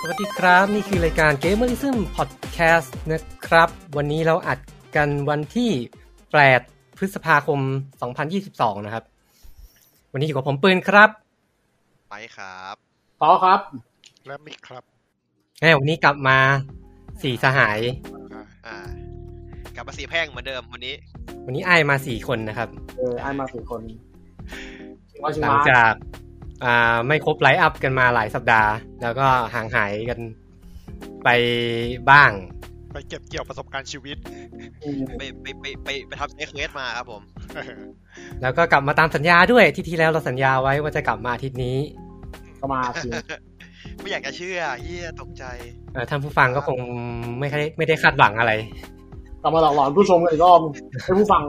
สวัสดีครับ นี่คือรายการ Gamerism Podcast นะครับ วันนี้เราอัดกันวันที่ 8 พฤษภาคม 2022 นะครับ วันนี้อยู่กับผมปืนครับ ไปครับ ต่อครับ และมิกครับ แหมวันนี้กลับมาสี่สหาย อ่า อ่า กลับมาสีแพร่งเหมือนเดิมวันนี้ วันนี้ไอายมาสี่คนนะครับ เอออ่านมาสี่คนชิงร้อยชิง หลัง ล้าน จากอ่าไม่ครบไลฟ์อัพกันมาหลายสัปดาห์ แล้วก็ห่างหายกันไปบ้าง ไปเก็บเกี่ยวประสบการณ์ชีวิต อืม ไปไปไปไปไปทำเอ็กเวสมาครับผม เออ แล้วก็กลับมาตามสัญญาด้วยที่ที่แล้วเราสัญญาไว้ว่าจะกลับมาอาทิตย์นี้ ก็มาสิ ไม่อยากจะเชื่อเฮียตกใจ เอ่อท่านผู้ฟังก็คงไม่ได้ไม่ได้คาดหวังอะไร กลับมาหลอกหลอนผู้ชมกันอีกรอบให้ผู้ฟัง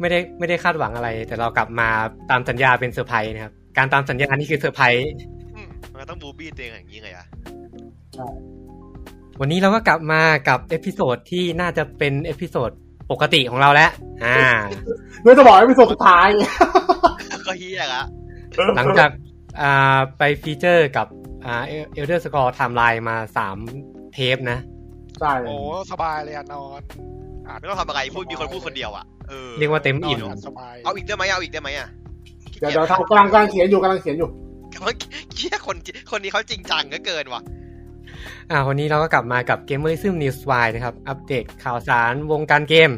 ไม่ได้ไม่ได้คาดหวังอะไร แต่เรากลับมาตามสัญญาเป็นเซอร์ไพรส์นะครับ การตามสัญญานี่คือเซอร์ไพรส์ อืมมันต้องบูบี้ตัวเองอย่างนี้เลยอะ วันนี้เราก็กลับมากับเอพิโซดที่น่าจะเป็นเอพิโซดปกติของเราแล้วอ่า เมื่อจะบอกให้เป็นส่วนสุดท้าย ก็เฮียละ หลังจากอ่าไปฟีเจอร์กับอ่าเอลเดอร์สกอร์ไทม์ไลน์มาสามเทปนะ ใช่ โอ้สบายเลยอะนอนอ่าน ไม่ต้องทำอะไรพูดมีคนพูดคนเดียวอ่ะเออ เรียกว่าเต็มอิ่ม นนสบาย เอาอีกได้ไหมเอาอีกได้ไหมอ่ะขี้ เดี๋ยว กีจ เดี๋ยวทำกำลังกำลังเขียนอยู่กำลังเขียนอยู่ เฮียคนคนนี้เขาจริงจังเหลือเกินว่ะ อ่าวันนี้เราก็กลับมากับ Gamerism News w i นะครับ อัปเดตข่าวสารวงการเกม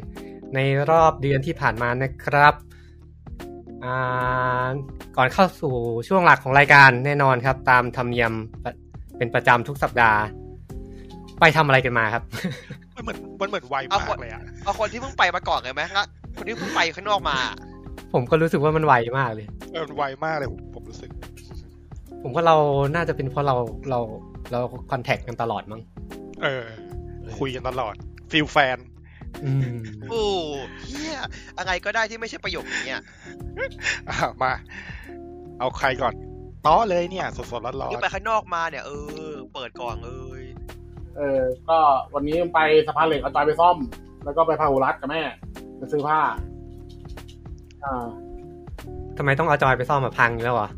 ในรอบเดือนที่ผ่านมานะครับอ่าก่อนเข้าสู่ช่วงหลักของรายการแน่นอนครับ ตามธรรมเนียมเป็นประจำทุกสัปดาห์ ไปทำอะไรกันมาครับ มันเหมือนมันเหมือนไวมากเลยอ่ะ เอาคนที่เพิ่งไปมาก่อนเลยไหมครับคนที่เพิ่งไปข้างนอกมา ผมก็รู้สึกว่ามันไวมากเลย เออมันไวมากเลยผมผมรู้สึก ผมว่าเราน่าจะเป็นเพราะเราเราเราคอนแทคกันตลอดมั้ง เออ คุยกันตลอดฟิลแฟน อืม โอ้เฮียอะไรก็ได้ที่ไม่ใช่ประโยคนี้อะ อ่ะมา เอาใครก่อนต้อเลยเนี่ย สดๆร้อน ที่ไปข้างนอกมาเนี่ยเออ เปิดก่อนเลย เออก็วันนี้ไปสะพานเหล็กเอาจอยไปซ่อม แล้วก็ไปพาหุรัตกับแม่ไปซื้อผ้า อ่า ทำไมต้องเอาจอยไปซ่อมมาพังอีกแล้วเหรอ่ะ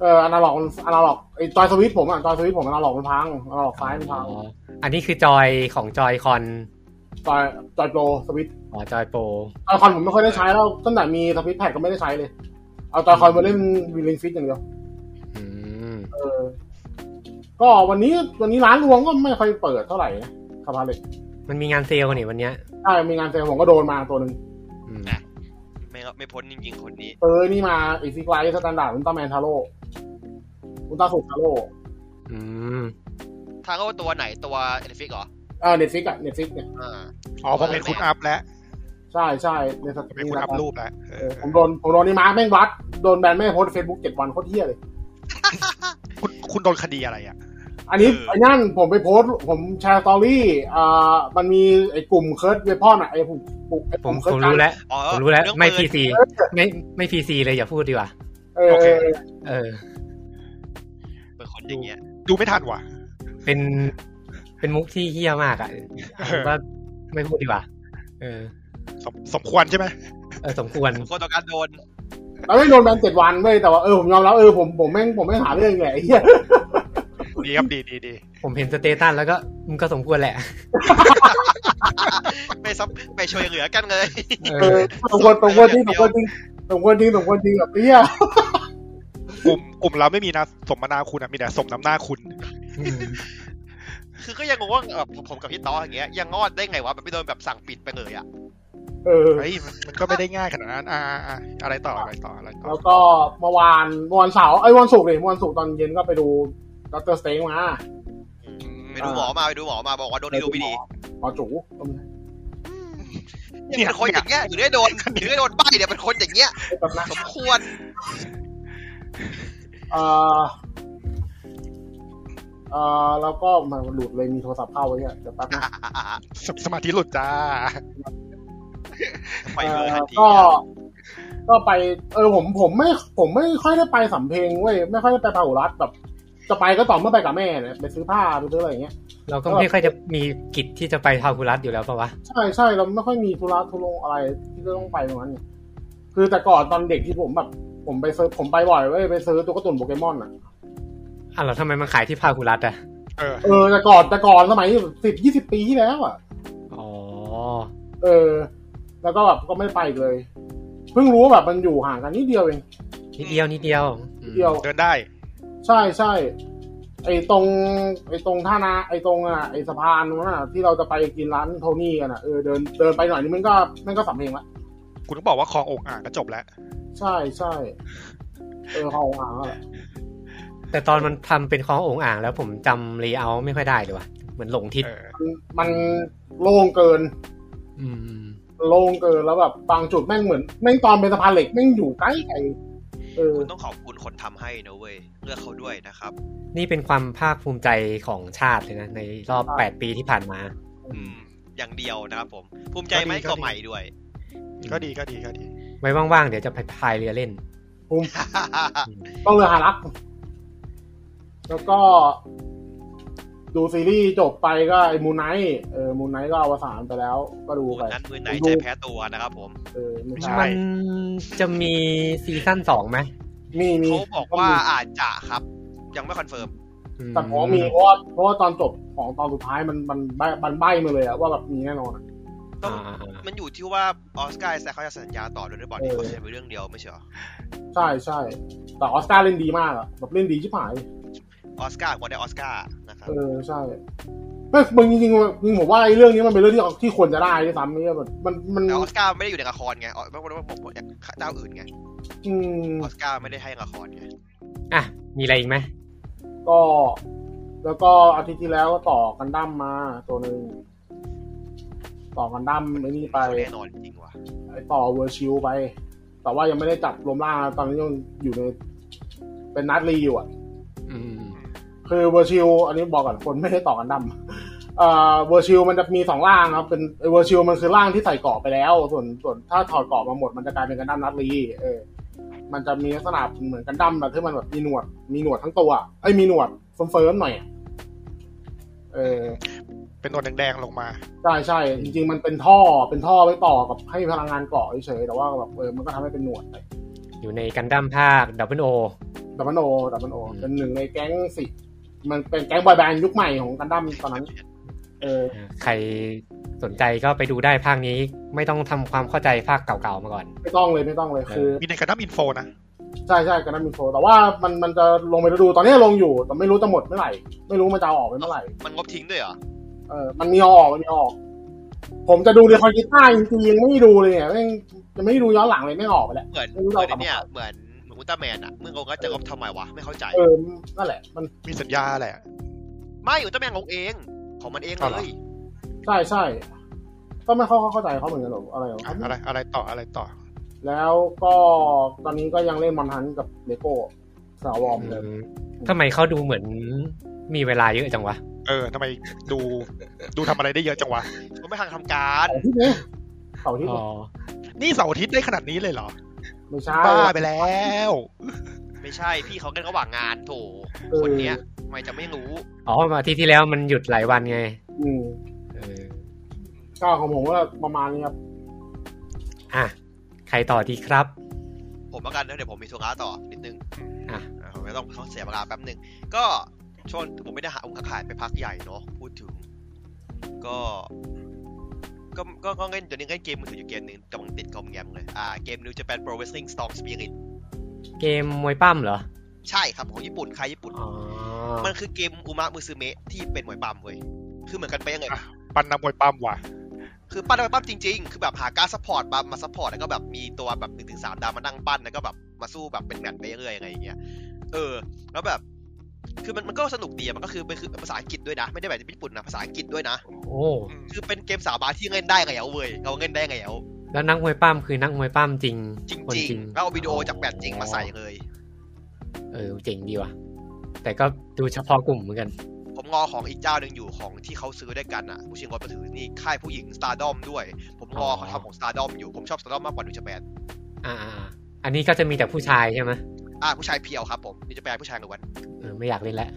เอออนาล็อกมันอนาล็อกไอจอยสวิตช์ผมอ่ะจอยสวิตช์ผมอนาล็อกมันพังอนาล็อกซ้ายมันพัง อันนี้คือจอยของจอยคอน จอยจอยโปรสวิตช์ อ๋อจอยโปร จอยคอนผมไม่ค่อยได้ใช้แล้วตั้งแต่มีสวิตแพดก็ไม่ได้ใช้เลย เอาจอยคอนมาเล่นวีลิงฟิตอย่างเดียว อืม เออ ก็วันนี้วันนี้ร้านรวงก็ไม่ค่อยเปิดเท่าไหร่นะคาพาเล็ก มันมีงานเซลล์นี่วันเนี้ย ใช่มีงานเซลล์ผมก็โดนมาตัวหนึ่ง อืม ไม่ไม่พ้นจริงๆคนนี้ เออนี่มาอีซิกไลท์สแตนดาร์ดอุลตร้าแมนทาโร่อุลตร้าสุดทาโร่ อืม ทางก็ตัวไหนตัวเอลิฟิกเหรอ เออเน็ตฟิกอะเน็ตฟิกเนี่ย อ่า ๆอ๋อผมเห็นคุณอัพแล้ว ใช่ใช่ในสต เป็น รีม คุณ นะค อั รั พ บ รูปแล้วเอ เอ อ อผมโดนผมโดนนี่มาร์คแม่งวัดโดนแบนไม่ให้โพสเฟซบุ๊กเจ็ดวันโคตรเที่ยเลย คุณคุณโดนคดีอะไรอ่ะ อันนี้ เออ ไอ้นั่นผมไปโพสต์ผมแชร์สตอรี่อ่ามันมีไอ้กลุ่มเคิร์ดเวพอนอ่ะไอ้ผมผมไอ้ ผมผเคิร์ด มรู้แล้ว อ๋อ ผมรู้แล้ว เอง ไม่ ปืน พีซีไม่ไม่พีซีเลยอย่าพูดดีกว่า เออ เออ เป็นคนอย่างเงี้ย ดูไม่ทันว่ะ เป็นเป็นมุกที่เฮี้ยมากอ่ะ เอ ผม อ ว่าไม่พูดดีกว่า เออ สมสมควรใช่ไหม เออ สมควร คนต่อการโดน แล้วไม่โดนแบนเจ็ดวันเว้ยแต่ว่าเออผมยอมรับเออผมผมแม่งผมแม่งหาเรื่องแหละไอ้เหี้ย ดีครับดีดีดี ผมเห็นสเตตัสแล้วก็มันก็สมควรแหละ ไม่ซับไม่ช่วยเหลือกันเลย เอ เอ อ อสมควรสมควรจริงสมควรจริงสมควรจริงสมควรจริงแบบไอ้เหี้ย กลุ่มกลุ่มเราไม่มีนะสมนาคุณอ่ะมีแต่สมน้ำหน้าคุณ อืม คือก็ยังงงว่าแบบผมผมกับพี่ต้ออย่างเงี้ยยังงอดได้ไงวะแบบไม่โดนแบบสั่งปิดไปเลยอ่ะ เออ เฮ้ยมันมันก็ไม่ได้ง่ายขนาดนั้น อ่าอ่าอะไรต่อ อะไรต่อ อะไรต่อ แล้วก็เมื่อวานเมื่อวันเสาร์ไอ้ยวันศุกร์เลยวันศุกร์ตอนเย็นก็ไปดูดรสเต็งมา ไปดูหมอมาไปดูหมอมาบอกว่าโดนดีดูไม่ดี หมอจูก็มี เนี่ย เป็นคนอย่างเงี้ยถึงได้โดนถึงได้โดนใบเนี่ยเป็นคนอย่างเงี้ย ให้แบบนะ สมควร เออเออแล้วก็มาหลุดเลยมีโทรศัพท์เข้าไว้เนี่ยเดี๋ยวแป๊บนะ สสมาธิหลุดจ้า ไปเลย เอ่ ทั อน ที ก็ ก็ไป เออผมผมไม่ผมไม่ค่อยได้ไปสำเพ็งเว้ยไม่ค่อยได้ไปปาหุรัตแบบจะไปก็ต่อเมื่อไปกับแม่เนี่ยไปซื้อผ้าไปซื้ออะไรอย่างเงี้ย เราก็ไม่ค่อยจะมีกิจที่จะไปทาคุรัสอยู่แล้วปะวะ ใช่ใช่เราไม่ค่อยมีธุระทุรงอะไรที่จะต้องไปตรงนั้นเนี่ยคือแต่ก่อนตอนเด็กที่ผมแบบ ผมไปซื้อผมไปบ่อยเว้ยไปซื้อตุ๊กตาตุนโปเกมอนอ่ะ อ้าวเหรอทำไมมันขายที่พาหุรัตอะ เออ เออแต่ก่อนแต่ก่อนสมัยสิบยี่สิบปีที่แล้วอ่ะ อ๋อ เออ แล้วก็แบบก็ไม่ไปอีกเลย เพิ่งรู้ว่าแบบมันอยู่ห่างกันนิดเดียวเอง นิดเดียวนิดเดียว นิดเดียว เดินได้ ใช่ใช่ไอ้ตรง ไอ้ตรงท่านาไอ้ตรงอ่ะไอ้สะพานนู้นอ่ะที่เราจะไปกินร้านโทนี่กันอ่ะเออเดินเดินไปหน่อยนี่มันก็มันก็สำเพ็งละ กูต้องบอกว่าคลองอกอ่างก็จบแล้ว ใช่ใช่เออเขาหาแล้วแหละ แต่ตอนมันทำเป็นคลองโองอ่างแล้วผมจำเลเยอร์ไม่ค่อยได้เลยว่ะเหมือนหลงทิศ เออ มันมันโล่งเกิน อืม โล่งเกินแล้วแบบบางจุดแม่งเหมือนแม่งตอนเป็นสะพานเหล็กแม่งอยู่ใกล้ไก่เออ คุณต้องขอบคุณคนทำให้นะเว้ยเลือกเขาด้วยนะครับ นี่เป็นความภาคภูมิใจของชาติเลยนะในรอบ ครับ แปดปีที่ผ่านมา อืม อย่างเดียวนะครับผม ภูมิใจไหม ก็ดีก็ก็ดีใหม่ด้วย ก็ดีก็ดีก็ดี ไว้ว่างๆเดี๋ยวจะไปพายเรือเล่น ต้องเรือหารัก แล้วก็ ดูซีรีส์จบไปก็ไอ้มูนไนเออมูนไนก็อวสานไปแล้ว ก็ดู มื ไป อนั้นมือไหนใจแพ้ตัวนะครับผม เออไม่ ใช่ ใช่ มันจะมีซีซั่นสองไหม มีมี เขาบอกว่าอาจจะครับ ยังไม่คอนเฟิร์ม ม แต่ผมมีเพราะว่าเพราะว่าตอนจบของตอนสุดท้ายมันมันใบ้มันใบ้มาเลยอะว่าแบบมีแน่นอนอะ ต้อง อ่าๆ มันอยู่ที่ว่าออสการ์แต่เขาจะสัญญาต่อหรือเปล่าที่เขาเซ็นไปเรื่องเดียวไม่ใช่เหรอ ใช่ใช่แต่ออสการ์เล่นดีมากอะแบบเล่นดีชิบหาย ออสการ์กว่าได้ออสการ์นะครับ เออใช่ไม่บางจริงๆจริงผมว่าไอ้เรื่องนี้มันเป็นเรื่องที่ที่ควรจะได้ด้วยซ้ำเนี่ยแบบมันมัน แต่ออสการ์ไม่ได้อยู่ในละครไงออไม่ไม่ไม่ไม่เจ้าอื่นไง อืม ออสการ์ไม่ได้ให้ละครไง ๆอ่ะมีอะไรอีกไหม ก็แล้วก็อาทิตย์ที่แล้วก็ต่อกันดั้มมาตัวหนึ่งต่อกันดั้มไอ้นี่ไป แน่นอนจริงว่ะ ไอ้ต่อเวอร์ชิวไป แต่ว่ายังไม่ได้จับรวมล่างนะตอนนี้ยังอยู่ใน เป็นนัดรีอยู่อ่ะ อืม คือเวอร์ชิวอันนี้บอกก่อนคนไม่ได้ต่อกันดั้มเอ่อเวอร์ชิวมันจะมีสองร่างครับเป็นเวอร์ชิวมันคือร่างที่ใส่เกราะไปแล้ว ส่วนส่วนถ้าถอดเกราะมาหมดมันจะกลายเป็นกันดั้มนัดรีเออ มันจะมีลักษณะเหมือนกันดั้มแบบที่มันแบบมีหนวด มีหนวดทั้งตัวเอ้ยมีหนวดเฟิร์มๆหน่อยอะเออ เป็นหนวดแดงๆลงมา ใช่ใช่จริงๆ มันเป็นท่อเป็นท่อไว้ต่อกับให้พลังงานเกาะเฉยๆแต่ว่าแบบเออมันก็ทำให้เป็นหนวดไป อยู่ในกันดั้มภาคดับเบิลโอ ดับมันโอดับมันโอ อืม เป็นหนึ่งในแก๊งสิมันเป็นแก๊งบอยแบนด์ยุคใหม่ของกันดั้มตอนนั้น เออ ใครสนใจก็ไปดูได้ภาคนี้ ไม่ต้องทำความเข้าใจภาคเก่าๆมาก่อน ไม่ต้องเลยไม่ต้องเลยคือ มีในกระดับอินโฟนะ ใช่ใช่กันดั้มมิโฟแต่ว่ามันมันจะลงไปดูตอนนี้ลงอยู่ แต่ไม่รู้จะหมดเมื่อไหร่ ไม่รู้มันจะเอาออกไปเมื่อไหร่ มันงบทิ้งด้วยเหรอ เออมันมีเอาออกมันมีเอาออก ผมจะดูเรียคอนกิต้าจริงๆยังไม่ดูเลยเนี่ยแม่งจะไม่ดูย้อนหลังเลยไม่ออกไปแล้ว เหมือน ไม่รู้ เหมื เรา อนไอ้ ทำ เนี่ยเหมือนเหมือนอุลตร้าแมนอะมึงงงว่าจะงบทำไมวะไม่เข้าใจ เออนั่นแหละ มัน มีสัญญาแหละ ไม่อุลตร้าแมนงงเองของมันเอง อ๋อเห เล รอ ย ใช่ใช่ก็ไม่เข้าเข้าใจเขาเหมือนกันหรอกอะไรของ อ่ะ เขา อะไรอะไรต่ออะไรต่อ แล้วก็ตอนนี้ก็ยังเล่นมอนฮันกับเลโก้สาวอมเลย ทำไมเขาดูเหมือนมีเวลาเยอะจังวะ เออทำไมดูดูทำอะไรได้เยอะจังวะ มันไม่ทางทำการ เสาร์อาที่นี้เสาร์อาอ๋อที่นี่เสาร์อาทิตย์ได้ขนาดนี้เลยเหรอ ไม่ใช่ บ้าไปแล้ว ไม่ใช่พี่เขาเล่นระหว่างงานโถ ออ คนเนี้ยทำไมจะไม่รู้ อ๋อมาที่ที่แล้วมันหยุดหลายวันไง อืม เออ ก็ของผมก็ประมาณนี้ครับ อ่ะ ใครต่อดีครับ ผมแล้วกันนะเดี๋ยวผมมีธุระต่อนิดนึง อ่ะ อ่าผมไม่ต้องต้องเสียเวลาแป๊บนึง ก็ช่วงผมไม่ได้หาองค์ขายไปพักใหญ่เนาะพูดถึง ก็ก็ก็ก็เล่นเดี๋ยวนี้เล่นเกมมือถืออยู่เกมหนึ่งกำลังติดกอมแงมเลยอ่าเกมนิวจะเป็น Pro Wrestling Storm Spirit เกมมวยปั้มเหรอ ใช่ครับของญี่ปุ่นใครญี่ปุ่น อ๋อ มันคือเกมอุมะมือซืเมะที่เป็นหมวยปั้มเว้ยคือเหมือนกันไปยังไง ปันนำมวยปั้มว่ะ คือปั้นไปปั้นจริงๆ คือแบบหาการซัพพอร์ตมามาซัพพอร์ตแล้วก็แบบมีตัวแบบหนึ่งถึงสามดาวมานั่งปั้นแล้วก็แบบมาสู้แบบเป็นแมตช์ไปเรื่อยๆอะไรอย่างเงี้ย เออ แล้วแบบ คือมันมันก็สนุกดีอะมันก็คือเป็นคือภาษาอังกฤษด้วยนะ ไม่ได้แบบญี่ปุ่นนะ ภาษาอังกฤษด้วยนะ โอ้ คือเป็นเกมสาวบาสที่เล่นได้ไงเอาเว้ยเราเล่นได้ไงเอา แล้วนักมวยปั้มคือนักมวยปั้มจริง จ คน ริง จริง ๆแล้วเอาวิดีโอจากแมตช์จริงมาใส่เลย เออ เจ๋งดีว่ะ แต่ก็ดูเฉพาะกลุ่มเหมือนกัน ผมงอของอีกเจ้าหนึ่งอยู่ของที่เขาซื้อด้วยกันอ่ะผู้ชิงรถมาถือนี่ค่ายผู้หญิงสตาร์ดอมด้วย ผมงอเขาทำของสตาร์ดอมอยู่ ผมชอบสตาร์ดอมมากกว่าดูจแปน อ่าๆอันนี้ก็จะมีแต่ผู้ชายใช่ไหม อ่าผู้ชายเพียวครับผมดูจแปนผู้ชายหรือวัน เออ ไม่อยากเล่นแล้ว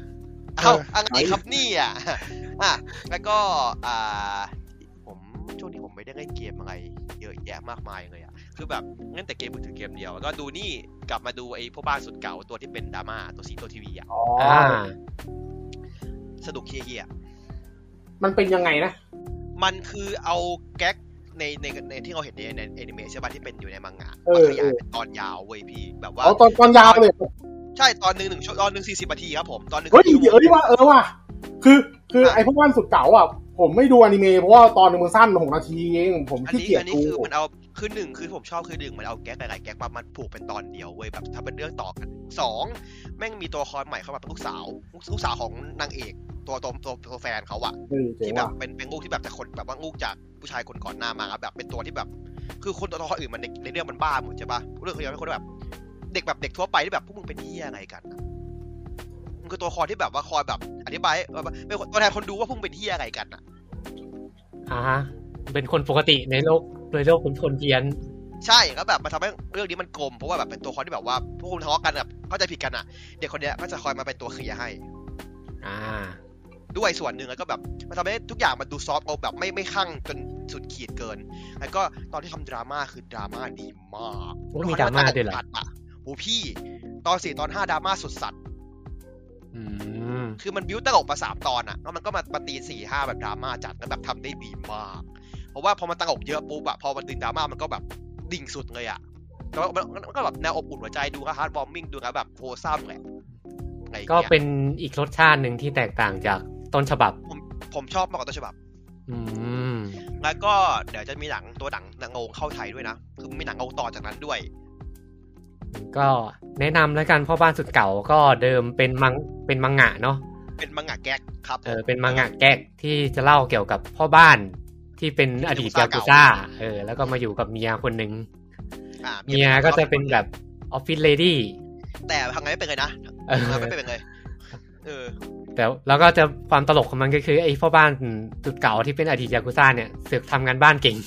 เอ้า เอออ อันนี้ครับนี่อ่ะ อ่ะ แล้วก็ อ่า ผมช่วงนี้ผมไม่ได้เล่นเกมอะไร เยอะแยะมากมายเลยอ่ะ คือแบบงั้นแต่เกมมือถือเกมเดียวแล้วก็ดูนี่กลับมาดูไอ้พวกบ้านสุดเก่าตัวที่เป็นดราม่าตัวสีตัวทีวีอ่ะ อ๋อ อ่า สนุกเฮี้ย มันเป็นยังไงนะ ๆมันคือเอาแก๊กในในในที่เราเห็นในในแอนิเมะใช่ป่ะที่เป็นอยู่ในมังงะ เอ มา อ ขยายเป็นตอนยาวเว้ยพี่แบบว่า เอาตอนตอนยาวเลย ใช่ตอนหนึ่งหนึ่งชั่วตอนหนึ่งสี่สิบนาทีครับผมตอนหนึ่ง เฮ้ย ชั่วโม เดี๋ยว ง ดีว่าเออว่ะคือคือ ครับ ไอ้พวกวันสุดเก่าอ่ะผมไม่ดูอนิเมะเพราะว่าตอนหนึงมันสั้นหกนาทีเองผม อัน ขี้ นี้ เกียจ อันนี้ ดู คือมันเอาคือหนึ่งคือผมชอบคือหนึ่งมันเอาแก๊กหลายๆแก๊กมามันผูกเป็นตอนเดียวเว้ยแบบถ้าเป็นเรื่องต่อกันสองแม่งมีตัวละครใหม่เข้ามาเป็นลูกสาวลูกลูกสาวของนางเอกตัวตัวตัวตัวแฟนเขาอะ เออเจ๋ง ที่แบบ ว่ะ เป็นเป็นลูกที่แบบจากคนแบบว่าลูกจากผู้ชายคนก่อนหน้ามาแบบเป็นตัวที่แบบ คือคนตัวละครอื่นมันในในเรื่องมันบ้าหมดใช่ปะเรื่องเดียวเป็นคนแบบ เด็กแบบเด็กทั่วไปที่แบบพวกมึงเป็นเฮียอะไรกันอะมันคือตัวละครที่แบบว่าคอยแบบอธิบายให้แบบเป็นตัวแทนคนดูว่าพวกมึงเป็นเฮียอะไรกันอะ อ่าฮะ เป็นคนปกติในโลกโดยโลกคนคนเพี้ยน ใช่แล้วแบบมันทำให้เรื่องนี้มันกลมเพราะว่าแบบเป็นตัวละครที่แบบว่าพวกคุณทะเลาะกันแบบเข้าใจผิดกันอ่ะ เด็กคนเนี้ยก็จะคอยมาเป็นตัวเคลียร์ให้ อ่า ด้วยส่วนหนึ่งแล้วก็แบบมันทำให้ทุกอย่างมันดูซอฟต์เอาแบบไม่ไม่ขั้งจนสุดขีดเกิน แล้วก็ตอนที่ทำดราม่าคือดราม่าดีมาก โอ้มีดราม่าด้วยเหรอ ตัอะโอ้พี่ ตอนสี่ตอนห้าดราม่าสุดสัตว์ อืม คือมันบิ้วตลกมาสามตอนอ่ะแล้วมันก็มามาตีสี่ห้าแบบดราม่าจัดแล้วแบบทำได้ดีมาก เพราะว่าพอมันตลกเยอะปุ๊บอะพอมันดึงดราม่ามันก็แบบดิ่งสุดเลยอะแต่ว่ามันมันก็แบบแนวอบอุ่นหัวใจดูก็ฮาร์ดวอร์มมิ่งดูก็แบบโฮซัมแหละอะไรอย่าง ก็ เงี้ย เป็นอีกรสชาติหนึ่งที่แตกต่างจากต้นฉบับ ผมชอบมากกว่าต้นฉบับ อืม แล้วก็เดี๋ยวจะมีหนังตัวหนังหนังโงเข้าไทยด้วยนะ คือมีหนังโงต่อจากนั้นด้วย ก็แนะนำแล้วกันเพ่อบ้านสุดเก่าก็เดิมเป็นมังเป็นมังงะเนาะ เป็นมังงะแก๊กครับ เออเป็นมังงะแก๊กที่จะเล่าเกี่ยวกับพ่อบ้านที่เป็นอดีตยากุซ่าเออ แล้วก็มาอยู่กับเมียคนหนึ่ง อ่า เมียก็จะเป็นแบบออฟฟิศเลดี้ แต่ทางไงไม่เป็นเลยนะ เออ ทำงานไม่เป็นเลยเออ แต่แล้วก็จะความตลกของมันก็คือไอ้พ่อบ้านสุดเก่าที่เป็นอดีตยากุซ่าเนี่ยเสือกทำงานบ้านเก่ง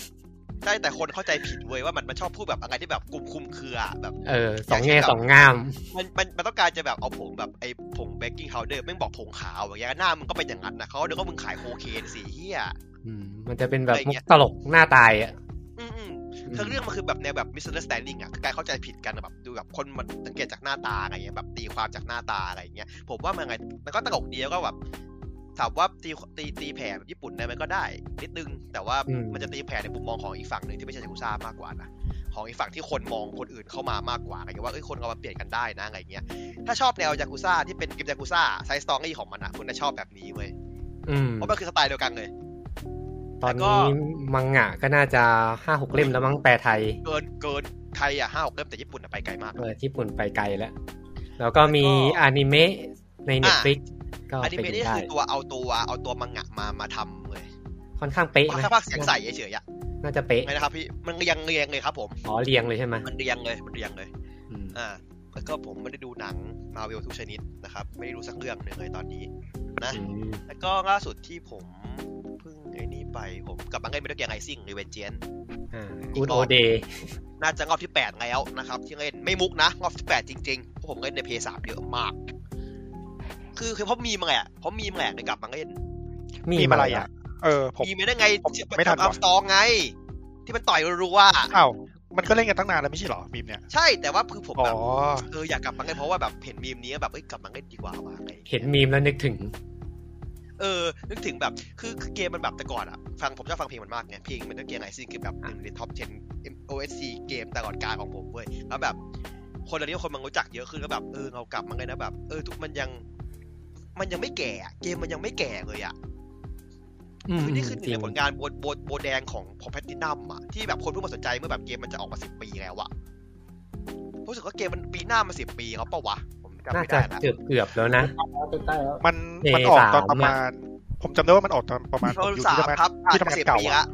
ใช่แต่คนเข้าใจผิดเว้ยว่ามันมันชอบพูดแบบอะไรที่แบบกลุ่มคุมเครืออะแบบ เออสองแง่สองงาม มันมันมันต้องการจะแบบเอาผงแบบไอ้ผงเบกกิ้งพาวเดอร์ไม่งบอกผงขาวอย่างเงี้ยหน้ามึงก็เป็นอย่างนั้นนะเขาเดี๋ยวก็มึงขายโคเคนสิเฮีย อืมมันจะเป็นแบบมุกตลกหน้าตายอ่ะ อืมๆคือเรื่องมันคือแบบแนวแบบ misunderstanding อ่ะคือการเข้าใจผิดกันอะแบบดูแบบคนมันสังเกตจากหน้าตาอะไรเงี้ยแบบตีความจากหน้าตาอะไรเงี้ยผมว่ามันไงมันก็ตลกดีแล้วก็แบบถามว่าตีตีตีแผ่แบบญี่ปุ่นได้ไหมก็ได้นิดนึง แต่ว่า อืม มันจะตีแผ่ในมุมมองของอีกฝั่งหนึ่งที่ไม่ใช่ยากุซ่ามากกว่านะของอีกฝั่งที่คนมองคนอื่นเข้ามามากกว่าอะไรเงี้ยว่าเอ้ยคนเรามาเปลี่ยนกันได้นะอะไรเงี้ย ถ้าชอบแนวยากุซ่าที่เป็นเกมยากุซ่าไซส์สตองอี้ของมันนะคุณจะชอบแบบนี้เว้ย อืม เพราะมันคือสไตล์เดียวกันเลย ตอน แล้วก็ นี้มังงะก็น่าจะห้าหกเล่มแล้วมั้งแปลไทย เกินเกินไทยอ่ะห้าหกเริ่มแต่ญี่ปุ่นอะไปไกลมาก เออญี่ปุ่นไปไกลแล้ว แล้วก็มี แล้วก็ อนิเมะใน อ่ะ เน็ตฟลิกก็ อนิ ไป เมะ ดู นี่ ได้ คือตัวเอาตัวเอาตัวมังงะมามาทำเลย ค่อนข้างเป๊ะ ภา นะ คภาคเสียงใส่เฉยๆอ่ะ น่าจะเป๊ะ ไงนะครับพี่มันเรียงเรียงเลยครับผม อ๋อเรียงเลยใช่ไหม มันเรียงเลยมันเรียงเลย อืม อ่าแล้วก็ผมไม่ได้ดูหนังมาเวลทุกชนิดนะครับไม่ได้ดูสักเรื่องหนึ่งเลยตอนนี้นะ อืม แล้วก็ล่าสุดที่ผมเพิ่งไอ้นี่ไปผมกลับมาเล่นเมทัลเกียร์ไงซิ่งหรือเวนเจน อ่ากูดโอเดย์ น่าจะรอบที่ 8 แล้วนะครับ ที่เล่นไม่มุกนะรอบที่ 8 จริงๆเพราะผมเล่นในเพย์สามเยอะมาก คือคือเพราะมีมาแหละเพราะมีมาแหละในกลับมาเล่น มี มี อะ อะไร ไร อ่ะ อ่ะ เออ ผม มีมาได้ไง ผมไม่ทัน อั ว่ะ มสตองไง ที่มันต่อยรัวๆอะ อ้าวมันก็เล่นกันตั้งนานแล้วไม่ใช่เหรอมีมเนี่ย ใช่แต่ว่าคือผม อ๋อ แบบเอออยากกลับมาเล่นเพราะว่าแบบเห็นมีมนี้แบบเอ้ยกลับมาเล่นดีกว่าว่ะอะไรอย่างงี้ย เห็นมีมแล้วนึกถึง เออนึกถึงแบบคือคือเกมมันแบบแต่ก่อนอะฟังผมชอบฟังเพลงมันมากไงเพลงมันเป็นเกมไอซิงเกมแบบหนึ่งในท็อป10 OSC เกมตลอดกาลของผมเว้ยแล้วแบบ คนเหล่านี้คนมันรู้จักเยอะขึ้นแล้วแบบเออเรากลับมาเลยนะแบบเออทุกมันยัง มันยังไม่แก่อะเกมมันยังไม่แก่เลยอ่ะ อืม คือนี่คืจอหนึ่ ริ ง ง ในผลงานโบโบโบแดงของของแพทตินัมอ่ะที่แบบคนเพิ่งมาสนใจเมื่อแบบเกมมันจะออกมาสิบปีแล้วอ่ะรู้สึกว่าเกมมันปีหน้ามาสิบปีแล้วปะวะผมจำ น่า ไม่ จะ ได้ละ เกือบเกือบๆแล้วนะ ใกล้ๆแล้ว มัน เอ มันออกตอน สาม ประมาณ ผมจำได้ว่ามันออกตอนประมาณ เรา ผมอยู่ สา ที่ ม ทำงาน ครับ ที่ทำงา สิ น บ เก่า ปี อะ ละ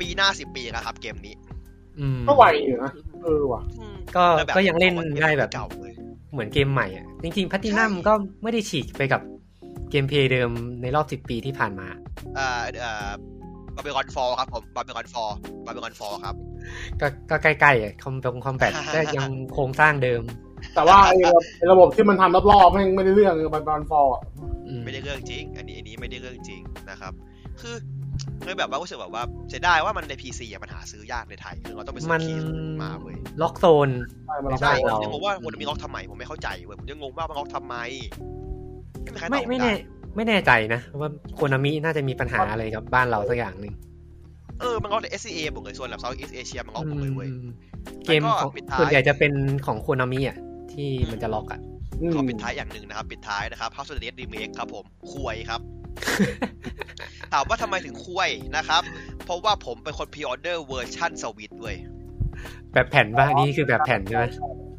ปีหน้าสิบปีแล้วครับเกมนี้ อืม ก็ไหวอยู่นะเออว่ะ อืม ก็ แล้วแบบ ก็ยังเล่นได้แบบ เก่าเลย เหมือนเกมใหม่อ่ะ จริงๆพัตินัม ใช่ ก็ไม่ได้ฉีกไปกับเกมเพลย์เดิมในรอบสิบปีที่ผ่านมา เอ่อเอ่อบาเบคอนฟอร์ครับผมบาเบคอนฟอร์บาเบคอนฟอร์ครับ ก็ก็ใกล้ๆอ่ะคอมตรงคอมแบทก็ยังโครงสร้างเดิม แต่ว่าไอ้ระบบไอ้ระบบที่มันทำรอบๆแม่งไม่ได้เรื่องมันตอนฟอลอะ อืม ไม่ได้เรื่องจริง อันนี้อันนี้ไม่ได้เรื่องจริงนะครับ คือ เลยแบบว่ารู้สึกแบบว่าเสียดายว่ามันในพีซีอะมันหาซื้อยากในไทยคือเราต้องไปซื้ มั อน คีย์มาเว้ย ล็อกโซน ใช่มันล็อก ใช่ ได้ เรา ผมยังงงว่ามันมีล็อกทำไมผมไม่เข้าใจเว้ยผมยังงงว่ามันล็อกทำไมไม่มีใครตอบ ไม่ไม่ ด้ แน่ไม่แน่ใจนะ ว่าโคนามิน่าจะมีปัญหาอะไรกับบ้านเราสักอย่างหนึ่ง เออ มันก็แต่ SCA บวกเลยส่วนแบบ South East Asia มันก็บวกเลยเว้ย เกมของ แล้วก็ปิดท้าย ส่วนใหญ่จะเป็นของโคนามิอ่ะ ที่มันจะล็อกอ่ะ ขอปิดท้ายอย่างหนึ่งนะครับ ปิดท้ายนะครับ House of the Dead Remake ครับผมคุยครับ ถามว่าทำไมถึงคุยนะครับ เพราะว่าผมเป็นคนพรีออเดอร์เวอร์ชันสวิตเว้ย แบบแผ่นบ้านนี้คือแบบแผ่นใช่ไหม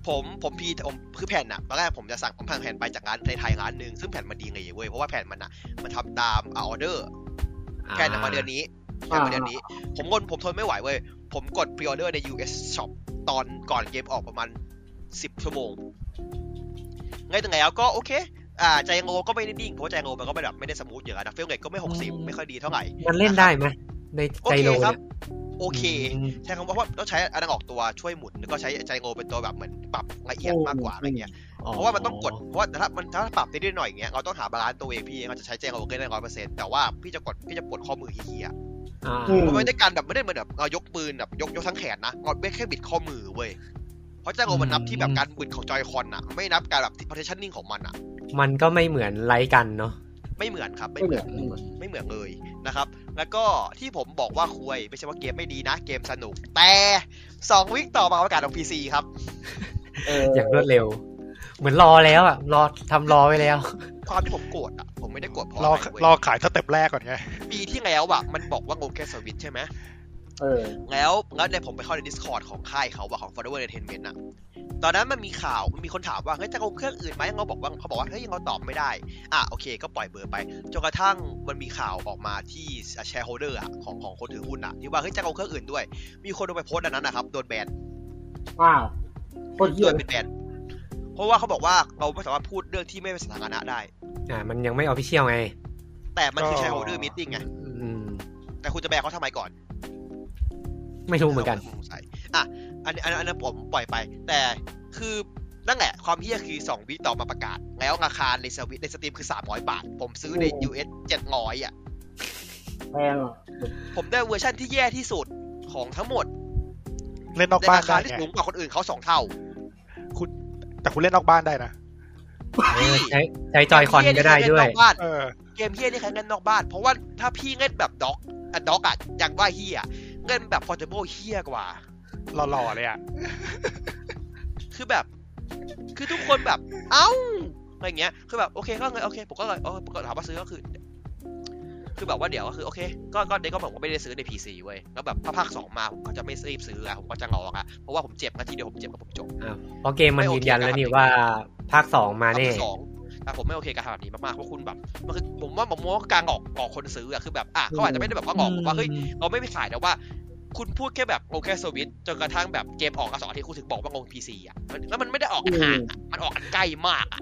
ผมผมพีผมคือแผ่นอะตอนแรกผมจะสั่งผมสั่งแผ่นไปจากร้านในไทยร้านหนึ่งซึ่งแผ่นมันดีไงเว้ย เพราะว่าแผ่นมันอะมันทำตามออเดอร์ แผ่นอะมาเดือนนี้แผ่นมาเดือนนี้ ผมงนผมทนไม่ไหวเว้ย ผมกดพรีออเดอร์ใน US Shop ตอนก่อนเกมออกประมาณ 10 ชั่วโมง ไงแต่ไงแล้วก็โอเค อ่าใจโงก็ไม่ได้ดิ่งเพราะว่าใจโงมันก็ไม่แบบไม่ได้สมูทอย่างนั้นนะเฟลเกตก็ไม่ 60 ไม่ค่อยดีเท่าไหร่ มันเล่นได้ไหมใน โอ ใจ เค โล ครับ เนี่ย โอเค ม ใช้คำว่าว่าต้องใช้อันนั้นออกตัวช่วยหมุนแล้วก็ใช้ใจโงเป็นตัวแบบเหมือนปรับละเอียดมากกว่าอะไรเงี้ย เพราะว่ามันต้องกด เพราะว่าถ้ามันถ้าปรับได้ด้วยหน่อยอย่างเงี้ยเราต้องหาบาลานซ์ตัวเองพี่เราจะใช้ใจโงเกินได้ร้อยเปอร์เซ็นต์แต่ว่าพี่จะกดพี่จะปวดข้อมือเฮียๆ อ่า อื มันไม่ได้การแบบไม่ได้เหมือนแบบเรายกปืนแบบยกยกทั้งแขนนะเราแค่บิดข้อมือเว้ย เพราะเจ้าโอมันนับที่แบบการบิดของจอยคอนอะไม่นับการแบบ positioning ของมันอะ มันก็ไม่เหมือนไลฟ์กันเนาะ ไม่เหมือนครับไม่เหมือน ไม่เหมือน ไม่เหมือนเลยนะครับ แล้วก็ที่ผมบอกว่าคุยไม่ใช่ว่าเกมไม่ดีนะเกมสนุก แต่สองวิคต่อมาประกาศของ PC ครับ เอ อ อย่าง รวดเร็ว เหมือนรอแล้วอะรอทำรอไว้แล้ว ความที่ผมโกรธอะผมไม่ได้โกรธเพราะ รอ อะไรเว้ย รอขายสเต็ปแรกก่อนไง ปีที่แล้วอะมันบอกว่างงแค่สวิตใช่ไหม เออ แล้วแล้วในผมไปเข้าใน Discord ของค่ายเขาว่าของ Follower Entertainment อะตอนนั้นมันมีข่าวมันมีคนถามว่าเฮ้ยจะเอาเครื่องอื่นไหมเราบอกว่าเขาบอกว่าเฮ้ยยังเราตอบไม่ได้ อ่ะโอเค ก็ปล่อยเบอร์ไปจนกระทั่งมันมีข่าวออกมาที่แชร์โฮเดอร์อะของของคนถือหุ้นอะที่ว่าเฮ้ยจะเอาเครื่องอื่นด้วย มีคนลงไปโพสต์อันนั้นนะครับโดนแบน อ้าวคนเหี้ โด ย นเป็นแบนเพราะว่าเขาบอกว่าเราไม่สามารถพูดเรื่องที่ไม่เป็นสถานะได้ อ่า มันยังไม่ออฟฟิเชียลไง แต่มันคือ ก็ แชร์โฮเดอร์มิทติ้งไง อืม แต่คุณจะแบนเขาทำไมก่อน ไม่รู้เหมือนกัน สงสัยอ่ะอันอันอันนั้นผมปล่อยไป แต่คือนั่นแหละ ความเฮี้ยคือ 2 วิต่อมาประกาศ แล้วราคาในสวิตในสตรีมคือ 300 บาท ผมซื้อใน US 700 อ่ะ แพงอ่ะ ผมได้เวอร์ชั่นที่แย่ที่สุดของทั้งหมด เล่นนอก ใน บ้าน ราคา ได้ ที่ ไง สูงกว่าคนอื่นเขา 2 เท่า แต่คุณเล่นนอกบ้านได้นะ เออใช้ใช้จอยคอนก็ได้ด้วย เกมเหี้นี่ใครเล่นนอกบ้าน เออ เกมเฮี้ยนี่ใครเล่นนอกบ้าน เพราะว่าถ้าพี่เล่นแบบด็อกอ่ะด็อกอ่ะอย่างว่าเฮี้ยเล่นแบบพอร์ตเบเฮี้ยกว่า หล่อๆเลยอ่ะ คือแบบ คือทุกคนแบบ เอ้า อะไรเงี้ย คือแบบโอเคก็เลยโอเค ผมก็เลยโออผมก็ถามว่าซื้อก็คือ คือแบบว่าเดี๋ยวก็คือโอเค ก็ก็เด็กก็บอกว่าไม่ได้ซื้อใน PC เว้ย แล้วแบบถ้าภาคสองมาผมก็จะไม่รีบซื้ออะผมก็จะรออะเพราะว่าผมเจ็บนาทีเดียวผมเจ็บกับผมจบ เพราะเกมมัน ไม่โอ ยื เค นยันแล้วนี่ว่าภาคสองมา ภา แน่ คสองแต่ผมไม่โอเคกับทำแบบนี้มากๆ เพราะคุณแบบมันคือผมว่าหมอมว่าการหลอกหลอกคนซื้ออะคือแบบอ่ะเขาอาจจะไม่ได้แบบว่าหลอกผมว่าเฮ้ย เราไม่ไปขายแต่ว่า คุณพูดแค่แบบโอเคสวิตจนกระทั่งแบบเกมออกกระสอที่คุณถึงบอกว่างงพีซีอ่ะมันแล้วมันไม่ได้ออกห่างอะมันออกอันใกล้มากอะ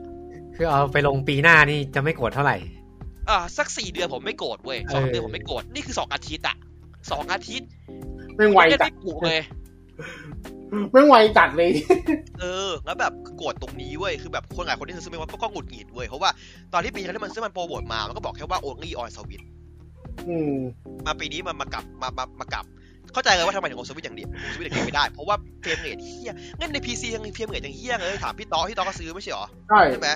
คือเอาไปลงปีหน้านี่จะไม่โกรธเท่าไหร่ อ่าสักสี่เดือนผมไม่โกรธเว้ยสอง เออ เดือนผมไม่โกรธนี่คือสองอาทิตย์อะสองอาทิตย์ ไม่งไว ยัง จั ไม่ ด ปลูกเลย ไม่งไวจัดเลย เออแล้วแบบโกรธตรงนี้เว้ยคือแบบคนหลายคนที่ซื้อซื้อไม่ว่าก็หงุดหงิดเว้ยเพราะว่าตอนที่ปีที่แล้วที่มันซื้อมันโปรโมทมามันก็บอกแค่ว่าโอ l y ออนสวิต อืม มาปีนี้มันมากลับมามามากลับ เข้าใจเลยว่าทำไมถึงโอสวิตอย่างเดียวสวิตอย่างเดียวไม่ได้เพราะว่าเฟรมเรทเฮี้ยงั้นใน PC ยังเฟรมเรทยังเฮี้ยเลยถามพี่ต้อพี่ต้อก็ซื้อไม่ใช่หรอ ใช่ ใช่ไหม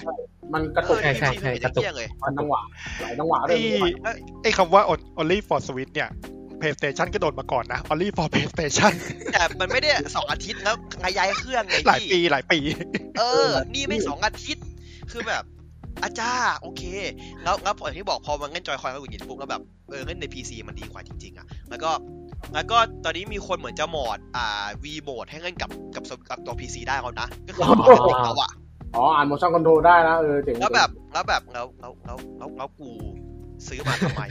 มันกระตุก ใช่ใช่ใช่ เออ PVP กระตุก เที่ยงเลย มันจังหวะหลายจังหวะด้วย นี่ ไอ้คำว่า on- only for Switch เนี่ย PlayStation ก็โดนมาก่อนนะ only for PlayStation แต่มันไม่ได้สองอาทิตย์แล้วขยายเครื่องไง หลายปี พี่ หลายปี เออ นี่ไม่สองอาทิตย์ คือแบบอาจ้าโอเค แล้วแล้วพออย่างที่บอกพอมันเล่นจอยคอยกับหยินปุ๊บแล้วแบบเออเล่นใน PC มันดีกว่าจริงๆอ่ะแล้วก็แล้วก็ตอนนี้มีคนเหมือนจะโหมดอ่า V โหมดให้เล่นกับกับกับตัว PC ได้แล้วนะก็คือโหมดของเขาอ่ะ อ๋ออ่านโมชั่นคอนโทรได้นะเออเจ๋ง แล้วแบบแล้วแบบแล้วแล้วแล้วแล้วแล้วกูซื้อมาทำไม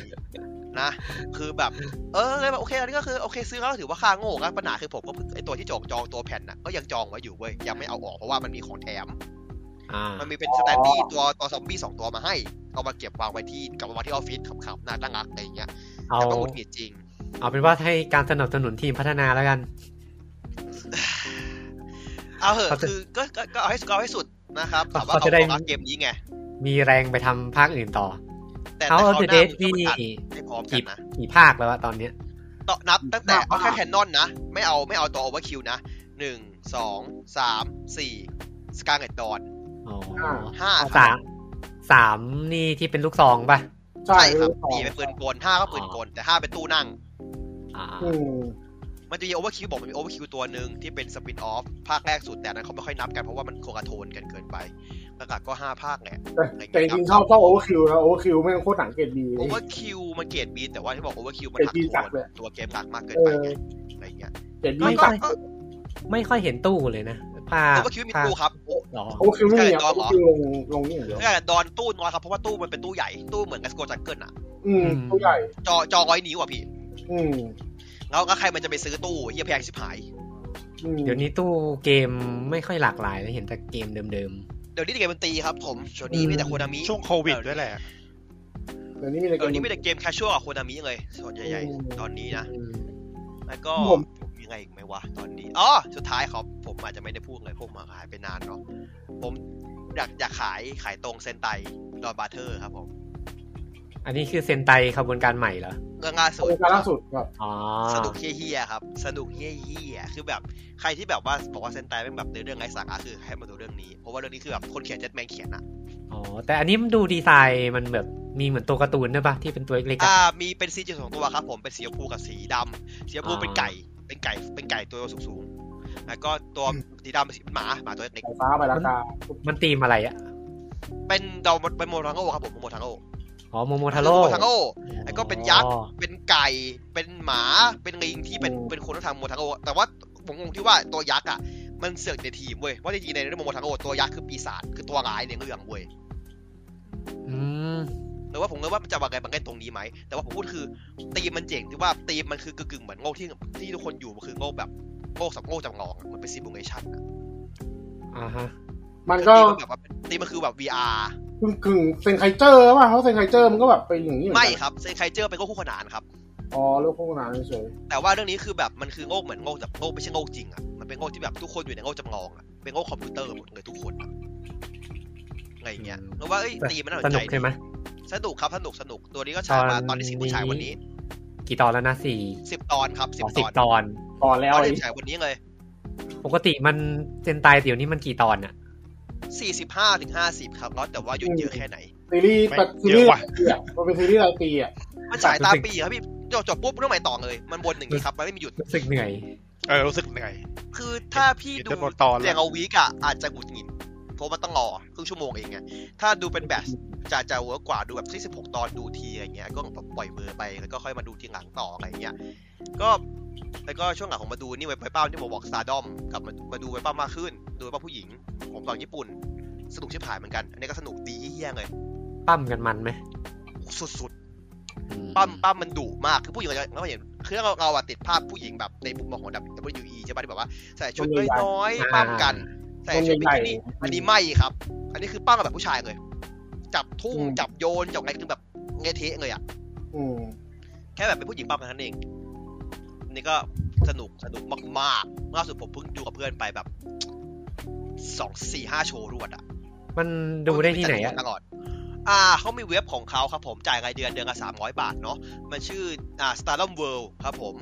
นะ คือแบบ เออเลยแบบโอเคอันนี้ก็คือโอเคซื้อแล้วก็ถือว่าค่าโง่กันปัญหาคือผมก็เพิ่งไอตัวที่จองจองตัวแผ่นน่ะก็ยังจองไว้อยู่เว้ยยังไม่เอาออกเพราะว่ามันมีของแถม อ่า มันมีเป็นสแตนดี้ตัวตัวซอมบี้สองตัวมาให้ เอามาเก็บวางไว้ที่กลับมาวางที่ออฟฟิศขำๆน่ารักอะไรอย่างเงี้ย เอา แต่ก็หงุดหงิดจริง เอาเป็นว่าให้การสนับสนุนทีมพัฒนาแล้วกัน เอาเหอะ เขาจะ คือก็ก็ก็เอาให้สุดก็เอาให้สุดนะครับแต่ว่า เขา เขา จะได้ รักเกมนี้ไง มีแรงไปทำภาคอื่นต่อ แต่แต่ House เขา of ว the หน้า Dead มึง นี่ ต้องไปตัดให้พร้อมกันนะ กี่ภาคแล้วอะตอนเนี้ย ต่อนับตั้งแต่ นับ เอาแค่ อ่ะ แคนนอนนะ ไม่เอาไม่เอาตัวโอเวอร์คิวนะหนึ่งสองสามสี่สกาเน็ตดอน อ๋อ ห้า อ่ะ ค สา รับ มสามนี่ที่เป็นลูกซองป่ะ ใช่ ใช่ครับ สอง สี่เป็นปืนกลห้าก็ปืนกลแต่ห้าเป็นตู้นั่ง อ่า อืม มันจะมีโอเวอร์คิวบอกมันมีโอเวอร์คิวตัวหนึ่งที่เป็นสปินออฟภาคแรกสุดแต่อันนั้นเขาไม่ค่อยนับกันเพราะว่ามันโคกระโทนกันเกินไปหลักๆก็ห้าภาคแหละ แต่แต่จริงๆชอบชอบโอเวอร์คิวนะโอเวอร์คิวไม่งโคตรหนังเกรดดี โอเวอร์คิวมันเกรดบีแต่ว่าที่บอกโอเวอร์คิวมัน เกรหัดก B สัก โท เลย นตัวเกมหลักมากเกิน เอ ไป อ ไงอะไรเงี้ย เกรดดีไม่ก็ก็ สัก ก็ ไม่ค่อยเห็นตู้เลยนะภา โอ ค เวอร์คิวมี ภาค ตู้ครับโอ อ๋อ โอเวอร์คิวไม่มีอะ ใช่ โอ ดอมเหรอเวอร์คิวลงลงนี่อย่างเดียว แต่ดอนตู้น้อยครับเพราะว่าตู้มันเป็นตู้ใหญ่ตู้เหมือนกับสโกจักเกิลอะ อืมตัวใหญ่ จอจอร้อยนิ้วอะพี่ อืม แล้วแล้วใครมันจะไปซื้อตู้เฮียแพงชิบหาย อืม เดี๋ยวนี้ตู้เกมไม่ค่อยหลากหลายเลยเห็นแต่เกมเดิม เดี๋ยวนี้เกมมันตีครับผมช่วงนี้มีแต่โคนามิ ช่วงโควิดด้วยแหละ เดี๋ยวนี้มีอะไร เดี๋ยวนี้มี กัน แต่เกมแคชชวลกับโคนามิเลยส่วนใหญ่ๆตอนนี้นะ ๆ แล้วก็ ผม ผมยังไงอีกไหมวะตอนนี้อ๋อสุดท้ายครับผมอาจจะไม่ได้พูดเลยผมหายไปนานเนาะผมอยากอยากขายขายตรงเซนไตดอนบาเทอร์ครับผม อันนี้คือเซนไตขบวนการใหม่เหรอ เรื่องล่าสุด โครงการล่าสุดครับ อ๋อ สนุกเฮี้ยๆครับ สนุกเฮี้ยๆคือแบบใครที่แบบว่าบอกว่าเซนไตเป็นแบบเนื้อเรื่องไร้สาระคือให้มาดูเรื่องนี้เพราะว่าเรื่องนี้คือแบบคนเขียนเจ็ดแมนเขียนอะ อ๋อ แต่อันนี้มันดูดีไซน์มันแบบมีเหมือนตัวการ์ตูนด้วยปะที่เป็นตัวเล็กๆ อ่า อะ มีเป็นซีจีสองตัวครับผมเป็นสีชมพูกับสีดำสีชมพูเป็นไก่เป็นไก่เป็นไก่ตัวสูงๆแล้วก็ตัวสีดำเป็นสีหมาหมาตัวเล็ก ไฟฟ้าไปราคา มันตีมอะไรอะ ๆเป็นดาวเป็นโมทังโอครับผมโมทังโอ อ๋อโมโมทาโร่ โมทังโอ แล้วก็เป็นยักษ์ เป็นไก่ เป็นหมา เป็นลิงที่เป็นเป็นคนที่ทำโมทังโอ แต่ว่าผมงงที่ว่าตัวยักษ์อ่ะ มันเสือกในทีมเว้ยว่าจริงๆในเรื่องโมทังโอตัวยักษ์คือปีศาจ คือตัวร้ายในเรื่องเว้ย อืม หรือว่าผมเลยว่ามันจะวางไงบางแกนตรงนี้ไหม แต่ว่าผมพูดคือตีมมันเจ๋งที่ว่าตีมมันคือกึ่งๆเหมือนโลกที่ที่ทุกคนอยู่มันคือโลกแบบโลกสำโลกจำลองอะมันเป็นซิมูเลชันอะ อ่าฮะ มันก็ ตีมันแบบว่าตีมันคือแบบ VR กึ่งกึ่งเซนไคเจอร์ป่ะเพราะเซนไคเจอร์มันก็แบบไปอย่างนี้เหมือน ไม่ กัน ครับเซนไคเจอร์เป็นโลกคู่ขนานครับ อ๋อโลกโฆษณาเฉย แต่ว่าเรื่องนี้คือแบบมันคือโลกเหมือนโลกแบบโลกไม่ใช่โลกจริงอ่ะ มันเป็นโลกที่แบบทุกคนอยู่ในโลกจำลองอ่ะ เป็นโลกคอมพิวเตอร์หมดเลยทุกคนอะอะไรอย่างเงี้ย อืม แล้วว่าเอ้ยตีมันน่าส ส นใจ นุกใช่ไหม สนุกครับสนุกสนุกตัวนี้ก็ฉายมาตอนที่สิบเพิ่งฉายวันนี้ กี่ตอนแล้วนะสี่ สิบตอนครับสิบ อ๋อ ต สิบ อน ตอน ๆต่อแล้ว ตอน ไอ้ ที่ฉายวันนี้เลย ปกติมันเซนไตเดี๋ยวนี้มันกี่ตอนอะ สี่สิบห้าถึงห้าสิบครับแล้วแต่ว่าหยุดเยอะแค่ไหน ซีรีส์ ไม่ แต่ซี เย รีส์อะว่ะ เนี่ยมันเป็นซีรีส์รายปีอ่ะ มันฉายตามปีครับพี่จบจบปุ๊บเรื่องใหม่ต่อเลย มันวนหนึ่างนี้ครับมันไม่มีหยุด รู้สึกเหนื่อย เออรู้สึกเหนื่อย คือถ้าพี่ เห็น ดู จำนวนตอนแล้ว เรียงเอาวีกอะอาจจะหงุดหงิดเพราะมันต้องรอครึ่งชั่วโมงเองไงถ้าดูเป็นแบบจะจะเวิร์กกว่าดูแบบ 46 ตอนดูทีอะไรเงี้ยก็ปล่อยมือไปแล้วก็ค่อยมาดูทีหลังต่ออะไรเงี้ยก็แล้วก็ช่วงหลังผมมาดูนี่ไว้ไปเป้าที่ผมบอกสตาร์ดอมกลับมามาดูไว้เป้ามากขึ้น ดูไว้เป้าผู้หญิง ผมตอนญี่ปุ่น สนุกชิบหายเหมือนกัน อันนี้ก็สนุกดีเยี่ยงเลย ปั้มกันมันไหม สุด อื ๆปั้มปั้มมันดุมากคือผู้หญิงเราจะเราเห็นคือเราเราอะติดภาพผู้หญิงแบบในมุมมองของ WWE ใช่ปะที่แบบว่าใส่ชุดน้อยๆปั้มกัน แต่ชุดบิกินี่อันนี้ไม่ครับ อันนี้คือป้ามาแบบผู้ชายเลย จับทุ่งจับโยนจับอะไรคือแบบเงยเทะเลยอ่ะ อืม แค่แบบเป็นผู้หญิงป้ามาเท่านั้นเองอันนี่ก็สนุกสนุกมากๆล่าสุดผมเพิ่งดูกับเพื่อนไปแบบสองสี่ห้าโชว์รวดอ่ะ มันดูได้ที่ไหนอะ ตลอด อ่าเขามีเว็บของเขาครับผมจ่ายรายเดือนเดือนละสามร้อยบาทเนาะมันชื่ออ่า Stardom World ครับผม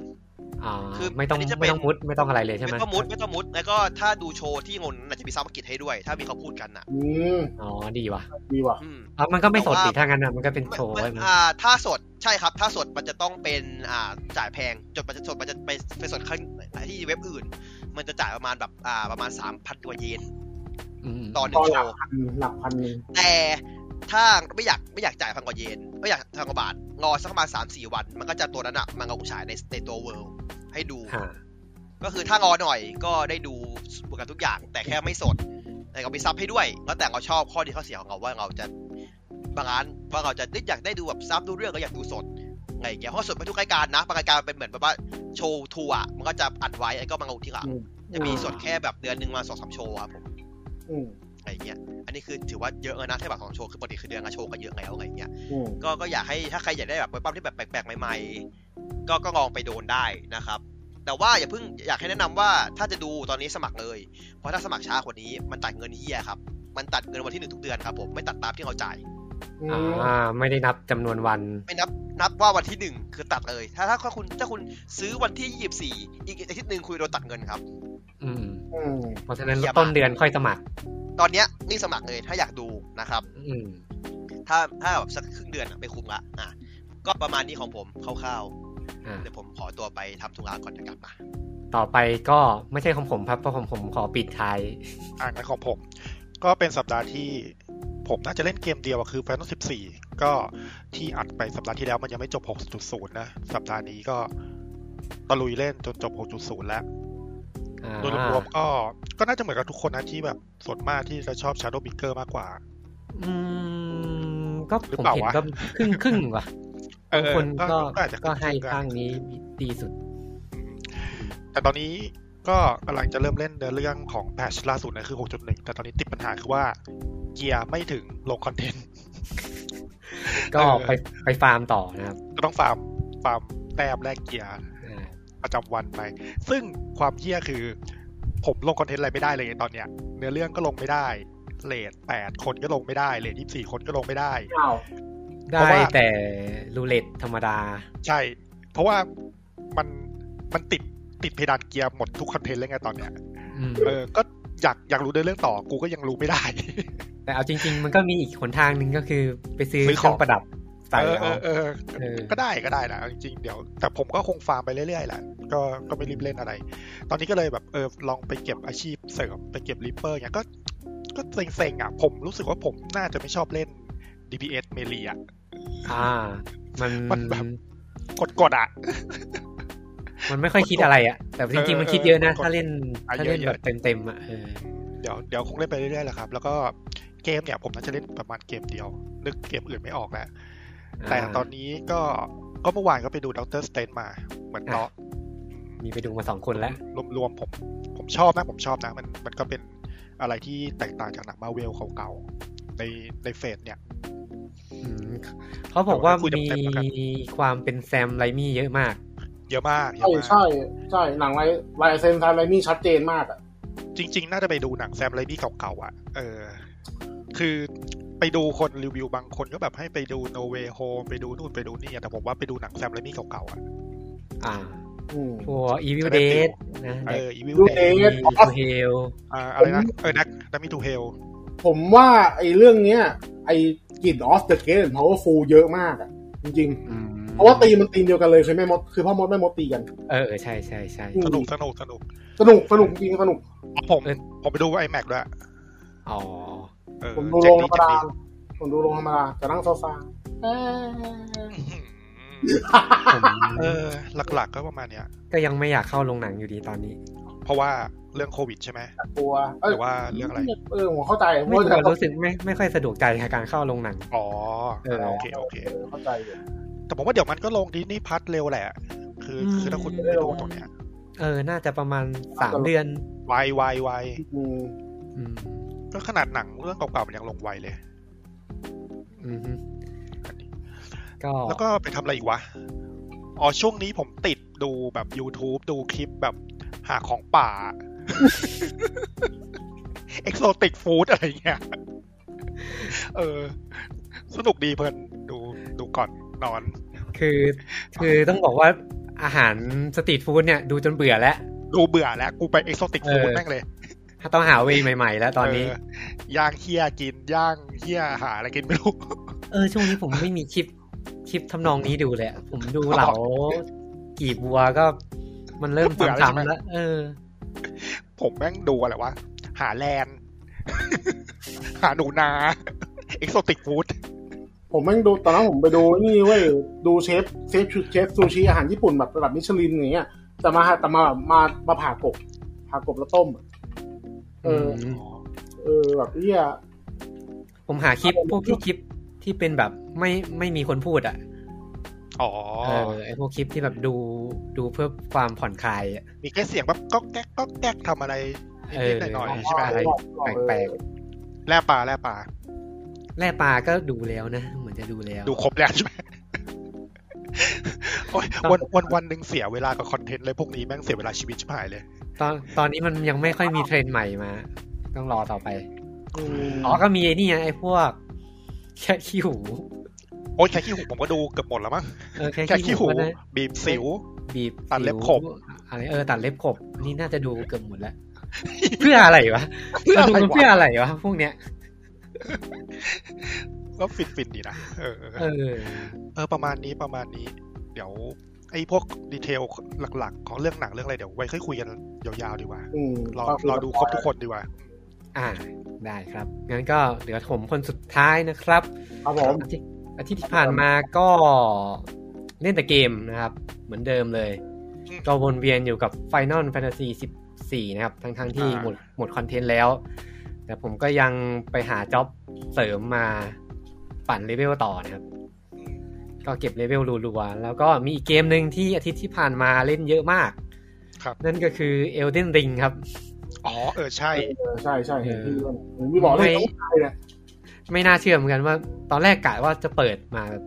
อ๋อ คือ ไม่ต้อง อันนี้จะเป็น ไม่ต้องมุดไม่ต้องอะไรเลยใช่ไหม ไม่ต้องมุดไม่ต้องมุด แล้วก็ถ้าดูโชว์ที่งนอาจจะมีซับอังกฤษให้ด้วย ถ้ามีเขาพูดกันอ่ะ อืม อ๋อดีว่ะ ดีว่ะ อืม อ๋อมันก็ไม่สด แต่ สิ ว่า ถ้างั้นอะมันก็เป็น มัน โชว์ มัน ใช่ไหม อ่าถ้าสดใช่ครับ ถ้าสดมันจะต้องเป็นอ่าจ่ายแพงจนมันจะสดมันจะไปไปสดข้างที่เว็บอื่น มันจะจ่ายประมาณแบบอ่าประมาณสามพันกว่าเยน ม ต่อหนึ่ ต่อง โช หลัก ว์ พันหลักพันหนึ่ง แต่ถ้าไม่อยากไม่อยากจ่ายพันกว่าเยนไม่อยากพันกว่าบาทรอสักประมาณสามสี่วัน มันก็จะตัวนั้นอะมันก็ฉายในในตัวเวิลด์ให้ดู อ่า ก็คือถ้ารอหน่อยก็ได้ดูบวกกันทุกอย่าง แต่แค่ไม่สดแต่ก็มีซับให้ด้วย แล้วแต่เราชอบข้อดีข้อเสียของเราว่าเราจะบางร้านว่าเราจะอยากได้ดูแบบซับดูเรื่องก็อยากดูสดอะไรอย่างเงี้ยเพราะสดไปทุกรายการนะบางรายการเป็นเหมือนแบบว่าโชว์ทัวร์มันก็จะอัดไว้แล้วก็มาเอาทีหลังจะมีสดแค่แบบเดือนหนึ่งมาสองสามโชว์ครับผม อืม อะไรอย่างเงี้ยอันนี้คือถือว่าเยอะแล้วนะแค่แบบสองโชว์คือปกติคือเดือนละโชว์ก็เยอะแล้วอะไรอย่างเงี้ย อืม ก็ก็อยากให้ถ้าใครอยากได้แบบเว็บปั้มที่แบบแปลกๆใหม่ๆ ก็ก็ลองไปโดนได้นะครับ แต่ว่าอย่าเพิ่งอยากให้แนะนำว่าถ้าจะดูตอนนี้สมัครเลย เพราะถ้าสมัครช้ากว่านี้มันตัดเงินเฮียครับ มันตัดเงินวันที่หนึ่งทุกเดือนครับผมไม่ตัดตามที่เราจ่าย อืม อ่า ไม่ได้นับจำนวนวัน ไม่นับนับว่าวันที่หนึ่งคือตัดเลย ถ้าถ้าคุณถ้าคุณซื้อวันที่ยี่สิบสี่อีกอาทิตย์หนึ่งคุณโดนตัดเงินครับ อืม อืม เพราะฉะนั้น เหี้ยมาก ต้นเดือนค่อยสมัคร ตอนเนี้ยนี่สมัครเลยถ้าอยากดูนะครับ อืม ถ้าถ้าแบบสักครึ่งเดือนอะไม่คุ้มละอ่ะก็ประมาณนี้ของผมคร่าว อ่า ๆเดี๋ยวผมขอตัวไปทำธุระก่อนจะกลับมา ต่อไปก็ไม่ใช่ของผมครับ เพราะผมผมขอปิดท้าย อ่านนะของผม ก็เป็นสัปดาห์ที่ผมน่าจะเล่นเกมเดียวอะคือ Final 14 ก็ที่อัดไปสัปดาห์ที่แล้วมันยังไม่จบ 6.0 นะ สัปดาห์นี้ก็ตะลุยเล่นจนจบ 6.0 แล้ว อ่า โดยรวมๆก็ก็น่าจะเหมือนกับทุกคนนะที่แบบส่วนมากที่จะชอบ Shadow Bigger มากกว่า อืม ก็ หรือ ผม เปล่า เห็น วะ ก็ครึ่งครึ่งว่ะ เออ คนก็ อาจจะ ก็ให้ ครึ่งๆนะ ข้างนี้ดีสุด แต่ตอนนี้ก็กำลังจะเริ่มเล่นในเรื่องของแพชล่าสุดนะคือ 6.1 แต่ตอนนี้ติดปัญหาคือว่าเกียร์ไม่ถึงลงคอนเทนต์ ก็ เออ ไปไปฟาร์มต่อนะครับ ก็ต้องฟาร์มฟาร์มแต้มแลกเกียร์ อ่า ประจำวันไป ซึ่งความเยี่ยคือ ผมลงคอนเทนต์อะไรไม่ได้เลยตอนเนี้ย เนื้อเรื่องก็ลงไม่ได้เลท8 คนก็ลงไม่ได้เลท24 คนก็ลงไม่ได้ อ้าว เพ ได้ ราะว่า แต่รูเล็ตธรรมดา ใช่ เพราะว่ามันมันติดติดเพดานเกียร์หมดทุกคอนเทนต์เลยไงตอนเนี้ย อืม เออก็อยากอยากรู้ในเรื่องต่อกูก็ยังรู้ไม่ได้ แต่เอาจริง ๆ มันก็มีอีกหนทางหนึ่งก็คือไปซื้อ ซื้อ เค ข รื่ อ อง งประดับใส่ เออ เอา เออเอ เอ อ อ ก็ได้ก็ได้นะเอาจริงๆเดี๋ยว แต่ผมก็คงฟาร์มไปเรื่อยๆแหละก็ก็ไม่รีบเล่นอะไร ตอนนี้ก็เลยแบบเออลองไปเก็บอาชีพเสริมไปเก็บริปเปอร์เนี่ยก็ก็เซ็งๆอ่ะผมรู้สึกว่าผมน่าจะไม่ชอบเล่น DPS เมลีอ่ะ อ่า มัน มันแบบ กดๆอ่ะ มันไม่ค่อยคิดอะไรอ่ะ แต่จริง ๆ มันคิดเยอะนะ เออเออ ถ้าเล่น อ่ะ ถ้าเล่น เยอะๆ แบบเต็มๆอ่ะเออ เดี๋ยวเดี๋ยวคงเล่นไปเรื่อยๆแหละครับ แล้วก็เกมเนี่ยผมน่าจะเล่นประมาณเกมเดียว นึกเกมอื่นไม่ออกแล้ว แต่ตอนนี้ก็ก็เมื่อวานก็ไปดูด็อกเตอร์สเตนมาเหมือนเนาะ มีไปดูมาสองคนแล้ว รวมๆผมผมชอบนะผมชอบนะ มันมันก็เป็นอะไรที่แตกต่างจากหนังมาเวลเก่าๆในในเฟสเนี่ย อืมเขาบอกว่า เดี๋ยวคุย มี เต็มๆแล้วกัน ความเป็นแซมไรมี่เยอะมาก เยอะมากเย ใช่ อะมาก ใช่ใช่หนังไรไรเซนไทม์ไรมี่ชัดเจนมากอ่ะ จริง ๆ น่าจะไปดูหนังแซมไรบี้เก่าๆอ่ะเออคือไปดูคนรีวิวบางคนก็แบบให้ไปดู No Way Home ไปดูนู่นไปดูนี่อะแต่ผมว่าไปดูหนังแซมไรบี้เก่าๆอ่ะ อ่า อืม ตัวอีวิล จะได้ เด ฟิล ดนะ เอ เด็ก ออีวิว Evil เด Dead มี อ๋อ เฮล อ่าอะไรนะเออนักนักมีทูเฮล ผมว่าไอ้เรื่องเนี้ย ไอ้กลิ่นออฟเดอะเกนพาวเวอร์ฟูเยอะมากอ่ะ จริงๆ เพราะว่าตีมมันตีมเดียวกันเลยคือแม่มดคือพ่อมดแม่มดตีกัน เออเออใช่ใช่ใช่ อืม สนุกสนุกสนุก สนุกสนุกจริงสนุก ผม เออ ผมไปดูไอแม็กด้วย อ๋อ เออ ผมดู เจ๋ โรง งธ ดี รรม เจ๋ง ดา ดี ผมดูโรงธรรมดาแต่นั่งโซฟาเอ้ย อื้อหือเอ ผม อหลักๆก็ประมาณเนี้ย ก็ยังไม่อยากเข้าโรงหนังอยู่ดีตอนนี้ เพราะว่าเรื่องโควิดใช่ไหม กลัว หรือว่าเรื่องอะไร เออผมเข้าใจเพ ไม่ ราะว่า ก็รู้สึกไม่ไม่ค่อยสะดวกใจกับการเข้าโรงหนัง อ๋อ เออ โอเค โอเค เออเข้าใจอยู่ แต่ผมว่าเดี๋ยวมันก็ลงดิสนีย์พัทเร็วแหละ คือ อืม คือถ้าคุณไปดูตรงเนี้ย เออ น่าจะประมาณสาม ตลก เดือน ไวไวไว อืม อืม ก็ขนาดหนังเรื่องเก่าๆมันยังลงไวเลย อืมฮึก็ แล้วก็ไปทำอะไรอีกวะ อ๋อ ช่วงนี้ผมติดดูแบบ YouTube ดูคลิปแบบหาของป่า เอ็กโซติกฟู้ดอะไรเงี้ย เออ สนุกดีเพื่อนดูดูก่อนนอน คือคือต้องบอกว่าอาหารสตรีทฟู้ดเนี่ยดูจนเบื่อแล้ว ดูเบื่อแล้ว กูไปเอ็กโซติกฟู้ด เออ แม่งเลย ต้องหาเวย์ใหม่ ๆ แล้วตอนนี้ เย่างเฮี้ยกินย่างเฮี้ยหาอะไรกินไม่รู้ เออช่วงนี้ผมไม่มีคลิปคลิปทำนองนี้ดูเลยอะผมดูเหลากีบบัวก็มันเริ่ม เบื่อแล้วใช่ไหม ซ้ำๆแล้วเออ ผมแม่งดูอะไรวะ หาแลนด์ หาหนูนา เอ็กโซติกฟู้ด ผมแม่งดูตอนนั้นผมไปดูนี่เว้ยดูเชฟเชฟชุดเชฟซูชิอาหารญี่ปุ่นแบบระดับมิชลินอย่างเงี้ยแต่มาแต่มามามาผ่ากบผ่ากบแล้วต้ม เออ อืม เออแบบเนี้ย ผมหาคลิป ครับผม พวกที่คลิปที่เป็นแบบไม่ไม่มีคนพูดอ่ะ อ๋อ เออไอพวกคลิปที่แบบดูดูเพื่อความผ่อนคลายอะ มีแค่เสียงแบบก็แก๊กก็แก๊กทำอะไรนิดๆหน่อย เออ ๆใช่ไหม อะไรแปลก แล่ปลาแล่ปลา แร่ปลาก็ดูแล้วนะ เหมือนจะดูแล้ว ดูครบแล้วใช่ไหม โอ๊ย ครับ วันวันวันหนึ่งเสียเวลากับคอนเทนต์เลยพวกนี้แม่งเสียเวลาชีวิตชิบหายเลย ตอนตอนนี้มันยังไม่ค่อยมีเทรนด์ใหม่มา ต้องรอต่อไป อืม อ๋อก็มีไอ้นี่ไงไอ้พวก แค่ขี้หู โอ้ยแค่ขี้หูผมก็ดูเกือบหมดแล้วมั้ง เออแค่ แค่ขี้ ขี้หู หู ก็ได้ บีบสิว บีบ ตัดเล็บขบ อะไรเออตัดเล็บขบ นี่น่าจะดูเกือบหมด แล้ว เพื่ออะไรวะเราดูมันเพื่ออะไรวะพวกเนี้ย ก็ฟินฟินๆดีนะเออเออ เออ เออประมาณนี้ประมาณนี้ เดี๋ยว ไอ้พวกดีเทลหลักๆ ของเรื่องหนังเรื่องอะไรเดี๋ยวไว้ค่อยคุยกันยาวๆดีกว่า อืม รอ ก็คือ รอดูครบทุกคนดีกว่า อ่า ได้ครับ งั้นก็เหลือผมคนสุดท้ายนะครับ ครับผม อาทิตย์อาทิตย์ที่ผ่านมาก็เล่นแต่เกมนะครับ เหมือนเดิมเลย อืม ก็วนเวียนอยู่กับ Final Fantasy 14 นะครับ ทั้งๆทที่ อ่า หมดหมดคอนเทนต์แล้ว แต่ผมก็ยังไปหาจ็อบเสริมมาปั่นเลเวลต่อนะครับ ก็เก็บเลเวลรัวๆ แล้วก็มีอีกเกมหนึ่งที่อาทิตย์ที่ผ่านมาเล่นเยอะมาก ครับ นั่นก็คือ Elden Ring ครับ อ๋อเออใช่ เออใช่ใช่เห็นพี่ด้วยเห็นพี่บอกเลย ไม่ ต้องไปเนี่ย ไม่น่าเชื่อเหมือนกันว่า ตอนแรกกะว่าจะเปิดมาแบบ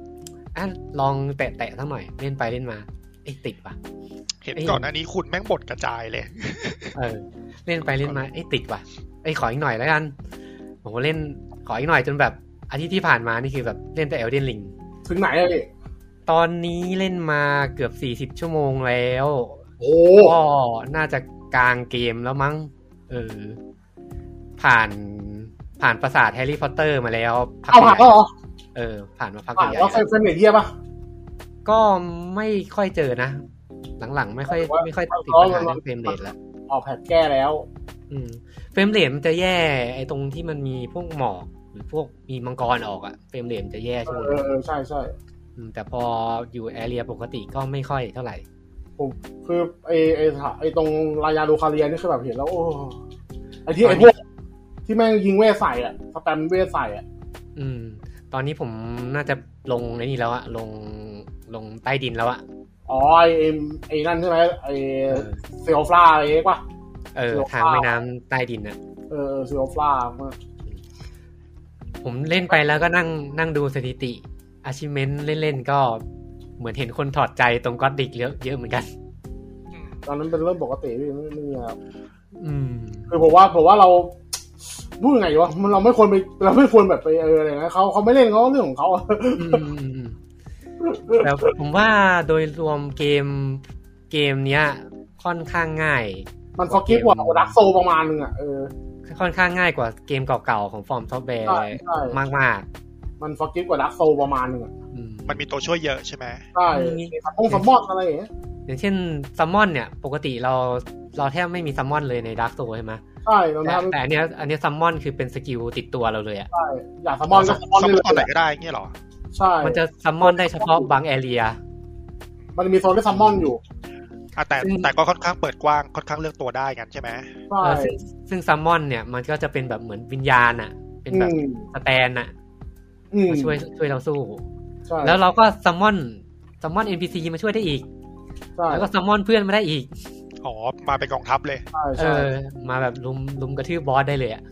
อ่ะลองแตะๆทั้งหน่อยเล่นไปเล่นมาเอ้ยติดว่ะ เห็น เอ้ย ก่อนอันานี้คุณแม่งบดกระจายเลย เออ เล่นไปเล่นมาเอ้ยติดว่ะเอ้ยขออีกหน่อยแล้วกันผมเล่นขออีกหน่อยจนแบบอาทิตย์ที่ผ่านมานี่คือแบบเล่นแต่เอลเดนลิง ถึงไหนอะพี่ ตอนนี้เล่นมาเกือบสี่สิบชั่วโมงแล้ว โอ้ ก็น่าจะกลางเกมแล้วมั้งเออผ่านผ่านปราสาทแฮร์รี่พอตเตอร์มาแล้วพัก เอาผ่าน ใหญ่แล้วเหรอ เออผ่านมาพัก ผ่าน ใหญ่ๆ แล้วเซนเซนเนตเยี่ยปะ ก็ไม่ค่อยเจอนะ หลังๆ ไม่ค่อย แต่ว่า ไม่ค่อยติด เพ ปั ราะ ญหา ว่า เรื่องเฟรมเรทแล้ว ออกแผดแก้แล้ว อืมเฟรมเรทมันจะแย่ไอ้ตรงที่มันมีพวกหมอกหรือพวกมีมังกรออกอะเฟรมเรทมันจะแย่ เอ ช่วง อ นั้น เออใช่ใช่ อืมแต่พออยู่แอเรียปกติก็ไม่ค่อยเท่าไหร่ คือไอไอสถาไอตรงรายาดูคาเรียนี่คือแบบเห็นแล้วโอ้ไอที่ ตอ ไอน นี้ พวกที่แม่งยิงเวทใส่อะสแปมเวทใส่อะ อืม ตอนนี้ผมน่าจะลงในนี้แล้วอะลงลงใต้ดินแล้วอะ อ๋อไอไอ้ไอนั่นใช่ไหมไอ เออ เซลฟลาอะไรเอ็กซ์ปะ เออ เดี๋ยว ทาง ข้าว แม่น้ำใต้ดินอะ เออเซลฟลา ผมเล่นไปแล้วก็นั่งนั่งดูสถิติอาชิเมนเล่นๆก็เหมือนเห็นคนถอดใจตรงก็อดดิกเยอะเยอะเหมือนกัน ตอนนั้นเป็นเรื่องปกติพี่ไม่ไม่มีอะไร อืม คือผมว่าผมว่าเราพูดยังไงวะมันเราไม่ควรไปเราไม่ควรแบบไปเอออะไรนะเขาเขาไม่เล่นเขาก็เรื่องของเขา อืมอืมอืมแต่ผมว่าโดยรวมเกมเกมเนี้ย ค่อนข้างง่าย มันฟอกิฟกว่าดักโซประมาณนึงอ่ะเออ ค่อนข้างง่ายกว่าเกมเก่าๆของฟอร์มซอฟต์แวร์ ใช่ใช่ มากมาก มันฟอกิฟกว่าดักโซประมาณนึงอ่ะ ๆอืม มันมีตัวช่วยเยอะใช่ไหม ใช่ มี ซัมมงซัมมอนอะไรอย่างเงี้ย อย่างเช่นซัมมอนเนี่ย ปกติเราเราแทบไม่มีซัมมอนเลยในดาร์กโซใช่ไหม ใช่เรา แต่ ทำ แต่อันเนี้ยอันเนี้ยซัมมอนคือเป็นสกิลติดตัวเราเลยอ่ะ ได้อยากซัมมอนก็ซัมมอน ซัม ได้ ตอนไห เล น ย ก็ได้เงี้ยเหรอ ใช่ มันจะซัมมอนได้เฉพาะบางแอเรีย มันมีโซนที่ซัมมอนอยู่ อ่ะแต่ ซึ่ง แต่ก็ค่อนข้างเปิดกว้างค่อนข้างเลือกตัวได้กันใช่ไหม ใช่ เออซึ่งซึ่งซัมมอนเนี่ยมันก็จะเป็นแบบเหมือนวิญญาณอ่ะ เป็น อื แบบ ม สแตนอ่ะ อืม มาช่วยช่วยเราสู้ ใช่ แล้วเราก็ซัมมอนซัมมอน NPC มาช่วยได้อีก ใช่ แล้วก็ซัมมอนเพื่อนมาได้อีก อ๋อมาเป็นกองทัพเลย ใช่ เอ ใช่ อ มาแบบลุมลุมกระทืบบอสได้เลยอ่ะ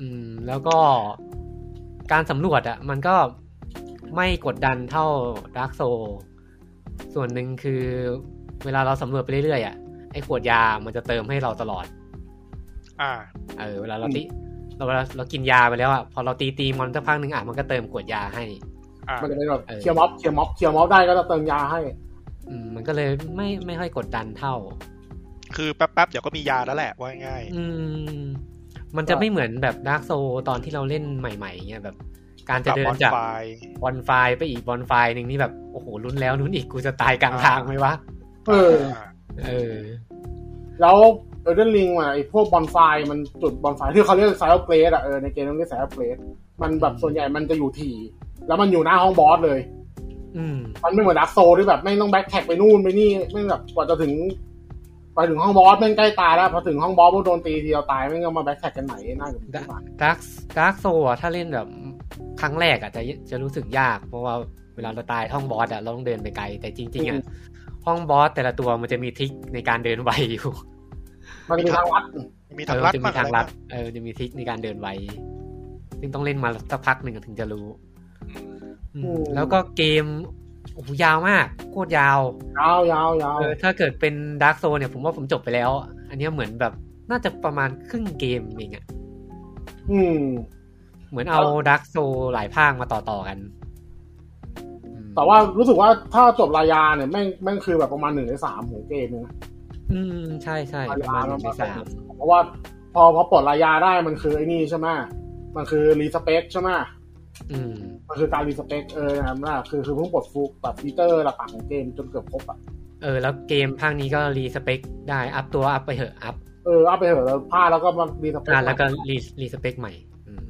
อืม แล้วก็การสำรวจอ่ะ มันก็ไม่กดดันเท่าดาร์กโซส่วนหนึ่งคือเวลาเราสำรวจไปเรื่อยๆอ่ะไอ้ขวดยามันจะเติมให้เราตลอด อ่า เออ เวลาเราติเราเวลาเรากินยาไปแล้วอ่ะพอเราตีตีมอนสักพักหนึ่งอ่ะมันก็เติมขวดยาให้ อ่า มันจะเป็นแบบ เออ เคลียร์ม็อบเคลียร์ม็อบเคลียร์ม็อบได้ก็จะเติมยาให้ อืม มันก็เลยไม่ไม่ค่อยกดดันเท่า คือแป๊บๆเดี๋ยวก็มียาแล้วแหละว่าง่าย อืมมันจะไม่เหมือนแบบดาร์กโซตอนที่เราเล่นใหม่ๆเงี้ยแบบ การ ๆ จะเดินจาก บอลไฟล์ บอลไฟล์ไปอีกบอลไฟล์หนึ่งนี่แบบโอ้โหลุ้นแล้วลุ้นอีกกูจะตายกลางทางไหมวะ เออ า เออ แล้วเออเดนลิงอ่ะไอพวกบอนไฟมันจุดบอนไฟที่เขาเรียกไซเ p ล a อ่ะเออในเกมต้องเรียกไซเ p ล a มันแบบ อืม ส่วนใหญ่มันจะอยู่ถี่ แล้วมันอยู่หน้าห้องบอสเลย อืม มันไม่เหมือนดักโซที่แบบไม่งต้องแบ็คแท็กไปนู่นไปนี่ไม่งแบบกว่าจะถึงไปถึงห้องบอสแม่งใกล้ตายแล้วพอถึงห้องบอสพวกโดนตีทีเดียวตายแม่งก็มาแบ็คแท็กกันใหม่น่าจะ ได้ ดาร์กดาร์กโซอ่ะถ้าเล่นแบบครั้งแรกอ่ะจะจะรู้สึกยาก เพราะว่าเวลาเราตายห้องบอสอ่ะเราต้องเดินไปไกล แต่จริง ๆอ่ะห้องบอสแต่ละตัวมันจะมีทริคในการเดินไวอยู่ มันมีทางวัด มี เอ ทาง อ ลัด จะมี มากอะ ทาง ไร ลั มา ด ก เออจะมีทริคในการเดินไวซึ่งต้องเล่นมาสักพักหนึ่งถึงจะรู้ อืมแล้วก็เกมโอ้โหยาวมากโคตรยาวย าวยาวยาว เออถ้าเกิดเป็นดาร์กโซเนี่ยผมว่าผมจบไปแล้ว อันเนี้ยเหมือนแบบน่าจะประมาณครึ่งเกมเองอะ อืม เหมือนเอาดักโซหลายภาคมาต่อต่อๆกันอืม แต่ว่ารู้สึกว่าถ้าจบรายาเนี่ยแม่งแม่งคือแบบประมาณหนึ่งในสามของเกมเลยนะ อืมใช่ใช่ประมาณหนึ่งในสาม เพราะว่าพอพอปลดรายาได้มันคือไอ้นี่ใช่ไหมมันคือรีสเปคใช่ไหม อืม มันคือการรีสเปคเออนะครับนั่นคือคือเพิ่งปลดฟูกแบบฟีเจอร์หลักๆของเกมจนเกือบครบอ่ะ เออ แล้วเกมภาคนี้ก็รีสเปคได้อัพตัวอัพไปเถอะอัพ เออเอาไปเถอะแล้วพลาดแล้วก็มารีสเปค อ่ะแล้วก็รีรีสเปคใหม่อืม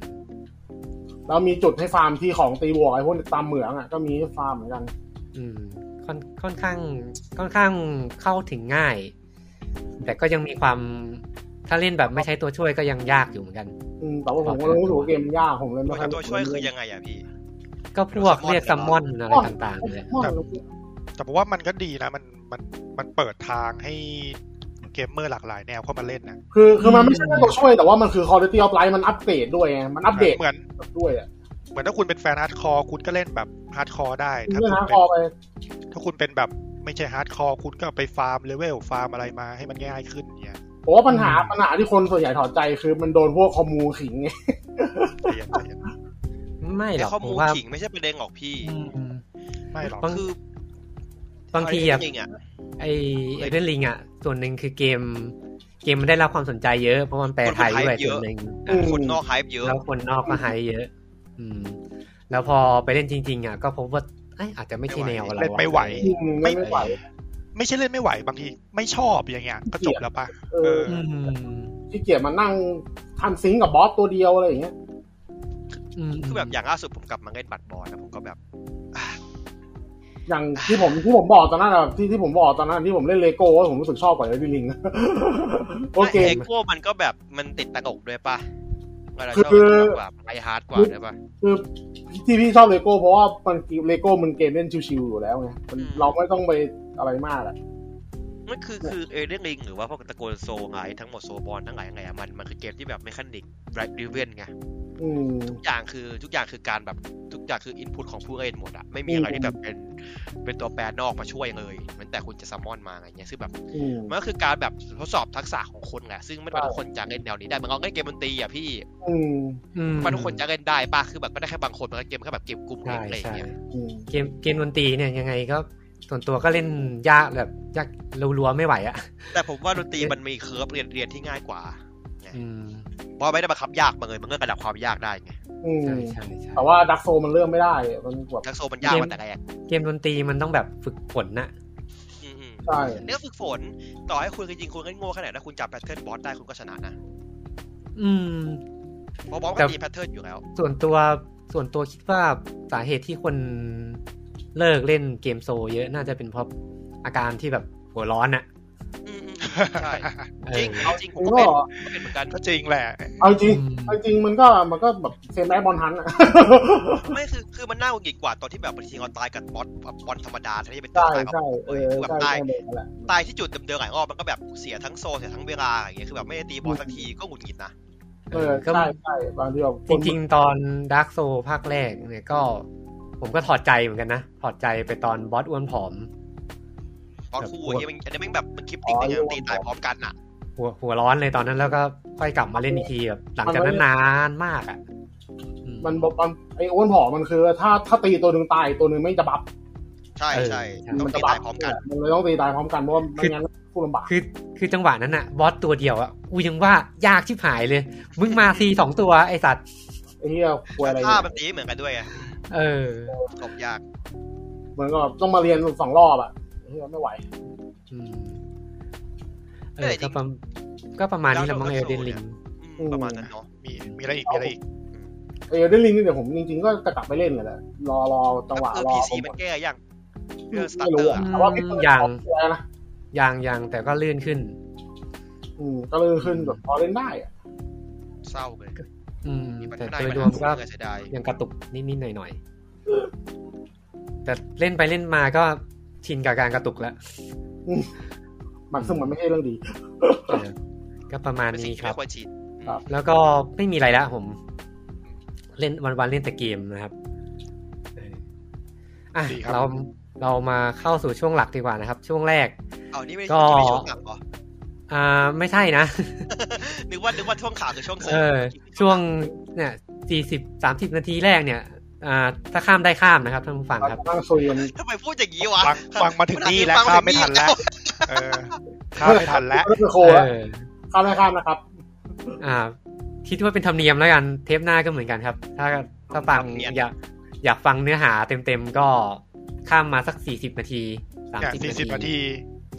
แล้วมีจุดให้ฟาร์มที่ของตีบวกไอ้พวกตามเหมืองอ่ะก็มีให้ฟาร์มเหมือนกัน อืมค่อนค่อนข้างค่อนข้างเข้าถึงง่าย แต่ก็ยังมีความถ้าเล่นแบบไม่ใช้ตัวช่วยก็ยังยากอยู่เหมือนกัน อืมแต่ว่าผมก็รู้สึกว่าเกมมันยากผมเลย โด ไม่ ย ค่อย ตัวช่วยคือยังไงอ่ะพี่ ก็พวกเรียกซัมมอนอะไรต่างๆเลย ผมว่ามัน แต่ผมว่ามันก็ดีนะมันมันมันเปิดทางให้เกมเมอร์หลากหลายแนวเข้ามาเล่นนะ คือคือมันไม่ใช่แค่ตัวช่วยแต่ว่ามันคือ quality of life มันอัปเดตด้วยไงมันอัปเดต เหมือน ด้วยอ่ะ เหมือนถ้าคุณเป็นแฟนฮาร์ดคอร์คุณก็เล่นแบบฮาร์ดคอร์ได้ ถ้า เรื่อง คุณ หา เป็ คอน ไป ถ้าคุณเป็นแบบไม่ใช่ฮาร์ดคอร์คุณก็ไปฟาร์มเลเวลฟาร์มอะไรมาให้มันง่ายขึ้นอย่างเงี้ย ผมว่าปัญหา อืม ปัญหาที่คนส่วนใหญ่ถอดใจคือมันโดนพวกคอมมูขิงไง ใจเย็นใจเย็น ไม่หร ไอ้ อก ข้อ ผ มู ม ล ว่า ขิงไม่ใช่ประเด็นหรอกพี่ อืม ไม่หรอก บาง คือบ างที เอ อ่ะ จริงๆอ่ะ ไอเอเดนลิงอ่ะ ส่วนหนึ่งคือเกม เกมมันได้รับความสนใจเยอะเพราะมันแปลไทยด้วย คนไทยเย ส่ว อะ นหนึ่ง อืม คนนอกไฮป์เยอะ แล้วคนนอกก็ไฮเยอะ อืม แล้วพอไปเล่นจริง ๆ อ่ะ ก็พบว่าเอ้ยอาจจะไม่ใช่แนวเรา เล่นไม่ไหว อืมไม่ไม่ไหว ไม่ใช่เล่นไม่ไหวบางทีไม่ชอบอย่างเงี้ยก็จบแล้วปะ เอ เอ อ อ อืม ที่เกียจมานั่งทำซิงก์กับบอสตัวเดียวอะไรอย่างเงี้ย ม คือแบบอย่างล่าสุดผมกลับมาเล่นบัตรบอลนะผมก็แบบ อย่างที่ผมที่ผมบอกตอนนั้นอะที่ที่ผมบอกตอนนั้นที่ผมเล่นเลโก้ผมรู้สึกชอบกว่าเอดิลิง โอเค เอ็กโก้มันก็แบบมันติดตลกด้วยปะเวลาชอบ คือ แบบไอฮาร์ดกว่าด้วยปะ คือที่พี่ชอบเลโก้เพราะว่ามันเลโก้มันเกมเล่นชิวๆอยู่แล้วไงมัน อืม เราไม่ต้องไปอะไรมากอะ มันคือคือเอเดนลิงหรือว่าพวกตระโกนโซไงทั้งหมดโซบอลทั้งหลายไงอะมันมันคือเกมที่แบบไม่คันดิกไรดิเวนไง อืม ทุกอย่างคือทุกอย่างคือการแบบทุกอย่างคืออินพุตของผู้เล่นหมดอะไม่มีอะไรที่แบบเป็นเป็นตัวแปรนอกมาช่วยเลยเหมันแต่คุณจะซัมมอนมาอะไรเงี้ยซึ่งแบบ อืม มันก็คือการแบบทดสอบทักษะของคนไงซึ่งไม่ว่าทุกคนจะเล่นแนวนี้ได้มันก็เล่นเกมดนตรีอ่ะพี่ อืม อืม มันทุกคนจะเล่นได้ป่ะคือแบบก็ได้แค่บางคนมันก็เกมแค่แบบเกมกลุ่มเล่ ใช่ นอะไรอย่าง ใช่ เงี้ย อืม เกมเกมดนตรีเนี่ยยังไงก็ ส่วนตัวก็เล่นยากแบบยากรัวๆไม่ไหวอ่ะ แต่ผมว่าดนตรีมันมีเคิร์ฟเรียนเรียนที่ง่ายกว่า อืม เพราะไม่ได้บังคับยากมาเลยมันก็ระดับความยากได้ไง อืม ใช่ใช่ใช่ แต่ว่าดักโซมันเริ่มไม่ได้อะมันแบบ ทักโซมันยาก เกม มาแต่แรก เกมดนตรีมันต้องแบบฝึกฝนน่ะ อืม ใช่ ๆนี่ก็ฝึกฝนต่อให้คุณจริงๆคุณเล่นโง่ขนาดนั้นคุณจับแพทเทิร์นบอสได้คุณก็ชนะนะ อืม เพราะบอส แต่ ก็มีแพทเทิร์นอยู่แล้ว ส่วนตัวส่วนตัวคิดว่าสาเหตุที่คนเลิกเล่นเกมโซลเยอะน่าจะเป็นเพราะอาการที่แบบหัวร้อนอะ อืมๆใช่ เอ จริ อง จริงผมก็ ก็ เป็นก็เป็นเหมือนกัน ก็จริงแหละ เอาจริง อืม เอาจริงมันก็มันก็แบบเซมแอบบอลฮันต์อะ ไม่คือคือมันน่าหงุดหงิดกว่าตอนที่แบบบางทีเราตายกับบอสแบบบอลธรรมดาที่เป็นตัวตายแบบใช่ใช่เออใช่ใช่แบบนั้นแหละ ตายที่จุดเดิมๆหลายรอบมันก็แบบเสียทั้งโซเสียทั้งเวลาอย่างเงี้ยคือแบบไม่ได้ตีบอสสักทีก็หงุดหงิดนะ เออ ก็ ใช่ใช่บางทีแบบ จริงๆ ตอนดาร์กโซภาคแรกเนี่ยก็ ผมก็ถอดใจเหมือนกันนะ ถอดใจไปตอนบอสอ้วนผอม บอส แบบ คู่ กลัว อย่างเงี้ยมันอันนี้แม่งแบบมันคลิปติ้งได้ไงมันตีตายพร้อมกันน่ะ หัวหัวร้อนเลยตอนนั้นแล้วก็ค่อยกลับมาเล่นอีกทีแบบหลังจากนั้นนานมากอะ่ะอื มันบอกมันไอ้อ้วนผอมมันคือ ถ้าถ้าตีตัวหนึ่งตายตัวหนึ่งไม่จะบับ ใช่ใช่ เออ ต้อง มัน ตี จะบั ตายพร้อมกัน มันเลยต้องตีตายพร้อมกันเพราะว่าไม่งั้นผู้ลำบาก คือคือจังหวะนั้นอะบอสตัวเดียวอะกูยังว่ายากชิบหายเลยมึงมาซีสองตัวไอสัตว์ ไอ้เหี้ยกลัวอะไร ถ้ามันตีไม่เหมือนกันด้วยไง เออ ตบยาก เหมือนกับแบบต้องมาเรียนสองรอบอะไอ้เหี้ยไม่ไหว อืมเออก็ประมก็ประมาณนี้ละมั้งเอลเดนลิง อืม อืม ประมาณนั้นเนาะ มีมีอะไรอีกมีอะไรอีก เออเดนลิงนี่เดี๋ยวผมจริงๆก็จะกลับไปเล่นเลยแหละรอรอจังหวะ เออ รอ พี ผ ซี ม มันแก้ยังเรื่องสตา ไม่ ร์เตอ รู้ ร์ อะ อะ แต่ว่าพี่ อย่าง อะไรนะ ยังยังแต่ก็ลื่นขึ้น อืมก็เลยขึ้นแบบพอเล่นได้อะ เศร้าเลย อืม มีปัญ แต่ หา โดย มัน รวมก็ เสียดาย ยังกระตุกนิดๆหน่อยๆแต่เล่นไปเล่นมาก็ชินกับการกระตุกแล้ว มันซึ่งมันไม่ใช่เรื่องดี เออก็ประมาณ เป็นสิ่ นี้ งที่ ครับ ไม่ควรฉีด ครับ แล้วก็ไม่มีอะไรละผม เล่นวันๆเล่นแต่เกมนะครับเอออ่ะ ดีครับ เราเรามาเข้าสู่ช่วงหลักดีกว่านะครับ ช่วงแรก เอานี่ไม่ ก็ ไม่ช่วงหลังเหรอ อ่าไม่ใช่ นะ นึกว่านึกว่าช่วงข่าวคือช่วงเสริ เออช่วงเนี่ยสี่สิบสามสิบนาทีแรกเนี่ยอ่าถ้าข้ามได้ข้ามนะครับท่านผู้ฟังครับ นั่งซุยกัน ทำไมพูดอย่างนี้วะ ฟังฟังมาถึงนี่แล้ว ฟัง ข้าม ถึง ไม่ทันแล้ว เออข้ามไม่ทันแล้ว ก็คือโค เออแล้วข้ามไม่ข้ามนะครับ อ่า คิดว่าเป็นธรรมเนียมแล้วกันเทปหน้าก็เหมือนกันครับ ถ้าถ้าฟังอยากอยากฟังเนื้อหาเต็มๆก็ข้ามมาสักสี่สิบนาทีสาม อย่าง สิบ สี่สิบ นา นา ที ที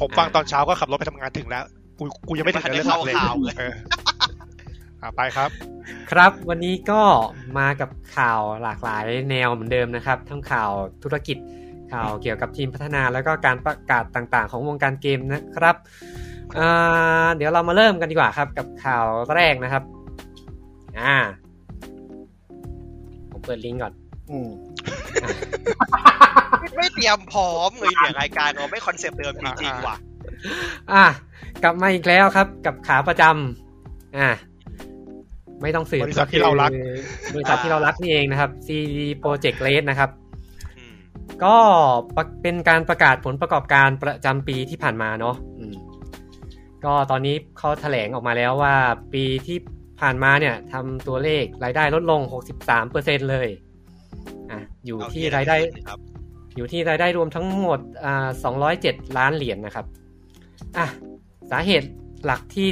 ผมฟังตอนเช้าก็ขับรถไปทำงานถึงแล้ว กูกูยังไม่ถึงเรื่องหลักเลยเอออ่ะไปครับ ครับวันนี้ก็มากับข่าวหลากหลายแนวเหมือนเดิมนะครับ ทั้งข่าวธุรกิจข่าวเกี่ยวกับทีมพัฒนาแล้วก็การประกาศต่างๆ ของวงการเกมนะครับอ่าเดี๋ยวเรามาเริ่มกันดีกว่าครับกับข่าวแรกนะครับอ่าผมเปิดลิงก์ก่อน อืม ไม่เตรียมพร้อมเลยเนี่ยรายการเราไม่คอนเซปต์เดิมจริงๆว่ะ อ่ะกลับมาอีกแล้วครับ กับขาประจำอ่าไม่ต้องสืบบ ริษัทที่เรารัก คือบริษัทที่เรารักนี่เองนะครับ CD Project Red นะครับ อืม ก็ปะเป็นการประกาศผลประกอบการประจำปีที่ผ่านมาเนาะอืมก็ตอนนี้เขาแถลงออกมาแล้วว่าปีที่ผ่านมาเนี่ยทำตัวเลขรายได้ลดลง 63%เลยอ่ะอยู่ที่รายได้ ครับ อยู่ที่รายได้รวมทั้งหมดอ่า207 ล้านเหรียญนะครับ อ่ะ สาเหตุหลักที่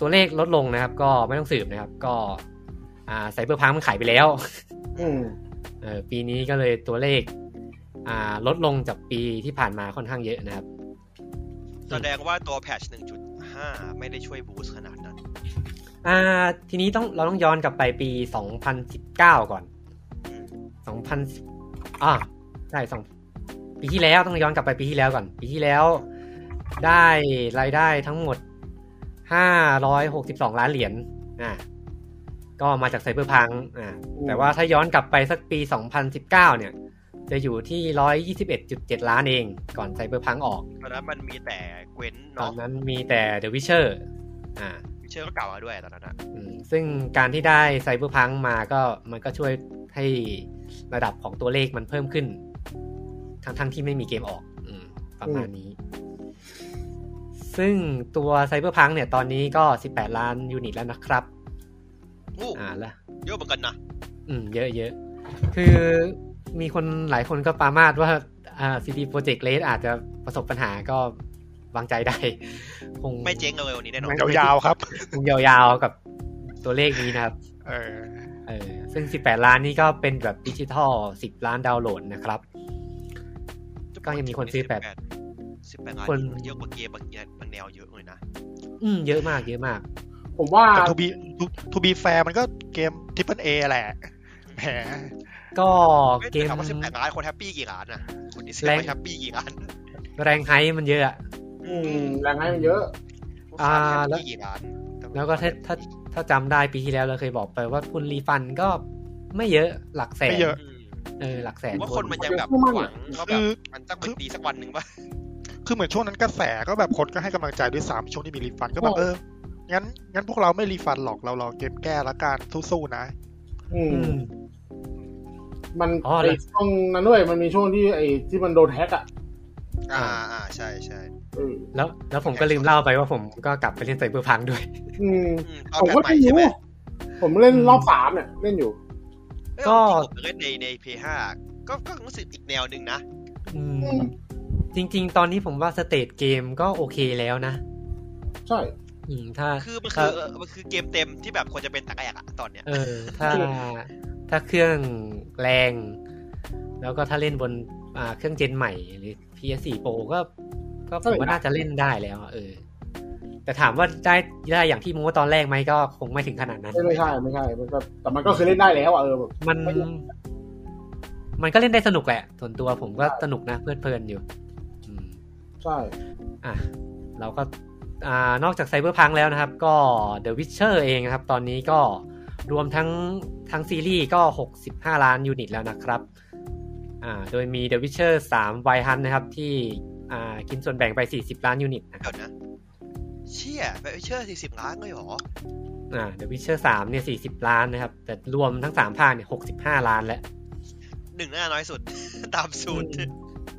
ตัวเลขลดลงนะครับ ก็ไม่ต้องสืบนะครับ ก็อ่าไซเบอร์พังมันขายไปแล้ว อืม เออปีนี้ก็เลยตัวเลข อ่าลดลงจากปีที่ผ่านมาค่อนข้างเยอะนะครับ แสดงว่าตัวแพทช1.5 ไม่ได้ช่วยบูสต์ขนาดนั้น อ่าทีนี้ต้องเราต้องย้อนกลับไปปี 2019 ก่อน 2010อ่าใช่สองปีที่แล้วต้องย้อนกลับไปปีที่แล้วก่อน ปีที่แล้วได้รายได้ทั้งหมด 562 ล้านเหรียญอ่าก็มาจากไซเบอร์พังอ่าแต่ว่าถ้าย้อนกลับไปสักปี 2019 เนี่ย จะอยู่ที่ 121.7 ล้านเองก่อนไซเบอร์พังออก ตอนนั้นมันมีแต่เกวน ตอน เนาะ นั้นมีแต่ The Witcher อ่า เชื่อก็เก่ามาด้วยตอนนั้นอะ อืมซึ่งการที่ได้ไซเบอร์พังมาก็มันก็ช่วยให้ระดับของตัวเลขมันเพิ่มขึ้น ทั้งทั้งที่ไม่มีเกมออกอมประมาณนี้ ซึ่งตัวไซเบอร์พังเนี่ยตอนนี้ก็ 18 ล้านยูนิตแล้วนะครับ อู้ อ่าแล้ว เยอะเหมือนกันนะ อืมเยอะเยอะคือมีคนหลายคนก็ปรามาดว่าอ่า CD Projekt Red อาจจะประสบปัญหาก็วางใจได้ คง ไม่เจ๊งเลยวันนี้แน่นอน ไม่ ยาวๆครับ คงยาวๆกับตัวเลขนี้นะครับ เออ เออซึ่ง 18 ล้านนี่ก็เป็นแบบดิจิทัล 10 ล้านดาวน์โหลดนะครับ ก็ยังมีคนซื้อแปด สิบแปดล้าน คน เยอะกว่าเกมบางอย่างบางแนวเยอะเลยนะ อืมเยอะมากเยอะมาก ผมว่า แต่ทูบีทูบีแฟร์มันก็เกมทิปเปิลเอแหละแหม ก็ ไม่ เกมแต่ถามว่าสิบแปดล้านคนแฮปปี้กี่ล้านนะคนที่ซื้อ แรง ไปแฮปปี้กี่ล้าน แรงไฮมันเยอะอะ อืมแรงให้มันเยอะ ลูกค้าอ่าที่แฮปปี้กี่ล้าน แล้วก็ถ้าถ้าถ้าจำได้ปีที่แล้วเราเคยบอกไปว่าทุนรีฟันก็ไม่เยอะหลักแสน ไม่เยอะ เออหลักแสน ว่าคนมันยังแบบหวังว่าแบ คื บ อ มันต้องเป็นดีสักวันหนึ่งป่ะ คือเหมือนช่วงนั้นกระแสก็แบบคนก็ให้กำลังใจด้วยซ้ำช่วงที่มีรีฟันก็แบบ โอ้ เออ งั้นงั้นพวกเราไม่รีฟันหรอกเรารอเกมแก้ละกันสู้ๆนะ อื อื ม ม มัน อ๋อแล้ว ไอ้ช่วงนั้นด้วยมันมีช่วงที่ไอ้ที่มันโดนแฮกอ่ะ อ่าอ่าใช่ใช่ เออ แล้วแล้วผมก็ลืมเล่าไปว่าผมก็กลับไปเล่นไซเบอร์พังด้วย อืม อืมตอน ผม แบ ก็ บใหม่ ไม่ ใช่ไหม รู้ผมเล่น อืม รอบสามเนี่ยเล่นอยู่ เอ้ย ก็ จริงๆผมเล่นในในเพย์ห้าก็ก็รู้สึกอีกแนวหนึ่งนะ อืม อืม จริง ๆ ตอนนี้ผมว่าสเตจเกมก็โอเคแล้วนะ ใช่ อืมถ้า คือมัน ถ้า คือมันคือเกมเต็มที่แบบควรจะเป็นตะแกรกอะตอนเนี้ย เออถ้าถ้าเครื่องแรง แล้วก็ถ้าเล่นบนอ่าเครื่องเจนใหม่หรือ PS4 Pro ก็ก็ผมว่าน่าจะเล่นได้แล้วอะเออ แต่ถามว่าได้ได้อย่างที่มูว่าตอนแรกไหมก็คงไม่ถึงขนาดนั้น ไม่ไม่ใช่ไม่ใช่มันก็แต่มันก็คือเล่นได้แล้วอ่ะเออแบบ มัน ไม่ได้ มันก็เล่นได้สนุกแหละ ส่วนตัวผมก็สนุกนะเพลิดเพลินอยู่ อืม ใช่ อ่ะเราก็อ่านอกจากไซเบอร์พังแล้วนะครับ ก็ The Witcher เองนะครับ ตอนนี้ก็รวมทั้งทั้งซีรีส์ก็ 65 ล้านยูนิตแล้วนะครับอ่าโดยมี The Witcher 3 Wild Hunt นะครับ ที่อ่ากินส่วนแบ่งไป 40 ล้านยูนิตนะครับ เดี๋ยวนะ เชี่ยแบบเชื่อสี่สิบล้านเลยเหรอ อ่า The Witcher 3เนี่ย40 ล้านนะครับ แต่รวมทั้ง 3 ภาคเนี่ย65 ล้านแล้ว หนึ่งน่าน้อยสุด ตามสูตร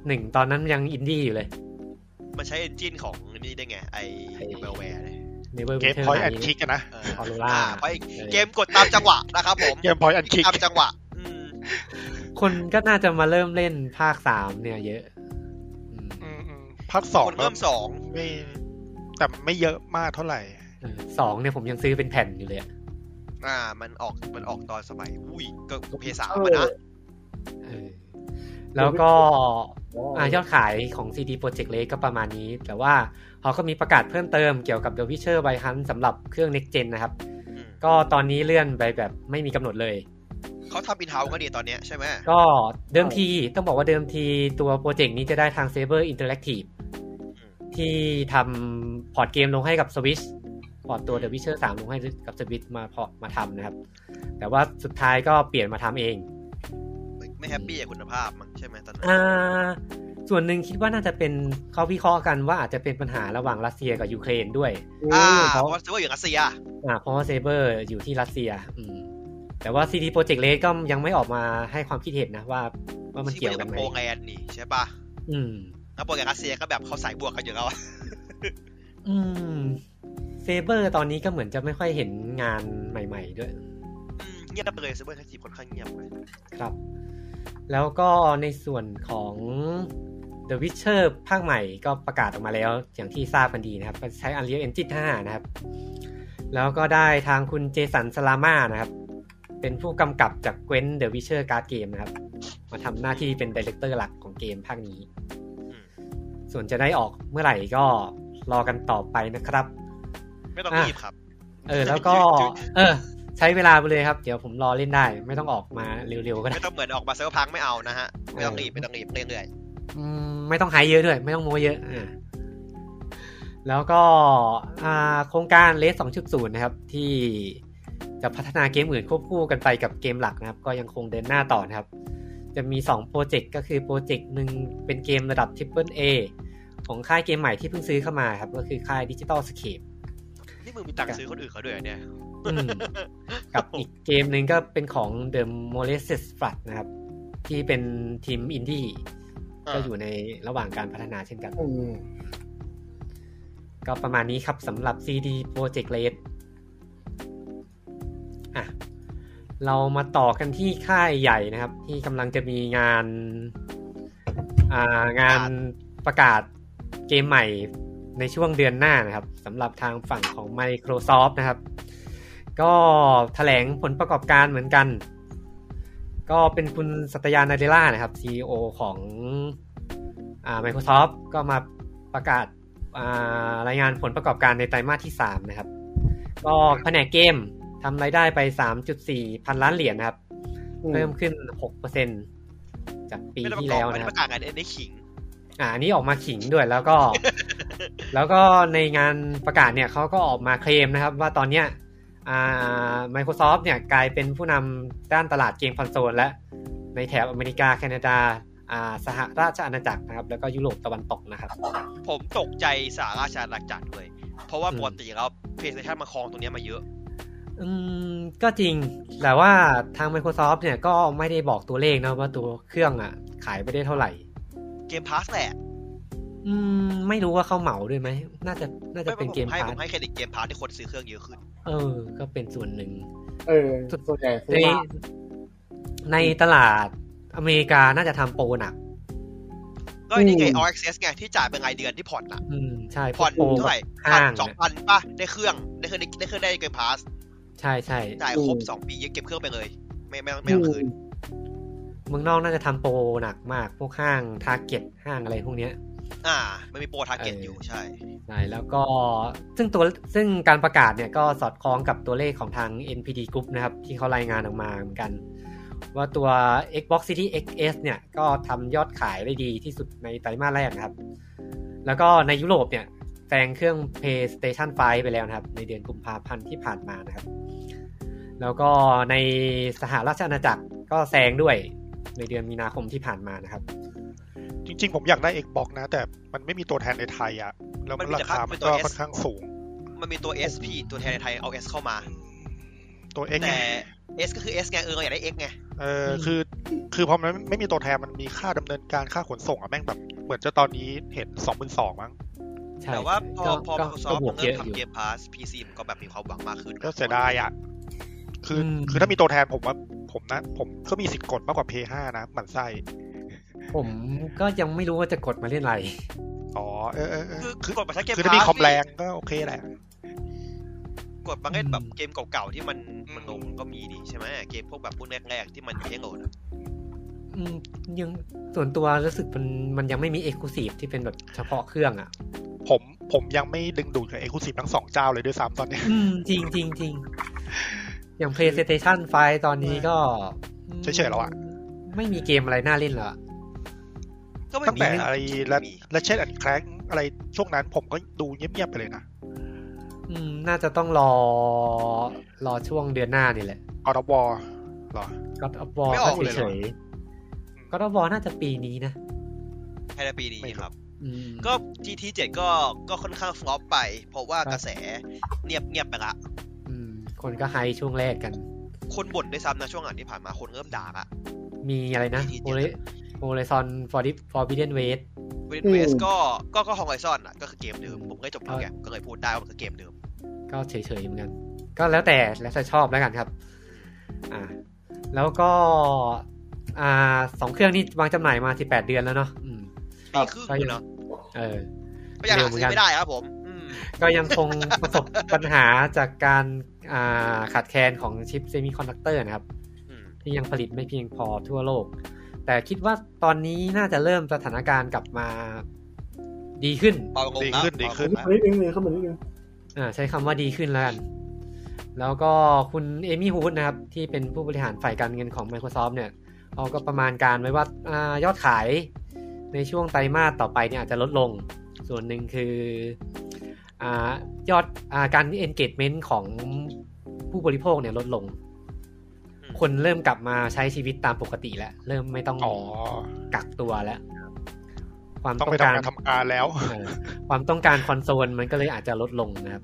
หนึ่งตอนนั้นยังอินดี้อยู่เลย มันใช้เอนจินของนี่ได้ไง ไอ ไอ้ เบลแวร์เลย เนเวอร์ เกมพอยต์แอนคิกนะ เอ ออ อ โรล่า อ่าเพราะอีกเกมกดตามจังหวะนะครับผม เกมพอยต์แอนคิก ตามจังหวะ อืม คนก็น่าจะมาเริ่มเล่นภาคสามเนี่ยเยอะอืม ภาคสอง คนเริ่มสอง ไม่แต่ไม่เยอะมากเท่าไหร่ เออสองเนี่ยผมยังซื้อเป็นแผ่นอยู่เลยอะ อ่า มันออกมันออกตอนสมัยอุ้ยก็เพสาม เออ นะ เออแล้วก็ อ่ะย ย อดขายของ CD Projekt Red ก็ประมาณนี้ แต่ว่าเขาก็มีประกาศเพิ่มเติมเกี่ยวกับ The Witcher ไบฮันสำหรับเครื่อง Next Gen นะครับ อืม ก็ตอนนี้เลื่อนไปแบบไม่มีกำหนดเลย เขาทำอินเทาก็ดีตอนเนี้ยใช่ไหม ก็เดิมทีต้องบอกว่าเดิมทีตัวโปรเจกต์นี้จะได้ทาง Saber Interactive ที่ทำพอร์ตเกมลงให้กับ Switch พอร์ตตัว The Witcher 3 ลงให้กับ Switch มาพอร์ตมาทำนะครับ แต่ว่าสุดท้ายก็เปลี่ยนมาทำเอง ไม่ไม่แฮปปี้กับคุณภาพมั้งใช่ไหมตอนนั้น อ่าส่วนหนึ่งคิดว่าน่าจะเป็นเขาวิเคราะห์กันว่าอาจจะเป็นปัญหาระหว่างรัสเซียกับยูเครนด้วย อ่า เขา เพราะว่าเซิร์ฟเวอร์อยู่รัสเซีย อ่าเพราะว่าเซเบอร์อยู่ที่รัสเซีย อืม แต่ว่า CD Projekt Red ก็ยังไม่ออกมาให้ความคิดเห็นนะว่า ว่ามันเกี่ยว ที่ กันไหม โปรแกรมนี่ใช่ปะ อืม แล้วโปรแกรมรัสเซียก็แบบเขาสายบ วกกันอยู่แล้วอะ อืมเซเบอร์ตอนนี้ก็เหมือนจะไม่ค่อยเห็นงานใหม่ๆด้วย อืมเงียบไปเลยเซิร์ฟเวอร์ทั้งสี่คนข้างเงียบเลย ครับ แล้วก็ในส่วนของ The Witcher ภาคใหม่ก็ประกาศออกมาแล้ว อย่างที่ทราบกันดีนะครับก็ใช้ Unreal Engine 5 นะครับ แล้วก็ได้ทางคุณเจสันสลามานะครับ เป็นผู้กำกับจาก Gwen The Witcher Card Game นะครับ มาทำหน้าที่เป็นดีเลกเตอร์หลักของเกมภาคนี้ อืม ส่วนจะได้ออกเมื่อไหร่ก็รอกันต่อไปนะครับ ไม่ต้อง อ่ะ รีบครับ เอ อ แล้วก็ เออ ใช้เวลาไปเลยครับ เดี๋ยวผมรอเล่นได้ ไม่ต้องออกมาเร็วๆก็ได้ ไม่ต้องเหมือนออกมาเซิร์ฟพังไม่เอานะฮะ ไม่ต้องรีบไม่ต้องรีบเรื่อย อืมไม่ต้องหายเยอะด้วย ไม่ต้องโมเยอะอ่าแล้วก็อ่าโครงการเลส2.0 นะครับ ที่จะพัฒนาเกมอื่นควบคู่กันไปกับเกมหลักนะครับ ก็ยังคงเดินหน้าต่อนะครับ จะมี 2 โปรเจกต์ก็คือโปรเจกต์หนึ่งเป็นเกมระดับ Triple A ของค่ายเกมใหม่ที่เพิ่งซื้อเข้ามาครับ ก็คือค่าย Digital Scape ๆนี่มึงมีตังค์ซื้อคนอื่นเขาด้วยเหรอเนี่ย อืม กับอีกเกมหนึ่งก็เป็นของ The Molasses Flood นะครับ ที่เป็นทีมอินดี้ อ่า ก็อยู่ในระหว่างการพัฒนาเช่นกัน อืม ก็ประมาณนี้ครับสำหรับ CD Projekt Red อ่ะ เรามาต่อกันที่ค่ายใหญ่นะครับ ที่กำลังจะมีงาน อ่างานประกาศเกมใหม่ในช่วงเดือนหน้านะครับสำหรับทางฝั่งของ Microsoft นะครับ ก็แถลงผลประกอบการเหมือนกัน ก็เป็นคุณสัตยานาเดล่านะครับ CEO ของอ่า Microsoft ก็มาประกาศ อ่ารายงานผลประกอบการในไตรมาสที่ 3 นะครับ ก็แผนกเกมทำรายได้ไป 3.4 พันล้านเหรียญนะครับ เพิ่มขึ้น 6%จากปี ไม่ได้ประ ที่ กอบ แล้ว ไม่ นะค ได้ รับ ประกาศกันเอ็นได้ขิง อ่าอันนี้ออกมาขิงด้วยแล้ว ก็ แล้วก็ในงานประกาศเนี่ยเขาก็ออกมาเคลมนะครับ ว่าตอนเนี้ยอ่า Microsoft เนี่ยกลายเป็นผู้นำด้านตลาดเกมคอนโซลและในแถบอเมริกา แคนาดาอ่าสหราชอาณาจักรนะครับ แล้วก็ยุโรปตะวันตกนะครับ ผมตกใจสาราชาหลักจัดเลย เพราะว่า อืม ปกติแล้วเพย์สเตชันมาครองตรงเนี้ยมาเยอะ อืมก็จริง แต่ว่าทาง Microsoft เนี่ยก็ไม่ได้บอกตัวเลขนะว่าตัวเครื่องอ่ะ ขายไปได้เท่าไหร่ เกมพาสแหละ อืมไม่รู้ว่าเขาเหมาด้วยไหม น่าจะน่าจะเป็น ไผ เกม ให้ พา ผ ร์ท มให้เครดิตเกมพาสที่คนซื้อเครื่องเยอะขึ้น เออ ก็เป็นส่วนหนึ่ง เออส่วนใหญ่ซื้อ ใน มา ในตลาดอเมริกาน่าจะทำโปรหนัก ก็นี่ไง All Access ไงที่จ่ายเป็นรายเดือนที่ผ่อนอ่ะ อืมใช่พ ผ่ ว อก น โปร เท่าไหร่ ห้าง สองพันป่ะได้เครื่องได้เครื่องได้เครื่องได้เกมพาส ใช่ใช่ จ่ายครบสองปีเก็บเครื่องไปเลย ไม่ไม่ไม่ต้องคืน เมืองนอกน่าจะทำโปรหนักมาก พวกห้างทาร์เก็ตห้างอะไรพวกเนี้ย อ่า มันมีโปรทาร์เก็ต เอออ อยู่ใช่ ใช่แล้วก็ซึ่งตัวซึ่งการประกาศเนี่ยก็สอดคล้องกับตัวเลขของทาง NPD Group นะครับ ที่เขารายงานออกมาเหมือนกัน ว่าตัว Xbox Series XS เนี่ยก็ทำยอดขายได้ดีที่สุดในไตรมาสแรกนะครับ แล้วก็ในยุโรปเนี่ยแซงเครื่อง PlayStation 5 ไปแล้วนะครับ ในเดือนกุมภาพันธ์ที่ผ่านมานะครับ แล้วก็ในสหราชอาณาจักรก็แซงด้วยในเดือนมีนาคมที่ผ่านมานะครับ จริง ๆ ผมอยากได้ Xbox นะ แต่มันไม่มีตัวแทนในไทยอ่ะ แล้วมันราคามันก็ค่อนข้างสูง มันมีตัว S พี่ตัวแทนในไทยเอา S เข้ามา ตัว X แต่ S ก็คือ S ไงเออเราอยากได้ X ไง เออคือ คือพอมันไม่มีตัวแทนมันมีค่าดำเนินการค่าขนส่งอ่ะแม่งแบบ เหมือนจะตอนนี้เห็นสองพันสองมั้ง ใช่ แต่ว่าพอ ก็ พอ ก็ Microsoft ก็บวก มัน เย เริ่ อะ ม อยู่ ทำเกมพาส PC มันก็แบบมีความหวังมากขึ้น ก็เสียดายอ่ะ คืออ ม คือถ้ามีตัวแทนผมว่าผมนะ ผมก็มีสิทธิ์กดมากกว่า P5 นะหมันไส้ ผมก็ยังไม่รู้ว่าจะกดมาเล่นอะไร อ๋อเออเออเออ คือคือกดมาใช้เกม คือ พา ถ้ามีคอมแร ส งก็โอเคแหละ กดมาเล่นแบบ อืม เกมเก่าๆที่มันมันลงก็มีดีใช่ไหมเกมพวกแบบพวกแรกๆที่มันยังไม่โหลดอะ อืมยังส่วนตัวรู้สึกมันมันยังไม่มีเอกลูซีฟที่เป็นแบบเฉพาะเครื่องอ่ะ ผมผมยังไม่ดึงดูดกับเอกลุศิทั้งสองเจ้าเลยด้วยซ้ำตอนเนี้ย อืมจริงจริงจริงอย่าง PlayStation 5 ตอนนี้ก็ เฉยๆแล้วอะ ไม่มีเกมอะไรน่าเล่นเหรอ ก็ไม่ ตั้ง มี แต่ เรื่อง อะไร จริงๆ และ มี และเช่นอันแครงอะไรช่วงนั้นผมก็ดูเงียบๆไปเลยนะ อืม น่าจะต้องรอ รอช่วงเดือนหน้านี่แหละ ออร์วอร์หรอ God of War ไม่ออก ก็ เลยเห เฉ รอ ยๆ God of War น่าจะปีนี้นะ ภายในปีนี้ครับ อืม ก็ GT 7ก็ก็ค่อนข้างฟลอปไป เพราะว่า ครับ กระแสเงียบเงียบไปละ อืม คนก็ไฮช่วงแรกกัน คนบ่นด้วยซ้ำนะช่วงหลังที่ผ่านมาคนเริ่มด่าละ มีอะไรนะ ที่ โอ เจ็ด เลโอเลซอนฟอร์ดิฟอร์บิเดนเวส เวน อืม เวสก็ก็ก็ฮองไอซอนอ่ะก็คือเกมเดิม ผมก็จบแล้วไงก็เลยพูดได้ว่ามันคือเกมเดิม ก็เฉยๆเหมือนกัน ก็แล้วแต่แล้วแต่ชอบแล้วกันครับ อ่า แล้วก็ อ่าสองเครื่องนี่วางจำหน่ายมา 18 เดือนแล้วเนาะอืม ปีครึ่งเลยเนาะ เออ ก็ยังหาซื้อไม่ได้ครับผม อืม ก็ยังคง ประสบปัญหาจากการอ่าขาดแคลนของชิปเซมิคอนดักเตอร์นะครับ อืม ที่ยังผลิตไม่เพียงพอทั่วโลก แต่คิดว่าตอนนี้น่าจะเริ่มสถานการณ์กลับมาดีขึ้น เบาลง ดี แล้ว ขึ้นดีขึ้ เบาลงแล้ว นิดนึงนิดนึงเข้ามานิดนึง อ่าใช้คำว่าดีขึ้นแล้วกัน แล้วก็คุณเอมี่ฮูดนะครับ ที่เป็นผู้บริหารฝ่ายการเงินของ Microsoft เนี่ยเขาก็ประมาณการไว้ว่าอายอดขายในช่วงไตรมาสต่อไปเนี่ยอาจจะลดลง ส่วนหนึ่งคืออายอดอาการ engagement ของผู้บริโภคเนี่ยลดลง คนเริ่มกลับมาใช้ชีวิตตามปกติแล้ว เริ่มไม่ต้อง อ๋อ กักตัวแล้ว ความ ต้ ต้ อ อง ง ไปทำ การ งานทำการแล้ว เออความต้องการคอนโซลมันก็เลยอาจจะลดลงนะครับ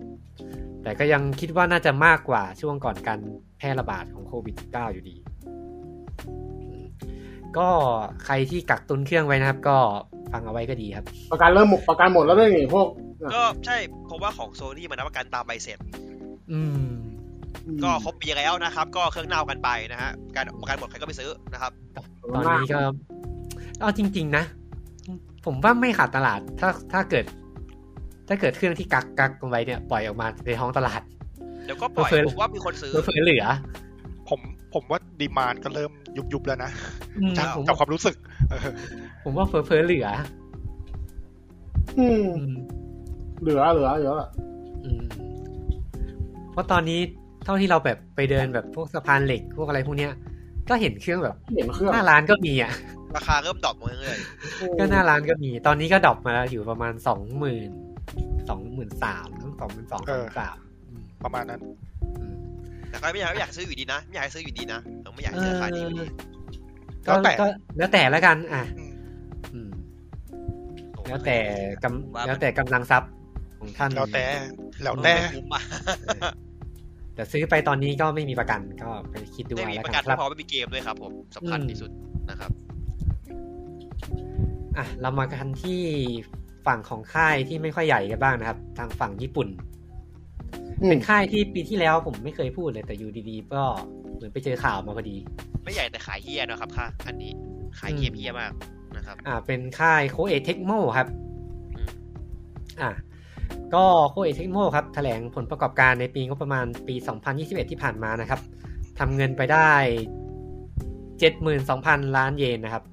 แต่ก็ยังคิดว่าน่าจะมากกว่าช่วงก่อนการแพร่ระบาดของโควิด -19 อยู่ดีอืมก็ใครที่กักตุนเครื่องไว้นะครับ ก็ฟังเอาไว้ก็ดีครับ ประกันเริ่มหมดประกันหมดแล้วด้วยนี่พวก ก็ใช่เพราะว่าของโซนี่มันรับประกันตามใบเสร็จ อืม ก็ครบปีแล้วนะครับ ก็เครื่องเน่ากันไปนะฮะการประกันหมดใครก็ไปซื้อนะครับ ตอนนี้ก็เอาจริง ๆ นะ ผมว่าไม่ขาดตลาด ถ้าถ้าเกิด ถ้าเกิดเครื่องที่กักกักกันไว้เนี่ยปล่อยออกมาในท้องตลาด เดี๋ยวก็ปล่อย เผลอๆ ผมว่ามีคนซื้อ เพื่อเหลือ ผมผมว่าดีมานก็เริ่มยุบยุบๆแล้วนะ อืม จาก ผม จากความรู้สึกเออ ผมว่าเพื่อเหลือ อืม อืม เหลือเหลือเหลือละ อืมเพราะตอนนี้เท่าที่เราแบบไปเดินแบบพวกสะพานเหล็กพวกอะไรพวกเนี้ย ก็เห็นเครื่องแบบ เห็นเครื่อง หน้าร้านก็มีอ่ะ ราคาเริ่มดรอปลงเรื่อย ก็หน้าร้านก็มี ตอนนี้ก็ดรอปมาแล้วอยู่ประมาณสองหมื่นสองหมื่นสามสองหมื่นสองสาม ประมาณนั้น ๆแต่ก็ไม่อยากไม่อยากซื้ออยู่ดีนะไม่อยากซื้ออยู่ดีนะเออไม่อยากซื้อราคานี้อยู่ดี ก็ แล้วแต่ ก็แล้วแต่ละกัน อ่ะ อืม อืม แล้วแต่กำแล้วแต่กำลังทรัพย์ของท่าน แล้วแต่แล้ว แต่ แต่ คุ้มอ่ะ แต่ซื้อไปตอนนี้ก็ไม่มีประกันก็ไปคิดดู ไม่ เอา มี แล้ว ประกั กัน นค ไม่ รับ พอไม่มีเกมด้วยครับ ผมสำคัญ อืม ที่สุดนะครับ อ่ะเรามากันที่ฝั่งของค่ายที่ไม่ค่อยใหญ่กันบ้างนะครับ ทางฝั่งญี่ปุ่น อืม เป็นค่ายที่ปีที่แล้วผมไม่เคยพูดเลยแต่อยู่ดีๆ ก็เหมือนไปเจอข่าวมาพอดี ไม่ใหญ่แต่ขายเฮียนะครับค่ะอันนี้ขายเกม อืม เฮียมากนะครับ อ่าเป็นค่ายโคเอเทคโมครับ อืม อ่ะก็โคเอเทคโมครับแถลงผลประกอบการในปีงบประมาณปี 2021 ที่ผ่านมานะครับทำเงินไปได้ 72,000 ล้านเยนนะครับ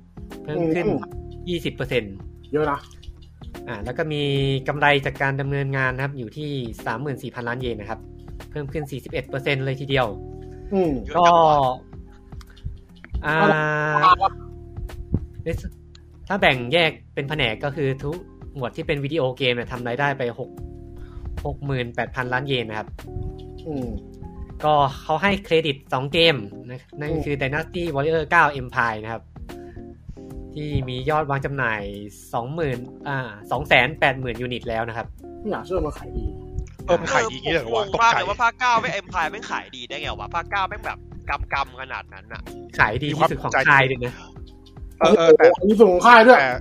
เพิ่มขึ้น 20%เ เยอะนะ อ่าแล้วก็มีกำไรจากการดำเนินงานนะครับ อยู่ที่ 34,000 ล้านเยนนะครับ เพิ่มขึ้น 41%เลยทีเดียว อืม เยอะ ก็ จังวะ อ่าถ้าแบ่งแยกเป็นแผนกก็คือทุกหมวดที่เป็นวิดีโอเกมเนี่ยทำรายได้ไปหกหกหมื่นแปดพันล้านเยนนะครับ อืม ก็เขาให้เครดิต 2 เกมนะนั่นก็คือ Dynasty Warrior 9 Empire นะครับ ที่มียอดวางจำหน่าย 20,000อ่า280,000 ยูนิตแล้วนะครับ ไม่อยากเชื่อมันขายดี เออมันขายดีอย่างนี้เลยเหรอวะ ผมงตก งมาก ใจ เลยว่าภาคเก้าไม่เอ็มพายไม่งขายดีได้ไงวะภาคเก้าแม่งแบบกำกำๆขนาดนั้นอะ ขายดีที่สุดของค่ายเลยนะ เออเออแต่ มีสูงของค่ายด้วย แต่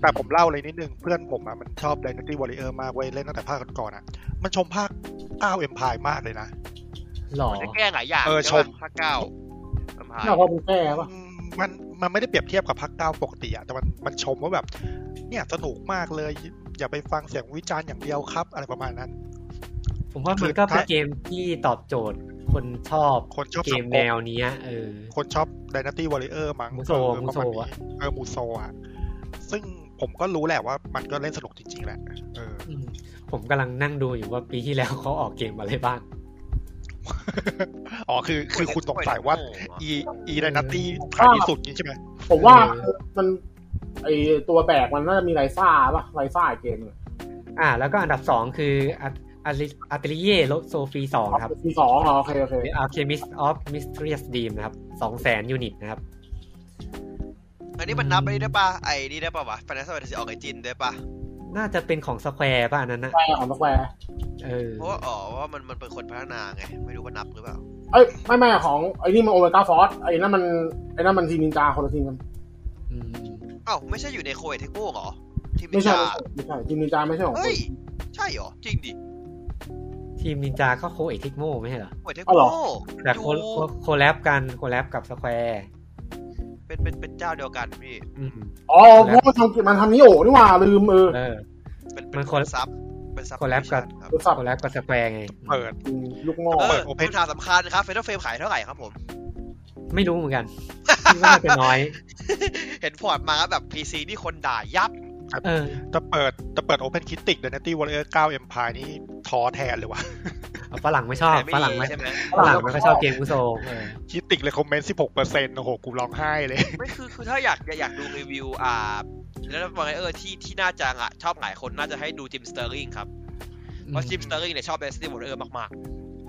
แต่ผมเล่าเลยนิดนึง เพื่อนผมอ่ะมันชอบ Dynasty Warrior มากเว้ยเล่นตั้งแต่ภาคก่อนๆอ่ะ มันชมภาคอ้าวเอ็มพายมากเลยนะ หรอ มันจะแก้หลายอย่าง เออ ใช่ไห ชม ภาคเก้าลำพาย น่าเพราะมันแก้ป่ะ อืมมันมันไม่ได้เปรียบเทียบกับพักเก้าปกติอะแต่มันมันชมว่าแบบ เนี่ยสนุกมากเลย อย่าไปฟังเสียงวิจารณ์อย่างเดียวครับ อะไรประมาณนั้น ผมว่ามันก็เป็นเกมที่ตอบโจทย์คนชอบ คนชอบ เก สั ม งค แนวเนี้ยเออ คนชอบ Dynasty Warrior มั้ง มูโซ เออ มู ประ โซ มาณ อะ นี้เออมูโซอะซึ่งผมก็รู้แหละว่ามันก็เล่นสนุกจริงๆแหละเอ อ อืมผมกำลังนั่งดูอยู่ว่าปีที่แล้วเขาออกเกมอะไรบ้าง อ๋อคือคือคุณสงสัยว่าอีอีไดนาตี้ขายดีสุดนี้ใช่ไหม ผมว่า เออ มันไอตัวแบกมันน่าจะมีไรซ่าป่ะไรซ่าอีกเกมหนึ่ง อ่า แล้วก็อันดับสองคืออาตลิเย่โลโซฟีสองครับ มีสองอ๋อโอเคโอเค The Alchemist of Mysterious Dream นะครับสองแสนยูนิตนะครับ อันนี้มันนับไปได้ปะไอ้นี่ได้ปะวะ Final Fantasy Origin ได้ปะ น่าจะเป็นของสแควร์ป่ะอันนั้นนะ แควร์ของสแควร์ เออ เพราะว่าอ๋อว่ามันมันเป็นคนพัฒนาไง ไม่รู้ว่านับหรือเปล่า เอ้ยไม่ไม่ของไอ้นี่มันโอเมก้าฟอสไอ้นั่นมันไอ้นั่นมันทีมนินจาคนละทีมกัน อืม อ้าวไม่ใช่อยู่ในโคเอเทคโมเหรอที่มิ ไม่ใช่ จา ไม่ใช่ทีมนินจาไม่ใช่ของค เฮ้ น ย ใช่เหรอ จริงดิ ทีมนินจาเข้าโคเอทิกโมไม่ใช่เหรอ โคเอเทค อ๋อ โม เหรอ แต่โค อยู่ โคแลบกันโคแลบกับสแควร์ เป็นเป็นเป็นเจ้าเดียวกันพี่ อืม อ๋อเพราะมันทำมันทำนิโอนี่หว่าลืมเออ เออ เป็น มั เป็น น ค คน นซับ เป็นซับ คนแรปกับ ครับ รู้สับ โคแลบกับสแควร์ไง เปิด ลูกงอ เอ เปิ อ ด Open คำถามสำคัญครับเฟสเฟรมขายเท่าไหร่ครับผม ไม่รู้เหมือนกันคิดว่าน่าจะน้อย เห็นพอร์ตมาแล้วแบบ PC นี่คนด่ายับ เออ จะเปิดจะเปิดโอเพนคิติกไดนาตี้วอลเลอร์เก้าเอ็มพายนี่ท้อแทนเลยวะ เอาฝรั่งไม่ชอบ แต่ไม่ ฝรั่ง ดี ไม่ ใช่ไหม ฝรั่งไม่ค่อยชอบเกมกุโซเออ คิติกเลยคอมเมนต์สิบหกเปอร์เซ็นต์โอ้โห กูร้องไห้เลย ไม่คือคือถ้าอยากอยากอยากดูรีวิวอ่าแล้วบางไอเออที่ที่น่าจะอ่ะชอบหลายคนน่าจะให้ดูจิมสเตอร์ลิงครับ เพราะจิมสเตอร์ลิงเนี่ยชอบเดสตินบอลเออมาก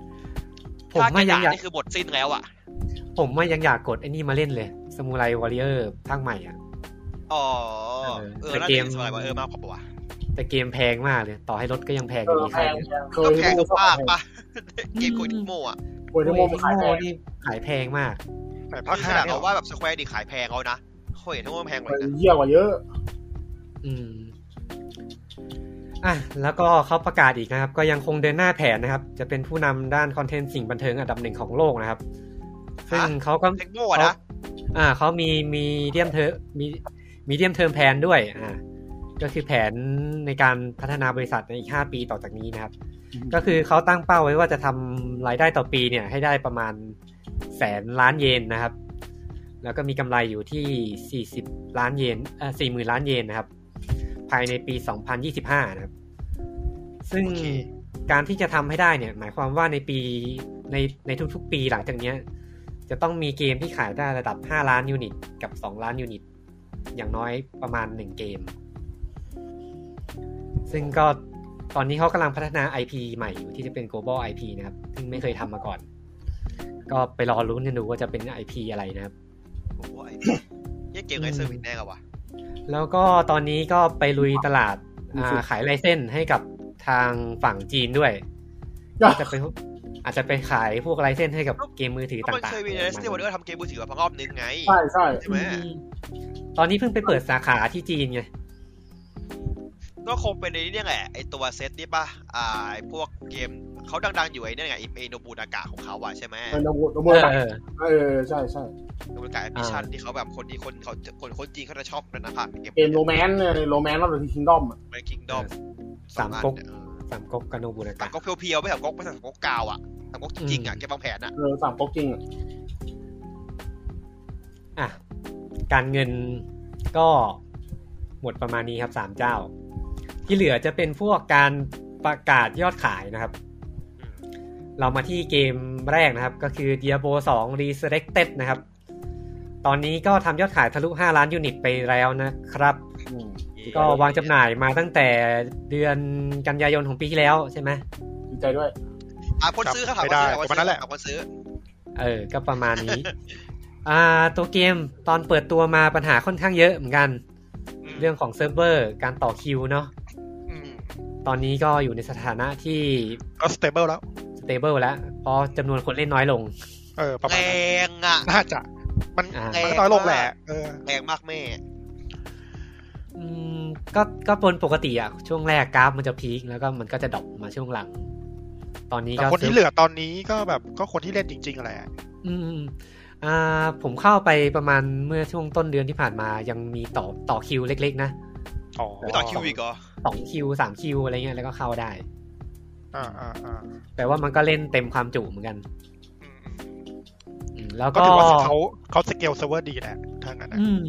ๆ ผม ถ้า ว่า แก ยัง ด่า อยาก นี่คือบทสิ้นแล้วอ่ะ ผมว่ายังอยากกดไอ้นี่มาเล่นเลย สมูไรวอริเออร์ภาคใหม่อ่ะ อ๋อ เอ เอ อ อ แต่ น่า เก จะ ม สบายกว่าเออมากกว่า แต่เกมแพงมากเลย ต่อให้ลดก็ยังแพงอ เอยู่ อ ดี แพ ใช่ ง ไหม แพ ก็ ง แพงทุกภาคปะเกมโคดิโมอ่ะ โอ้ยทั้งโมมันขายแพง นี่ขายแพงมาก แต่ภา พั ค ก ห้า ขนาด เนี่ย เอาว่าแบบสแควร์ดีขายแพงเอานะโคเอทั้งหมดแพงกว่าอีกนะ เยี่ยกว่าเยอะ อืม อ่ะ แล้วก็เขาประกาศอีกนะครับ ก็ยังคงเดินหน้าแผนนะครับ จะเป็นผู้นำด้านคอนเทนต์สิ่งบันเทิงอันดับหนึ่งของโลกนะครับ ซึ่งเขาก็ เทคโมอะนะ อ่าเขามีมีเดียมเทอมีมีเดียมเทอมแผนด้วยอ่าก็คือแผนในการพัฒนาบริษัทในอีก 5 ปีต่อจากนี้นะครับ ก็คือเขาตั้งเป้าไว้ว่าจะทำรายได้ต่อปีเนี่ย ให้ได้ประมาณแสนล้านเยนนะครับ แล้วก็มีกำไรอยู่ที่ 40 ล้านเยนเอ่อ40,000 ล้านเยนนะครับ ภายในปี 2025 นะครับ ซึ่ง โอเค การที่จะทำให้ได้เนี่ย หมายความว่าในปีในในทุกๆ ปีหลังจากเนี้ย จะต้องมีเกมที่ขายได้ระดับ 5 ล้านยูนิต กับ 2 ล้านยูนิต อย่างน้อยประมาณ 1 เกม ซึ่งก็ตอนนี้เขากำลังพัฒนา IP ใหม่อยู่ที่จะเป็น global IP นะครับ ซึ่งไม่เคยทำมาก่อน ก็ไปรอรุ้นกันดูว่าจะเป็น IP อะไรนะครับ โอ้โหไอ้เนี่ยเกมไรเซอร์วินแน่กับวะ แล้วก็ตอนนี้ก็ไปลุยตลาดอ่าขายไลเส้นให้กับทางฝั่งจีนด้วย ก็ จะไปอาจจะไปขายพวกไลเส้นให้กับเกมมือถือ ก็ ต่างๆ มันเคยมีเดสตินบอลเออทำเกมมือถือมาพรอบนึงไง ใช่ใช่ ใช่ไหม อืมตอนนี้เพิ่งไปเปิดสาขาที่จีนไง ก็คงเป็นในนี้เนี่ยแหละไอตัวเซตนี่ป่ะอ่าไอพวกเกมเขาดังๆอยู่ไอ้เนี่ยไงไอ้โนบูนากะของเขาอะใช่ไหม เป็นโนบุโนบุ เออ ตะ เออ เออใช่ใช่ โนบูนากะแอมิชันที่เขาแบบคนที่คนเขาคนคนจีนเขาจะชอบนันนะผ่านเกม เกมโรแมนต์โรแมนต์เราเป็นคิงดอม แมนคิงดอม สามก๊ก สามก๊กกาโนบุนากะ สามก๊กเพียวๆไม่สามก๊กไม่สามก๊กกาวอะสามก๊กจริงๆอะ อืม เกมวางแผนอะ เออสามก๊กจริงอะ อ่ะ การเงินก็หมดประมาณนี้ครับสามเจ้า ที่เหลือจะเป็นพวกการประกาศยอดขายนะครับ อืม เรามาที่เกมแรกนะครับ ก็คือ Diablo 2 Resurrected นะครับ ตอนนี้ก็ทำยอดขายทะลุ 5 ล้านยูนิตไปแล้วนะครับ อืม ก็วางจำหน่ายมาตั้งแต่เดือนกันยายนของปีที่แล้วใช่ไหม ดีใจด้วย อ่ะคนซื้อเขาถาม ไม่ คนซื้อถาได้ประมาณนั้นแหละ ถาคนซื้อ เออ ก็ประมาณนี้ อ่า ตัวเกมตอนเปิดตัวมาปัญหาค่อนข้างเยอะเหมือนกัน อืม เรื่องของเซิร์ฟเวอร์ การต่อคิวเนาะ อืม ตอนนี้ก็อยู่ในสถานะที่ ก็สเตเบิลแล้ว สเตเบิลแล้ว เพราะจำนวนคนเล่นน้อยลง เออ ประ แร มาณนั้น งอะ น่าจะมัน อ่า มันก็น้อยลงแหละ เออ แรงมากแม่ อืมก็ก็ปนปกติอะช่วงแรกกราฟมันจะพีคแล้วก็มันก็จะดรอปมาช่วงหลัง ตอนนี้ แต่ ก็ คน ซื้ ที่ อ เหลือตอนนี้ก็แบบก็คนที่เล่นจริงๆอะไรอะ อืมอืมอ่าผมเข้าไปประมาณเมื่อช่วงต้นเดือนที่ผ่านมายังมีต่อต่อคิวเล็กๆนะ อ๋อ ไม่ต่อคิวอีกเหรอ สองคิวสามคิวอะไรเงี้ยแล้วก็เข้าได้ อ่าอ่าอ่า แปลว่ามันก็เล่นเต็มความจุเหมือนกัน อืมอืม อืมแล้ว ก็ ก็ ถือว่าเขาเขาสเกลเซิร์ฟเวอร์ดีแหละทางนั้นอะ อืม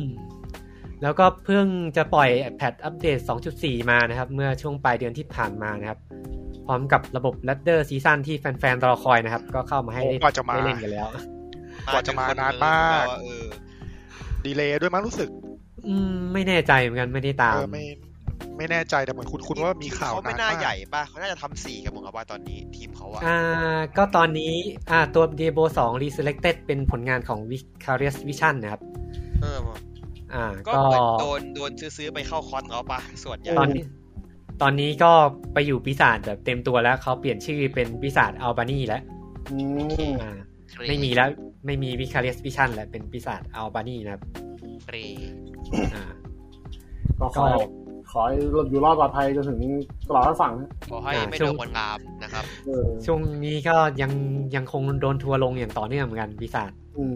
แล้วก็เพิ่งจะปล่อยแพทอัปเดต 2.4 มานะครับ เมื่อช่วงปลายเดือนที่ผ่านมานะครับ พร้อมกับระบบ l a d d e r Season ที่แฟนๆรอคอยนะครับ ก็เข้ามาให้ โอ้ ได้ กว่าจะมา ได้เล่นกันแล้ว กว่าจะมานานมาก เออ ดีเลยด้วยมั้งรู้สึก อืมไม่แน่ใจเหมือนกันไม่ได้ตาม เออไม่ไม่แน่ใจแต่เหมือนคุณคุณว่ามีข่าว เขาไม่ นน น่าก ใหญ่ป่ะเขาน่าจะทำสี่กับผมครับว่าตอนนี้ทีมเขาอะ อ่าก็ตอนนี้อ่าตัว Diablo 2 Resurrected เป็นผลงานของ Vicarious Vision นะครับ เออ อ่า ก็ ก็ เหมือนโดนโดนซื้อๆไปเข้าคอนเขาป่ะส่วนใหญ่ ตอนนี้ตอนนี้ก็ไปอยู่ปีศาจแบบเต็มตัวแล้วเขาเปลี่ยนชื่อเป็นปีศาจอัลบานีแล้ว อืม อ่าไม่มีแล้วไม่มี Vicarious Vision แล้วเป็นปีศาจอัลบานี นะครับ เร อ่า ก็ขอ ก็ ขอให้อยู่รอดปลอดภัยจนถึงตลอดรอดฝั่งนะ ขอให้ อ่า ไม่ ช่ โด วง นคนงามนะครับ เออ ช่วงนี้ก็ยังยังคงโดนทัวร์ลงอย่างต่อเนื่องเหมือนกันปีศาจ อืม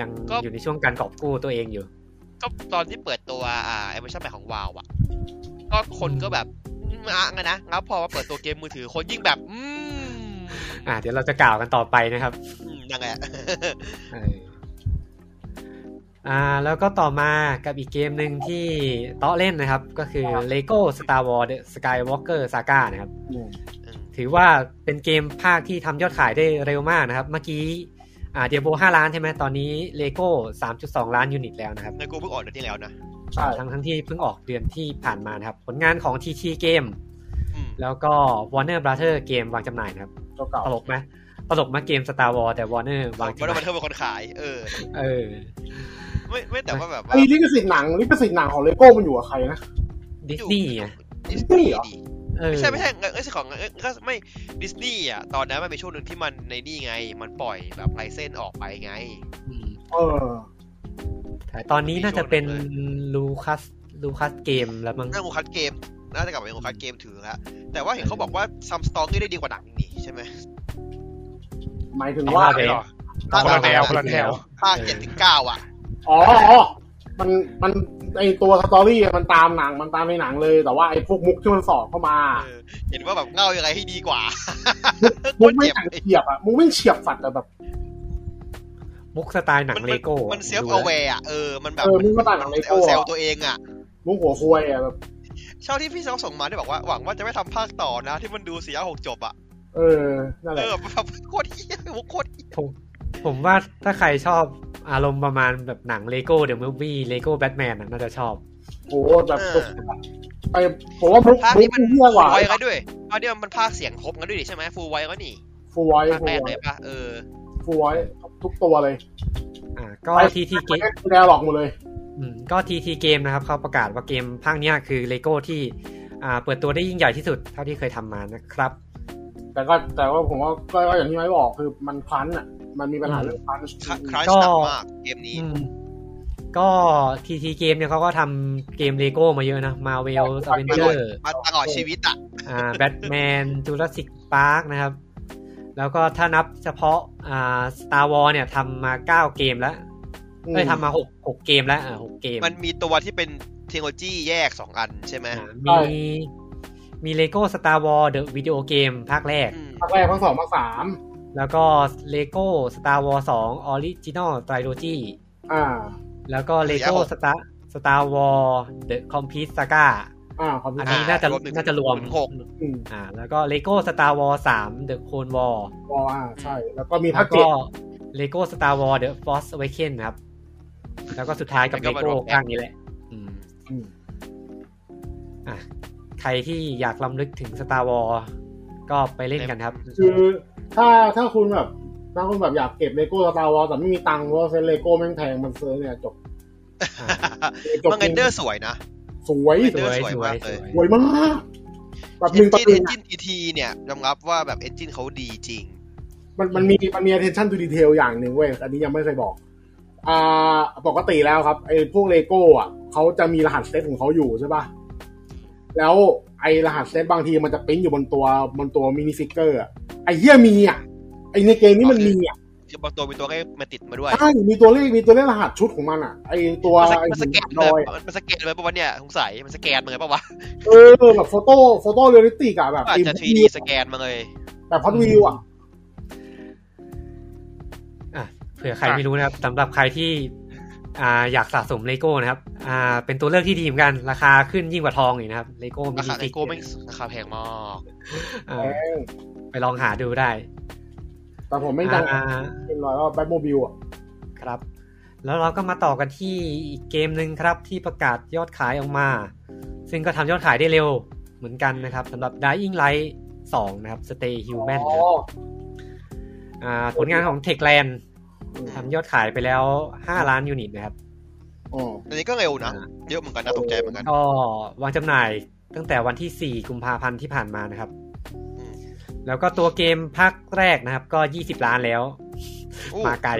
ยัง ก็ อยู่ในช่วงการกอบกู้ตัวเองอยู่ ก็ตอนที่เปิดตัวอ่าแอนิเมชั่นใหม่ของวาวอะก็คนก็แบบอ่ะไงนะงับพอมาเปิดตัวเกมมือถือคนยิ่งแบบ อืม อ่าเดี๋ยวเราจะกล่าวกันต่อไปนะครับ อืมยังไงอะ เอออ่าแล้วก็ต่อมากับอีกเกมหนึ่งที่เตาะเล่นนะครับ ก็คือ Lego Star Wars The Skywalker Saga นะครับ อืม ถือว่าเป็นเกมภาคที่ทำยอดขายได้เร็วมากนะครับ เมื่อกี้อ่าเดียโบ5ล้านใช่ไหมตอนนี้ Lego 3.2 ล้านยูนิตแล้วนะครับ ในกูเพิ่งออกเดือนที่แล้วนะ ใช่ ทั้งทั้งที่เพิ่งออกเดือนที่ผ่านมานะครับ ผลงานของ TT เกม อืม แล้วก็ Warner Brother เกมวางจำหน่ายนะครับ เจ้าเก่า ตลกไหมตลกไหมเกม Star Wars แต่ Warner วาง เพราะ จำห ว่า น่ายมันเธอเป็นคนขาย เออ เออ ไม่ไม่แต่ว่าแบบว่า ไอ้ลิขสิทธิ์หนังลิขสิทธิ์หนังของเลโก้มันอยู่กับใครนะ ดิสนีย์ไง ดิสนีย์ดิ เออ ไม่ใช่ไม่ใช่เอ้ยของเอ้ยก็ไม่ดิสนีย์อ่ะตอนนั้นมันเป็นช่วงหนึ่งที่มันในนี่ไง มันปล่อยแบบไรเส้นออกไปไง อืม เออ แต่ตอนนี้น่าจะเป็น มีช่วงหนึ่ง ลูคัสลูคัสเกมแล้วมั้ง น่างูคัดเกมน่าจะกลับไปงูคัดเกมถือละแต่ว่าเห็นเขาบอกว่าซัมสตองนี่ได้ดีกว่าหนังนี่ใช่ไหม หมายถึง ต้อง ว่า เล่าไป เหรอ คนละแนวคนละแนว ภาคเจ็ดถึงเก้าอ่ะ อ๋ออ๋อ มัน มันไอตัวสตอรี่อะมันตามหนัง มันตามในหนังเลย แต่ว่าไอพวกมุกที่มันสอดเข้ามา เออเห็นว่าแบบเง่ายังไงให้ดีกว่า มุกไม่หนังเฉียบอะมุกไม่เฉียบสัตว์แต่แบบ มุกสไตล์หนัง มั เลโก้ มันเซฟ ดู เอา แล้ว แวร์อ่ะ เออ มันแบบ เออมึงก็ต่างกับ Lego เซล อะ ตัวเองอ่ะ มุกหัวควยอะแบบ เช่าที่พี่เซลส่งมาเนี่ยบอกว่าหวังว่าจะไม่ทำภาคต่อนะ ที่มันดูสี่ห้าหกจบอ่ะ เออ นั่นแห เอ ละ อแบบโคตรเหี้ยมุกโคตรเหี้ย ผมผมว่าถ้าใครชอบอารมณ์ประมาณแบบหนังเลโก้เดอะมูฟวี่เลโก้แบทแมนน่าจะชอบ โหแบบไปผมว่ามุก ภาค มุ นี้ ก มัน เยี่ยกว่า ไว้ก็ด้วยภาคนี้มันภาคเสียงครบกันด้วยนี่ใช่ไหมฟูลไว้ก็นี่ ฟูไว ภาค ฟู แรก ไว เลยป่ะ เออ ฟูไวทุกตัวเลย อ่าก็ทีทีเกม แนวหลอกหมดเลย อืมก็ทีทีเกมนะครับเขาประกาศว่าเกมภาคเนี้ยคือเลโก้ที่อ่าเปิดตัวได้ยิ่งใหญ่ที่สุดเท่าที่เคยทำมานะครับ แต่ก็แต่ว่าผมว่าก็ก็อย่างที่ไม้บอกคือมันพลันอะมันมีปัญหาเรื่องพลัน ครั้ง ก็ หนักมากเกมนี้ อืมก็ทีทีเกมเนี่ยเขาก็ทำเกมเลโก้มาเยอะนะมาเวลอเวนเจอร์ มาตลอดชีวิตอ่ะ อ่าแบทแมนจูราสสิกพาร์คนะครับ แล้วก็ถ้านับเฉพาะอ่าสตาร์วอลเนี่ยทำมาเก้าเกมแล้วเอ้ยทำมาหกหกเกมแล้วอ่าหกเกม มันมีตัวที่เป็นเทคโนโลยีแยกสองอันใช่ไหม อ่ามีมีเลโก้สตาร์วอลเดอะวิดีโอเกมภาคแรก อืม ภาคแรกภาคสองภาคสาม แล้วก็เลโก้สตาร์วอลสองออริจินอลไตรโลจี อ่า แล้วก็เลโก้สตาร์สตาร์วอลเดอะคอมพิวซากา อ่าความ อัน รู้ นี้น่าจะ อ่หง น่าจะรวม ถึงหก อืม อ่าแล้วก็เลโก้สตาร์วอลสามเดอะโคนวอล อ๋ออ่าใช่ แล้วก็มี แล้ ภาว ค ก็ เจ็ด เลโก้ Star Wars The Force Awakens นะครับ แล้วก็สุดท้ายกับ แล้ เล วก็มา โก้ รวมกัน ข้างนี้แหละอืม อืม อ่ะใครที่อยากล้ำลึกถึง Star Wars ก็ไปเล่นกันครับ คือถ้าถ้าคุณแบบถ้าคุณแบบอยากเก็บเลโก้สตาร์วอลแต่ไม่มีตังค์เพราะเซ็นเลโก้แม่งแพงมันซื้อเนี่ยจบจบ มังเอนเดอร์สวยนะ สวย เดินสวยมากเลย สวยมากแบบห เอ นึ่ น งต่อ จิน ห เอ นึ่ นจินงอีทีเนี่ยยอมรับว่าแบบเอนจินเขาดีจริง มันมันมีมันมี attention to detail อย่างหนึ่งเว้ยอันนี้ยังไม่เคยบอก อ่าปกติแล้วครับไอ้พวกเลโก้อะเขาจะมีรหัสเซตของเขาอยู่ใช่ป่ะ แล้วไอ้รหัสเซตบางทีมันจะปริ้นอยู่บนตัวบนตัวมินิฟิกเกอร์อะไอ้เหี้ยมีอ่ะไอ้ในเกมนี้มันมีอ่ะ คือบางตัวมีตัวเลขมาติดมาด้วย ใช่มีตัวเลขมีตัวเลขรหัสชุดของมันอ่ะไอ้ตัว มันสแกมันสแกนไอ้หินล เลย อย มันสแกนเลยปะวะเนี่ยสงสัยมันสแกนมาเลยปะวะ เออแบบโฟโต้โฟโต้เรียลิตี้อะแบบ อาจจะ 3D สแกนมาเลย แบบพัดวิวอ่ะ อ่ะเผื่อใครไม่รู้นะครับสำหรับใครที่อ่าอยากสะสมเลโก้นะครับอ่าเป็นตัวเลือกที่ดีเหมือนกัน ราคาขึ้นยิ่งกว่าทองอีกนะครับเลโก้มี ราคาเลโก้ไม่งราคาแพงมาก ไปลองหาดูได้ แต่ผมไม่ดัง อ่า เป็นรอยว่าแบทโมบิลอ่ะ ครับ แล้วเราก็มาต่อกันที่อีกเกมหนึ่งครับที่ประกาศยอดขายออกมา ซึ่งก็ทำยอดขายได้เร็วเหมือนกันนะครับสำหรับ Dying Light 2 นะครับ Stay อ๋ Human อ นะครับอ่าผลงานของ Techland ทำยอดขายไปแล้ว 5 ล้านยูนิตนะครับ อ๋อ อันนี้ก็เร็วนะเยอะเหมือนกันนะตกใจเหมือนกัน ก็วางจำหน่ายตั้งแต่วันที่ 4 กุมภาพันธ์ที่ผ่านมานะครับ อืม แล้วก็ตัวเกมภาคแรกนะครับ ก็ 20 ล้านแล้ว อู้ มาไกล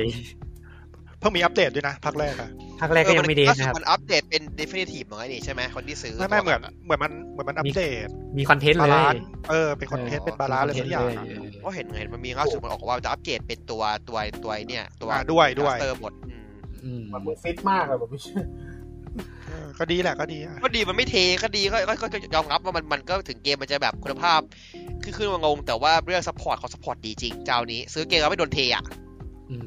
เพิ่งมีอัปเดตด้วยนะพักแรกอะ ภาคแรกก็ยังไม่เดท ล่าสุ นะครับ มันอัปเดตเป็น definitive มั้งไอ้นี่ใช่ไหมคนที่ซื้อ ไม่ไม่เหมือนเหมือนมันเหมือนมันอัปเดต มีคอนเทนต์ บา เลย ลานซ์เออเป็นคอนเทนต์เป็นบาลานซ์อะไรสักอย่างอะ ก็เห็นเห็นมันมีล่าสุดมันออกว่าจะอัปเดตเป็นตัวตัวตัวเนี่ยตัว อ่าด้วยด้วย เตอร์หมดอืม อืม มันฟิตมากเลยแบบพี่ เออก็ดีแหละก็ดีอะ ก็ดีมันไม่เทก็ดีก็ก็ก็ก็ยอมรับว่ามันมันก็ถึงเกมมันจะแบบคุณภาพ คือขึ้นมางงแต่ว่าเรื่องซัพพอร์ตเขาซัพพอร์ตดีจริงเจ้านี้ ซื้อเกมแล้วไม่โดนเทอ่ะ อืม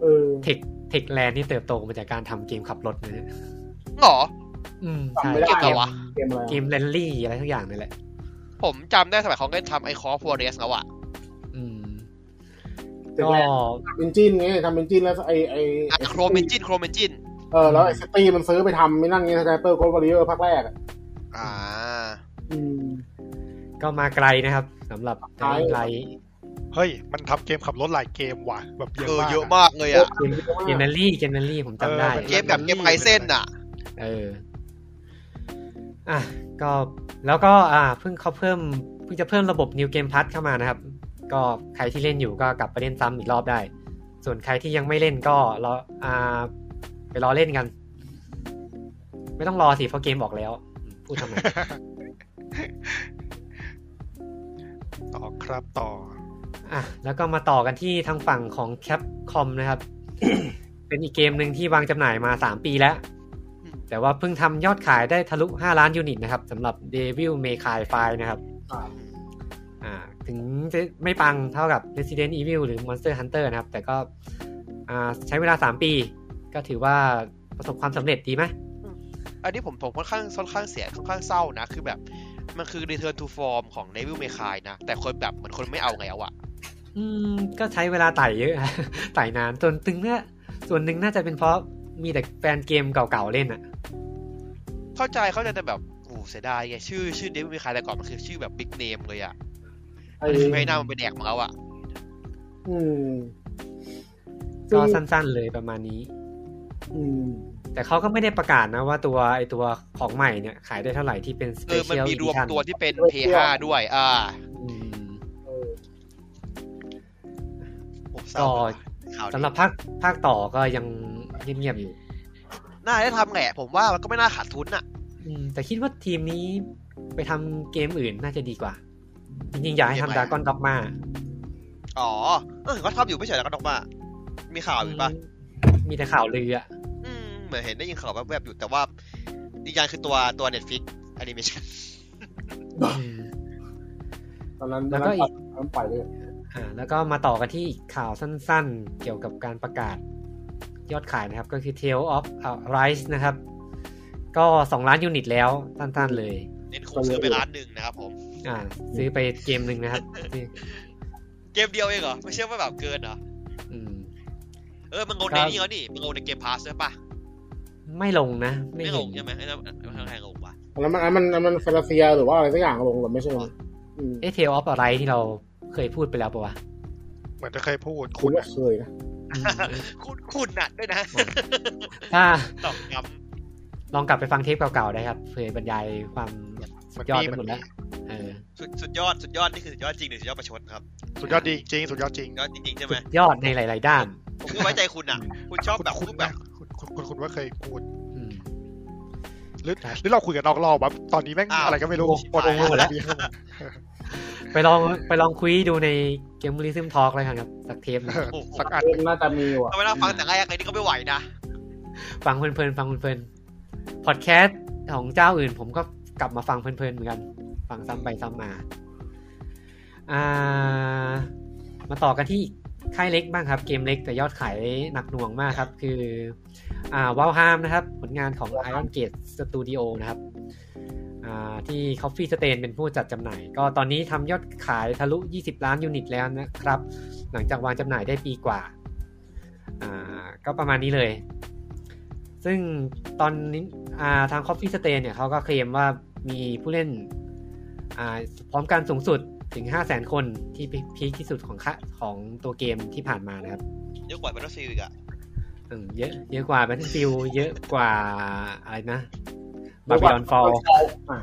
เออ เทคเทคแลนด์นี่เติบโตมาจากการทำเกมขับรถนะฮะ หรอ อืม จำ ใช่ ไม่ได้ เกมอะไรวะ เกมอะไร เกมแรนลี่อะไรทั้งอย่างนี่แหละ ผมจำได้สมัยเขาเล่นทำไอคอฟ o วเรสแล้วอ่ะ อืม เกม ก็ แรกทำเป็นจินไงทำเป็นจินแล้วไอไอ อ่ะโครเมนจินโครเมนจิน เออแล้วไอสตีมันซื้อไปทำไม่นั่นไงสไนเปอร์โคลบอริเออร์ภาคแรกอะ อ่า อืม ก็มาไกลนะครับสำหรับไลท์ เฮ้ยมันทำเกมขับรถหลายเกมว่ะแบบเยอะ เออ มาก เยอะมากเลยอ่ะ เกมเยอะมาก เกมแรนลี่เกมแรนลี่ผมจำได้ เกมแบบเกมไอเส้นอ่ะ เออ อ่ะ ก็ แล้วก็ อ่า เพิ่งเขาเพิ่ม เพิ่งจะเพิ่มระบบ New Game Plus เข้ามานะครับ ก็ใครที่เล่นอยู่ก็กลับไปเล่นซ้ำอีกรอบได้ ส่วนใครที่ยังไม่เล่นก็รอ อ่า ไปรอเล่นกัน ไม่ต้องรอสิ เพราะเกมบอกแล้วอืมพูดทำไม ต่อครับต่อ อ่ะ แล้วก็มาต่อกันที่ทางฝั่งของ Capcom นะครับ เป็นอีกเกมหนึ่งที่วางจำหน่ายมา 3 ปีแล้ว อืม แต่ว่าเพิ่งทำยอดขายได้ทะลุ 5 ล้านยูนิตนะครับสำหรับ Devil May Cry 5 นะครับ อ่ะ อ่าถึงจะไม่ปังเท่ากับ Resident Evil หรือ Monster Hunter นะครับ แต่ก็อ่าใช้เวลา 3 ปี ก็ถือว่าประสบความสำเร็จดีไหม อันนี้ผมผมค่อนข้างค่อนข้างเสียค่อนข้างเศร้านะ คือแบบมันคือ Return to Form ของ Devil May Cry นะ แต่คนแบบเหมือนคนไม่เอาแล้วอ่ะ อืม ก็ใช้เวลาไต่เยอะ ไต่นานจนถึงเนี่ยส่วนหนึ่งน่าจะเป็นเพราะมีแต่แฟนเกมเก่าๆเล่นอะ เข้าใจเข้าใจแต่แบบโอ้เสียดายไงชื่อชื่อ Devil May Cry แต่ก่อนมันคือชื่อแบบ big name เลยอ่ะ ไอ ไม่น่ามันไปแดกมาแล้วอ่ะ อืม ก็สั้นๆเลยประมาณนี้ อืม แต่เขาก็ไม่ได้ประกาศนะว่าตัวไอตัวของใหม่เนี่ยขายได้เท่าไหร่ที่เป็น เออ Special มันมีรวม Edition ตัวที่เป็น P5 ด้วย อ่า อืม เออ โอ้เศร้า ต่อ ข่าวนี้ สำหรับภาคภาคต่อก็ยังเงียบๆอยู่ น่าได้ทำแหละผมว่ามันก็ไม่น่าขาดทุนอ่ะ อืมแต่คิดว่าทีมนี้ไปทำเกมอื่นน่าจะดีกว่า จริงๆ อยากให้ เกมอะ ทำ ไร ดากอนด็อกมา อ๋อ เออก็ทำอยู่ไม่ใช่แล้วก็ดอกมา มีข่าวอยู่ปะ มีแต่ข่าวลืออะ อืมเหมือนเห็นได้ยินข่าวแวบๆอยู่แต่ว่าอีกอย่างคือตัวตัว Netflix Animation อืม ตอนนั้น แล้วก็อีก ตอนนั้นไปเลย อ่าแล้วก็มาต่อกันที่อีกข่าวสั้นๆ เกี่ยวกับการประกาศยอดขายนะครับ ก็คือ Tale of Arise นะครับ ก็ 2 ล้านยูนิตแล้วสั้นๆเลย เน้นคงซื้อไปร้านหนึ่งนะครับผม อ่า ซื้อไปเกมหนึ่งนะครับที่ เกมเดียวเองเหรอ ไม่ใช่ว่าแบบเกินเหรอ อืม เออ มันงง ค ใน รับ นี่เขานี่มันงงในเกมพาสใช่ปะ ไม่ลงนะ ไม่ ไม่ง เห็ ง น ใช่ไหมไอ้นั่นไม่ใช่งงปะ แล้วมันอันมันอันมันแฟนตาเซียหรือว่าอะไรสักอย่างลงหรือไม่ใช่มั้งอืม เอะ Tale of Arise ที่เราเคยพูดไปแล้วปะวะ เหมือนจะเคยพูด คุ คุณ ณ ก็ อะ เคยนะ อืม คุณคุณหนักด้วยนะ ถ้า ตอบย้ ลองกลับไปฟังเทปเก่าๆได้ครับเผยบรรยายความสุดยอดไปหมดแล้วเออ ำสุดสุดยอดสุดยอดนี่คือสุดยอดจริงหรือสุดยอดประชดครับ สุดยอดจริงจริงสุดยอดจริง สุดยอดจริงๆใช่ไหม สุดยอดในหลาย ๆ ด้าน ผมก็ไว้ใจคุณอ่ะ คุณชอบแบบ คุณ รูป ๆ แบบ นะคุณคุณคุณคุณว่าเคยพูด อืม หรือ ครับ หรือเราคุยกันนอกรอบแบบตอนนี้แม่ง อ้าว อะไรก็ไม่รู้ ปวดหัวแล้ว ไปลองไปลองคุยดูในเกมลิซึมทอล์กเลยครับสักเทปหนึ่ง เออสักอันห เล่ นึ่ ม ง น่าจะมีว่ะ เอาเวลาฟังแต่แรกไอ้นี่ก็ไม่ไหวนะ ฟังเพลินๆฟังเพลินๆพอดแคสต์ของเจ้าอื่น ผมก็กลับมาฟังเพลินๆเหมือนกัน ฟังซ้ำไปซ้ำมา อ่า มาต่อกันที่ค่ายเล็กบ้างครับ เกมเล็กแต่ยอดขายหนักหน่วงมากครับ คือ อ่าวาวฮามนะครับ ผลงานของ Iron Gate Studio นะครับ อ่าที่ Coffee Stain เป็นผู้จัดจำหน่าย ก็ตอนนี้ทำยอดขายทะลุ 20 ล้านยูนิตแล้วนะครับ หลังจากวางจำหน่ายได้ปีกว่า อ่า ก็ประมาณนี้เลย ซึ่งตอนนี้อ่าทาง Coffee Stain เนี่ยเขาก็เคลมว่ามีผู้เล่นอ่าพร้อมกันสูงสุดถึง 500,000 คนที่พีคที่สุดของค่าของตัวเกมที่ผ่านมานะครับ เยอะกว่าเป็นรัสเซียอีกอ่ะ อืมเยอะเยอะกว่า Battlefield เยอะกว่าอะไรนะ Babylon Fall อ่ะ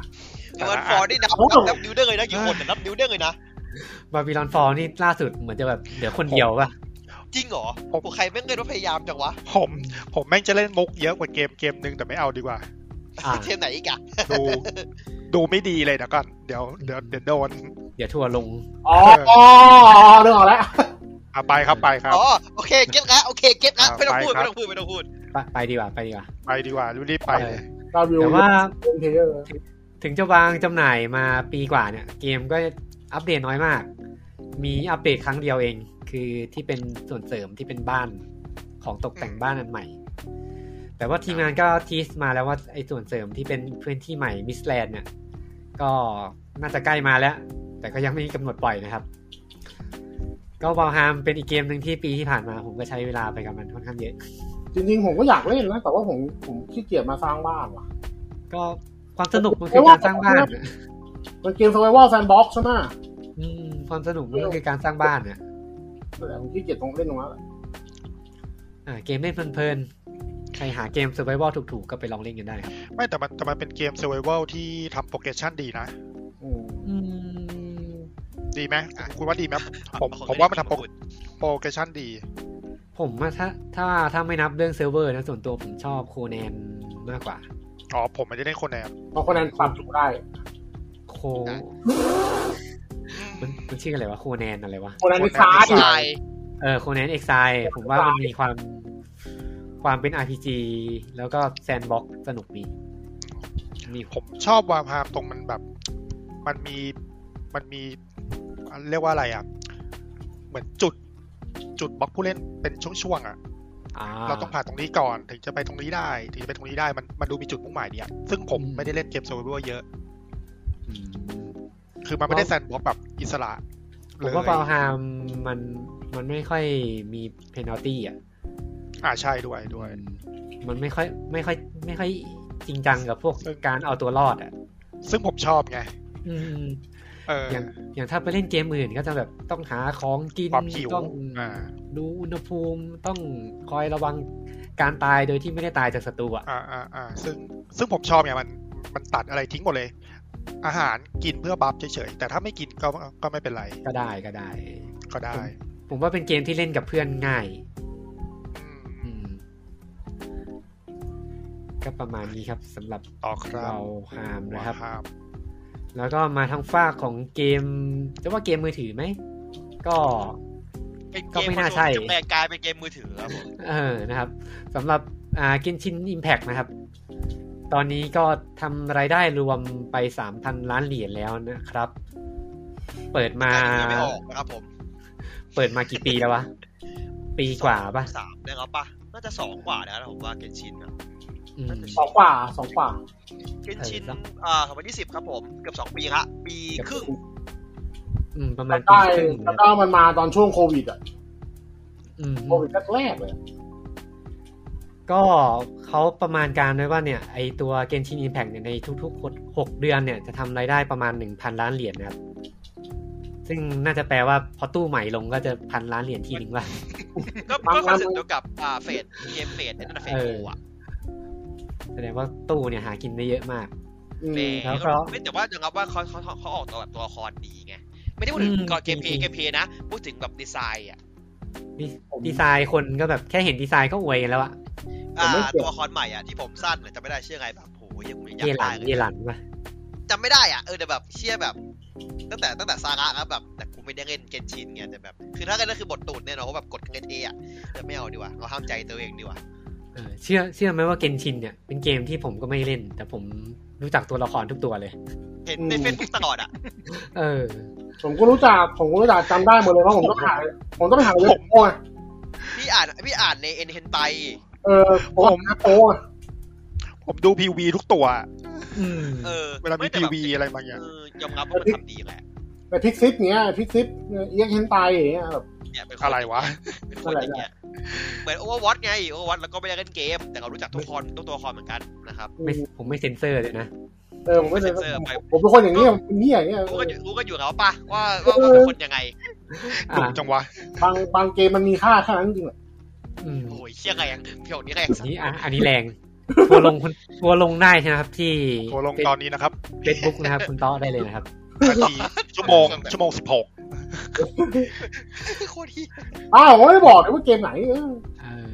ยูนฟอร์นี่นับ โอ้โห นับนับนิ้วได้เลยนะกี่คนน่ะนับนิ้วได้เลยนะ Babylon Fall นี่ล่าสุดเหมือนจะแบบเหลือคนเดียวป่ะ จริงเหรอพวกใครแม่งเล่นว่าพยายามจังวะ ผม ผมแม่งจะเล่นมุกเยอะกว่าเกมเกมหนึ่งแต่ไม่เอาดีกว่า อ่า เทมไหนอีกอ่ะ ดู ดูไม่ดีเลยเดี๋ยวก่อนเดี๋ยวเดี๋ยวเดี๋ยวโดน เดี๋ยวทัวร์ลง อ๋ออ๋อเรื่องออกแล้ว อ่ะไปครับไปครับ อ๋อโอเคเก็ตละโอเคเก็ตละ อ่า ไม่ต้องพูด ไป ไม่ ครั ต้อบ งพูดไม่ต้องพูด ไปไปดีกว่า ไปดีกว่า ไปดีกว่ารีบๆไปเลย เราวิว แต่ว่า เป็นเพลเยอร์ ถึงจะวางจำหน่ายมาปีกว่าเนี่ย เกมก็อัปเดตน้อยมาก มีอัปเดตครั้งเดียวเอง คือที่เป็นส่วนเสริมที่เป็นบ้านของตกแต่งบ้านอันใหม่ แต่ว่าทีมงานก็ทีสมาแล้วว่าไอ้ส่วนเสริมที่เป็นพื้นที่ใหม่มิสแลนด์เนี่ยก็น่าจะใกล้มาแล้ว แต่ก็ยังไม่มีกำหนดปล่อยนะครับ ก็วอลฮามเป็นอีกเกมหนึ่งที่ปีที่ผ่านมาผมก็ใช้เวลาไปกับมันค่อนข้างเยอะ จริงๆ ผมก็อยากเล่นนะ แต่ว่าผมผมขี้เกียจมาสร้างบ้านว่ะ ก็ความสนุกมันคือการสร้างบ้านอะ มันเกม survival sandbox ใช่ไหม อืมความสนุกมันก็คือการสร้างบ้านเนี่ย แต่ผมขี้เกียจตรงเล่นตรงนั้นแหละ อ่าเกมเล่นเพลินๆ ใครหาเกม survival ถูกๆ ก็ไปลองเล่นกันได้ครับ ไม่แต่มันแต่มันเป็นเกมเซอร์ไวลที่ทำโปรเกรสชั่นดีนะ อืม อืม ดีไหมคุณคุณว่าดีไหมผม เอ ผ ขอ ม ง ว่ามันทำโปร พูด โปรเกรสชั่นดี ผมว่าถ้าถ้าถ้าไม่นับเรื่องเซิร์ฟเวอร์นะ ส่วนตัวผมชอบโคแนนมากกว่า อ๋อผมไม่ได้เล่นคนแอบ เพราะคนนั้นปรับจุได้ โค มันมันชื่ออะไรวะ โคแนนอะไรวะ คนนั้นนี่ซ้าย ใช่ เออ โคแนนเอ็กไซผมว่ามันมีความความเป็น RPG แล้วก็แซนด์บ็อกสนุกดีมี ผมชอบวาพามตรงมันแบบ มันมีมันมีอ่ะเรียกว่าอะไรอ่ะ เหมือนจุด จุดบล็อกผู้เล่นเป็นช่วงๆอ่ะ อ่า เราต้องผ่านตรงนี้ก่อนถึงจะไปตรงนี้ได้ ถึงจะไปตรงนี้ได้มันมันดูมีจุดมุ่งหมายดีอ่ะซึ่งผม อืม ไม่ได้เล่นเกมโซเวอร์เยอะ อืม คือมันไม่ได้ ว่า แซนด์บ็อกซ์แบบอิสระ ผมว่าเบลฮามมันมันไม่ค่อยมีเพนัลตี้อ่ะ อ่าใช่ด้วยด้วย มันไม่ค่อยไม่ค่อยไม่ค่อยจริงจังกับพวก ซึ่ง การเอาตัวรอดอ่ะ ซึ่งผมชอบไง อืม เออ อย่างอย่างถ้าไปเล่นเกมอื่นก็จะแบบต้องหาของกิน ความหิว ต้อง อ่า ดูอุณหภูมิต้องคอยระวังการตายโดยที่ไม่ได้ตายจากศัตรูอ่ะ อ่าอ่าอ่าซึ่งซึ่งผมชอบไงมันมันตัดอะไรทิ้งหมดเลย อาหารกินเพื่อบัฟเฉยๆแต่ถ้าไม่กินก็ก็ไม่เป็นไร ก็ได้ก็ได้ ก็ได้ ผมว่าเป็นเกมที่เล่นกับเพื่อนง่าย อื อื ม ม ก็ประมาณนี้ครับสำหรับ ต่อครับ เราฮามนะครับ ครับ แล้วก็มาทางฝ้ากของเกมจะว่าเกมมือถือไหม ก็ เป็นเก ก็ ม ไม่ ค น่าน ใช่ จำแนกกลายเป็นเกมมือถือครับผม เออ นะครับสำหรับอ่ากินชินอิมแพกนะครับ ตอนนี้ก็ทำรายได้รวมไป 3,000 ล้านเหรียญแล้วนะครับ เปิดมา อันนี้ไม่ออกนะครับผม เปิดมากี่ปีแล้ววะ ปีกว่าปะ สามนะครับป่ะน่าจะสองกว่าแล้วนะผมว่าเกนชินนะ อืม สองกว่าสองกว่า เกนชิน เออ อ่าสองพันยี่สิบครับผมเกือบสองปีละปีครึ่ง อืม ประมาณปี ได้ ครึ่ง แล้ว นะ ก็มันมาตอนช่วงโควิดอ่ะ อืม โควิดแรกๆเลย ก็เขาประมาณการไว้ว่าเนี่ย ไอตัว Genshin Impact เนี่ยในทุกๆ 6 เดือนเนี่ยจะทำรายได้ประมาณ 1,000 ล้านเหรียญนะครับ ซึ่งน่าจะแปลว่าพอตู้ใหม่ลงก็จะพันล้านเหรียญทีหนึ่งว่า ก็ บาง ก็คอน วัน เซ็ปต์เดียวกับอ่าเฟดเกมเฟดนั่นนะเฟด เออ โกอ่ะ แสดงว่าตู้เนี่ยหากินได้เยอะมาก อืม เฟด แล้วก็ ไม่แต่ว่าอย่างรับว่าเขาเขาเขาเขาออกตัวแบบตัวละครดีไงไม่ได้พูดถึง อืม ก่อนเกมเพ จริ ย์ งๆ เกมเพย์นะพูดถึงแบบดีไซน์อ่ะ ดีดีไซน์คนก็แบบแค่เห็นดีไซน์ก็อวยกันแล้วอะ อ่า ผมไม่ตัเกี่ยววละคอนใหม่อ่ะที่ผมสั้นน่ะจะไม่ได้เชื่อไงแบบโหยังผมยังอยา เย ก หลันได้เลย เยหลันปะ จำไม่ได้อ่ะเออแต่แบบเชื่อแบบ ตั้งแต่ตั้งแต่ซาระครับแบบแต่กูไม่ได้เล่นเกนชินไงแต่แบบคือถ้าเล่นก็คือบทตูดเนี่ยเนาะว่าแบบกดเงินเออ่ะแต่ไม่เอาดีกว่าเราห้ามใจตัวเองดีกว่า เออเชื่อเชื่อไหมว่าเกนชินเนี่ยเป็นเกมที่ผมก็ไม่เล่น แต่ผมรู้จักตัวละครทุกตัวเลย เห็นใน อืม เฟซบุ๊กตลอดอ่ะ เออ ผมก็รู้จักผมก็รู้จักจำได้หมดเลยเพราะผมต้องหาผมต้องไปหาเว็บโป้ไง พี่อ่านพี่อ่านในเอ็นเฮนไต เออผมหาโป้ไง ผมดูพีวีทุกตัว อืม เออ เวลามี ไแต่ พี แบบ วีอะไรบางอย่าง เออยอมรับว่ามันทำดีแหละ ในพิกซิปเนี้ยพิกซิปเอ็กเฮนไตอย่างเงี้ยแบบ เนี่ยเป็นคน อะไรวะ เป็นคนอย่างเงี้ยเหมือนโอเวอร์วอตไงโอเวอร์วอตแล้วก็ไม่ได้เล่นเกม แต่เรารู้จักทุกคนทุกตัวละครเหมือนกันนะครับ ไม่ผมไม่เซ็นเซอร์เลยนะ เออผมไม่ได้ เซ็นเซอร์ไป ผมเป็นคนอย่างนี้ยผมเป็นเนี้ยอย่างเงี้ย รู้กันอยู่รู้กันอยู่แล้วป่ะว่าว่าว่าเป็นคนยังไง อ่า ดุจังวะ บางบางเกมมันมีค่าแค่นั้นจริงๆแหละ อืม โอ้ยเชี่ยไงอ่ะเพี่ยวนี่ไง อันนี้อ่ะอันนี้แรงทัวร์ลงคุณทัวร์ลงได้ใช่ไหมครับ ที่ ตัวลงตอนนี้นะครับ เฟซบุ๊กนะครับ คุณต้อได้เลยนะครับ นา ทีชั่วโมงชั่วโมงสิบหก โคตรที่ อ้าวผมไม่ได้บอกนะว่าเกมไหนเออ เออ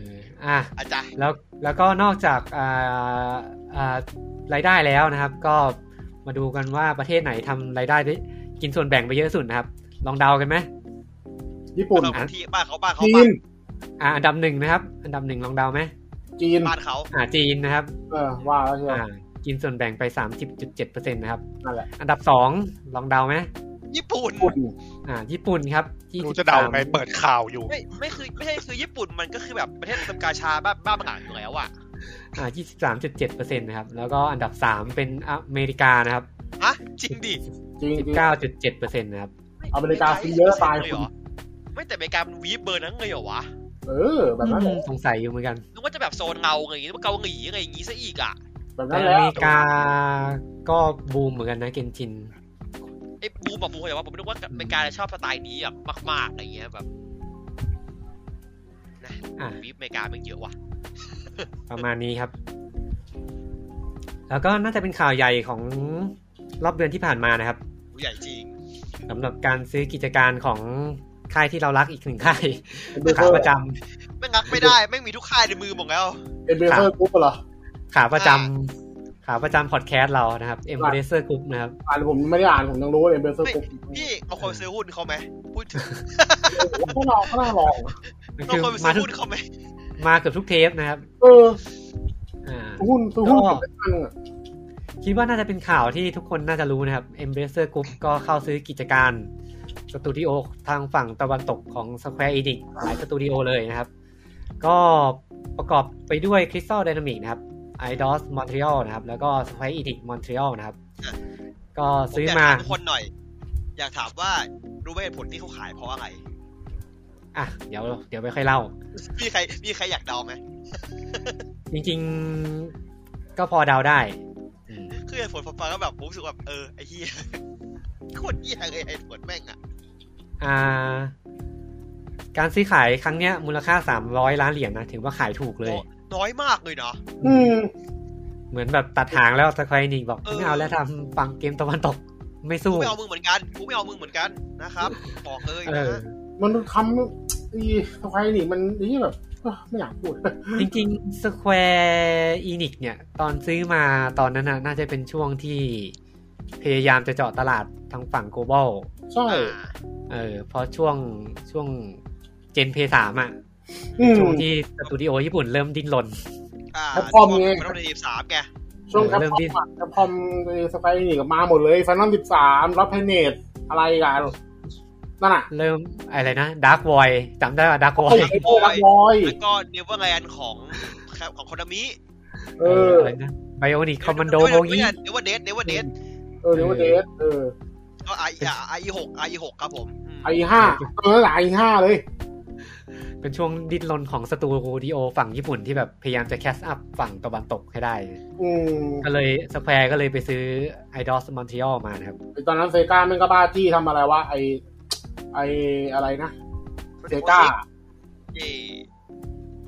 อ่ะ อาจารย์ แล้วแล้วก็นอกจากอ่าอ่ารายได้แล้วนะครับ ก็มาดูกันว่าประเทศไหนทำรายได้ได้กินส่วนแบ่งไปเยอะสุดนะครับ ลองเดากันไหม ญี่ปุ่น เราที่บ้านเขาบ้านเขา จี บ้าน น อ่าอันดับหนึ่งนะครับ อันดับหนึ่งลองเดาไหม จีน บ้านเขา อ่าจีนนะครับ เออว่าแล้วเชียว อ่ากินส่วนแบ่งไป 30.7%นะครับ นั่นแหละ อันดับสองลองเดาไหม ญี่ปุ่น ญี่ปุ่น อ่าญี่ปุ่นครับ ไม่รู้ 23 จะเดาไงเปิดข่าวอยู่ ไม่ไม่คือไม่ใช่คือญี่ปุ่นมันก็คือแบบประเทศสกาชาบ้าบ้าบางอย่างอยู่แล้วอ่ะ อ่า23.7%นะครับแล้วก็อันดับสามเป็นอเมริกานะครับ ฮะจริงดิ จริงจริง 19.7%นะครับ อเมริกาซื้อเยอะตาย เลยเหรอไม่แต่อเมริกามันวีบเบอร์นั้นเลยเหรอวะ เออ แบบนั้นแหละ สงสัยอยู่เหมือนกัน นึกว่าจะแบบโซนเงาไงนึกว่าเกาหลีไงอย่างงี้ซะอีกอ่ะ แบบ แต่ นั้น อ แหละ เมริกาก็บูมเหมือนกันนะเกนชิน ไอ้บูมแบบบูมแต่ว่าผมนึกว่าอเมริกาชอบสไตล์นี้แบบมากๆอะไรเงี้ยแบบนะ อ่ะ วิปอเมริกามันเยอะว่ะ ประมาณนี้ครับ แล้วก็น่าจะเป็นข่าวใหญ่ของรอบเดือนที่ผ่านมานะครับ ใหญ่จริง สำหรับการซื้อกิจการของค่ายที่เรารักอีกหนึ่งค่าย เป็นเบอร์เก ขา อร์ ประจำ ไม่งักไม่ได้ไม่งมีทุกค่ายในมือหมดแล้ว เป็นเบอร์เกอร์กรุ๊ปเหรอ ขาประจำ อ่า ขาประจำพอดแคสต์เรานะครับ e m b r a c e r Group นะครับ อ่านผมไม่ได้อ่านผมยังรู้ว่าเป็นเบอร์เกอร์กรุ๊ป พี่เอาคนซื้อหุ้นเขาไหมพูดถึง ก็นองก็น่าลอง มัน เอา คือ คนไป มา ซื้ทุกอหุ้นเขาไหม มาเกือบทุกเทปนะครับ เออ อ่า หุ้นซื้อหุ้นกับมันอะ คิดว่าน่าจะเป็นข่าวที่ทุกคนน่าจะรู้นะครับ e m b r a c e r Group ก็เข้าซื้อกิจการสตูดิโอทางฝั่งตะวันตกของ Square Enix หลายสตูดิโอเลยนะครับ ก็ประกอบไปด้วย Crystal Dynamics นะครับ Eidos Montreal นะครับ แล้วก็ Square Enix Montreal นะครับ ก็ ผม ซื้อ อยาก มา ถามทุกคนหน่อย อยากถามว่ารู้ไหมเหตุผลที่เขาขายเพราะอะไร อ่ะเดี๋ยวเดี๋ยวไปค่อยเล่า มีใครมีใครอยากเดาไหม จริงๆ ก็พอเดาได้ คือเหตุผลผมฟังแล้วแบบผมรู้สึกแบบเออไอ้เหี้ย โคตรเหี้ยเลยไอ้เหตุผลแม่งอ่ะ อ่า การซื้อขายครั้งเนี้ยมูลค่า 300 ล้านเหรียญนะ ถือว่าขายถูกเลย น้อยมากเลยเนาะ อืม เหมือนแบบตัดหางแล้วสควอนิกบอก เออ ไม่เอาแล้วทำฝั่งเกมตะวันตกไม่ กู สู้ ไม่เอามึงเหมือนกันกูไม่เอามึงเหมือนกันนะครับบอกเลย เอ นะ อ มันทำอีสควายนี่มันนี่แบบเอ้อไม่อยากพูด จริงๆสควอนิกเนี่ย ตอนซื้อมาตอนนั้นน่ะน่าจะเป็นช่วงที่พยายามจะเจาะตลาดทางฝั่ง global ใช่ า เออเพราะช่วงช่วงเจนเพสามอ่ะ อืม ช่วงที่สตูดิโอญี่ปุ่นเริ่มดิ้นรน อ่า แพลตฟอร์มไง มันต้องเรียบสามไง ช่วงแคป เริ่ม คอม ดิ้น อะแคปคอมสไปนี่กับมาหมดเลยฟันนอมสิบสามรับเพเนตอะไรกันนั่นน่ะ เริ่มอะไรนะดาร์กวอยจำได้ว่าดาร์กวอ ไอ้ ย ไอ้พวกรักบอย แล้วก็เนเวอร์แลนด์ของของคอนมิ เออ ไรนะไบโอนิคคอมมานโดโม เน งี้ เนเวอร์เดสเนเวอร์เดส เออเดี๋ยวว่าเดทเออ ก็ไอไอหกไอหกครับผมอืม ไอห้าเออหลายห้าเลย เป็นช่วงดิ้นรนของสตูดิโอฝั่งญี่ปุ่นที่แบบพยายามจะแคสอัพฝั่งตะวันตกให้ได้ อืม ก็เลยสแควร์ก็เลยไปซื้อ Idols Montreal มานะครับ ไอ้ตอนนั้นเซกาแม่งก็บ้าที่ทำอะไรวะไอไออะไรนะเซกา เอ่อ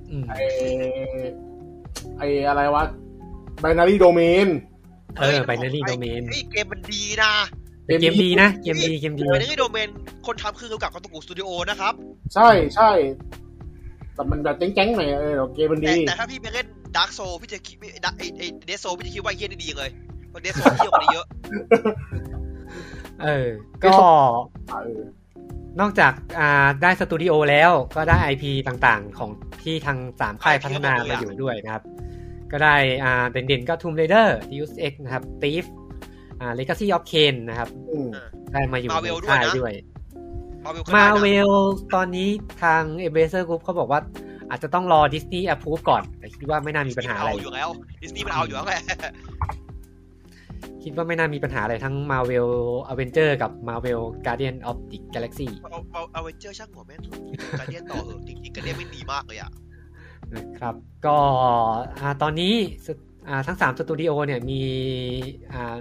อืม ไอไออะไรวะ b บนารีโดเมน เออ Binary Domain ไอเกมมันดีนะ แต่เกมดีนะ เกมดีเกมดี โดยในโดเมนคนทำคือเกี่ยวกับกาตกุสตูดิโอนะครับ ใช่ใช่แต่มันแบบเจ๊งๆหน่อยเออเดี๋ยวเกมมัน แต่ ดี แต่ถ้าพี่ไปเล่นดาร์กโซพี่จะคิดไอ้ไอ้เดซโซพี่จะคิดว่าไอ้เฮี้ยนี่ดีเลยเพราะเดซโซเที่ยวกว่านี้เยอะ เออ ก็ อ่ะเออน อกจากอ่าได้สตูดิโอแล้วก็ได้ IP ต่างๆ ของที่ทางสามค่ายพัฒนามาอยู่ด้วยนะครับ ก็ได้อ่าเด่นๆก็ Tomb Raider Deus Ex นะครับ Thief อ่า Legacy of Kain นะครับ อืม ได้มาอยู่ใน Marvel ค่าย ด้วยนะ ด้วยมามาเวลเวลตอนนี้ทาง e b r a z e r Group เขาบอกว่าอาจจะต้องรอ Disney approve ก่อน แต่คิดว่าไม่น่ามีปัญหาอะไร เอาอยู่แล้วดิสนีย์มันเอาอยู่แล้วแหละ คิดว่าไม่น่ามีปัญหาอะไรทั้ง Marvel Avenger กับ Marvel Guardian of the Galaxy เอาเอาเอาเวนเจอร์ช่างหัวแม่งการเดียนต่อเหอะจริงๆการเดียนไม่ดีมากเลยอ่ะ นะครับก็อ่าตอนนี้สตอ่าทั้ง 3 สตูดิโอเนี่ยมีอ่า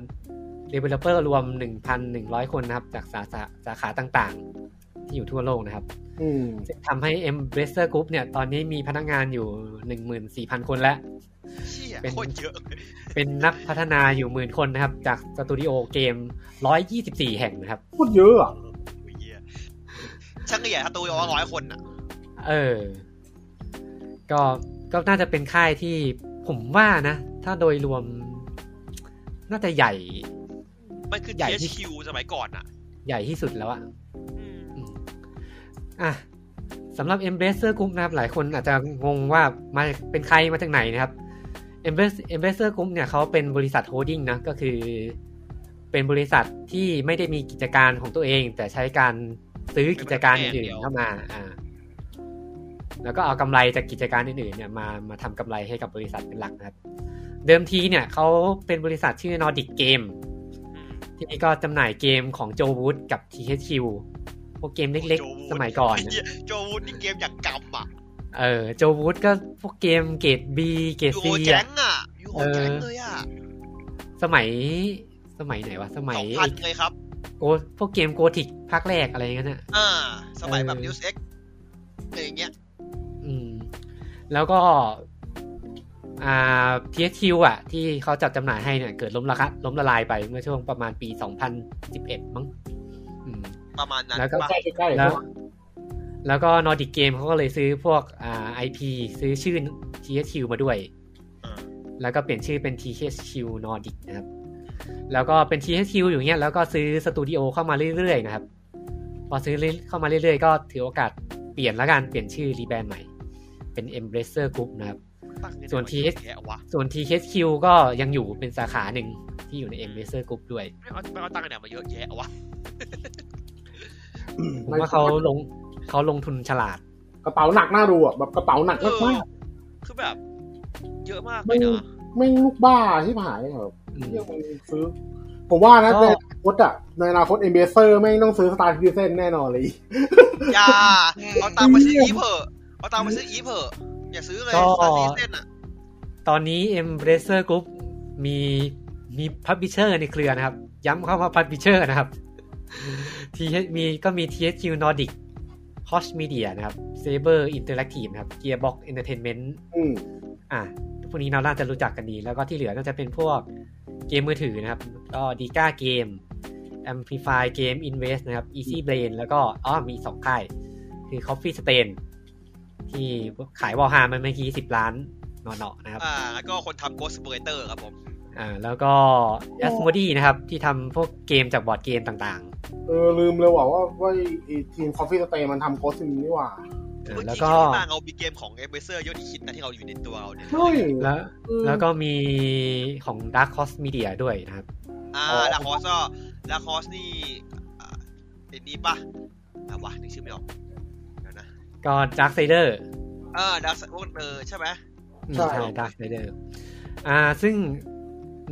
developer รวม 1,100 คนนะครับ จากสาขาสาขาต่างๆ ที่อยู่ทั่วโลกนะครับ อืม ซึ่งทำให้ Embracer Group เนี่ยตอนนี้มีพนักงานอยู่ 14,000 คนแล้ว เชี่ย เป็น โคตรเยอะเลย เป็นนักพัฒนาอยู่หมื่นคนนะครับ จากสตูดิโอเกม 124 แห่งนะครับ พูดเยอะอ่ะ โอ้ยเหี้ยช่างเหี่ยถ้าตัวร้อยคนอ่ะ เออ ก็ก็น่าจะเป็นค่ายที่ผมว่านะ ถ้าโดยรวมน่าจะใหญ่ มันคือ ใหญ่ที่ THQ สมัยก่อนอ่ะ ใหญ่ที่สุดแล้วอะ อืม อ่ะสำหรับ Embracer Group นะครับ หลายคนอาจจะงงว่ามาเป็นใครมาจากไหนนะครับ Embracer- Embracer Group เนี่ยเขาเป็นบริษัทโฮดดิ้งนะ ก็คือ เป็นบริษัทที่ไม่ได้มีกิจการของตัวเอง แต่ใช้การซื้อกิจการอื่นๆเข้ามา อ่า แล้วก็เอากำไรจากกิจการอื่นๆเนี่ยมามาทำกำไรให้กับบริษัทเป็นหลักนะครับ เดิมทีเนี่ยเขาเป็นบริษัทชื่อ Nordic Game อืม ที่นี่ก็จำหน่ายเกมของโจวูดกับ THQ พวกเกมเล็ก โจวูด ๆ สมัยก่อน ไอ้ นะ เหี้ยโจวูดนี่เกมอย่างกำอ่ะ เออโจวูดก็พวกเกมเกรด B เกรด ยู C โรแจ้ อะ งอ่ะยูโร เออ แจ้งเลยอ่ะ สมัยสมัยไหนวะ สมั ส ย องพั ไอ้ นเลยครับ โกพวกเกมโกธิกภาคแรกอะไรอย่างนั้นน่ะ อ่า สมัยแบบ เออ News X อะไรอย่างเงี้ย อืม แล้วก็ อ่า THQ อ่ะ ที่เขาจัดจำหน่ายให้เนี่ย เกิดล้มละคะล้มละลายไปเมื่อช่วงประมาณปี 2011 มั้งอืม ประมาณนั้น แล้วก็ ปะ ใกล้ใกล้ๆ แล้วแล้วก็ Nordic Game เขาก็เลยซื้อพวกอ่า IP ซื้อชื่อ THQ มาด้วย อ่า แล้วก็เปลี่ยนชื่อเป็น THQ Nordic นะครับ แล้วก็เป็น THQ อยู่เงี้ย แล้วก็ซื้อสตูดิโอเข้ามาเรื่อยๆนะครับ พอซื้อเรื่อยเข้ามาเรื่อยๆ ก็ถือโอกาสเปลี่ยนละกัน เปลี่ยนชื่อรีแบรนด์ใหม่ เป็น Embracer Group นะครับ ตั้งเงิ ส่วน TH แกะวะ ส่วน THQ ก็ยังอยู่เป็นสาขาหนึ่งที่อยู่ใน Embracer Group ด้วย ไม่เอาไม่เอาตั้งกันไหนมาเยอะแยะวะ ผมว่าเขาลงเขาลงทุนฉลาด กระเป๋าหนักน่าดูอ่ะแบบกระเป๋าหนัก เออ มาก คือแบบ เยอะมากเลยเนอะ ๆไม่งลูกบ้าที่หายแบบ อืม เรื่องมันซื้อ ผมว่านะ ก็ ในอนาคตอ่ะในอนาคตเอเบเซอร์ไม่งต้องซื้อสตาร์คิวเซนแน่นอนเลย อย่าเอาตังค์มาซื้ออีฟเถอะเอาตังค์มาซื้ออีฟเถอะอย่าซื้อเลย ก็ ตอนนี้เส้นอ่ะ ตอนนี้ Embracer Group มีมีพับบิเชอร์ในเครือนะครับ ย้ำเข้ามาพับบิเชอร์นะครับทีมีก็มี THQ Nordic Koch Media นะครับ Saber Interactive นะครับ Gearbox Entertainment อืม อ่ะพวกนี้เราน่าจะรู้จักกันดี แล้วก็ที่เหลือก็จะเป็นพวกเกมมือถือนะครับ ก็ดีก้าเกม Amplify Game Invest นะครับ Easy Brain แล้วก็อ๋อมีสองค่าย คือ Coffee Stain ที่ขายวอลฮามันเมื่อกี้สิบล้านหนอๆนะครับ อ่าแล้วก็คนทำ Ghost Simulator ครับผม อ่าแล้วก็ a s m o d e นะครับ ที่ทำพวกเกมจากบอร์ดเกมต่าง เออลืมเลยว่าว่าว่าไอ้ทีมคอฟฟี่สเตย์มันทำโคสซิมนี่หว่า ๆอ่า เมื่อ แล้ว กี้ ก็ ที่มาเรามีเกมของเอเบเซอร์เยอะที่คิดนะที่เราอยู่ในตัวเราเนี่ย เฮ้ย แล้ว เออ แล้วก็มีของ Dark Horse Media ด้วยนะครับ อ่าดาคอสก็ดาคอสนี่อ่าไอ้นี่ปะอ่าวะนึกชื่อไม่ออกเดี๋ยวนะ ก็ Dark Sider เออดาคอสเออใช่ไหม อืมใช่ Dark Sider อ่าซึ่ง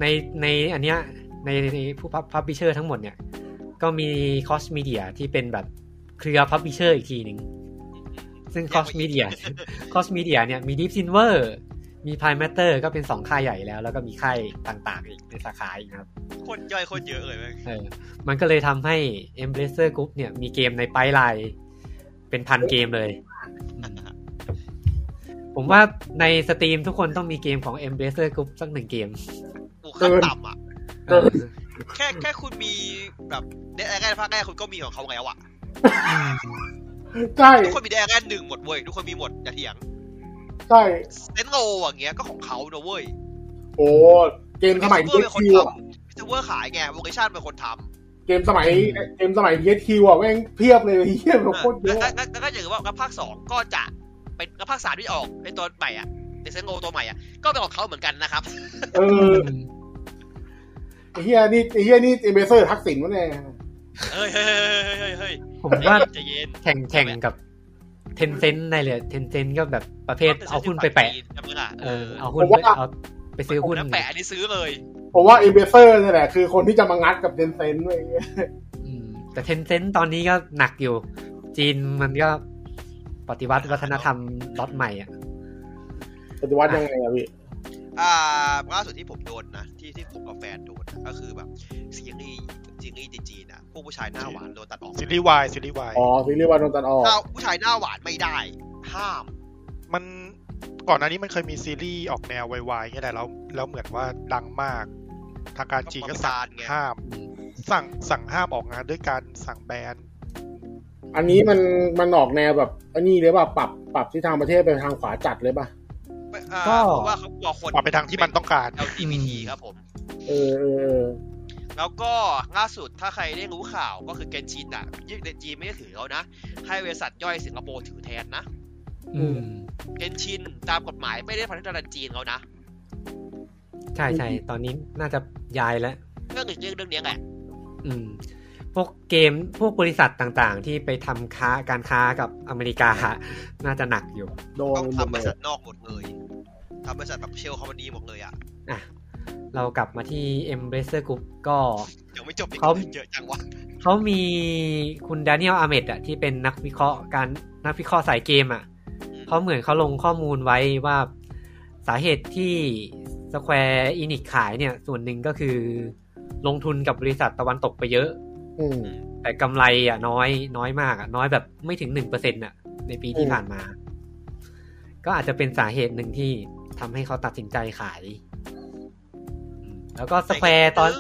ในในอันเนี้ยในในผู้พับพิเชอร์ทั้งหมดเนี่ย ก็มี Cos Media ที่เป็นแบบเครือพับพิเชอร์อีกทีหนึ่ง ซึ่ง Cos Media Cos Media เนี่ยมี Deep Silver มี Prime Matter ก็เป็นสองค่ายใหญ่แล้ว แล้วก็มีค่ายต่างๆ อีกในสาขาอีกนะครับ โคนย่อยโคนเยอะเลยเว้ย เออมันก็เลยทำให้ Embracer Group เนี่ยมีเกมในไพป์ไลน์เป็นพันเกมเลย ผมว่าในสตรีมทุกคนต้องมีเกมของ Embracer Group สักหนึ่งเกม ปลูกขั้นต่ำอ่ะ เออ แค่แค่คุณมีแบบเดแอร์แกนภาคแรกคุณก็มีของเขาแล้วอะ ใช่ ทุกคนมีเดแอร์แกนหนึ่งหมดเว้ยทุกคนมีหมดอย่าเถียง ใช่ เซนโรอย่างเงี้ยก็ของเขานะเว้ย โอ้เกมสมัย เวอร์เป็นคน PSQ อะ ทำพิเวอร์ขายไงโลเคชั่นเป็นคนทำ เกมสมัยเกมสมัย PSQ อ่ะแม่งเพียบเลยเฮียแบบโคตรเย แล้ว อะ แล้วแล้วก็อย่างว่ากับภาคสองก็จะเป็นกับภาคสามที่ออกในตัวใหม่อะในเซนโรตัวใหม่อะก็เป็นของเขาเหมือนกันนะครับ เออไอ้เฮียนี่ไอ้เฮียนี่เอเมเซอร์ทักษิณวะเนี่ย เฮ้ยเฮ้ยเฮ้ยเฮ้ย ผม เฮ้ย ว่า ใจเย็น แข่งแข่งกับเทนเซนได้เลยเทนเซนก็แบบประเภทเอาหุ้นไปแปะ จำไว้ล่ะ เออเอาหุ้นไปเอาไปซื้อ ผม หุ้น นะแปะอันนี้ซื้อเลย ผมว่าเอเมเซอร์นี่แหละคือคนที่จะมางัดกับเดนเซนด้วย อืมแต่เทนเซนตอนนี้ก็หนักอยู่ จีนมันก็ปฏิวัติวัฒนธรรมล็อตใหม่อ่ะ ปฏิวัติยังไงอะพี่ อ่าล่าสุดที่ผมโดนนะที่ที่ผมกับแฟนโดนนะก็คือแบบซีรีส์ซีรีส์จีนๆนะพวกผู้ชายหน้าหวานโดนตัดออก ซีรีส์วายซีรีส์วาย อ๋อซีรีส์วันโดนตัดออก ถ้าผู้ชายหน้าหวานไม่ได้ ห้าม มันก่อนหน้านี้มันเคยมีซีรีส์ออกแนววายๆเนี่ยแหละแล้วแล้วเหมือนว่าดังมาก ทางการจีนก็สั่ง ประมาณไง ห้าม อืม สั่งสั่งห้ามออกงานด้วยการสั่งแบน อันนี้มันมันออกแนวแบบอันนี้เลยป่ะปรับปรับที่ทางประเทศไปทางขวาจัดเลยป่ะ ไม่อ่า ก็ เพราะว่าเขากลัวคน ปรับไปทางที่มันต้องการ เป็น LGBT ครับผม เออเออเออ แล้วก็ล่าสุดถ้าใครได้รู้ข่าวก็คือเกนชินอ่ะยี่งจีนไม่ได้ถือแล้วนะ ให้บริษัทย่อยสิงคโปร์ถือแทนนะ อืม เกนชินตามกฎหมายไม่ได้พันธนาจีนแล้วนะ ใช่ใช่ตอนนี้น่าจะย้ายแล้ว เรื่องหนึ่งเรื่องเรื่องเนี้ยแหละ อืม พวกเกมพวกบริษัทต่างๆ ที่ไปทำค้าการค้ากับอเมริกา น่าจะหนักอยู่ โดน ต้อง หมด ทำบ เล ริ ย ษัทนอกหมดเลยทำบริษัทแบบเชลคอมพานีหมดเลยอ่ะ อ่ะ เรากลับมาที่ Embracer Group ก็ ยังไม่จบอีก เขา เยอะจังวะ เขามีคุณดานิเอลอาเมดอะที่เป็นนักวิเคราะห์การนักวิเคราะห์สายเกมอะเขาเหมือนเขาลงข้อมูลไว้ว่าสาเหตุที่ Square Enix ขายเนี่ย ส่วนหนึ่งก็คือ ลงทุนกับบริษัทตะวันตกไปเยอะ อืม แต่กำไรอ่ะน้อยน้อยมากอ่ะน้อยแบบไม่ถึงหนึ่งเปอร์เซ็นต์อ่ะ ในปีที่ อืม ผ่านมา ก็อาจจะเป็นสาเหตุหนึ่งที่ทำให้เขาตัดสินใจขายอืมแล้วก็สแควร์ตอน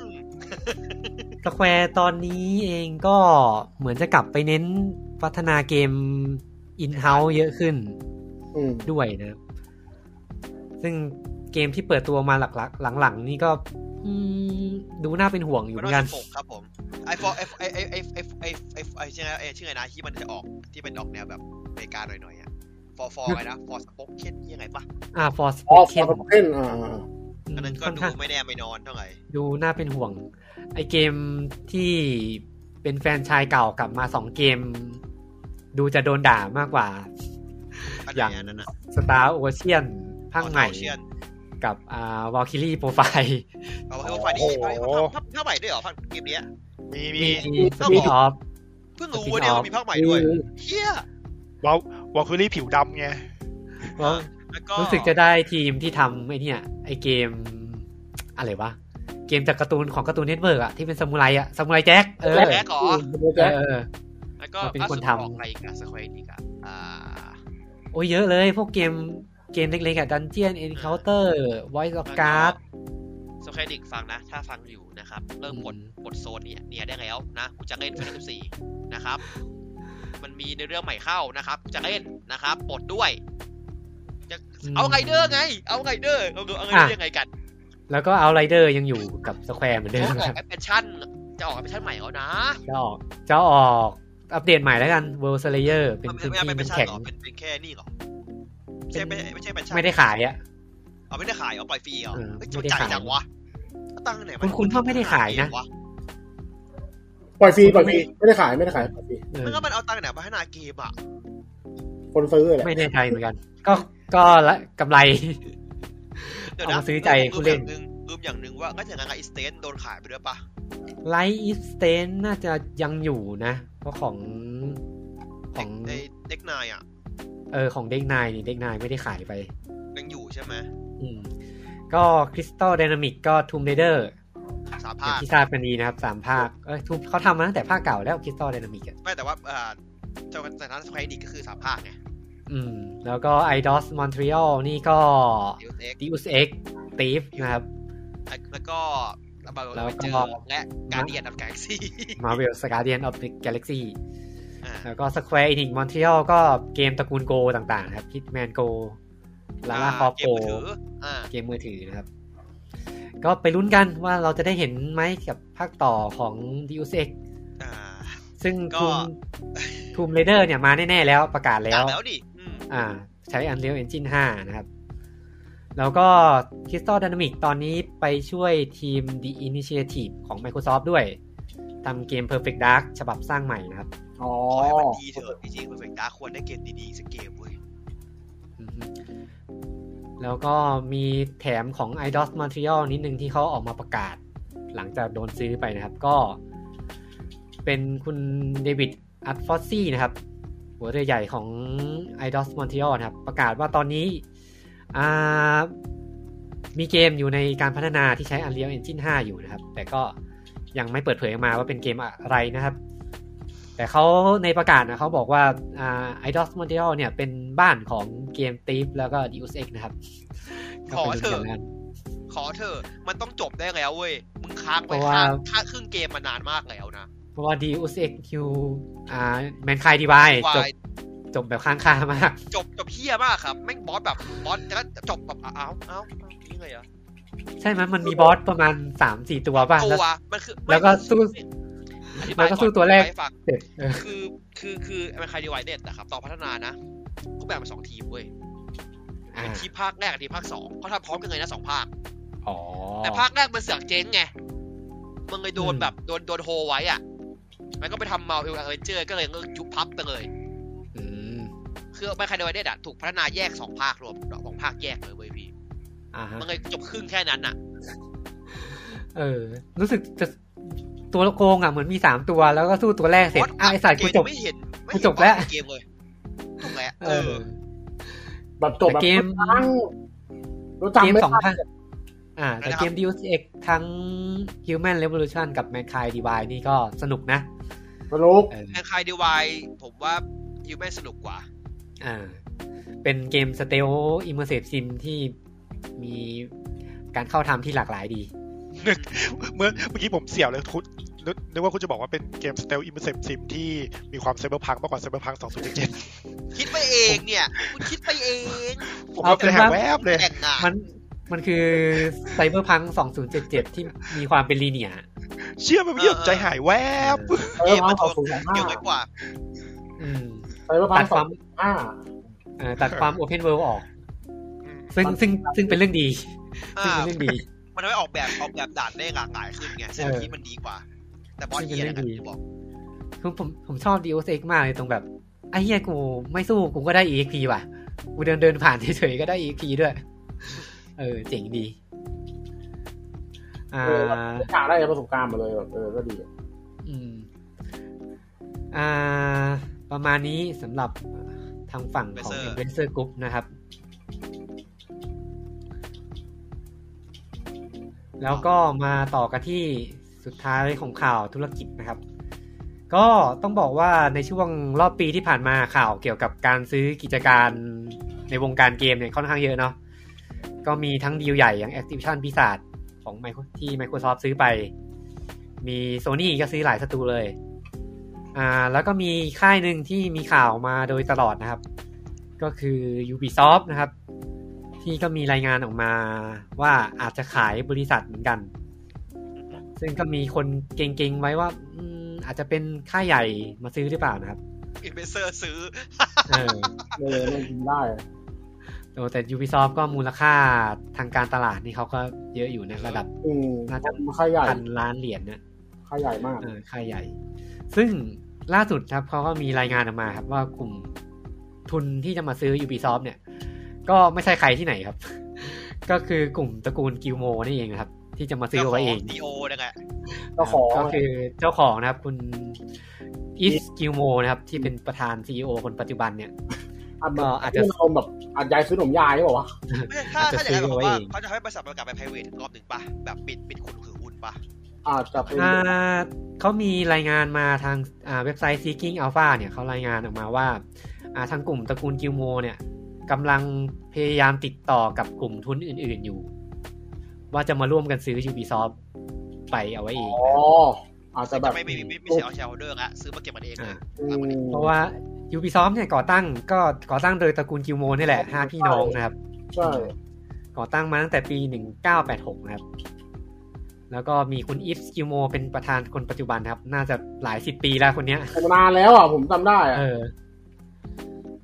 สแควร์ตอนนี้เองก็เหมือนจะกลับไปเน้นพัฒนาเกมอินเฮ้าเยอะขึ้น อืม ด้วยนะครับซึ่งเกมที่เปิดตัวมาหลักๆ หลังๆ นี่ก็อืมดูน่าเป็นห่วงอยู่เหมือนกัน ไอโฟครับผมไอโฟไอไอไอไอไอไอไอชื่ออะไรไอชื่ออะไรนะที่มันจะออกที่เป็นออกแนวแบบอเมริกาหน่อยๆอ่ะฟอร์ฟอร์อะไรนะฟอร์สปอกเคนยังไงปะ อ่าฟอร์ส อ๋ ป อ อ ฟ เค อน ร์เพ่นอ่าอ่า อันนั้นก็ ค่อน ดู ข้าง ไม่แน่ไม่นอนเท่าไหร่ ดูน่าเป็นห่วง ไอเกมที่เป็นแฟรนไชายเก่ากลับมาสองเกม ดูจะโดนด่ามากกว่า อัน อย่าง ไหนอันนั้นนะ สตาร์โอเชียนภาคใหม่ อ๋อ Ocean กับอ่าวอลคิรี่โปรไฟล์ เอาไว้ว่าฝ่ายนี้ โอ้ เฮ้ย โห มันทำภาคภาคใหม่ด้วยเหรอภาคเกมเนี้ย มีมี มีส ก็บอก ปีดออฟ เพิ่งรู้ว่าเนี่ย จริงเหรอ มันมีภาคใหม่ด้วย อืม เฮียว อลวอลคิลี่ผิวดำไง แล้วก็ รู้สึกจะได้ทีมที่ทำไอเนี่ยไอเกม อะไรวะ เกมจากการ์ตูนของการ์ตูนเน็ตเวิร์กอะที่เป็นซามูไรอะซามูไรแจ็คเออ แบ็กเหรอ เอ แจ็ค อ แล้วก็ เราเป็น ล่า ค สุ น ด ทำ ออกอะไรอีกอะสแควร์อีกอะอ่า โอ้ยเยอะเลยพวกเกมเกมเล็กๆอะดันเจียนเอ็นเคาน์เตอร์ไวซ์ออฟการ์ด สแควร์อีกฟังนะ ถ้าฟังอยู่นะครับเริ่มหมด กดโซนเนี่ยเนี่ยได้แล้วนะกูจะเล่น Final 14นะครับ มันมีในเรื่องใหม่เข้านะครับกูจะเล่นนะครับปลดด้วยจะ อืม เอาไงเดอร์ไง เอาไงเดอร์เราดูเอาไงเดอร์ อ่ะ ยังไงกัน แล้วก็เอาไรเดอร์ยังอยู่กับสแควร์เหมือนเดิ เขา ม ออก นะ แอปเปชั่นจะออกแอปเปชั่นใหม่แล้วนะ จะออกจะออกอัปเดตใหม่แล้วกัน World Slayer เป็น ไม่ พื้น ไม่ ที่ ไม่มัเป็น น ชั่น แข็ง หรอเป็นเป็นแค่นี่หรอไม่ใช่ เป็ ไม่ น ใช่ไม่ใช่แอปเปชั่น ไม่ได้ขายอะ เอาไม่ได้ขายเอาปล่อยฟรีเหรอ เออ เฮ้ย ไม่ จุ ได้ ใจ ขาย จังวะตั้งไหน คุณคุณว่าไม่ได้ขายนะ ว ปล่อยฟรีปล่อยฟรีไม่ได้ขายไม่ได้ขายปล่อยฟรี เออ มันก็มันเอาตังค์ไหนมาพัฒนาเกมอ่ะ คนซื้อแหละ ไม่แน่ใจเหมือนกัน ก็ก็ละกำไร เดี๋ยว เอา นะ มาซื้อใจผู้เล่น ลืมลืมอย่างหนึ่งว่างั้นอย่างนั้นอิสเตนโดนขายไปด้วยปะ ไลท์อีสเตนน่าจะยังอยู่นะ เพราะของของ ไอเด็กนายอ่ะ เออของเด็กนายนี่เด็กนายไม่ได้ขายไป ยังอยู่ใช่ไหม อืมก็คริสตัลไดนามิกก็ทูมเรเดอร์ สาม อย่า ภาง ค ที่ทราบกันดีนะครับสามภาคเออ Tomb เขาทำมาตั้งแต่ภาคเก่าแล้วคริสตัลไดนามิกอ่ะ ไม่แต่ว่าเอ่อเจ้าสถานสแควร์นิกก็คือสามภาคไง อืม แล้วก็ IDOS Montreal นี่ก็ ดิวเอ็ก Deus Ex t i e f นะครับ แล้วก็ มา แล้วก็ เจอและการเดียนดับแกลซี่ Marvel s g u a r d i a n of the Galaxy อ่า แล้วก็ Square Enix Montreal ก็เกมตระกูลโกต่างๆนะครับ Hitman Go Lara อ่ Croft เก Go มมือถืออ่า เกมมือถือนะครับ ก็ไปลุ้นกันว่าเราจะได้เห็นไหมกับภาคต่อของ Deus Ex อ่า ซึ่ง ก็ ทูมทูมเรเดอร์เนี่ยมาแน่ ๆ แล้วประกาศแล้ ตาว มแล้วดิอืม อ่า ใช้ Unreal Engine 5 นะครับ แล้วก็ Crystal Dynamics ตอนนี้ไปช่วยทีม The Initiative ของ Microsoft ด้วยทำเกม Perfect Dark ฉบับสร้างใหม่นะครับ อ๋อ ขอให้มันดีเถอะจริงๆเพอร์เฟกต์ดาควรได้เกมดีๆสักเกมเว้ย อือฮึแล้วก็มีแถมของ IDOS Montreal นิดนึงที่เขาออกมาประกาศ หลังจากโดนซื้อไปนะครับ ก็ เป็นคุณเดวิดอัตฟอสซี่นะครับ หัวเรือใหญ่ของ IDOS Montreal นะครับ ประกาศว่าตอนนี้อ่ามีเกมอยู่ในการพัฒนาที่ใช้ Unreal Engine 5 อยู่นะครับ แต่ก็ยังไม่เปิดเผยออกมาว่าเป็นเกมอะไรนะครับ แต่เขาในประกาศนะเขาบอกว่าอ่า IDOS Montreal เนี่ยเป็นบ้านของเกม t ีฟแล้วก็ Deus Ex นะครับก็ ขอ ไป เถ ดูกัอะนแล้วกัน ขอเถอะมันต้องจบได้แล้วเว้ยมึงค้างไป เพราะว่า ค้างค้างครึ่งเกมมานานมากแล้วนะ เพราะว่า Deus Ex คิวอ่าแมนคายดีบายจบ Divide จบแบบค้างคามาก จบจบเฮี้ยมากครับแม่งบอสแบบบอสแล้วจบแบบอ้าวอ้าวอ้าวนี่ไงอ่ะ ใช่ไหมยมันมีบอสประมาณสามสี่ตัวบ้าง ตั แล้ว วมันคือ แล้วก็สู้ อธิบา แล้ ยว ก็สู้ตัวแรก อธิบายให้ฟัง เสร็จเออ คือคือคือมันคายดีไวเด็ดนะครับ ต่อนพัฒนานะเขาแบ่งเป็นสองทีมเว้ย อ่า ทีมภาคแรกกับทีมภาคสองเขาทำพร้อมกันเลยนะสองภาค อ๋อ แต่ภาคแรกมันเสือกเจ๊งไง มันเลยโดน อืม แบบโดนโดนโฮไว้อ่ะ มันก็ไปทำเมาเอลเอเจอร์ก็เลยยุบพับไปเลย อืม คือมันคายดีไวเด็ดอะถูกพัฒนาแยกสองภาครวมสองภาคแยกเลยเว้ยพี่ อ่าฮะ มันเลยจบครึ่งแค่นั้นอ่ะ เออ รู้สึกจะตัวโกงอ่ะเหมือนมีสามตัวแล้วก็สู้ตัวแรกเสร็จอ่ะไอสัตว์กูจบ ไม่เห็นไม่ กู เห็น จบแล้ว เกมเลยจบแล้ว เอ เอ อ อ แบบจบแบบ แต่เกม ทั้งรู้จำ เกม ไม่ สอง ได้ ภาคอ่า แต่ นะครับ เกม Deus Ex ทั้ง Human Revolution กับ Mankind Divide นี่ก็สนุกนะ สนุก เออ แอนคายดีไวผมว่ายูแม่สนุกกว่า อ่า เป็นเกม s t e l l Immersive Sim ที่มีการเข้าทำที่หลากหลายดี เมื่อเมื่อกี้ผมเสียวเลยทุนนึกนึกว่าคุณจะบอกว่าเป็นเกมสเตลอิมเมอร์ซีฟซิมที่มีความไซเบอร์พังมากกว่าไซเบอร์พัง2077 คิดไปเองเนี่ยคุณคิดไปเอง ผม เอา เอา เป็ ไป น หา ว่า แวบเลย แต่งอ่ะ มันมันคือไซเบอร์พัง2077 ที่มีความเป็นลีเนียร์ เชื่อมันเยี่ยมใจหายแวบ เออมาสองศูนย์สองห้า เกี่ยวไว้กว่า อืม ไปประพั ตั น ด ส ค อ วาง ม ห้า เอ่อตัดความโอเพนเวิลด์ออก อืม ซึ่ง มัน ซึ่งซึ่งเป็นเรื่องดี ซึ่ง อ่า เป็นเรื่องดี มันทำให้ออกแบบออกแบบด่านได้หลากหลายขึ้นไงเซนทีมันดีกว่า แต่บอสเฮียนะครับที่บอก คือผมผมชอบ Deus Ex มากเลยตรงแบบ ไอ้เหี้ยกูไม่สู้กูก็ได้ EXP ว่ะ กูเดินเดินผ่านเฉยๆก็ได้ EXP ด้วย เออ เจ๋งดี อ่า เออประกาศได้ประสบการณ์มาเลยแบบเออก็ดี อืม อ่า ประมาณนี้สำหรับทางฝั่งของ Embracer Embracer Group นะครับ แล้วก็มาต่อกันที่สุดท้ายของข่าวธุรกิจนะครับ ก็ต้องบอกว่าในช่วงรอบปีที่ผ่านมาข่าวเกี่ยวกับการซื้อกิจการในวงการเกมเนี่ยค่อนข้างเยอะเนาะ ก็มีทั้งดีลใหญ่อย่าง Activision พิศาจของ Micro- ที่ Microsoft ซื้อไป มี Sony ก็ซื้อหลายสตูเลย อ่า แล้วก็มีค่ายหนึ่งที่มีข่าวมาโดยตลอดนะครับ ก็คือ Ubisoft นะครับ ที่ก็มีรายงานออกมาว่าอาจจะขายบริษัทเหมือนกัน ซึ่งก็มีคนเก่งๆไว้ว่าอืมอาจจะเป็นค่ายใหญ่มาซื้อหรือเปล่านะครับ อินเวสเซอร์ซื้อ เออ เออไม่ยิงได้ โอ้แต่ Ubisoft ก็มูลค่าทางการตลาดนี่เขาก็เยอะอยู่ในะระดับ อืม น่าจะ ค่าใหญ่ พันล้านเหรียญนะ ค่าใหญ่มาก เออค่ายใหญ่ ซึ่งล่าสุดครับเขาก็มีรายงานออกมาครับว่ากลุ่มทุนที่จะมาซื้อ Ubisoft เนี่ย ก็ไม่ใช่ใครที่ไหนครับ ก็คือกลุ่มตระกูลกิลโมนี่เองครับ ที่จะมาซื้อเอาไว้เอง ดีโอนะไง ก็ขอ ก็คือเจ้าของนะครับ คุณอิสกิลโมนะครับ ที่เป็นประธาน CEO คนปัจจุบันเนี่ย อัด ก็ แบบ อาจจะ ที่เราแบบอัดยายซื้อหนมยายหรือเปล่าวะ ไม่ใช่ถ้า อาจจะ ถ้าอย่างนั้น ซื้อ ผม ไว้ ว่า เอง เขาจะให้บริษัทประกาศไป private รอบหนึ่งป่ะ แบบปิดปิดคุณคือหุ้นป่ะ อาจจะเป็น อ่าเขามีรายงานมาทางอ่าเว็บไซต์ Seeking Alpha เนี่ยเขารายงานออกมาว่าอ่าทางกลุ่มตระกูลกิลโมเนี่ยกำลังพยายามติดต่อกับกลุ่มทุนอื่นๆอยู่ ว่าจะมาร่วมกันซื้อ Ubisoft ใส่เอาไว้อีก อ๋ออาจจะ จะ แบบ ไม่ไม่ไม่ไม่เสียเอาแชร์โฮลเดอร์ละซื้อมาเก็บมันเองเลย อืม เพราะว่ายูบีซอฟเนี่ยก่อตั้งก็ก่อตั้งโดยตระกูลกิลโมนี่แหละห้าพี่น้องนะครับ ใช่ ก่อตั้งมาตั้งแต่ปี 1986 นะครับ แล้วก็มีคุณอีฟสกิโมเป็นประธานคนปัจจุบันนะครับ น่าจะหลายสิบปีแล้วคนเนี้ย แต่นานแล้วอ่ะผมจำได้อ่ะ เออ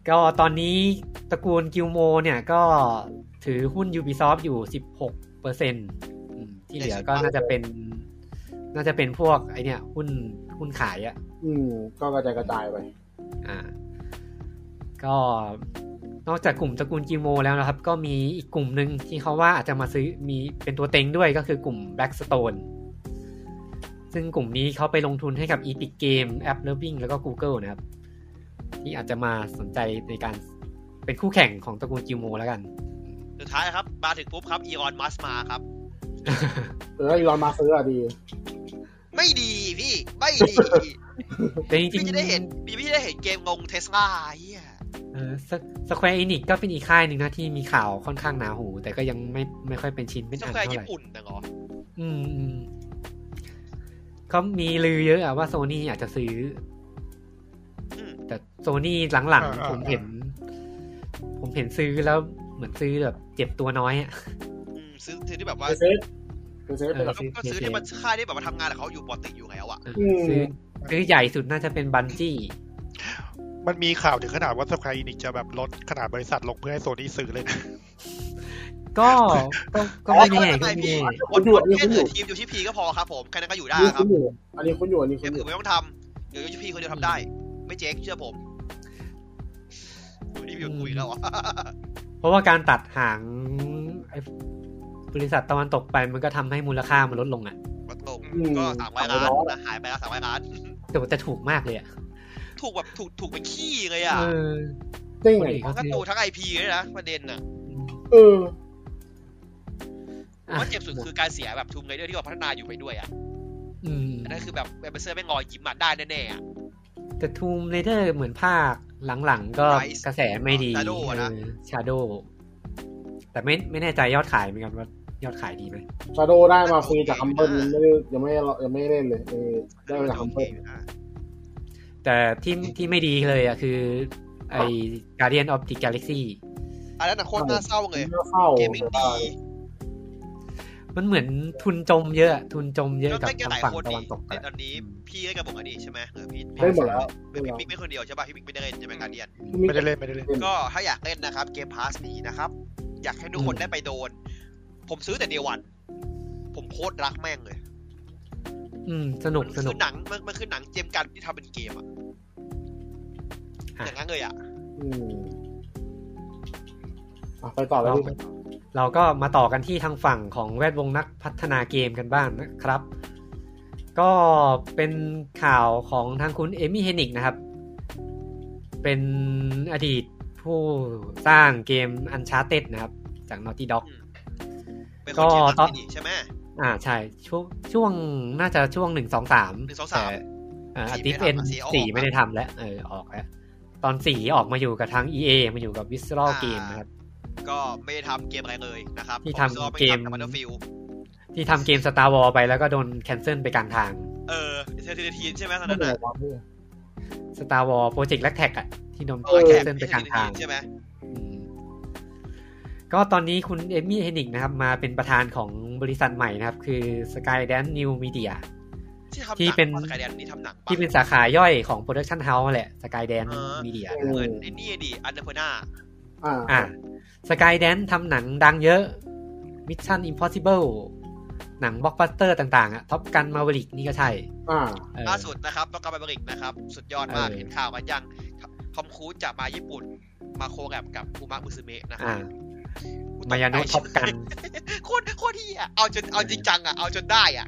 ก็ตอนนี้ตระกูลกิลโมเนี่ยก็ถือหุ้น Ubisoft อยู่ 16เปอร์เซ็นที่เหลือก็น่าจะเป็น น่าจะเป็นพวกไอเนี่ย หุ้นหุ้นขายอะ อืม ก็กระจายกระจายไป อ่าก็นอกจากกลุ่มตระกูลกิโมแล้วนะครับ ก็มีอีกกลุ่มหนึ่งที่เขาว่าอาจจะมาซื้อมีเป็นตัวเต็งด้วยก็คือกลุ่ม Blackstone ซึ่งกลุ่มนี้เขาไปลงทุนให้กับ Epic Game App Loving แล้วก็ Google นะครับ ที่อาจจะมาสนใจในการเป็นคู่แข่งของตระกูลกิโมแล้วกัน สุดท้ายครับ มาถึงปุ๊บครับอีออนมัสมาครับ เอออีลอนมาซื้ออ่ะดี ไม่ดีพี่ ไม่ดี แต่จริง พี่จะได้เห็นพี่พี่ได้เห็นเกมงงเทสลาเฮีย สแควร์เอนิกก็เป็นอีกค่ายหนึ่งนะที่มีข่าวค่อนข้างหนาหู แต่ก็ยังไม่ไม่ค่อยเป็นชิ้นเป็น ซอ อันฟต์แวร์ เท่า ญี่ ไหร่ ปุ่นนะเหรอ อืมอืมก็มีลือเยอะอะว่าโซนี่อาจจะซื้อ อืม แต่โซนี่หลัง อ่า ๆ อ่า ผมเห็น ผมเห็นซื้อแล้วเหมือนซื้อแบบเจ็บตัวน้อยอะ อืมซื้อซื้อที่แบบว่า เซฟเซฟเป็นแบบ ก็ก็ซื้อที่มันค่ายที่แบบว่าทำงานกับเขาอยู่ปกติอยู่แล้วอะ อืม ซื้อซื้อใหญ่สุดน่าจะเป็นบันจี้ มันมีข่าวถึงขนาดว่าสกายนิกจะแบบลดขนาดบริษัทลงเพื่อให้โซนี่ซื้อเลยนะ ก็ก็ก็ไม่แน่ก็ ไง ไม่ พี่ แน่ วนวนแค่เหลือทีมอยู่ที่พีก็พอครับผมแค่นั้นก็อยู่ได้ นี่ ครั คุ บ ณอยู่ อันนี้คุณอยู่ อันนี้ เก คุณ ม อ อื่นยู่ไม่ต้องทำเดี๋ยวอยู่ที่พีคนเดียวทำได้ ไม่เจ๊งเชื่อผมนี่อยู่คุยแล้วอ่ะ เพราะว่าการตัดหางไอ้บริษัทตะวันตกไปมันก็ทำให้มูลค่ามันลดลงอะ มันลงก็สามร้อยล้านนะหายไปแล้วสามร้อยล้าน แต่ว่าจะถูกมากเลยอะ ถูกแบบถูกถูกเป็นขี้เลยอ่ะ เออ จริง คน ไหน อื่นเขาทั้งการ์ ซื้อ ตูนทั้งไอพีเลยนะประเด็นอ่ะ เออ อ่ะ ว่าเจ็บสุดคือการเสียแบบทุมไรเดอร์ที่เราพัฒนาอยู่ไปด้วยอ่ะ ม อันนั่นคือแบบแอมเบเซอร์ไม่งอยิ้มมาได้แน่ๆอ่ะ แต่ทูมเรเดอร์เหมือนภาคหลังๆ ก็ Rise กระแสไม่ดี Shadow อะนะ ชาโดแต่ไม่ไม่แน่ใจยอดขายเหมือนกันว่ายอดขายดีไหม ชาโดได้มาฟรีจากคัมเบิลยังไม่ได้ยังไม่ได้ยังไม่ได้เล่นเลยเออได้มาจากคัม โอ เบิล อยู่นะ แต่ที่ที่ไม่ดีเลยอะคือไอ Guardian of the Galaxy อันนั้นน่ะโคตรน่าเศร้าเลย น่าเศร้า เกมมิ่งดี มันเหมือนทุนจมเยอะ ทุนจมเยอะ ก็ กับ ได้แค่ ทาง หลาย ฝั่ง คน ตะ นี่ วันตก ใน อะ ตอนนี้พี่ได้กระบอกอันนี้ใช่ไหมเออพี่ ได้หมดแล้ว เป็นพี่มิกไม่คนเดียวใช่ป่ะพี่มิกไม่ได้เล่นใช่ไหมการเดียน ไม่ได้เล่นไม่ได้เล่น ก็ถ้าอยากเล่นนะครับเกมพาสนี้นะครับ อยากให้ทุกคนได้ไปโดน ผมซื้อแต่เดวัน ผมโคตรรักแม่งเลย อืม สนุก มั ส คื นุ อก หนังมันมันคือหนังเจมส์กันที่ทำเป็นเกมอ่ะ อ่ะ อย่างนั้นเลยอ่ะ อืมอ่ะไปต่อเลยพี่ เราก็มาต่อกันที่ทางฝั่งของแวดวงนักพัฒนาเกมกันบ้างนะครับ ก็เป็นข่าวของทางคุณเอมี่เฮนิกนะครับ เป็นอดีตผู้สร้างเกมอันชาเต็ดนะครับ จาก Naughty Dog เป็นคนเขียนหนัง ก็ตอน ที่นี่ใช่ไหม อ่าใช่ช่วงช่วงน่าจะช่วงหนึ่งสองสาม 1-2-3 อ่า สี่ ติฟ ไม่ เอ็น ทำอ่ะสี่เอาออก สี่ อ่ะ ไม่ได้ทำแล้ว เออออกแล้วตอนสี่ออกมาอยู่กับทาง EA มาอยู่กับวิส r อล อ่า เกมนะครับ ก็ไม่ได้ทำเกมอะไรเลยนะครับ ที่ ผ ทำ ซื้อไ เกม บัตเตอร์ฟิล ที่ทำเกม Star Wars ไปแล้วก็โดนแคนเซิลไปกลางทาง เออเซอร์ทีนใช่ไหมตอน ไม่ นั้น ได้ อ่ะ บอกว่าพี่ สตาร์วอลโปรเจกต์แลกแท็กอะที่โดน เอ โปร อ เจก แข่ ต์เส้นไปกลางทาง ใช่ไหม มก็ตอนนี้คุณเอมี่เฮนิกนะครับ มาเป็นประธานของบริษัทใหม่นะครับ คือ Skydance New Media ที่ ที่ ทำหนัง เป็น สกายแดนนี่ทำหนังปะ ที่เป็นสาขาย่อยของ Production House แหละ Skydance อ่า Media เอ เห อ มือนไอ้นี่ดิอันเดอร์เพนา อ่า อ่ะ Skydance ทำหนังดังเยอะ Mission Impossible หนังบล็อกบัสเตอร์ต่างๆอะท็อปกันมา v ริกนี่ก็ใช่ อ่า เออ ล่าสุดนะครับแล้วก็ไปบริกนะครับ สุดยอดมาก เออ เห็นข่าวมายังทอมครูซจะมาญี่ปุ่น มาโคแบบกับอูมาอุซึเมะนะครั อ่า บ มายาโนะท็อปกัน โคตรโคตรที่อ่ะเอาจนเอาจริงจังอ่ะเอาจนได้อ่ะ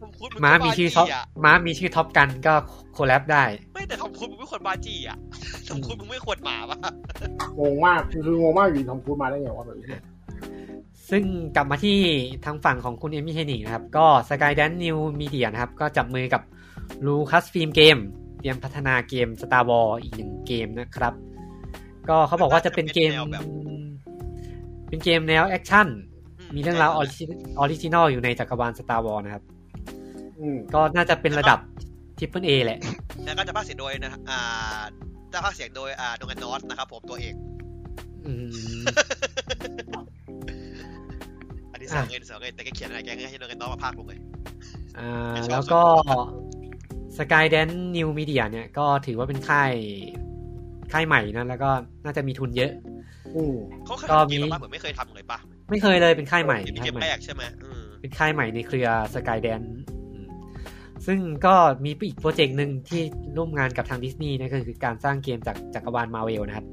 ทอมครูซนก็ ม้ามีชื่อท็อป บ้จี้ะ ม้ามีชื่อท็อปกันก็โคแลบได้ ไม่แต่ทำคุณมึงไม่ควรบาจี้อ่ะทำคุณมึงไม่ควรหมาปะ งงมากคืองงมากอยู่ทำพูดมาได้ไงวะแบบนี้ ซึ่งกลับมาที่ทางฝั่งของคุณเอมี่เฮนิกนะครับ ก็ Skydance New Media นะครับ ก็จับมือกับ Lucasfilm Game เตรียมพัฒนาเกม Star Wars อีกหนึ่งเกมนะครับ ก็เขาบอกว่าจะเป็นเกม เป็นเกมแนวแอคชั่น อื มีเรื่องราวออริจินอลอยู่ในจักรวาลสตาร์วอลนะครับ อืม ก็น่าจะเป็นระดับทริปเปิลเอแหละ แล้วก็จะพากย์เสียงโดยนะอ่าจะพากย์เสียงโดยอ่าโดงันนอสนะครับผมตัวเอก อืม อันนี้ อ่ะ เสองเงินเสองเงินแต่แกเขียนอะไรแกให้โดงันนอสมาพากย์ลงเลย อ่า ไม่ชอบ แล้วก็สกายแดนนิวมีเดียเนี่ยก็ถือว่าเป็นค่ายค่ายใหม่นะ แล้วก็น่าจะมีทุนเยอะ อืม เขาเคย ก็ ทำ มี เกมหรอป่ะเหมือนไม่เคยทำเลยป่ะ ไม่เคยเลยเป็นค่ายใหม่ เป็น ค่า เก ย ม ใหม่ แรกใช่ไหมอืม เป็นค่ายใหม่ในเครือสกายแดนซึ่งก็มีอีกโปรเจกต์หนึ่งที่ร่วมงานกับทางดิสนีย์นะก็คือการสร้างเกมจากจักรวาลมาเวลนะครับ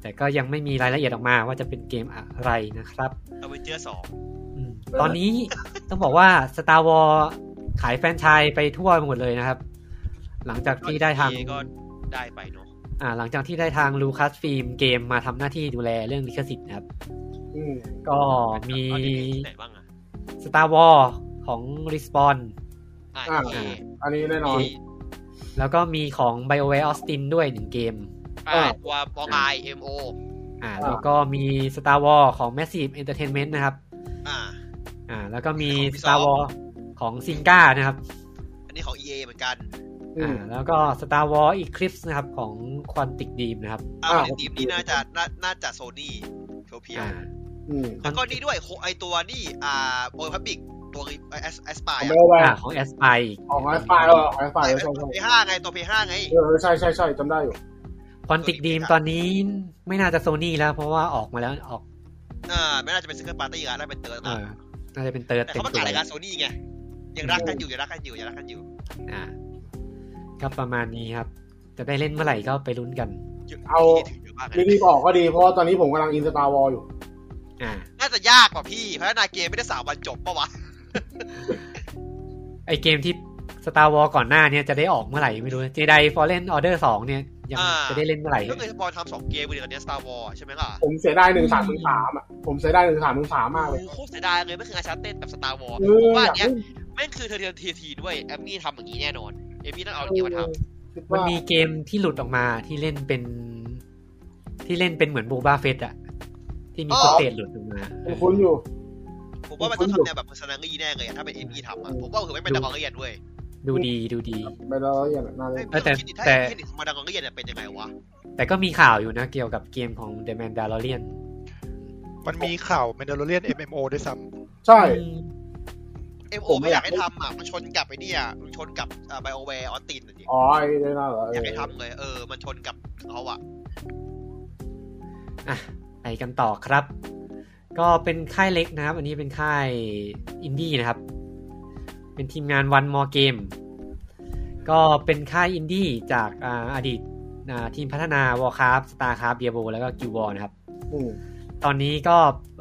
แต่ก็ยังไม่มีรายละเอียดออกมาว่าจะเป็นเกมอะไรนะครับ อเวนเจอร์สอง อืมตอนนี้ ต้องบอกว่า Star Wars ขายแฟรนไชายไปทั่วหมดเลยนะครับ หลังจากที่ได้ทาง ก็ได้ไปเนาะ อ่าหลังจากที่ได้ทางลูคัสฟิล์มเกมมาทำหน้าที่ดูแลเรื่องลิขสิทธิ์นะครับ อืม ก็มี ตอนนี้มีที่ไหนบ้างอ่ะ Star Wars ของ Respawn อ่า อ่า ที่ อันนี้แน่นอน ที่ แล้วก็มีของ BioWare Austin ด้วยหนึ่งเกม อ่าตัวบองไอเอ็มโอ อ่า อ่า แล้วก็มี Star Wars ของ Massive Entertainment นะครับ อ่า อ่า แล้วก็มี ของ Ubisoft Star Wars ของ s i n g a นะครับ อันนี้ของ EA เหมือนกัน อืม อ่า แล้วก็ Star Wars Eclipse นะครับของ Quantic Dream นะครับ อ่า อ่า ทีมนี้น่าจะน่าน่าจะโซนี่เพียวเพียว อ่า อืม ๆแล้วก็นี่ด้วยโคไอตัวนี่อ่าโอพับบิกตัวไอแอสแอสปา ข ย อง อะ เบลแว อ่า ร์ ของ a s p i ของไอสไฟเออของไอสไฟ ไอ ใช่ ตัว ใช่ เพย์ห้าไงตัวเพย์ห้าไง เออใช่ใช่ใช่จำได้อยู่ Quantic Dream ตอนนี้ไม่น่าจะโซนี่แล้ว เพราะว่าออกมาแล้วออก อ่าไม่น่าจะเป็นซิงเกิลปาร์ตี้ละน่าเป็นเติร์ด เออน่าจะเป็นเติร์ด แต่ เต็ม เขาประ ตัวกาศรายการโซนี่ไง ยังรักกันอยู่ยังรักกันอยู่ยังรักกันอยู่ อ่าก็ประมาณนี้ครับ จะได้เล่นเมื่อไหร่ก็ไปลุ้นกัน เอา ถึงอยู่บ้าง รีบๆบอกก็ดีเพราะว่าตอนนี้ผมกำลังอินสตาร์วอลอยู่ อ่า น่าจะยากกว่าพี่พัฒนาเกมไม่ได้สามวันจบปะวะ ไอเกมที่ Star Wars ก่อนหน้าเนี่ยจะได้ออกเมื่อไหร่ไม่รู้ Jedi Fallen Order 2 เนี่ย ยังจะได้เล่นเมื่อไหร่ ก็เคยบอลทำสองเกมเลยตอนนี้สตาร์วอลใช่ไหมล่ะ ผมเสียดายหนึ่งสามหนึ่งสามอ่ะ ผมเสียดายหนึ่งสามหนึ่งสามมากเล โอ้ ย โหโคตรเสียดายเลยไม่เคยอาชาเต้นแบบสตาร์วอล เอ ผ อ มว่า อ อั ยาก นเนี้ยแม่งคือเธอเรียนทีทีด้วยแอมมี่ทำอย่างนี้แน่นอนเอมมี่ต้องเอาเกมมาทำ คิด มัน ว่า มีเกมที่หลุดออกมาที่เล่นเป็น ที่เล่นเป็นเหมือนโบบาเฟสอะที่มีสเตจหลุดออกมา ผมคุ้นอยู่ ผมว่ามันต้องทำแนวแบบเพอร์ซนาลีแน่เลยอะถ้าเป็นเอมมี่ทำอะผมว่าคือไม่เป็นดังกองเรียนด้วย ดูดีดูดี ไปแล้วละเอียดนานเลย เฮ้ยพี่ลองคิดดิถ้า แต่ เอมมี่ถึงมาดังกองเรียนเนี่ยเป็นยังไงวะ แต่ก็มีข่าวอยู่นะเกี่ยวกับเกมของ The Mandalorian มันมีข่าว Mandalorian MMO ด้วยซ้ ใช่ อืม เอ็มโอ ผมไม่ ไม่ออายยาก ก ให้ทำอะมันชนกับไอ้เนี่ยมันชนกับไบโอแวร์ออสตินอะดิ อ๋อไอ้เรื่องนั้นเหรอเออยอากให้ทำเลยเออ มันชนกับเขาอะ อ่ะไปกันต่อครับ ก็เป็นค่ายเล็กนะครับ อันนี้เป็นค่ายอินดี้นะครับ เป็นทีมงาน One More Game ก็เป็นค่ายอินดี้จากอ่าอดีตอ่าทีมพัฒนา Warcraft Starcraft Diablo แล้วก็ Guild Wars นะครับ อืม ตอนนี้ก็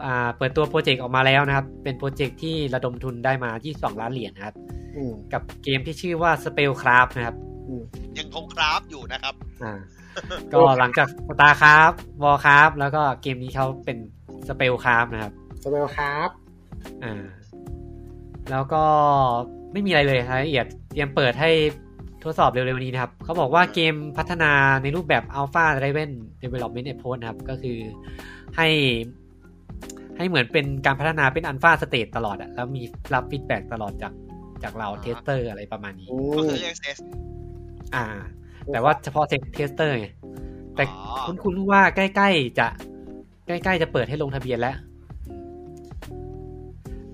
อ่าเปิดตัวโปรเจกต์ออกมาแล้วนะครับ เป็นโปรเจกต์ที่ระดมทุนได้มา 22 ล้านเหรียญนะครับ อืม กับเกมที่ชื่อว่า Spellcraft นะครับ ยังคงคราฟอยู่นะครับ อ่า ก็หลังจาก Starcraft Warcraft แล้วก็เกมนี้เขาเป็น Spellcraft นะครับ สเปลครับ อ่าแล้วก็ไม่มีอะไรเลยรายละเอียดเตรียมเปิดให้ทดสอบเร็วๆนี้นะครับ เขาบอกว่าเกมพัฒนาในรูปแบบ Alpha Driven Development Approach นะครับ ก็คือให้ให้เหมือนเป็นการพัฒนาเป็น Alpha State ตลอดอะแล้วมีรับฟีดแบ็ตลอดจากจากเราเทสเตอร์อะไรประมาณนี้ อื ก็ ม คือเอ็กเซส อ่า แต่ว่าเฉพาะเซ็กเทสเตอร์ไง แต่ อ๋อ คุ้นคุ้นๆว่าใกล้ๆจะ ใกล้ๆจะเปิดให้ลงทะเบียนแล้ว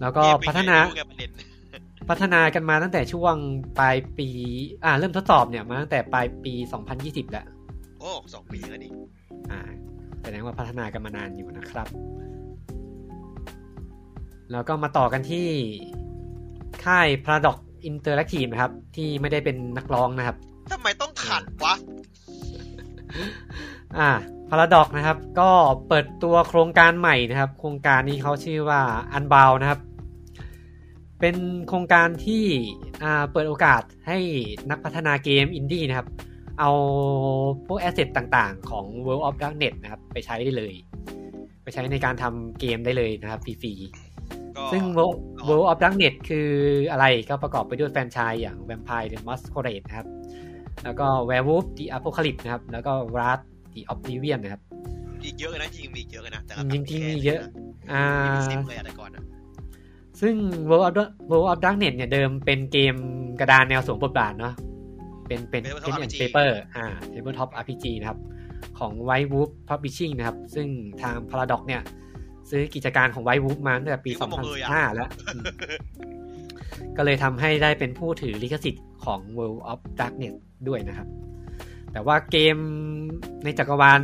แล้วก็พัฒนาพัฒนากันมาตั้งแต่ช่วงปลายปี อ่า เริ่มทดสอบเนี่ยมาตั้งแต่ปลายปี 2020 แล้ว โอ้สองปีแล้วนี่ อ่าแสดงว่าพัฒนากันมานานอยู่นะครับ แล้วก็มาต่อกันที่ค่าย Paradox Interactive นะครับ ที่ไม่ได้เป็นนักร้องนะครับ ทำไมต้องขัดวะ อ่าพาราดอกนะครับ ก็เปิดตัวโครงการใหม่นะครับ โครงการนี้เขาชื่อว่าอันบาวนะครับ เป็นโครงการที่อ่าเปิดโอกาสให้นักพัฒนาเกมอินดี้นะครับ เอาพวกแอสเซทต่างๆ ของ World of Darknet นะครับ ไปใช้ได้เลย ไปใช้ในการทำเกมได้เลยนะครับฟรี ก็ ๆซึ่ง World- World of Darknet คืออะไรก็ประกอบไปด้วยแฟรนไชายอย่าง Vampire the Masquerade นะครับ แล้วก็ Werewolf the Apocalypse นะครับ แล้วก็ Wrath the Oblivion นะครับ มีเยอะเลยนะจริงมีเยอะเลยนะแต่ละ จริงๆมีเยอะ อ่า มีเป็นสิบเลยอะแต่ก่อนอะ ซึ่ง World of Dark- World of Darknet เนี่ยเดิมเป็นเกมกระดานแนวสวมบทบาทเนาะเป็นเป็นเป็น paper อ่า table top RPG นะครับ ของ White Wolf Publishing นะครับ ซึ่งทาง Paradox เนี่ย ซื้อกิจการของ White Wolf มาตั้งแต่ปี 2015 แล้วอืมก็เลยทำให้ได้เป็นผู้ถือลิขสิทธิ์ของ World of Darknet ด้วยนะครับ แต่ว่าเกมในจักรวาล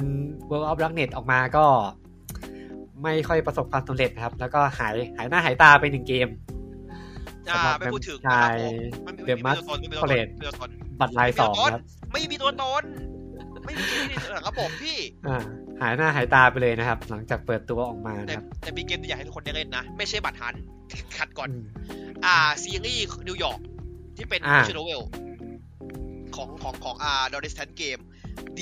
World of Darknet ออกมาก็ไม่ค่อยประสบความสำเร็จนะครับ แล้วก็หายหายหน้าหายตาไปหนึ่งเกม อ่าไม่พูดถึง ใช่ มันไม่ The มี Mask ตัวตนไม่มีตัวตน College ไม่มีตัวตน บัตรลายสองนะครับ ไม่มีตัวตนไม่มีชื่อในระบบพี่ อ่าหายหน้าหายตาไปเลยนะครับ หลังจากเปิดตัวออกมา แต่ นะครับ แต่มีเกมที่อยากให้ทุกคนได้เล่นนะ ไม่ใช่บัตรทัน ขัดก่อน อืม อ่าซีรีส์นิวยอร์กที่เป็น อ่า ชโนเวลของของของอ่าดอริสแทนเกม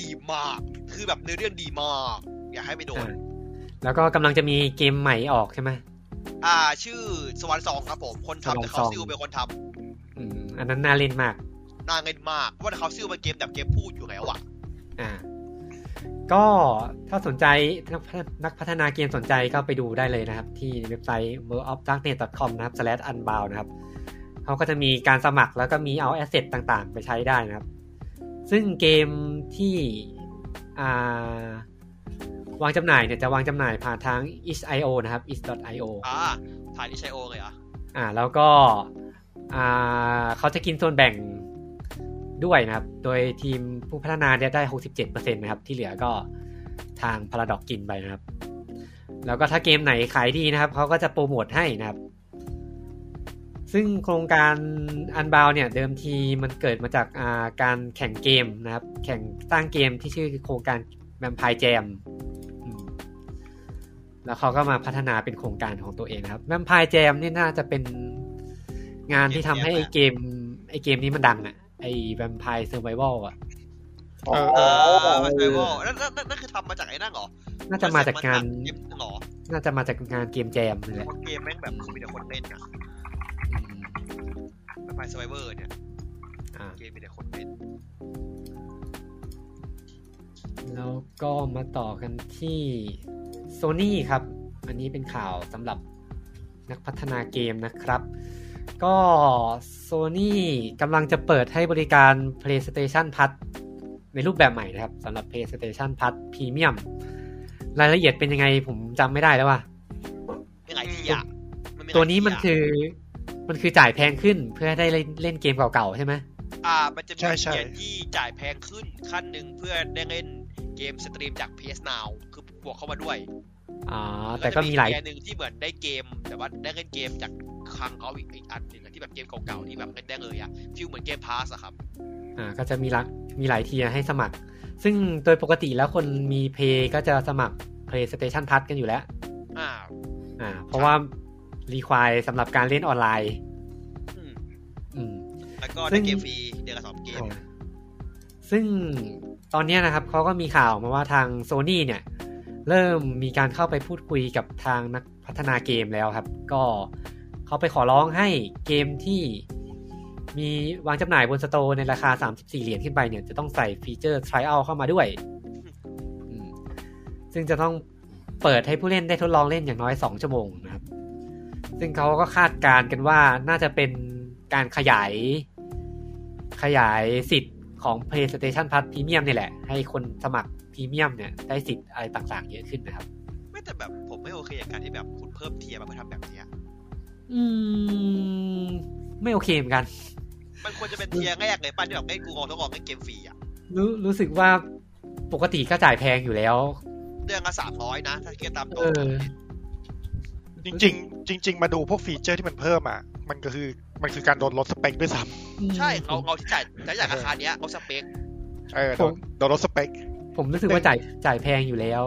ดีมาก คือแบบเนื้อเรื่องดีมาก อยากให้ไปโดน อ่าแล้วก็กำลังจะมีเกมใหม่ออกใช่ไหม อ่าชื่อสวรรค์สองครับผม คนทำแต่เขา Swan ซิล Song เป็นคนท อืมอันนั้นน่าเล่นมาก ำน่าเงินมากเพราะว่าเขาซิลเป็นเกมแบบเกมพูดอยู่แล้วอะ อ่า ก็ถ้าสนใจนักพัฒนักพัฒนาเกมสนใจก็ไปดูได้เลยนะครับ ที่เว็บไซต์ worldofdarknet.com นะครับ slash unbound นะครับเขาก็จะมีการสมัครแล้วก็มีเอาแอสเซทต่างๆ ไปใช้ได้นะครับ ซึ่งเกมที่อ่าวางจำหน่ายเนี่ยจะวางจำหน่ายผ่านทาง itch.io นะครับ itch.io อ่าถ่ายที่ใช้โอเลยเหรอ่ะ อ่าแล้วก็อ่าเขาจะกินส่วนแบ่งด้วยนะครับ โดยทีมผู้พัฒนาเนี่ยได้ 67%นะครับ ที่เหลือก็ทางพาราดอกกินไปนะครับ แล้วก็ถ้าเกมไหนขายดีนะครับ เขาก็จะโปรโมทให้นะครับ ซึ่งโครงการอันบาวเนี่ย เดิมทีมันเกิดมาจากอ่าการแข่งเกมนะครับ แข่งสร้างเกมที่ชื่อโครงการแ a ม p พ r e แจม แล้วเขาก็มาพัฒนาเป็นโครงการของตัวเองนะครับแวมพายแจมนี่น่าจะเป็นงานที่ทำให้ไอเกมไอเกมนี้มันดังอะไอแวมพายเซอร์ไ a เวลอะ เออ เอ อ๋อ อมันไซโวนั่นนั่นนั่นคือทำมาจากไอ้นั่นเหรอ น่าจะมาจากงาน เกมเหรอ น่าจะมาจากงานเกมแจมนี่แหละ คนเกมแม่งแบบมีแต่คนเล่นอะ อืม แบบไฟสไวเวอร์เนี่ย อ่า เกมมีแต่คนเล่น แล้วก็มาต่อกันที่ Sony ครับ อันนี้เป็นข่าวสำหรับนักพัฒนาเกมนะครับ ก็ Sony กำลังจะเปิดให้บริการ PlayStation Plus ในรูปแบบใหม่นะครับสำหรับ PlayStation Plus Premium รายละเอียดเป็นยังไงผมจำไม่ได้แล้วว่ะ ไม่หลายที่อะหลายที่อะ ตัวนี้มันคือมันคือจ่ายแพงขึ้นเพื่อให้ได้เล่นเล่นเกมเก่าๆใช่ไหม อ่า มันจะมี ใช่ใช่ เกมที่จ่ายแพงขึ้นขั้นหนึ่งเพื่อได้เล่นเกมสตรีมจาก PS Now คือบวกเข้ามาด้วย อ๋อแต่ก็มีหลาย แวจะเกหนึ่งที่เหมือนได้เกม แต่ว่าได้เล่นเกมจากคลังเขาอีกอีกอันหนึ่งอะที่แบบเกมเก่าๆที่แบบเล่นได้เลยอะฟิลเหมือนเกมพาสอะครับ อ่าก็จะมีหลักมีหลายเทียร์ให้สมัคร ซึ่งโดยปกติแล้วคนมีเพย์ก็จะสมัคร PlayStation Plus กันอยู่แล้ว อ่า อ่า เพราะว่ารีควายสำหรับการเล่นออนไลน์ อืม อืม แล้วก็ ซึ่ ได้ ง เกมฟรีเดือนละสองเกม ซึ่งตอนเนี้ยนะครับเขาก็มีข่าวมาว่าทาง Sony เนี่ย เริ่มมีการเข้าไปพูดคุยกับทางนักพัฒนาเกมแล้วครับ ก็เขาไปขอร้องให้เกมที่มีวางจำหน่ายบนสโตร์ในราคา 34 เหรียญขึ้นไปเนี่ย จะต้องใส่ฟีเจอร์ Trial เข้ามาด้วยอืมซึ่งจะต้องเปิดให้ผู้เล่นได้ทดลองเล่นอย่างน้อย 2 ชั่วโมงนะครับ ซึ่งเขาก็คาดการณ์กันว่าน่าจะเป็นการขยาย ขยายสิทธิ์ของ PlayStation Plus Premium เนี่ยแหละ ให้คนสมัคร Premium เนี่ย ได้สิทธิ์อะไรต่างๆ เยอะขึ้นนะครับ ไม่แต่แบบผมไม่โอเคกับการที่แบบคุณเพิ่มเทียร์มาเพื่อทำแบบเนี้ย อืม ไม่โอเคเหมือนกัน มันควรจะเป็นเทียร์แรกเลยป่ะที่แบบให้กูงองทดลองเล่นเกมฟรีอะ รู้รู้สึกว่าปกติก็จ่ายแพงอยู่แล้ว เดือนละสามร้อยนะ ถ้าเกียร์ตามตัว เออ จริงๆจริง ๆ มาดูพวกฟีเจอร์ที่มันเพิ่มอ่ะ มันก็คือมันคือการโดนลดสเปคด้วยซ้ ใช่เราเราที่จ่ายจ่ายจากราคาเนี้ยเราสเปค ำเออโดนโดนลดสเปค ผมรู้สึกว่าจ่ายจ่ายแพงอยู่แล้ว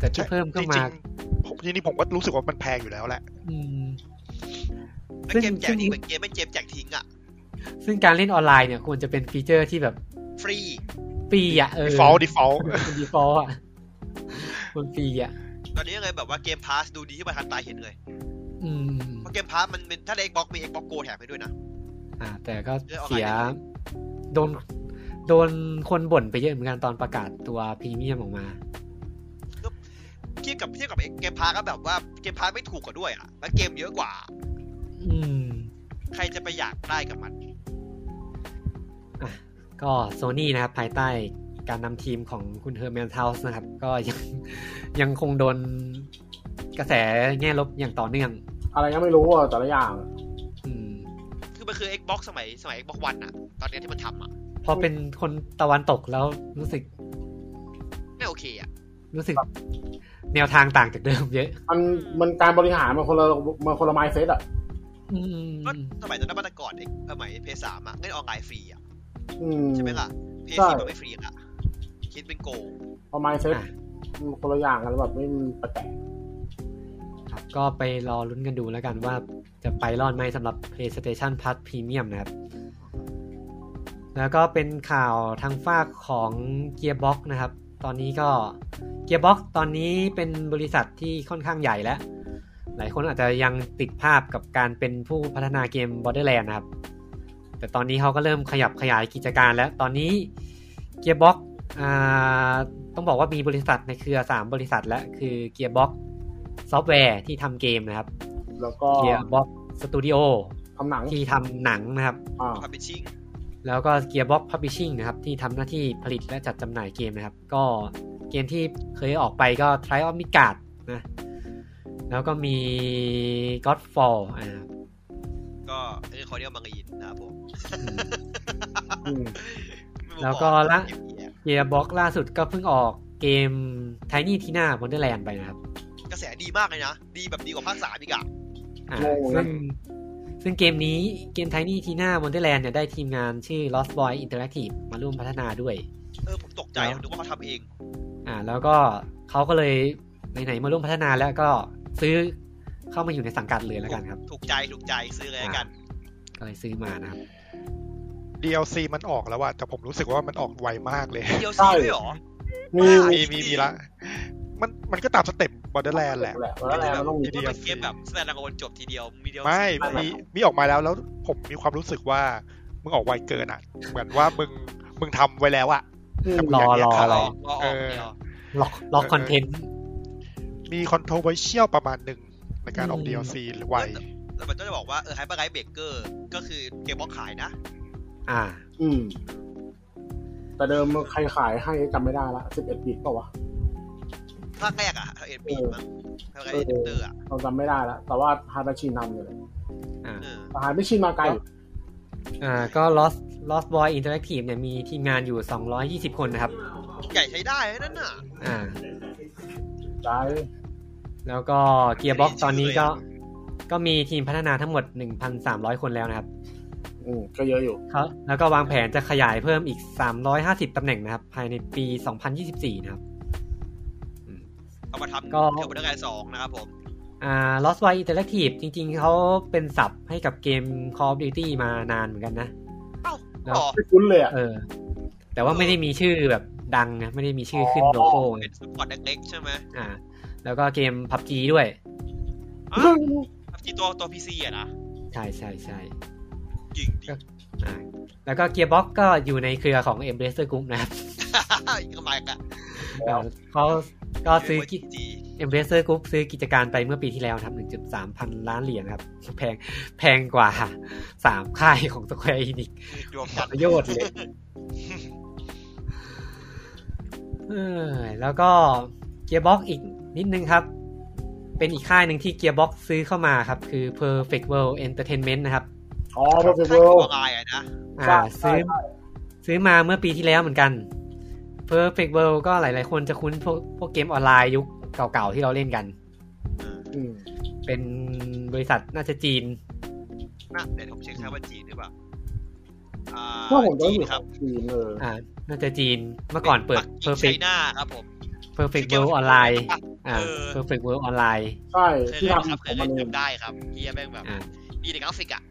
แต่ที่เพิ่มเข้ามา จริงๆผมทีนี้ผมก็รู้สึกว่ามันแพงอยู่แล้วแหละ อืม แล้วเกมแจกนี่เหมือนเกมไม่เกมแจกทิ้งอ่ะ ซึ่งการเล่นออนไลน์เนี่ยควรจะเป็นฟีเจอร์ที่แบบ ฟรี ฟรีอ่ะเออ default default เป็นดีฟอลอ่ะมันฟรีอ่ะ ตอนนี้เลยแบบว่าเกมพาสดูดีที่ประทันตาเห็นเลย อืม เพราะเกมพาสมันเป็นถ้าใน Xbox มี Xbox Go แถมให้ด้วยนะ อ่าแต่ก็ เลือกออนไลน์ เสีย ได้ไหม โดนโดนคนบ่นไปเยอะเหมือนกันตอนประกาศตัวพรีเมียมออกมา คิดกับ กับเทียบกับเกมพาร์ก็แบบว่าเกมพาร์ไม่ถูกกว่าด้วยอ่ะแล้วเกมเยอะกว่า อืม ใครจะไปอยากได้กับมัน ก็โซนี่นะครับ ภายใต้การนำทีมของคุณเฮอร์แมนทาสนะครับ ก็ยัง ยังคงโดนกระแสแง่ลบอย่างต่อเนื่อง อะไรก็ไม่รู้อะแต่ละอย่าง อืม คือมันคือ Xbox สมัยสมัย Xbox One อ่ะ ตอนเนี้ยที่มันทำอ่ะ พอเป็นคนตะวันตกแล้วรู้สึก ไม่โอเคอ่ะ รู้สึก แนวทางต่างจากเดิมเยอะ มันมันการบริหารมันคนละมันคนละไมเซ็ตอะ อื ก็ ม สมัยนั้นนะมันแต่ก่อนเอกสมัยเพย์สามอะเล่นออนไลน์ฟรีอะ อืม ใช่ไหมล่ะเพย์ ใช่ สี่มันไม่ฟรีอะคิดเป็นโกง พอไมเซ็ต อ่ะ คนละอย่างกันแบบไม่มันแปลก ครับก็ไปรอลุ้นกันดูแล้วกันว่าจะไปรอดไหมสำหรับ PlayStation Plus Premium นะครับ แล้วก็เป็นข่าวทางฝากของ Gearbox นะครับ ตอนนี้ก็ Gearbox ตอนนี้เป็นบริษัทที่ค่อนข้างใหญ่แล้ว หลายคนอาจจะยังติดภาพกับการเป็นผู้พัฒนาเกม Borderland นะครับ แต่ตอนนี้เขาก็เริ่มขยับขยายกิจการแล้ว ตอนนี้ Gearbox อ่าต้องบอกว่ามีบริษัทในเครือ 3 บริษัทแล้วคือ Gearbox ซอฟต์แวร์ที่ทำเกมนะครับ ๆแล้วก็ Gearbox Studio ทำหนัง ที่ทำหนังนะครับ อ่า พับบิชชิ่ง แล้วก็ Gearbox Publishing นะครับ ที่ทำหน้าที่ผลิตและจัดจำหน่ายเกมนะครับ ก็เกมที่เคยออกไปก็ t r i o n Midgard นะ แล้วก็มี Godfall อ่า ก็เรื่องคอเดียมังอินนะครับผม อืม แล้วก็ละ Gearbox ล่าสุดก็เพิ่งออกเกม Tiny Tina Wonderland ไปนะครับ กระแสดีมากเลยนะ ดีแบบดีกว่าภาคสามอีกอะ อ่าซึ่งซึ่งเกมนี้เกม Tiny Tina Wonderland เนี่ยได้ทีมงานชื่อ Lost Boy Interactive มาร่วมพัฒนาด้วย เออผมตกใจนะนึกว่าเขาทำเอง อ่าแล้วก็เขาก็เลยไหนๆมาร่วมพัฒนาแล้วก็ซื้อเข้ามาอยู่ในสังกัดเลยแล้วกันครับ ถูกใจถูกใจซื้อเลยละกัน ก็เลยซื้อมา นะครับ DLC มันออกแล้วอะแต่ผมรู้สึกว่ามันออกไวมากเลย DLC ด้วยเหรอ มี ใช่ มีมีมีละ มันมันก็ตามสเต็ปบอร์เดอร์แลนด์แหละ แหละ Borderland มันต้องมี มันเป็นเกมแบบแสดงคนจบทีเดียวมีเดียว ไม่มีมีออกมาแล้วแล้วผมมีความรู้สึกว่า มึงออกไวเกินอ่ะ เหมือนว่ามึงมึงทำไว้แล้วอ่ะแต่มึงยาก รอ แยกขา อ ด อกรอออกเดียว ล็อกล็อกคอนเทนต์ มีคอนโทรเวอร์เชียลประมาณหนึ่งในการออก อืม DLC หรือไว แล้วมันก็จะบอกว่าเออไฮเปอร์ไกด์เบเกอร์ก็คือเกมบล็อกขายนะ อ่า อืม แต่เดิมใครขายให้จำไม่ได้ละสิบเอ็ดบิตเปล่าวะ ภาคแรกอะเอ็นบีมั้งภาคแรกเอ็นเตอร์อะ เราจำไม่ได้ละแต่ว่าฮาร์ดชินทำอยู่เลย อ่า เออ แต่ฮาร์ดชินมาไกลอยู่ อ่าก็ Lost Lost Boy Interactive เนี่ยมีทีมงานอยู่ 220 คนนะครับ ใหญ่ใช้ได้นะนั่นน่ะ อ่า ได้ แล้วก็ Gearbox ตอนนี้ก็ก็มีทีมพัฒนาทั้งหมด 1,300 คนแล้วนะครับ อืมก็เยอะอยู่ ครับแล้วก็วางแผนจะขยายเพิ่มอีก 350 ตำแหน่งนะครับ ภายในปี 2024 นะครับ เอามาทำ ก็ เกี่ยวกับเรื่องการสองนะครับผม อ่า Lost Way Interactive จริงๆ เขาเป็นสับให้กับเกม Call of Duty มานานเหมือนกันนะ เอ้า แล้ว ต่อ ไม่คุ้นเลยอะ เออ แต่ว่าไม่ได้มีชื่อแบบดังนะไม่ได้มีชื่อขึ้นโลโก้ไง เป็นสปอร์ตเล็กๆใช่ไหม อ่า แล้วก็เกม PUBG ด้วย อ่ะจีตัวตัวพีซีอะนะ ใช่ใช่ใช่ จริงดิ อ่าแล้วก็ Gearbox ก็อยู่ในเครือของ Embracer Group นะครับ อีกก็มาอีกอะ แล้ว เขาก็ซื้อกิ จี เอ็มเพรสเซอร์กรุ๊ปซื้อกิจการไปเมื่อปีที่แล้วนะครับ 1.3 พันล้านเหรียญครับ แพงแพงกว่า 3 ค่ายของสแควร์อินิก รวมกัน ประโยชน์เลยเออแล้วก็เกียร์บ็อกอีกนิดนึงครับ เป็นอีกค่ายหนึ่งที่เกียร์บ็อกซื้อเข้ามาครับ คือ Perfect World Entertainment นะครับ อ๋อเพอร์เฟก ค่าย เวิล ออนไลน์อะนะ ใช่ อ่า ใช่ ซื้อซื้อมาเมื่อปีที่แล้วเหมือนกัน Perfect World ก็หลายๆ คนจะคุ้นพวกพวกเกมออนไลน์ยุคเก่าๆ ที่เราเล่นกัน อืม เป็นบริษัทน่าจะจีน น่ะเดี๋ยวผมเช็คค่ว่าจีนหรือเปล่าอ่า พวกผมจะ จี อน ยู่ ครับ จีนเออ อ่า น่าจะจีน เมื่อก่อนเปิด ปักิ่งไช perfect น่าครับผม perfect ชื่อเกม world ออนไลน์อ่า เออ perfect world ออนไลน์ ใช่ เคย ที่ เล่นครับ ทำ เค ขอย ง เล่ มัน น เอง จำได้ครับเฮียแม่งแบบ อ่า มีในกราฟิกอะ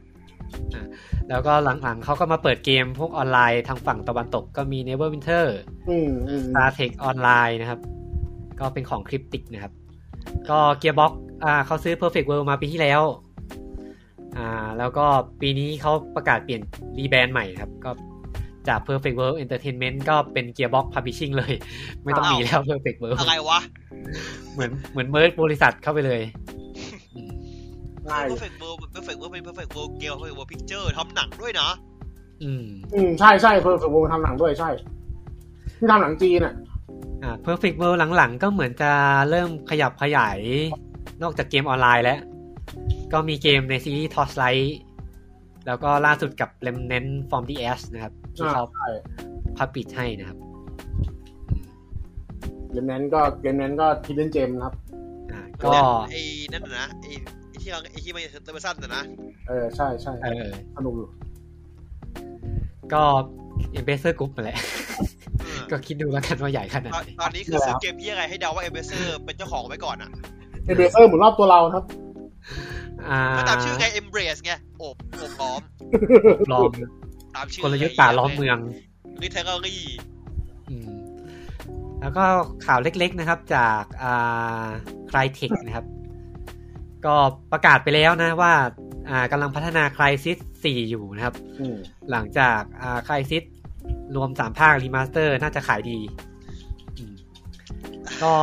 แล้วก็หลังๆเขาก็มาเปิดเกมพวกออนไลน์ทางฝั่งตะวันตกก็มี neverwinter อืมอืม star tech ออนไลน์นะครับ ก็เป็นของคลิปติกนะครับ ก็เกียร์บ็อกอ่าเขาซื้อ perfect world มาปีที่แล้ว อ่า แล้วก็ปีนี้เขาประกาศเปลี่ยนรีแบรนด์ใหม่ครับ ก็ จาก Perfect World Entertainment ก็เป็น Gearbox Publishing เลย ไม่ต้อง อ้าว มีแล้ว Perfect World อะไรวะ เหมือนเหมือนเมิร์บริษัทเข้าไปเลย ง่าย เพอร์เฟกต์เวิร์เพอร์เฟกต์เวิร์เป็นเพอร์เฟกต์เวิร์เกลเพอร์เฟกต์เวิร์พิกเจอร์ทำหนังด้วยนะ อืม อืมใช่ใช่เพิ่มสมบูรณ์ทำหนังด้วยใช่ ที่ทำหนังจีนอ่ะ อ่า Perfect World หลังๆ ก็เหมือนจะเริ่มขยับขยาย นอกจากเกมออนไลน์แล้ว ก็มีเกมในซีรีส์ Torchlight แล้วก็ล่าสุดกับ Remnant from the Ash นะครับที่เขา ใช่ พับปิดให้นะครับ เกมนั้นก็เกมนั้นก็ทีเล่นเจมส์นะครับ อ่าก็ ไอ้นั่นน่ะนะไอ้ไอ้ที่เราไอ้ที่มันเติมสั้นน่ะนะ เออใช่ใช่ เออ สนุกอยู่ ก็ e m b a s s a d o r Group มาแหละ เออ ก็คิดดูแล้วกันว่าใหญ่ขนาด ตอน ไหน ตอนนี้คือซื้อเกมที่อะไรให้เดาว่าเอเบเซอร์เป็นเจ้าของไว้ก่อนอ่ะ เอเบเซอร์หมุนรอบตัวเรานะครับ อ่า ก็ตามชื่อไงเอมเบรสไงโอบโอบล้อม ปลอม ตามชื่อก ลยุทธ์ป่าล้อมเมือง ลิเทอรี่ อืมแล้วก็ข่าวเล็กๆนะครับจากอ่าคลายเทคนะครับ ก็ประกาศไปแล้วนะว่าอ่ากำลังพัฒนาคลายซิส4อยู่นะครับ อืม หลังจากอ่าคลายซิสรวม 3 ภาครีมาสเตอร์น่าจะขายดีอืมก็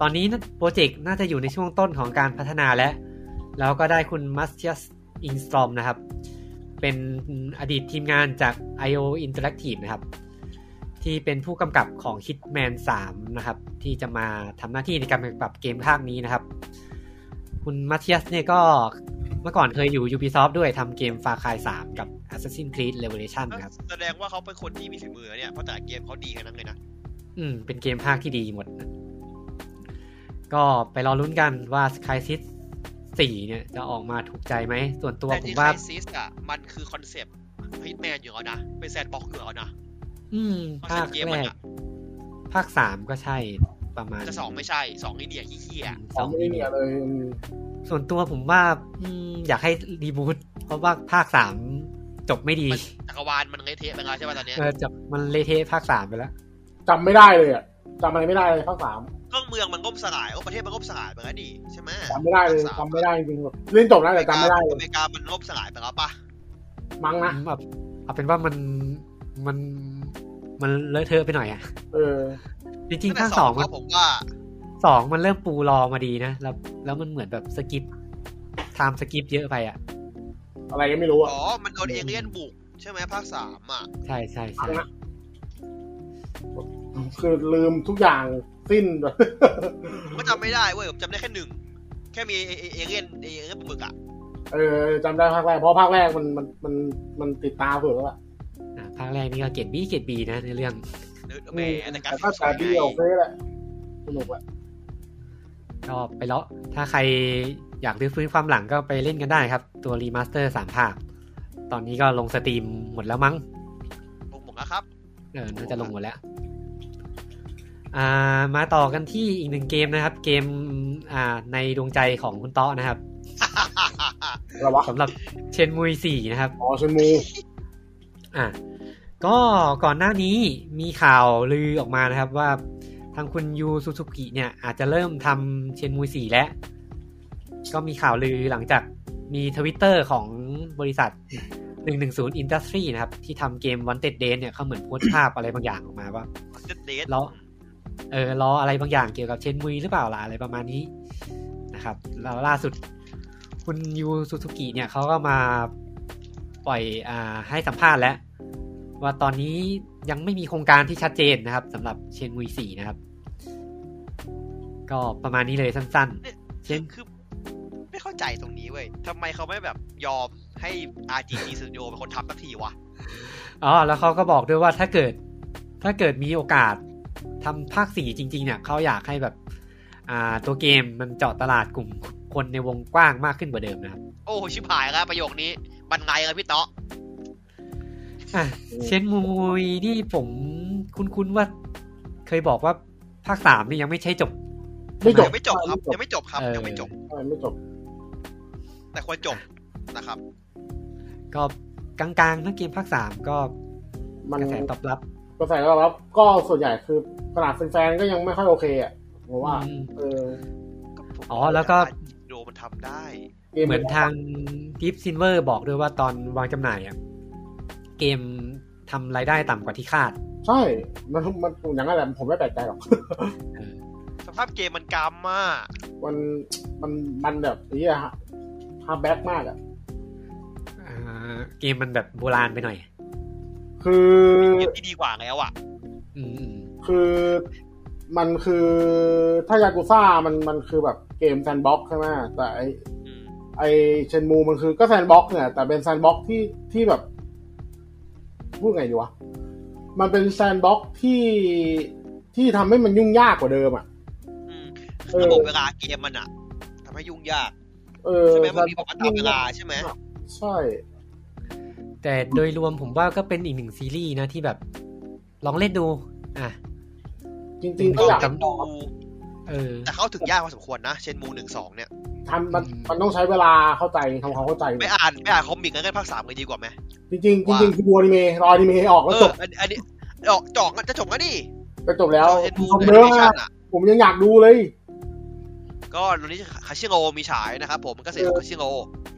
ตอนนี้น่ะโปรเจกต์น่าจะอยู่ในช่วงต้นของการพัฒนาแล้ว แล้วก็ได้คุณมัสเชียสอิงสตรอมนะครับ เป็นอดีตทีมงานจาก IO Interactive นะครับ ที่เป็นผู้กำกับของ Hitman 3 นะครับ ที่จะมาทำหน้าที่ในการกำกับเกมภาคนี้นะครับ คุณมัตเทียสเนี่ยก็เมื่อก่อนเคยอยู่ Ubisoft ด้วยทำเกม Far Cry 3 กับ Assassin's Creed Revelation ครับ แสดงว่าเขาเป็นคนที่มีฝีมือนะเนี่ยเพราะแต่ละเกมเขาดีกันนั้นเลยนะ อืม เป็นเกมภาคที่ดีหมดนะก็ไปรอลุ้นกันว่า Sky s i t 4 เนี่ยจะออกมาถูกใจไหม ส่วนตัว แต่ ผมที่ไค ว่า ซิสอ่ะมันคือคอนเซปต์ฮิตแมนอยู่แล้วนะเป็นแซนบ็อกอยู่แล้วนะ อืม คอนเซ ภา ป ค ต์เกม แร มัน ก อ่ะ ภาค 3 ก็ใช่ประมาณ จะสองไม่ใช่สองนี่เดียขี้เกียจ ส ส อ อง งไม่ได้เนี่ยเลยอืม ส่วนตัวผมว่าอืมอยากให้รีบูทเพราะว่าภาคสามจบไม่ดี มันจักรวาลมันเละเทะไปแล้วใช่ป่ะตอนเนี้ย เออจบมันเละเทะภาคสามไปแล้ว จำไม่ได้เลยอ่ะจำอะไรไม่ได้เลยภาคสาม ก็เมืองมันล่มสลายก็ประเทศมันล่มสลายไปแล้วนี่ใช่ไหม จำไม่ได้เลยจำไม่ได้จริงๆแบบเล่นจบแล้วแต่จำไม่ได้เล อย เมริกามันล่มสลายไปแล้วปะ มั้งนะ เอาเอาเป็นว่ามันมันมันเลอะเทอะไปหน่อยอ่ะ เออ จริงๆภาคสองมัน แล้วผมว่า สองมันเริ่มปูรอมาดีนะ แล้วแล้วมันเหมือนแบบสกิปไทม์สกิปเยอะไปอ่ะ อะไรก็ไม่รู้อ่ะ อ๋อ มันโดนเอเลี่ยนบุก ใช่ไหมภาคสามอ่ะ ใช่ใช่ มั้ ใช่ งนะคือลืมทุกอย่างสิ้น แบบ ผมก็จำไม่ได้เว้ย ผมจำได้แค่หนึ่ง แค่มีเอเอเอเลี่ยนเอเลี่ยนบุกอ่ะ เออจำได้ภาคแรกเพราะภาคแรกมันมันมันมันติดตาสุดแล้วล่ะ อ่ะภาคแรกนี่ก็เกรดบีเกรดบีนะในเรื่อง หรือแหมแต่การ แต่ก็แต่เดียวเฟ้แหละสนุกอ่ะ ก็ไปแล้ว ถ้าใครอยากรื้อฟื้นความหลังก็ไปเล่นกันได้ครับ ตัวรีมาสเตอร์สามภาค ตอนนี้ก็ลงสตรีมหมดแล้วมั้ง ผมบอกนะครับ เออน่าจะลงหมดแล้ว อ่า มาต่อกันที่อีกหนึ่งเกมนะครับ เกม อ่า ในดวงใจของคุณเตาะนะครับ อะไรวะ สำหรับเชนมุยสี่นะครับ อ๋อชนมู อ่ะก็ก่อนหน้านี้มีข่าวลือออกมานะครับว่าทางคุณยูซูซูกิเนี่ย อาจจะเริ่มทำเชนมูสี่แล้ว ก็มีข่าวลือหลังจากมีทวิตเตอร์ของบริษัท 110 Industry นะครับ ที่ทำเกม Wanted Dead เนี่ยเขาเหมือนโพสต์ภาพอะไรบางอย่างออกมาว่า เดดเดด รอเออรออะไรบางอย่างเกี่ยวกับเชนมุยหรือเปล่าล่ะอะไรประมาณนี้นะครับ แล้วล่าสุด คุณยูซูซูกิเนี่ยเขาก็มาปล่อยอ่าให้สัมภาษณ์แล้ว ว่าตอนนี้ยังไม่มีโครงการที่ชัดเจนนะครับสำหรับเชนมุยสี่นะครับ ก็ประมาณนี้เลยสั้น ๆ เช่น คือ ไม่เข้าใจตรงนี้เว้ยทำไมเขาไม่แบบยอมให้ RGG Studio เป็นคนทำสักทีวะ อ๋อแล้วเขาก็บอกด้วยว่าถ้าเกิดถ้าเกิดมีโอกาสทำภาคสี่จริง ๆ เนี่ยเขาอยากให้แบบอ่าตัวเกมมันเจาะตลาดกลุ่มคนในวงกว้างมากขึ้นกว่าเดิมนะครับ โอ้ชิบหายแล้วประโยคนี้บันไงเลยพี่เตาะ อ่ะเช่นมูยนี่ผมคุ้นๆว่าเคยบอกว่าภาคสามนี่ยังไม่ใช่จบ ไม่จบ ยังไม่จบครับ ยังไม่จบครับ เออ ยังไม่จบ เออไม่จบ แต่ควรจบนะครับ ก็กลางๆนะเกมภาคสามก็ มัน กระแสตอบรับ กระแสตอบรับก็ส่วนใหญ่คือขนาดแฟนๆก็ยังไม่ค่อยโอเคอ่ะผมว่า อืม เออ ก็ผม อ๋อแล้วก็ โดมันทำได้ เกม เหมือนทาง Deep Silver บอกด้วยว่าตอนวางจำหน่ายอะเกม ทำรายได้ต่ำกว่าที่คาด ใช่ มันมันอย่างนั้นแหละผมไม่แปลกใจ หรอก สภาพเกมมันกำมาก มันมันมันแบบนี้อะฮะฮาร์ดแบ็กมากอะ อ่าเกมมันแบบโบราณไปหน่อย คือ เกมที่ดีกว่าแล้วอ่ะ อืมอืม คือมันคือถ้ายากุซ่ามันมันคือแบบเกมแซนด์บ็อกซ์ใช่ไหมแต่ไอ อืม ไอเชนมูมันคือก็แซนด์บ็อกซ์เนี่ย แต่เป็นแซนด์บ็อกซ์ที่ที่แบบ พูดไงดีวะ มันเป็นแซนด์บ็อกซ์ที่ที่ทำให้มันยุ่งยากกว่าเดิมอ่ะ อืม เออ ระบบเวลาเกมมันอ่ะทำให้ยุ่งยาก เออ ใช่ไหมมันมี แซ บอกว่าตามเวลาใช่ไหม ใช่ แต่โดยรวมผมว่าก็เป็นอีกหนึ่งซีรีส์นะที่แบบ ลองเล่นดู อ่ะ จริงๆ ต้ ก็ อง อยาก เล่นดู เออ แต่เข้าถึงยากพอสมควรนะ เช่นมูหนึ่งสองเนี่ย ทำมันมันต้องใช้เวลาเข้าใจทำความเข้าใจ ไม่อ่านไม่อ่านคอมิกแล้วกันภาคสามกันดีกว่าไหม จริงๆจริง ว่า ๆคือดูอนิเมะรออนิเมะออก เอ แล้วอจบ อันอันนี้ออกจอกจะจบแล้วนี่ ก็จบแล้ว เช่นมู ผม แอ เย นิ อะ เมชั มาก นอ่ะ ผมยังอยากดูเลย ก็ตอนนี้คาชิโงมีฉายนะครับผมก็เสร็จของคาชิโง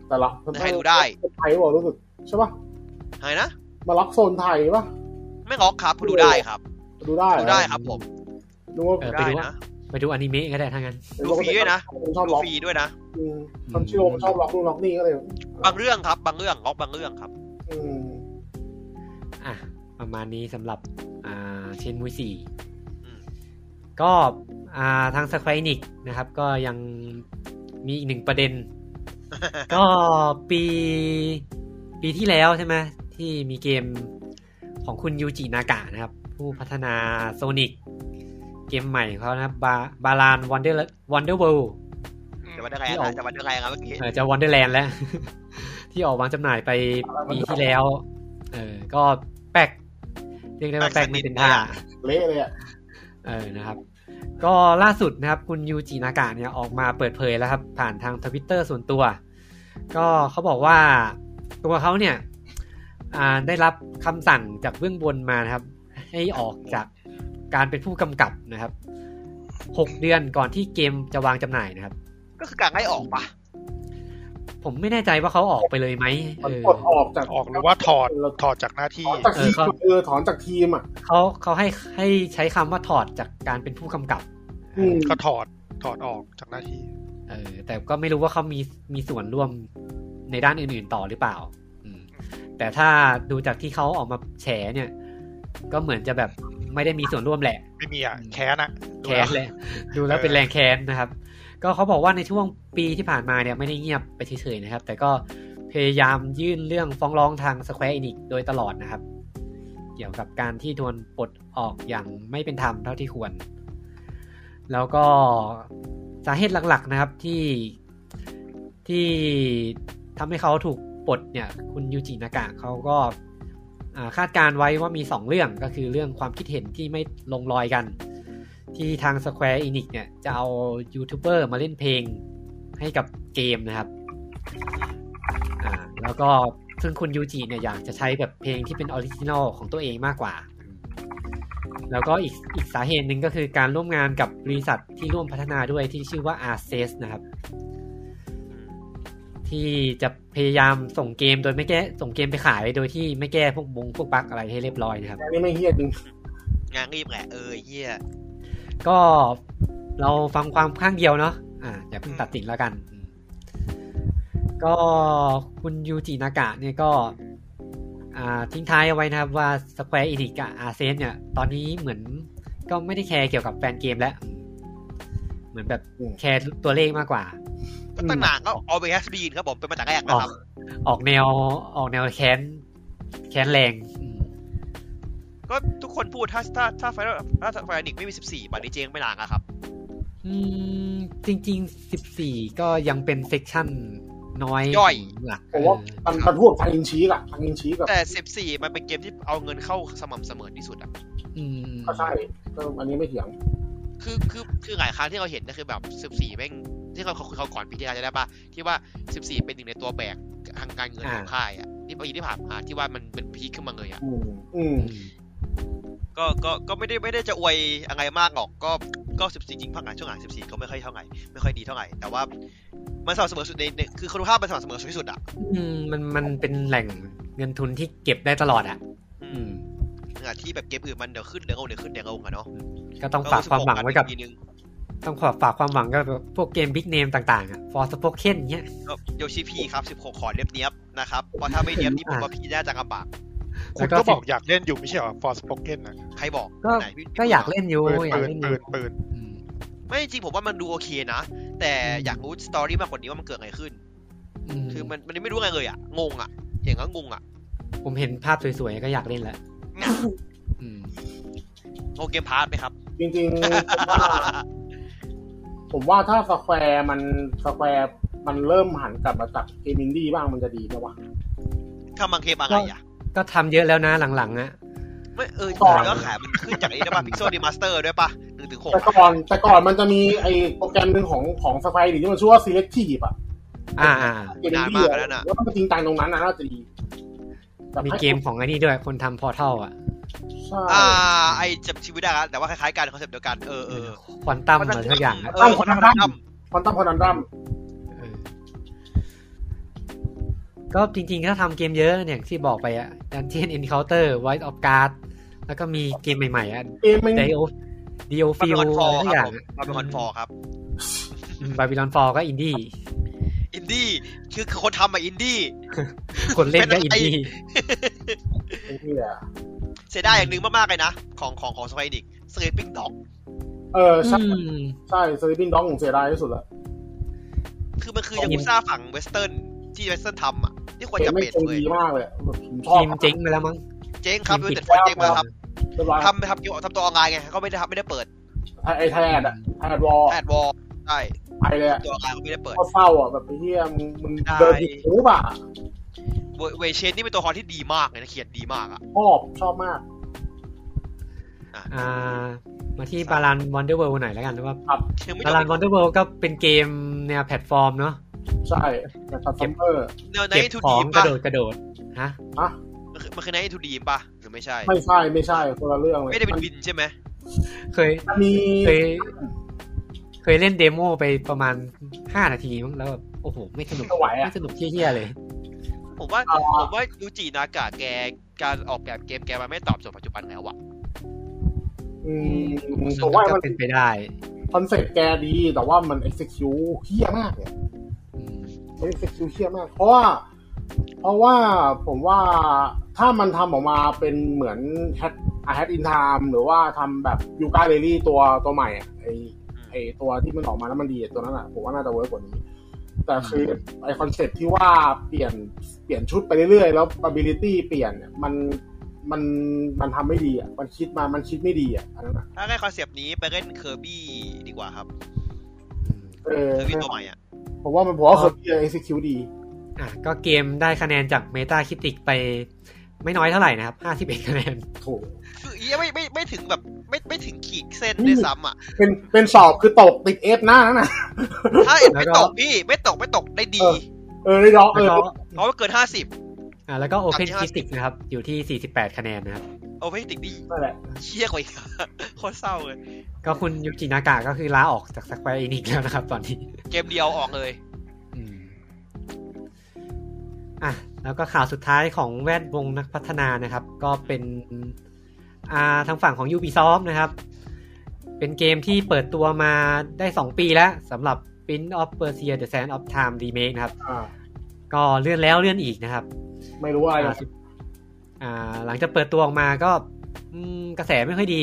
แต่ละ ให้ดูได้ ไทยบอกรู้สึกใช่ปะ อะไรนะ มาล็อกโซนไทยปะ ไม่ล็อกครับดูได้ครับ ดูได้ ดูได้ครับผม ดูว่า เออ ได้นะ ไปดูอนิเมะก็ได้ทั้างนั้น ดูฟรีด้วยนะ ผมชอบ ดู ล็อก ฟรีด้วยนะ อืมคำชื่อโอมชอบล็อกนู่นล็อกนี่ก็เลย บางเรื่องครับ บางเรื่องล็อกบางเรื่องครับ อืม อ่ะ ประมาณนี้สำหรับ อ่าเชนมูสี่ อืม ก็ อ่า ทางสควอนิกนะครับ ก็ยังมีอีกหนึ่งประเด็น ก็ปี ปีที่แล้วใช่ไหมที่มีเกมของคุณยูจินากะนะครับ ผู้พัฒนาโซนิกเกมใหม่ของเขานะครับบาบาลานวันเดอร์วันเดอร์เวิลด์ จะวันได้ไงนะจะวันได้ไงครับเมื่อกี้ เออจะวันเดอร์แลนด์แล้ว ที่ออกวางจำหน่ายไปปีที่แล้ว เออ ก็แป๊กเรียกได้ว่าแป๊กไม่เป็นท่า เละเลยอ่ะ เออนะครับ ก็ล่าสุดนะครับ คุณยูจินากะเนี่ยออกมาเปิดเผยแล้วครับ ผ่านทางทวิตเตอร์ส่วนตัว ก็เขาบอกว่าตัวเขาเนี่ย อ่าได้รับคำสั่งจากเบื้องบนมานะครับ ให้ออกจากการเป็นผู้กำกับนะครับหกเดือนก่อนที่เกมจะวางจำหน่ายนะครับ ก็คือการให้ออกปะ ผมไม่แน่ใจว่าเขาออกไปเลยไหม มัน เออ ปลดออกจาก ออกหรือว่าถอดถอดจากหน้า ถ ที่ อนจากทีม เออครับ เออถอนจากทีมอ่ะ เขาเขาให้ให้ใช้คำว่าถอดจากการเป็นผู้กำกับ อืม ก็ถอดถอดออกจากหน้าที่ เออแต่ก็ไม่รู้ว่าเขามีมีส่วนร่วมในด้านอื่นๆต่อหรือเปล่า อืม แต่ถ้าดูจากที่เขาออกมาแฉเนี่ย ก็เหมือนจะแบบไม่ได้มีส่วนร่วมแหละ ไม่มีอ่ะ อืม แค้นอ่ะดู แค้นเลยดูแล้วเป็นแรงแค้นนะครับ ก็เขาบอกว่าในช่วงปีที่ผ่านมาเนี่ยไม่ได้เงียบไปเฉยๆนะครับ แต่ก็พยายามยื่นเรื่องฟ้องร้องทางสแควร์อินิกโดยตลอดนะครับ เกี่ยวกับการที่ทวนปลดออกอย่างไม่เป็นธรรมเท่าที่ควร แล้วก็สาเหตุหลักๆนะครับที่ที่ทำให้เขาถูกปลดเนี่ย คุณยูจินากะเขาก็อ่าคาดการไว้ว่ามี 2 เรื่องก็คือเรื่องความคิดเห็นที่ไม่ลงรอยกัน ที่ทาง Square Enix เนี่ย จะเอายูทูบเบอร์มาเล่นเพลงให้กับเกมนะครับอ่าแล้วก็ซึ่งคุณยูจิเนี่ย อยากจะใช้แบบเพลงที่เป็นออริจินอลของตัวเองมากกว่า แล้วก็อีกอีกสาเหตุหนึ่งก็คือการร่วมงานกับบริษัทที่ร่วมพัฒนาด้วยที่ชื่อว่า a r c e s นะครับ ที่จะพยายามส่งเกมโดยไม่แก้ส่งเกมไปขายโดยที่ไม่แก้พวกบงพวกบั๊กอะไรให้เรียบร้อยนะครับ อันนี้ไม่เฮี้ยจริง งานรีบแหละเออเฮีย ก็เราฟังความข้างเดียวเนาะ อ่าอย่าเพิ่งตัดสินแล้วกันอืมก็คุณยูจินากะเนี่ยก็ อ่าทิ้งท้ายเอาไว้นะครับว่า Square Enix กับ Arsen เนี่ย ตอนนี้เหมือนก็ไม่ได้แคร์เกี่ยวกับแฟนเกมแล้วอืมเหมือนแบบแคร์ตัวเลขมากกว่า ก็ตั้งนานก็เอาไปแฮสบีนครับผมเป็นมาจากแรกนะครับ ออกแนวออกแนวแค้นแค้นแรงอืม ก็ทุกคนพูดถ้าถ้าถ้าไฟถ้าไฟนิกไม่มีสิบสี่บัตรนี้เจงไม่นานอะครับ อืม จริง ๆ 14 ก็ยังเป็นเซกชั่นน้อย ย่อย หลัก ผมว่า เออ มันมันพูดกับทางอินชีกอะทางอินชีกแบบ แต่สิบสี่มันเป็นเกมที่เอาเงินเข้าสม่ำเสมอที่สุดอะ อืม ก็ใช่ก็อันนี้ไม่เถียง คือคือคือหลายครั้งที่เราเห็นก็คือแบบสิบสี่แม่งที่เขาเขาเขาก่อนปีที่แล้วจะได้ปะที่ว่าสิบสี่เป็นหนึ่งในตัวแบกทางการเงินของค่ายอ่ะที่ปีที่ผ่านมาที่ว่ามันเป็นพีคขึ้นมาเลยอ่ะ อืมอืม อืม ก็ก็ก็ไม่ได้ไม่ได้จะอวยอะไรมากหรอกก็ก็สิบสี่จริงพักหลังช่วงหลังสิบสี่ก็ไม่ค่อยเท่าไหร่ไม่ค่อยดีเท่าไหร่แต่ว่ามันสม่ำเสมอสุดในในคือคุณภาพมันสม่ำเสมอสุดที่สุดอ่ะ อืมมันมันเป็นแหล่งเงินทุนที่เก็บได้ตลอดอ่ะ อื อื ม ม ขณะที่แบบเกมอื่นมันเดี๋ยวขึ้นเดี๋ยวลงเดี๋ยวขึ้นเดี๋ยวลงอะเนาะ ก็ต้องฝากความหวังไว้กับ ทีนึง ต้องขอฝากความหวังกับพวกเกมบิ๊กเนมต่างๆอะฟอร์สโปเคนเนี้ย ก็โยชิพีครับ16ขอเรียบเนียบนะครับเพราะถ้าไม่เนียบนี่ผมว่าพี่น่าจะลำบาก คุณ แล้วก็ ก็บอกอยากเล่นอยู่ไม่ใช่เหรอฟอร์สปอกเก้นนะ ใครบอก ก็ ไหนพี่ ก็อยากเล่นอยู่ ปืน อยาก ปืน เล่นอ ปื ยู่ นปืน อืม ไม่จริงผมว่ามันดูโอเคนะ แต่ อืม อยากรู้สตอรี่มากกว่านี้ว่ามันเกิดอะไรขึ้น ม คือมันมันไม่รู้อะไรเลยอ่ะงงอ่ะเห็นก็งงอ่ะ ผมเห็นภาพสวยๆก็อยากเล่นแหละอืม โอเกมพาร์ทไหมครับ จริงๆผมว่า ผมว่าถ้าสแควร์มันสแควร์มันเริ่มหันกลับมาจับเกมอินดี้บ้างมันจะดีไหมวะ ถ้ามังเคบอะไรอ่ะ ก็ทำเยอะแล้วนะหลังๆอะ ไม่เออ ก่อน แล้วก็ขายมันขึ้นจากไอ้ได้ป่ะพิกโซดีมาสเตอร์ด้วยป่ะหนึ่งถึงหก แต่ก่อนแต่ก่อนมันจะมีไอโปรแกรมหนึ่งของของสแควร์ที่มันชื่อว่า Selective อะ อ่าอ่า เกมอินดี้อะแล้วมันก็จริงจังตรงนั้นนะน่าจะดีแบบ มี ให้ เกมของไอ้นี่ด้วยคนทำพอร์ทัลอะ ใช่ อ่าไอ้จำชีวิตได้ละแต่ว่าคล้ายๆกันคอนเซปต์เดียวกันเออเออ ควอนตัมอะไรทุกอย่างอะ เออคนทำทำ คอนตัมคอนดัม เออก็จริงๆถ้าทำเกมเยอะเนี่ยที่บอกไปอะ Dungeon Encounter Void of Guard แล้วก็มีเกมใหม่ๆอะ เกมมัน Dio Dio มันเป็น Field คอนฟอ อะไร ร์ ทุกอครับ ย่างอะผมมันเป็นคอนฟอร์ครับ บาบิลอนฟอร์ก็อินดี้ อินดี้คือคือคนทำมาอินดี้ คนเล่นก็อินดี้ ไอ้เหี้ย เสียดายอย่างหนึ่งมากๆเลยนะ ของของของสไปนิกสเกปปิ้งดอก เออใช่ อืม ใช่ Sleeping Dog ของเสียดายที่สุดละ คือมันคือยากุซ่าฝั่งเวสเทิร์นที่เวสเทิร์นทำอ่ะที่ควร เก จะ มไม่ เป็น เกม เว้ย ดีมากเลยอะผมชอบ ทีมเจ๊งไปแล้วมั้ง เจ๊งครับ ทีมเวส ปิด เทิร์นฟอร์เจ๊งมาครับ เรียบร้อยครับ ทำทำเกี่ยวทำตัวออนไลน์ไงเขาไม่ได้ทำไม่ได้เปิด ไอไทยแอดอะไทยแอดวอล แอดวอลใช่ ไปเลยอะ ตัวออนไลน์เขาไม่ได้เปิด โคตรเศร้าอะแบบไอ้เหี้ยมึงมึง ได้ เดินผิดหรือเปล่า เวเวเชนนี่เป็นตัวละครที่ดีมากเลยนะเขียนดีมากอ่ะ ชอบชอบมาก อ่า มาที่บาลานวอนเดอร์เวิลด์หน่อยแล้วกันว่า ยังไม่ บา จ ลาน บ วอนเดอร์เวิลด์ก็เป็นเกมแนวแพลตฟอร์มเนาะ ใช่แต่ซัมเมอร์ เนอร์ไน เก็บ ท์ทู ขอ ดี งก ป่ะ ระโดดกระโดดฮะ อะ มันคือมันคือไนท์ทูดีป่ะหรือไม่ใช่ ไม่ใช่ไม่ใช่คนละเรื่องเลย ไม่ได้เป็นวินใช่ไหม เคย มันมี เคย เคยเล่นเดโมไปประมาณห้านาทีมั้งแล้วแบบโอ้โห ไม่สนุก ไม่ไหวอะ ไม่สนุกเที่ยๆเลย ผมว่า อ่า ผมว่ายูจินากะแกการออกแบบเกมแกมันไม่ตอบโจทย์ปัจจุบันแล้วอะ อืม ผม ผมว่า ก็ มัน เป็นไปได้ คอนเซ็ปต์แกดีแต่ว่ามัน execute เหี้ยมากเลย อืม execute เหี้ยมาก เพราะว่า เพราะว่าผมว่าถ้ามันทำออกมาเป็นเหมือนแฮ t อะแฮทอินไทม์หรือว่าทำแบบยูกาเรลี่ตัวตัวใหม่อะไอ ไอตัวที่มันออกมาแล้วมันดีอะตัวนั้นอ่ะผมว่าน่าจะเวิร์กกว่านี้ แต่คือไอคอนเซ็ปต์ที่ว่าเปลี่ยนเปลี่ยนชุดไปเรื่อยๆ แล้ว ability เปลี่ยนเนี่ยมันมันมันทำไม่ดีอ่ะมันคิดมามันคิดไม่ดีอ่ะอันนั้นอะ ถ้าได้คอนเซปต์นี้ไปเล่นเคอร์บี้ดีกว่าครับ อืม เออ เคอร์บี้ตัวใหม่อะ ผมว่ามันผมว่าเขาเอ็กซิคิวดี อ่ะก็เกมได้คะแนนจากเมตาคิติกไป ไม่น้อยเท่าไหร่นะครับห้าสิบเอ็ดคะแนน โถูก คือยังไม่ไม่ไม่ถึงแบบไม่ไม่ถึงขีดเส้นด้วยซ้ำอะ เป็นเป็นสอบคือตกติดเอฟหน้านั่นน่ะ ถ้าเอ็ดไม่ แล้วก็ ตกพี่ไม่ตกไม่ตกได้ดี เออ เออได้ร้องเอ แล้ว อ ก็ เพราะว่าเกินห้าสิบ อ่ะแล้วก็โอเพนคิติกนะครับ อยู่ที่สี่สิบแปดคะแนนนะครับ เอาไว้ติดดี นั่นแหละ เชี่ยกว่าอีกอะโคตรเศร้าเลย ก็คุณยุกินากะก็คือลาออกจากสแควร์อินิกแล้วนะครับ ตอนนี้ เกมเดียวออกเลย อ่ะแล้วก็ข่าวสุดท้ายของแวดวงนักพัฒนานะครับ ก็เป็นอ่าทางฝั่งของ Ubisoft นะครับ เป็นเกมที่เปิดตัวมาได้ 2 ปีแล้วสำหรับ Prince of Persia The Sands of Time Remake นะครับ อ่า ก็เลื่อนแล้วเลื่อนอีกนะครับ ไม่รู้อะไร อ่า อ่ะ อ่าหลังจากเปิดตัวออกมาก็อืมกระแสไม่ค่อยดี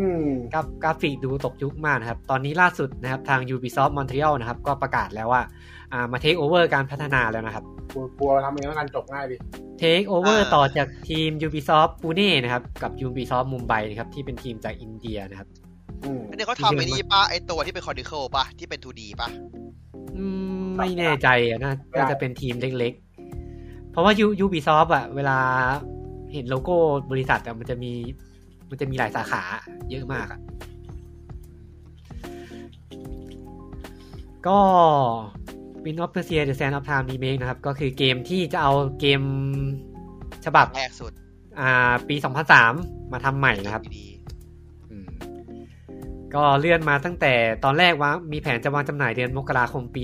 อืม กราฟกราฟิกดูตกยุคมากนะครับ ตอนนี้ล่าสุดนะครับทาง Ubisoft Montreal นะครับ ก็ประกาศแล้วว่าอ่ามา take over การพัฒนาแล้วนะครับ กลัวกลัวทำเองแล้วกันจบง่ายดิ take over อ่า ต่อจากทีม Ubisoft Pune นะครับ กับ Ubisoft Mumbai นะครับ ที่เป็นทีมจากอินเดียนะครับ อืม อันนี้เขาทำไอ้นี่ป่ะไอ้ตัวที่เป็นคอนดิเคิลป่ะที่เป็น 2D ป่ะ อืมไม่แน่ใจอะนาน่าจะเป็นทีมเล็กๆ เพราะว่า U- Ubisoft อะเวลาเห็นโลโก้บริษัทอะมันจะมี มันจะมีหลายสาขาเยอะมากอะก็วินอ f เ e อร์เซียเดอะแซนออฟไทม์ดีเมกนะครับ ก็คือเกมที่จะเอาเกมฉบับ แรกสุด อ่าปี 2003 มาทำใหม่นะครับ ดี อืมก็เลื่อนมาตั้งแต่ตอนแรกว่ามีแผนจะวางจำหน่ายเดือนมกราคมปี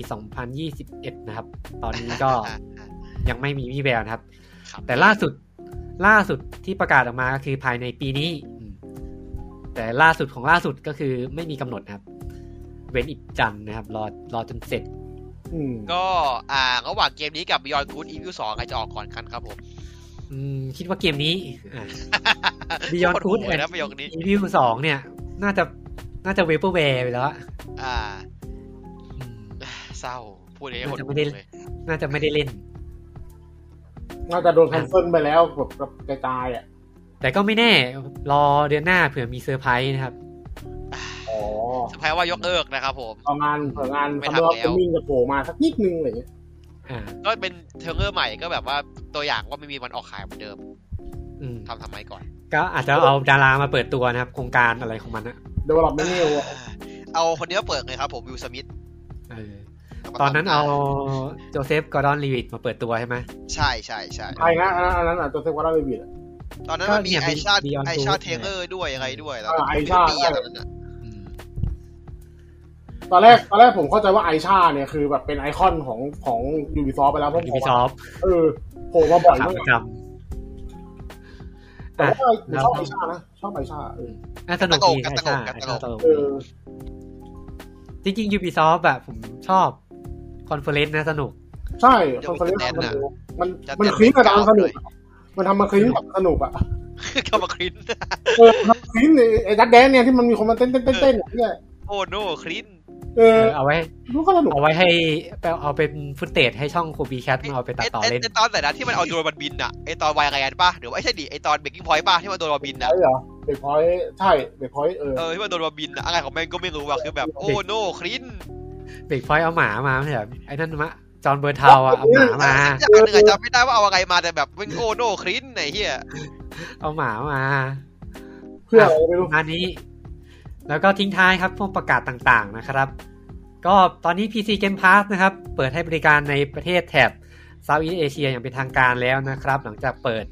2021 นะครับ ตอนนี้ ๆ ก็ อ่ะ ยังไม่มีวี่แววนะครับ ครับ แต่ล่าสุด ล่าสุดที่ประกาศออกมาก็คือภายในปีนี้ แต่ล่าสุดของล่าสุดก็คือไม่มีกำหนดนะครับ เว้นอีกจันทร์นะครับ รอรอจนเสร็จ อืม ก็อ่าระหว่างเกมนี้กับ Beyond Good Evil 2ใครจะออกก่อนกัน ครับผม อืมคิดว่าเกมนี้บิ ยอน โคตร คูด โห แอ ด น นะประโยคนี้ อีพิวสองเนี่ย น่าจะน่าจะเวเปอร์แวร์ไปแล้วอะ อ่า อืม เศร้า พูดอย่างนี้หด น่าจะ หู ไม่ได้ เลย น่าจะไม่ได้เล่น น่าจะโดนแคนเซิลไปแล้วแบบแบบกระจายอ่ะ แต่ก็ไม่แน่รอเดือนหน้าเผื่อมีเซอร์ไพรส์นะครับ อ๋อ สภายว่ายกเลิกนะครับผม ประงานเผื่องาน ไม่ ทำ ทำแล้ว เรื่องมิ่งจะโผล่มาสักนิดนึงอะไรอย่างเงี้ย อ่า ก็เป็นเทรลเลอร์ใหม่ก็แบบว่าตัวอย่างว่าไม่มีวันออกขายเหมือนเดิม อืม ทำทำไมก่อน ก็อาจจะเอาดารามาเปิดตัวนะครับ โครงการอะไรของมันอะ เดเวลลอปเมนต์อ่ะ เอาคนนี้มาเปิดเลยครับผมวิลสมิธ เออ ตอนนั้นเอาโจเซฟกอร์ดอนลีวิตมาเปิดตัวใช่ไหม ใช่ใช่ใช่ ใครนะอันนั้นอันนั้นอ่ะตัวเซฟวาราเรวิดอ่ะ ตอนนั้น ก็ มันมี เนี่ย ไอชา Beyond ไอชา Good เทเลอร์ด้วยอะไรด้วยแล้ว อ่า Aisha ปีอะไรแบบนั้นน่ะ อืม ตอนแรกตอนแรกผมเข้าใจว่าไอชาเนี่ยคือแบบเป็นไอคอนของของยูบิซอไปแล้วเพราะผม Ubisoft เออโผล่มาบ่อย ขา มา ประ ก จ แต่ว่าผมชอบไอชานะชอบไอชาเอำอน่าสนุกดีไอชาไอชาตลก เอ ดี อ จริงๆ Ubisoft แบบผมชอบคอนเฟอเรนซ์นะสนุก ใช่คอนเฟอเรนซ์มัน จะ มัน เต็ คลิปกับดาวสนุก เลย มันทำมาคลิปแบบสนุกอ่ะ เข้ามาคลิน เออครับคลินเนี่ยไอ้ดัดแดนเนี่ยที่มันมีคนมาเต้นเต้นเต้นเต้นอย่างเนี่ย โอ้โนคลิน เออ เอาไว้ มันก็สนุก เอาไว้ให้ไปเอาเป็นฟุตเตจให้ช่องโคบีแคทมาเอาไปตัดต่อเล่น ไตอนแต่นะที่มันเอาโดรนมันบินอะไอตอนวายไกนป่ะหรือว่าไอใช่ดิไอตอนเบกกิ้งพอยต์ป่ะที่มันโดรนมันบิน ใช่ อะ เหรอเบรกพอยต์ใช่เบรกพอยต์เออ เออที่มันโดรนมันบินอะอะไรของแม่งก็ไม่รู้ว่ะคือแบบโอ้โนคลิน เบรกพอยต์เอาหมามาไม่ใช่เหรอไอ้นั่นมาจอห์นเบอร์เทาวอ่ะเอาหมามา อยากนึงอะจำไม่ได้ว่าเอาอะไรมาแต่แบบเป็นโอ้โนคลินไหนเฮีย เอาหมามา เพื่ออะไรไม่ ป รู้ ระมาณนี้ แล้วก็ทิ้งท้ายครับ พวกประกาศต่างๆนะครับ ก็ตอนนี้ PC Game Pass นะครับ เปิดให้บริการในประเทศแถบ Southeast Asia อย่างเป็นทางการแล้วนะครับ หลังจากเปิด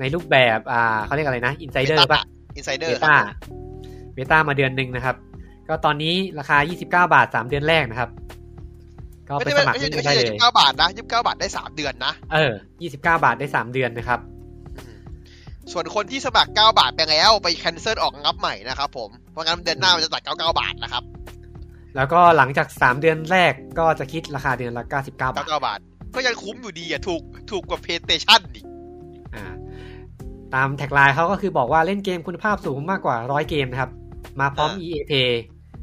ในรูปแบบอ่าเขาเรียกอะไรนะ Insider ป่ะ อินไซเดอ เบ ร์ ต้าเบต้ามาเดือนหนึ่งนะครับ ก็ตอนนี้ราคา 29 บาท 3 เดือนแรกนะครับ ก็ ไม่ ไป ได้ สมัคร ไม่ เล่นกันใช่ไม่ใช่ ได้เล ยี่สิ ย บเก้าบาทนะยี่สิบเก้าบาทได้สามเดือนนะ เออ 29 บาทได้ 3 เดือนนะครับ ส่วนคนที่สมัคร 9 บาทไปแล้วไปแคนเซิลออกงับใหม่นะครับผมเพราะงั้นเดือนหน้ามันจะตัด 99 บาทนะครับ แล้วก็หลังจาก 3 เดือนแรกก็จะคิดราคาเดือนละ 99 บาท 99 บาท ก็ยังคุ้มอยู่ดีอะถูกถูกกว่าเพย์สเตชันอีก อ่า ตามแท็กไลน์เขาก็คือบอกว่าเล่นเกมคุณภาพสูงมากกว่า 100 เกมนะครับ มาพร้อม EA Play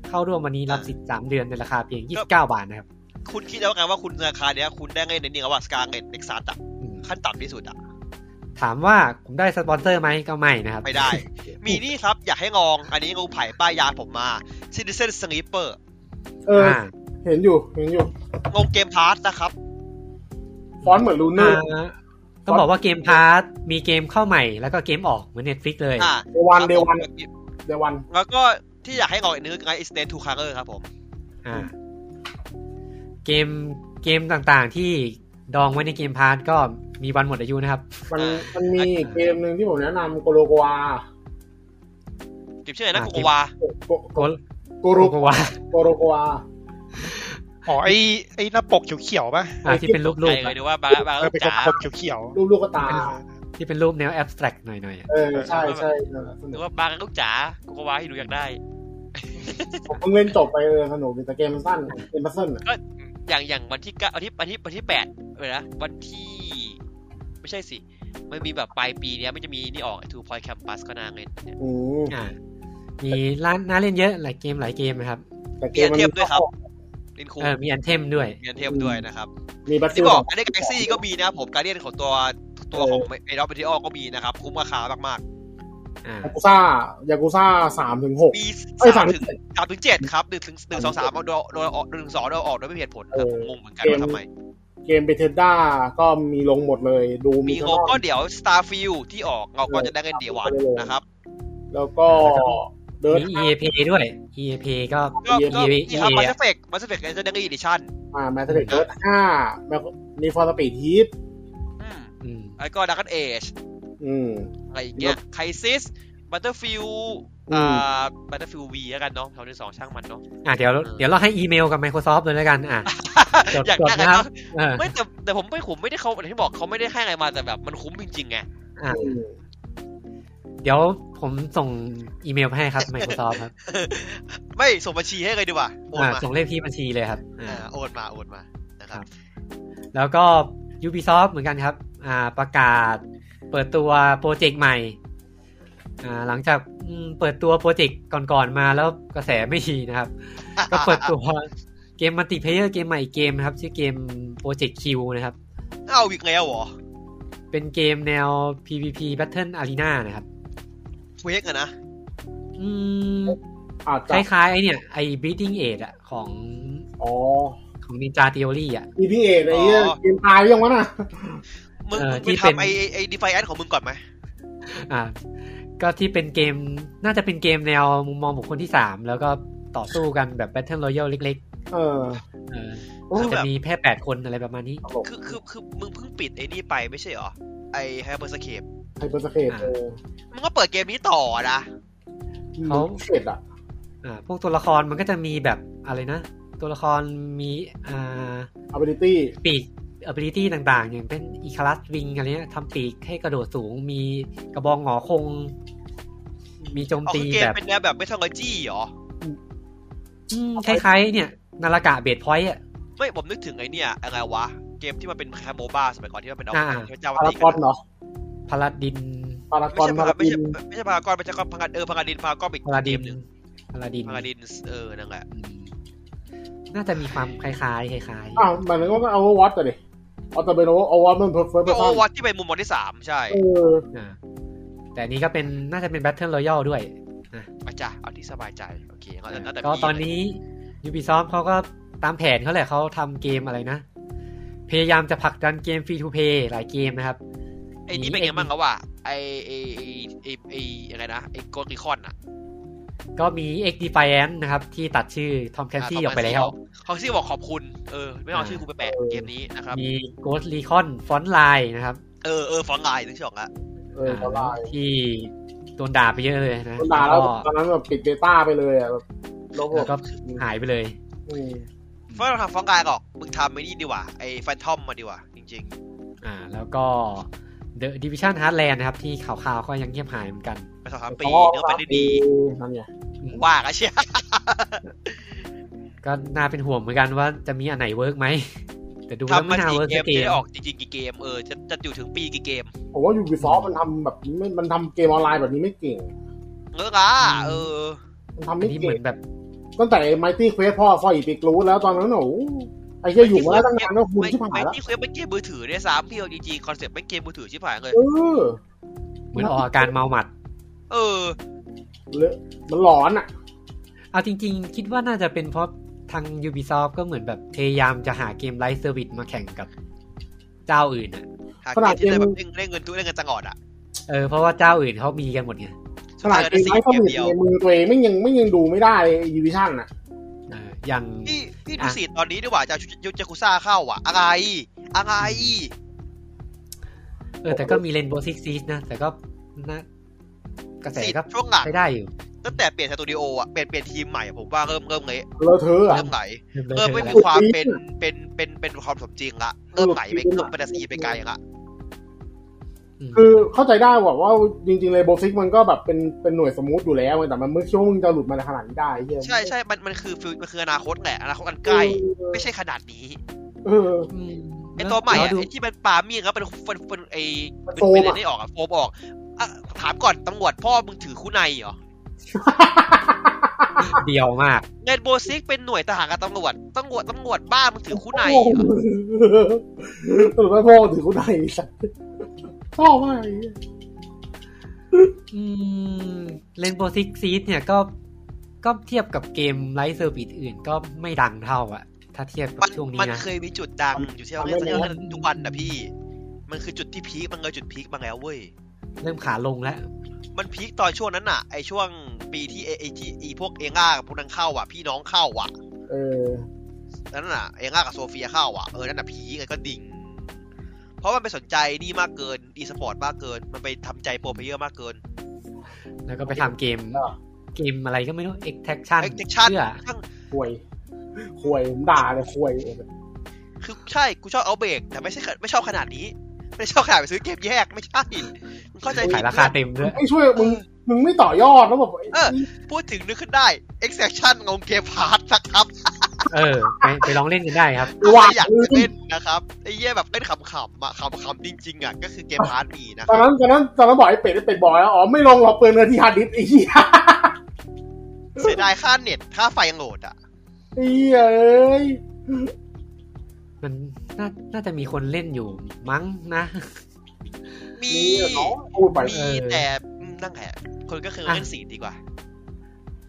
เข้าร่วมวันนี้รับสิทธิ์3เดือนในราคาเพียง 29 บาทนะครับ คุณคิดแล้วกันว่าคุณราคาเนี้ยคุณได้เงินในนี้กับว่าสกาเงินเด็กซาร์ต อืม ขั้นต่ำที่สุด อะ ถามว่าผมได้สปอนเซอร์ไหมก็ไม่นะครับ ไม่ได้ มีนี่ครับอยากให้ลอง อันนี้งูไผ่ป้ายยาผมมา Citizen Sleeper เออ อ่า เห็นอยู่เห็นอยู่ ลงเกมพาร์นะครับ ฟอนต์เหมือนลูเนอร์ อ่าต้องบอกว่าเกมพาร์ทมีเกมเข้าใหม่แล้วก็เกมออกเหมือน Netflix เลย อ่า เดวันเดวันเดวัน แล้วก็ที่อยากให้ลองอีกนึงคือไง i s t a n t to Color ครับผม อ่า เกมเกมต่างๆที่ดองไว้ในเกมพาร์ทก็มีวันหมดอายุนะครับ มันมันมีอีกเกมหนึ่งที่ผมแนะนำโกโลโกวา เก็บชื่ออะไรนะ อ่า กูกลัวว่า โก โกล โก โก โล โกวา โกโลโกวา อ๋อไอไอหน้าปกเขียวๆป่ะ อ่าที่เป็นรูป ใค รู ร ป เล อะ ยดูว่าบาบา เออเป็น จ๋า คมๆเขียว รูปลูกกระตา ที่เป็นรูปแนวแอบสแตรกหน่อยๆอะ เออใช่ใช่นั่นแหละส ห นุ รื ก อว่าบางลูกจ๋ากูก็ว่าให้ดูอยากได้ ผมเพิ่งเล่นจบไปเออสนุกดีแต่เกมมันสั้นเกมมันสั้นอะ ก็อย่างอย่างวันที่เก้าวันที่วันที่วันที่แปดเลยนะวันที่ไม่ใช่สิมันมีแบบปลายปีเนี้ยมันจะมีนี่ออกไอ้ทูพอยแคมปัสก็นางเล่นเนี่ย อืม อ่า มีร้านน่าเล่นเยอะหลายเกมหลายเกมนะครับ แต่เกมมัน เปรียบเทียบด้วยครับ เล่นคู เออมีอันเทมด้วย เรียนเทียบด้วยนะครับ มีบัตร ที่บอกอันนี้กาแล็กซี่ก็มีนะผมการเรียนของตัวตัวของไอรอนเบติออก็มีนะครับ คุ้มราคามาก อ่าย ากุซ่ายากุซ่าสามถึงหก ๆ มี เอ้ยสา สาม ม ถึ ถึ ง งสามถึงเจ็ดครับหนึ่งถึงหนึ่งสองสามเอาโดยโดยออกหนึ่งสองโดยออกโดยไม่มีเหตุผลครับผมงงเหมือนกันว่าทำไม เกมเบเทด้าก็มีลงหมดเลยดู มี ทั้ ง ร ง อบ ก็เดี๋ยว Starfield ที่ออกเราก็จะได้เงินเดียววันนะครับ แล้วก็เดิร์ มี EA Play ด้วย EA Play ก็ ก็ก็ EA นี่ครับ EA มาสเฟกมาสเฟกเลเจนดารีดิชั่น อ่าแมทเทอร์เดิร์ห้าแล้วมีฟอร์สปีดฮีท อืม แล้วก็ดักเอช อืม อะไรอย่างเงี้ยไคซิสบัตเตอร์ฟิล อื อ่ มา บัตเตอร์ฟิลวีแล้วกันเนาะแถวที่สองช่างมันเนาะ อ่าเดี๋ยวเดี๋ยวเราให้อีเมลกับ Microsoft เลยแล้วกัน อ่ะ จด อยาก จด ได้อะไร นะครับ ก็ เออ ไม่แต่แต่ผมไม่ผมไม่ได้เขาอย่างที่บอกเขาไม่ได้ให้อะไรมาแต่แบบมันคุ้มจริงๆไง อ่ะ อืม เดี๋ยวผมส่งอีเมลไปให้ครับ Microsoft ครับ ไม่ส่งบัญชีให้เลยดีกว่าโอน อ่ะ มา ส่งเลขที่บัญชีเลยครับ อ่า อ่า โอนมาโอนมานะครับ แล้วก็ Ubisoft เหมือนกันครับอ่าประกาศเปิดตัวโปรเจกต์ใหม่อ่าหลังจากอืมเปิดตัวโปรเจกต์ก่อนๆมาแล้วกระแสไม่ดี นะครับ ก็เปิดตัวเกมมัลติเพเยอร์เกมใหม่อีกเกมนะครับ ชื่อเกมโปรเจกต์คิวนะครับ เอาอีกแล้วเหรอ เป็นเกมแนว PVP Battle Arena นะครับ เวกอะนะ อืม อาจ ค จะ ล้ายๆไอเนี่ยไอ Beating Age อะของ อ๋อ ของ Ninja Theory อะ มีพี่เอกไอ้เหี้ย อ๋อ เกมตายยังวะน่ะ มึง เออ มึง ที่ ไป เป็น ทำไอไอ้ไอดีไฟแอนของมึงก่อนไหม อ่าก็ที่เป็นเกมน่าจะเป็นเกมแนวมุมมองบุคคลที่สามแล้วก็ต่อสู้กันแบบแบทเทิลรอยัลเล็ก เออ ๆเอออาจจะมีแค่แปดคนอะไรประมาณนี้ ตลก คือคือคือมึงเพิ่งปิดไอ้นี่ไปไม่ใช่เหรอ ไอไฮเปอร์สเคป ไฮเปอร์สเคปเออ มึงก็เปิดเกมนี้ต่อนะ เขา เสร็จอ่ะ อ่าพวกตัวละครมันก็จะมีแบบอะไรนะ ตัวละครมีอ่า อาบิลิตี้ ปีก ability ต่างๆ อย่างเป็นอีคารัสวิงอะไรเนี้ยทำปีกให้กระโดดสูง มีกระบองหงอคง มีโจม เอา ตี คือเกม แบบ เป็นแนวแบบไม่ทองกจี้เหรอ อืมคล้ายๆ เนี่ยนาฬกะเบดพอยต์อ่ะ ไม่ผมนึกถึงไอเนี่ยอะไรวะ เกมที่มันเป็นแคมโมบ้าสมัยก่อนที่มันเป็นเอา อ่า เทพเจ้ามา พารา ตี กอน กัน เหรอ พาราดิน พาราก ไม่ อน ใช่พาไม่พาราดิ ใช่ น ไม่ใช่พารากอนไม่ใช่พังกาเออพังกาดินพารากอนเป็น พารา เก ดิน มหนึ่ง พาราดิน พังกาดินเออนั่นแหละ อืมน่าจะมีความคล้ายๆคล้าย อ้าวหมายถึงว่าเอาวอตแต่ดิเอาแต่เป็นโอวอตมันเพิร์ฟเฟิร์ส ก็ เอ โอ ร์ วัตที่เป็นมุมมองที่สามใช่ เออ ๆอ่าแต่อันนี้ก็เป็นน่าจะเป็น Battle Royale ด้วย อาจารย์เอาที่สบายใจโอเคงั้นงั้แต่ ก็ พี่ ตอนนี้ Ubisoft เขาก็ตามแผนเขาแหละเขาทำเกมอะไรนะ พยายามจะผลักดันเกม Free to Play หลายเกมนะครับ ไอ้นี่เป็นไงบ้างครับว่าไอไอไอไอ้ไออะไรนะไอโกลิคอนอะ ก็มี X Defiant นะครับ ที่ตัดชื่อ Tom Clancy ออกไปแล้ว คอนซี่บอกขอบคุณ เออ ไม่เอา อ่า ชื่อกูไปแปะเกมนี้นะครับ มี Ghost Recon Frontline นะครับ เออ เออฟอนไลน์นึกชออกละ เออ อ่า ตอนไลน์ ที่โดนด่าไปเยอะเลยนะ ด่าแล้ว ก็ ตอนนั้นแบบปิดเบต้าไปเลยอ่ะแบบโลบ แล้วก็หายไปเลย อืม เพราะเราทำฟอนไลน์ออก มึงทำไอ้นี่ดีกว่า ไอ้แฟนทอมมาดีกว่า จริง อ่าแล้วก็ The Division Heartland นะครับ ที่ข่าวๆก็ยังเงียบหายเหมือนกัน ๆ ไปสองสามปี อ๋อ เนื้อไปได้ดี นั่นไง ว่าก็เชีย ก็น่าเป็นห่วงเหมือนกันว่าจะมีอันไหนเวิร์กไหม แต่ดูแล้ว ทำมั ไม่ น น่า กี่ เวิร์ก เก สั ม กเกมที่ได้ออกจริงๆกี่เกม เออ จะจะอยู่ถึงปีกี่เกม ผมว่ายูบิซอฟมันทำแบบไม่มันทำเกมออนไลน์แบบนี้ไม่เก่ง เงอะละเออ มันทำ อั ไม่ นนี้เห เก่ มื ง อนแบบ ตั้งแต่ไมตี้เควสพ่อฟอยอีปิกรู้แล้วตอนนั้นหนูไอ้เหี้ยอยู่มาแล้วตั้งนานแล้วคุณ ไม่ ชิบหายแล้ไม่วที่เคยเป็นเกมมือถือด้วยซ้ำพี่เอาจริงๆคอนเซ็ปต์เป็นเกมมือถือชิบหายเลย เออ เหมือนออกอาการเมาหมัด เออ เลอะมันหลอนอ่ะ เอาจริงๆ คิดว่าน่าจะเป็นเพราะทาง Ubisoft ก็เหมือนแบบพยายามจะหาเกมไลฟ์เซอร์วิสมาแข่งกับเจ้าอื่นอ่ะ หา ข เก นาด มที่ได้ เกม แบบเร่งเร่งเงินทุนเร่งเงินจังหอดอะ เออเพราะว่าเจ้าอื่นเขามีกันหมดไง ขนาดเกมไลฟ์สมิธในมือตัวเองไม่ยังไม่ยังดูไม่ได้ยูวิชั่นอ่ะ เอออย่าง พี่พี่ดู อ่ะ สิตอนนี้ดีกว่าจะยุจากุซ่าเข้าอ่ะ อะไร อะไร เออแต่ก็มี Rainbow Six Siege นะ แต่ก็นะกระแส สิท ก็ ธิ์ช่วงหลัง ใช้ได้อยู่ ตั้งแต่เปลี่ยนสตูดิโออ่ะเปลี่ยนเปลี่ยนทีมใหม่อะผมว่าเริ่มเริ่มเละ เลอะเทอะอะ เริ่มไหล เริ่มเล เริ่ อะเทมอะไม่มี แล้ว ความเป็นเป็นเป็นเป็นความสมจริงละเริ่มไหลไปเริ่มเป็นสีไปไกลละ อืม คือเข้าใจได้ว่าว่าจริงๆเลยโบซิกมันก็แบบเป็นเป็นหน่วยสมูทอยู่แล้วแต่มันเมื่อช่วงจะหลุดมาขนาดนี้ได้เหี้ย ใช่ใช่มันมันคือฟิวมันคืออนาคตแหละอนาคตอันใกล้ไม่ใช่ขนาดนี้ เออ ม ไอตัวใหม่ แล้ว อะ ดู ไอที่มันปามีดแล้วเป็นเป็นเป็นไอ โฟมอะ เป็นอะไรไม่ออกอะโฟมออกอะถามก่อนตำรวจพ่อมึงถือคู่ในเหรอ เดียวมาก เงินโบซิกเป็นหน่วยทหารกับตำรวจตำรวจตำรวจบ้ามึงถือคู่ใน โอ้ เหรอโหตลกมากพ่อถือคุณไอ้ สัตว์ชอบมากไอ้เหี้ย อืมเล่นโปรซิกซีดเนี่ยก็ก็เทียบกับเกมไลฟ์เซอร์วิสอื่นก็ไม่ดังเท่าอะถ้าเทียบกับ มัน ช่วงนี้ มัน นะ เคยมีจุดดังอยู่ที่เราเล่นเรื่องนั้นทุกวันนะพี่ มันคือจุดที่พีคมันเลยจุดพีคมาแล้วเว้ย เริ่มขาลงแล้ว มันพีคตอนช่วงนั้นน่ะไอช่วงปีที่ไอไอที่ไอีพวกเอง่ากับพวกนั้นเข้าอ่ะ พี่น้องเข้าอ่ะ เออ แล้วนั่นน่ะเอง่ากับโซเฟียเข้าอ่ะเออนั่นน่ะพีคไงก็ดิ่งเพราะมันไปสนใจนี่มากเกินอีสปอร์ตมากเกิน มันไปทำใจโปรเพลเยอร์มากเกิน แล้วก็ไปทำเกม อ่ะ เกมอะไรก็ไม่รู้ extraction ไอเด็กชั่น เพื่อ ช่าง คุยคุยผมด่าเลยคุยเออ คือใช่กูชอบเอาเบรกแต่ไม่ใช่ไม่ชอบขนาดนี้ ไม่ได้ชอบขนาดไปซื้อเกมแยกไม่ใช่ มึงเข้าใจผิ ขา ด ยราคาเต็มด้วย ไอ้ช่วยมึงมึงไม่ต่อยอดแล้วแบบไอ้ เออ พูดถึงนึกขึ้นได้ exception งงเกมพาร์ทนะครับ เออไปไปลองเล่นกันได้ครับ ถ้าอยากจะเล่นนะครับไอ้เหี้ยแบบเล่นขำๆอะขำๆจริงๆอะก็คือเกมพาร์ทมีนะค ตอน รับ นั้นตอนนั้นตอนนั้นบอกไอ้เป็ดไอ้เป็ดบอกแล้วอ๋อไม่ลงหรอกเปลืองเงินที่ฮาร์ดดิสก์ไอ้เหี้ย เสียดายค่าเน็ตค่าไฟโหลดอะ ไอ้เหี้ยเอ้ย มันน่าน่าจะมีคนเล่นอยู่มั้งนะ มี นี่เนาะพูดไป เอ มี อ แต่นั่งแหละคนก็คือเล่นสีดีกว่า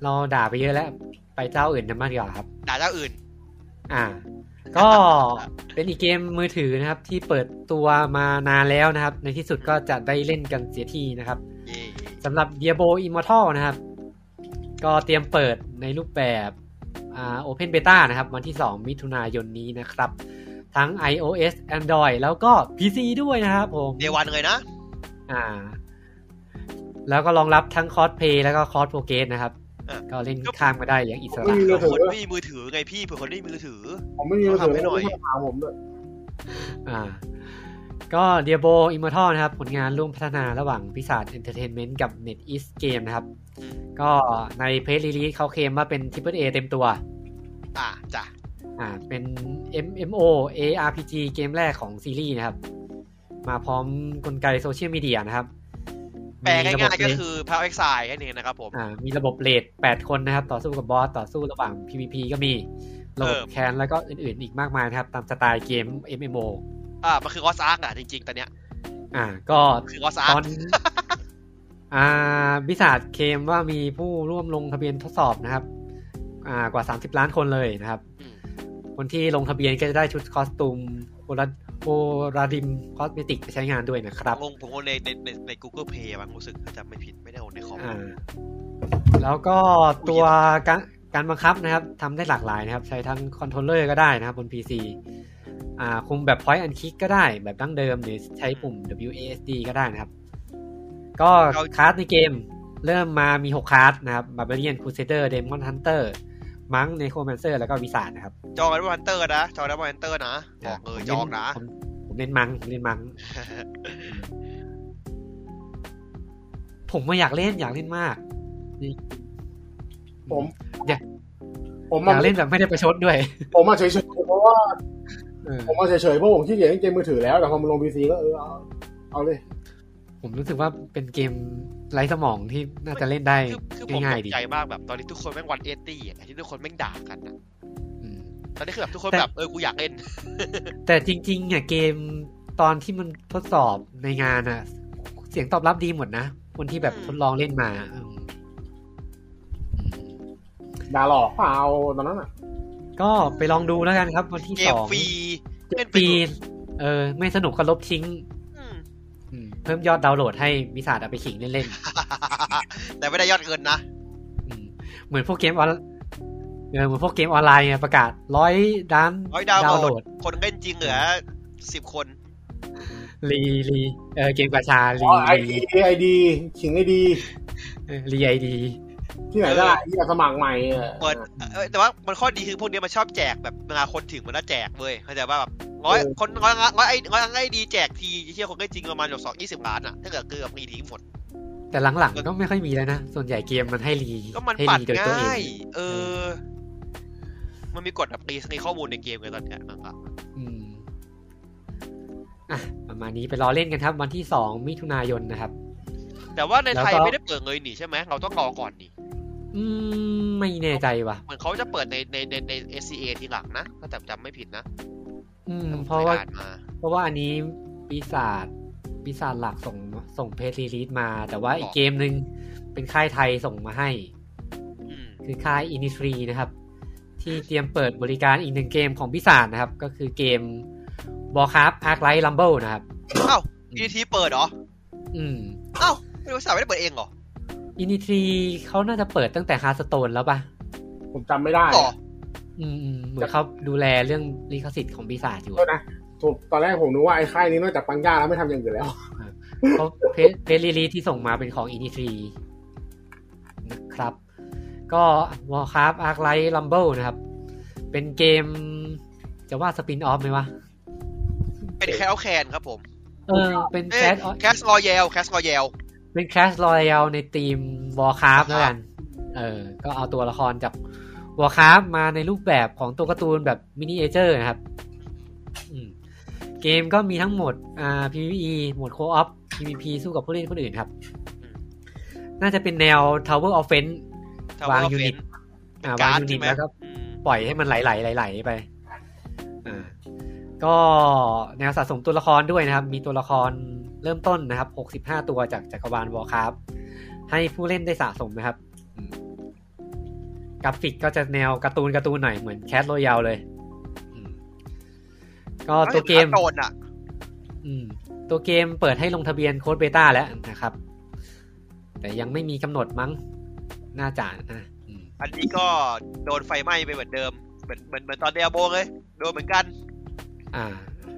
เราด่าไปเยอะแล้ว ไปเจ้าอื่นกันบ้างดีกว่าครับ ด่าเจ้าอื่น อ่า ก็เป็นอีกเกมมือถือนะครับ ที่เปิดตัวมานานแล้วนะครับ ในที่สุดก็จะได้เล่นกันเสียทีนะครับ เย่ สำหรับ Diablo Immortal นะครับ ก็เตรียมเปิดในรูปแบบอ่า Open Beta นะครับ วันที่ 2 มิถุนายนนี้นะครับ ทั้ง iOS Android แล้วก็ PC ด้วยนะครับผม เดวันเลยนะ อ่า แล้วก็รองรับทั้งคอสเพย์แล้วก็คอสโปรเกสนะครับ อ่ะ ก็เล่นข้ามก็ได้อย่างอิส ไม่ ระ มีมือถื ค อน ไม่มีมือถือไงพี่เผื่อคนไม่มีมือถือ ผมไม่มีมือถือ ทำให้หน่อย ไม่ต้องถามผมด้วย อ่า ก็ Diablo Immortal นะครับ ผลงานร่วมพัฒนาระหว่างพิศาจ Entertainment กับ NetEase Game นะครับ อืม ก็ในเพจรีลีสเขาเคลมว่าเป็น Triple A เต็มตัว อ่ะจ้ะ อ่าเป็น MMO ARPG เกมแรกของซีรีส์นะครับ มาพร้อมกลไกโซเชียลมีเดียนะครับ แปลง่ายๆก็ อ คือพาวเอ็กซ์ไซแค่นี้นะครับผม อ่ามีระบบเลด8 คนนะครับ ต่อสู้กับบอส ต่อสู้ระหว่าง PVP ก็มีระบบ เออ แคนแล้วก็อื่นๆ อีกมากมายนะครับ ตามสไตล์เกม MMO อ่ะมันคือออสอาร์กอ่ะจริงๆตอนเนี้ย อ่าก็ คือออสอา ต ร์ อก น อ่าบิษัทเคลมว่ามีผู้ร่วมลงทะเบียนทดสอบนะครับ อ่ากว่า 30 ล้านคนเลยนะครับ คนที่ลงทะเบียนก็จะได้ชุดคอสตูมโอราโอราดิมคอสเมติกไปใช้งานด้วยนะครับ ลงผมลงในในในใน Google Play มั้งรู้สึกถ้าจำไม่ผิดไม่ได้ลงในคอม อ่าแล้วก็ตัวการการบังคับนะครับทำได้หลากหลายนะครับ ใช้ทั้งคอนโทรลเลอร์ก็ได้นะครับบน PC อ่าคุมแบบ point and click ก็ได้แบบดั้งเดิม หรือใช้ปุ่ม WASD ก็ได้นะครับ ก็ เรา คลาสในเกมเริ่มมามี 6คลาสนะครับ Barbarian Crusader Demon Hunter Monk Necromancer แล้วก็ Wizard นะครับ จองแอดวานเตอร์นะ จองแอดวานเตอร์นะบอกเลยจองนะ ผมผมเล่นมังผมเล่นมัง ผมไม่อยากเล่นอยากเล่นมาก ผม อยาก ผมมายอากเล่นแบบไม่ได้ประชดด้วย ผมมาเฉยๆเพราะว่า เออ ผมมาเฉยๆเพราะผมขี้เกียจเล่นเกมมือถือแล้วแต่พอมาลงพีซีก็เออเอาเอาเลย ผมรู้สึกว่าเป็นเกมไร้สมองที่น่าจะเล่นได้ คือคือผม ง่าย ต ๆ ก ดี ใจมากแบบตอนนี้ทุกคนแม่งวันเอตี้อ่ะที่ทุกคนแม่งด่ากันอะ อืม ตอนนี้คือแบบทุกคน แต่ แบบเออกูอยากเล่น แต่จริงๆเนี่ยเกมตอนที่มันทดสอบในงานอะเสียงตอบรับดีหมดนะ คนที่แบบ อืม ทดลองเล่นมาอืมอืม ดาหลอกเปล่าตอนนั้นอ่ะ ก็ไปลองดูแล้วกันครับ วันที่ เก ส ม อง ฟรีเล่นไป ปี เถอะ เออ ไม่สนุกก็ลบทิ้ง อืม เพิ่มยอดดาวน์โหลดให้มิสาดเอาไปขิงเล่น แต่ไม่ได้ยอดเงินนะ ๆอืมเหมือนพวกเกมออนเออเหมือนพวกเกมออนไลน์อะประกาศร้อยด้าน ร้อยดาว ดาวน์ โห โห ล ล ด ด คนเล่นจริงเหลือสิบคน รีรีเออเกมกาชารี อ๋อไอดีไอดีขิงไอดี เออรีไอดี ที่ไหนได้ที่อยากสมัครใหม่เออ เปิดเอ้ยแต่ว่ามันข้อดีคือพวกเนี้ยมันชอบแจกแบบเวลาคนถึงมันน่าแจกเว้ยเข้าใจว่าแบบร้อยคนร้อยร้อยไอ้ร้อยไอ้ดีแจกทีเชี่ยคนเล่นจริงประมาณแบบสองยี่สิบล้านอ่ะถ้าเกิดเกือบมีทีหมด แต่หลังๆก็ไม่ค่อยมีแล้วนะ ส่วนใหญ่เกมมันให้รี ก็มัน ให้ ปัด รีโดยตัวเอ ง่าย ง เอ เอ อ มันมีกฎแบบรีสกรีนข้อมูลในเกมเลยตอนเนี้ยมันก็ อืมอ่ะประมาณนี้ไปรอเล่นกันครับ วันที่สองมิถุนายนนะครับ แต่ว่าในไทย แล้วก็ ไม่ได้เปิดเลยนี่ใช่ไหม เราต้องรอก่อนนี่ อืมไม่แน่ใจว่ะ เหมือนเขาจะเปิดในในในใน SCA ทีหลังนะ ถ้าจำจำไม่ผิดนะ อืม ผม เพราะว่า คยอ่นมา เพราะว่าอันนี้ปีศาจปีศาจหลักส่งส่งเพจรีลีสมา แต่ว่าอีกเกมหนึ่งเป็นค่ายไทยส่งมาให้ อืม คือค่ายอินิทรีนะครับ ที่เตรียมเปิดบริการอีกหนึ่งเกมของปีศาจนะครับ ก็คือเกมบอคาร์ฟอาร์คไลท์ลัมเบิลนะครับ อ้าวอีทีเปิดเหรอ อืม อ้าวไม่รู้สาวไม่ได้เปิดเองเหรอ อินิทรีเขาน่าจะเปิดตั้งแต่ฮาสโตนแล้วปะ ผมจำไม่ได้ เหรอ อืมอืมเหมือนเขาดูแลเรื่องลิขสิทธิ์ของปีศาจอยู่ โทษนะผมตอนแรกผมนึกว่าไอ้ค่ายนี้นอกจากปังย่าแล้วไม่ทำอย่างอื่นแล้ว เพราะเพจเพจรีลีสที่ส่งมาเป็นของอินิทรีนะครับ ก็ Warcraft Arclight Rumble นะครับ เป็นเกมจะว่าสปินออฟไหมวะ เป็นแคลแคนครับผม เออ เป็นแค เอ๊ะ ส แคสรอยัลแคสรอยัล เป็นแคสรอยัลในทีมวอร์คราฟแล้วกัน เออ ก็เอาตัวละครจากวอร์คราฟมาในรูปแบบของตัวการ์ตูนแบบมินิเอเจอร์นะครับอืมเกมก็มีทั้งหมดอ่า PVE หมวดโคออฟ PVP สู้กับผู้เล่นคนอื่นครับ น่าจะเป็นแนว Tower Offense วาง unit อ่าวางยูนิตแล้วก็ ปล่อยให้มันไหลๆไหลๆไป อ่า ก็แนวสะสมตัวละครด้วยนะครับ มีตัวละครเริ่มต้นนะครับ 65 ตัวจากจักรวาลวอลครับ ให้ผู้เล่นได้สะสมนะครับอืมกราฟิกก็จะแนวการ์ตูนการ์ตูนหน่อยเหมือนแคทโรยาลเลยอืมก็ตัวเกม โดนอ่ะ อืมตัวเกมเปิดให้ลงทะเบียนโค้ดเบต้าแล้วนะครับ แต่ยังไม่มีกำหนดมั้ง น่าจะนะอืม อันนี้ก็โดนไฟไหม้ไปเหมือนเดิมเหมือนเหมือนเหมือนตอนเดียโบเลยโดนเหมือนกัน อ่า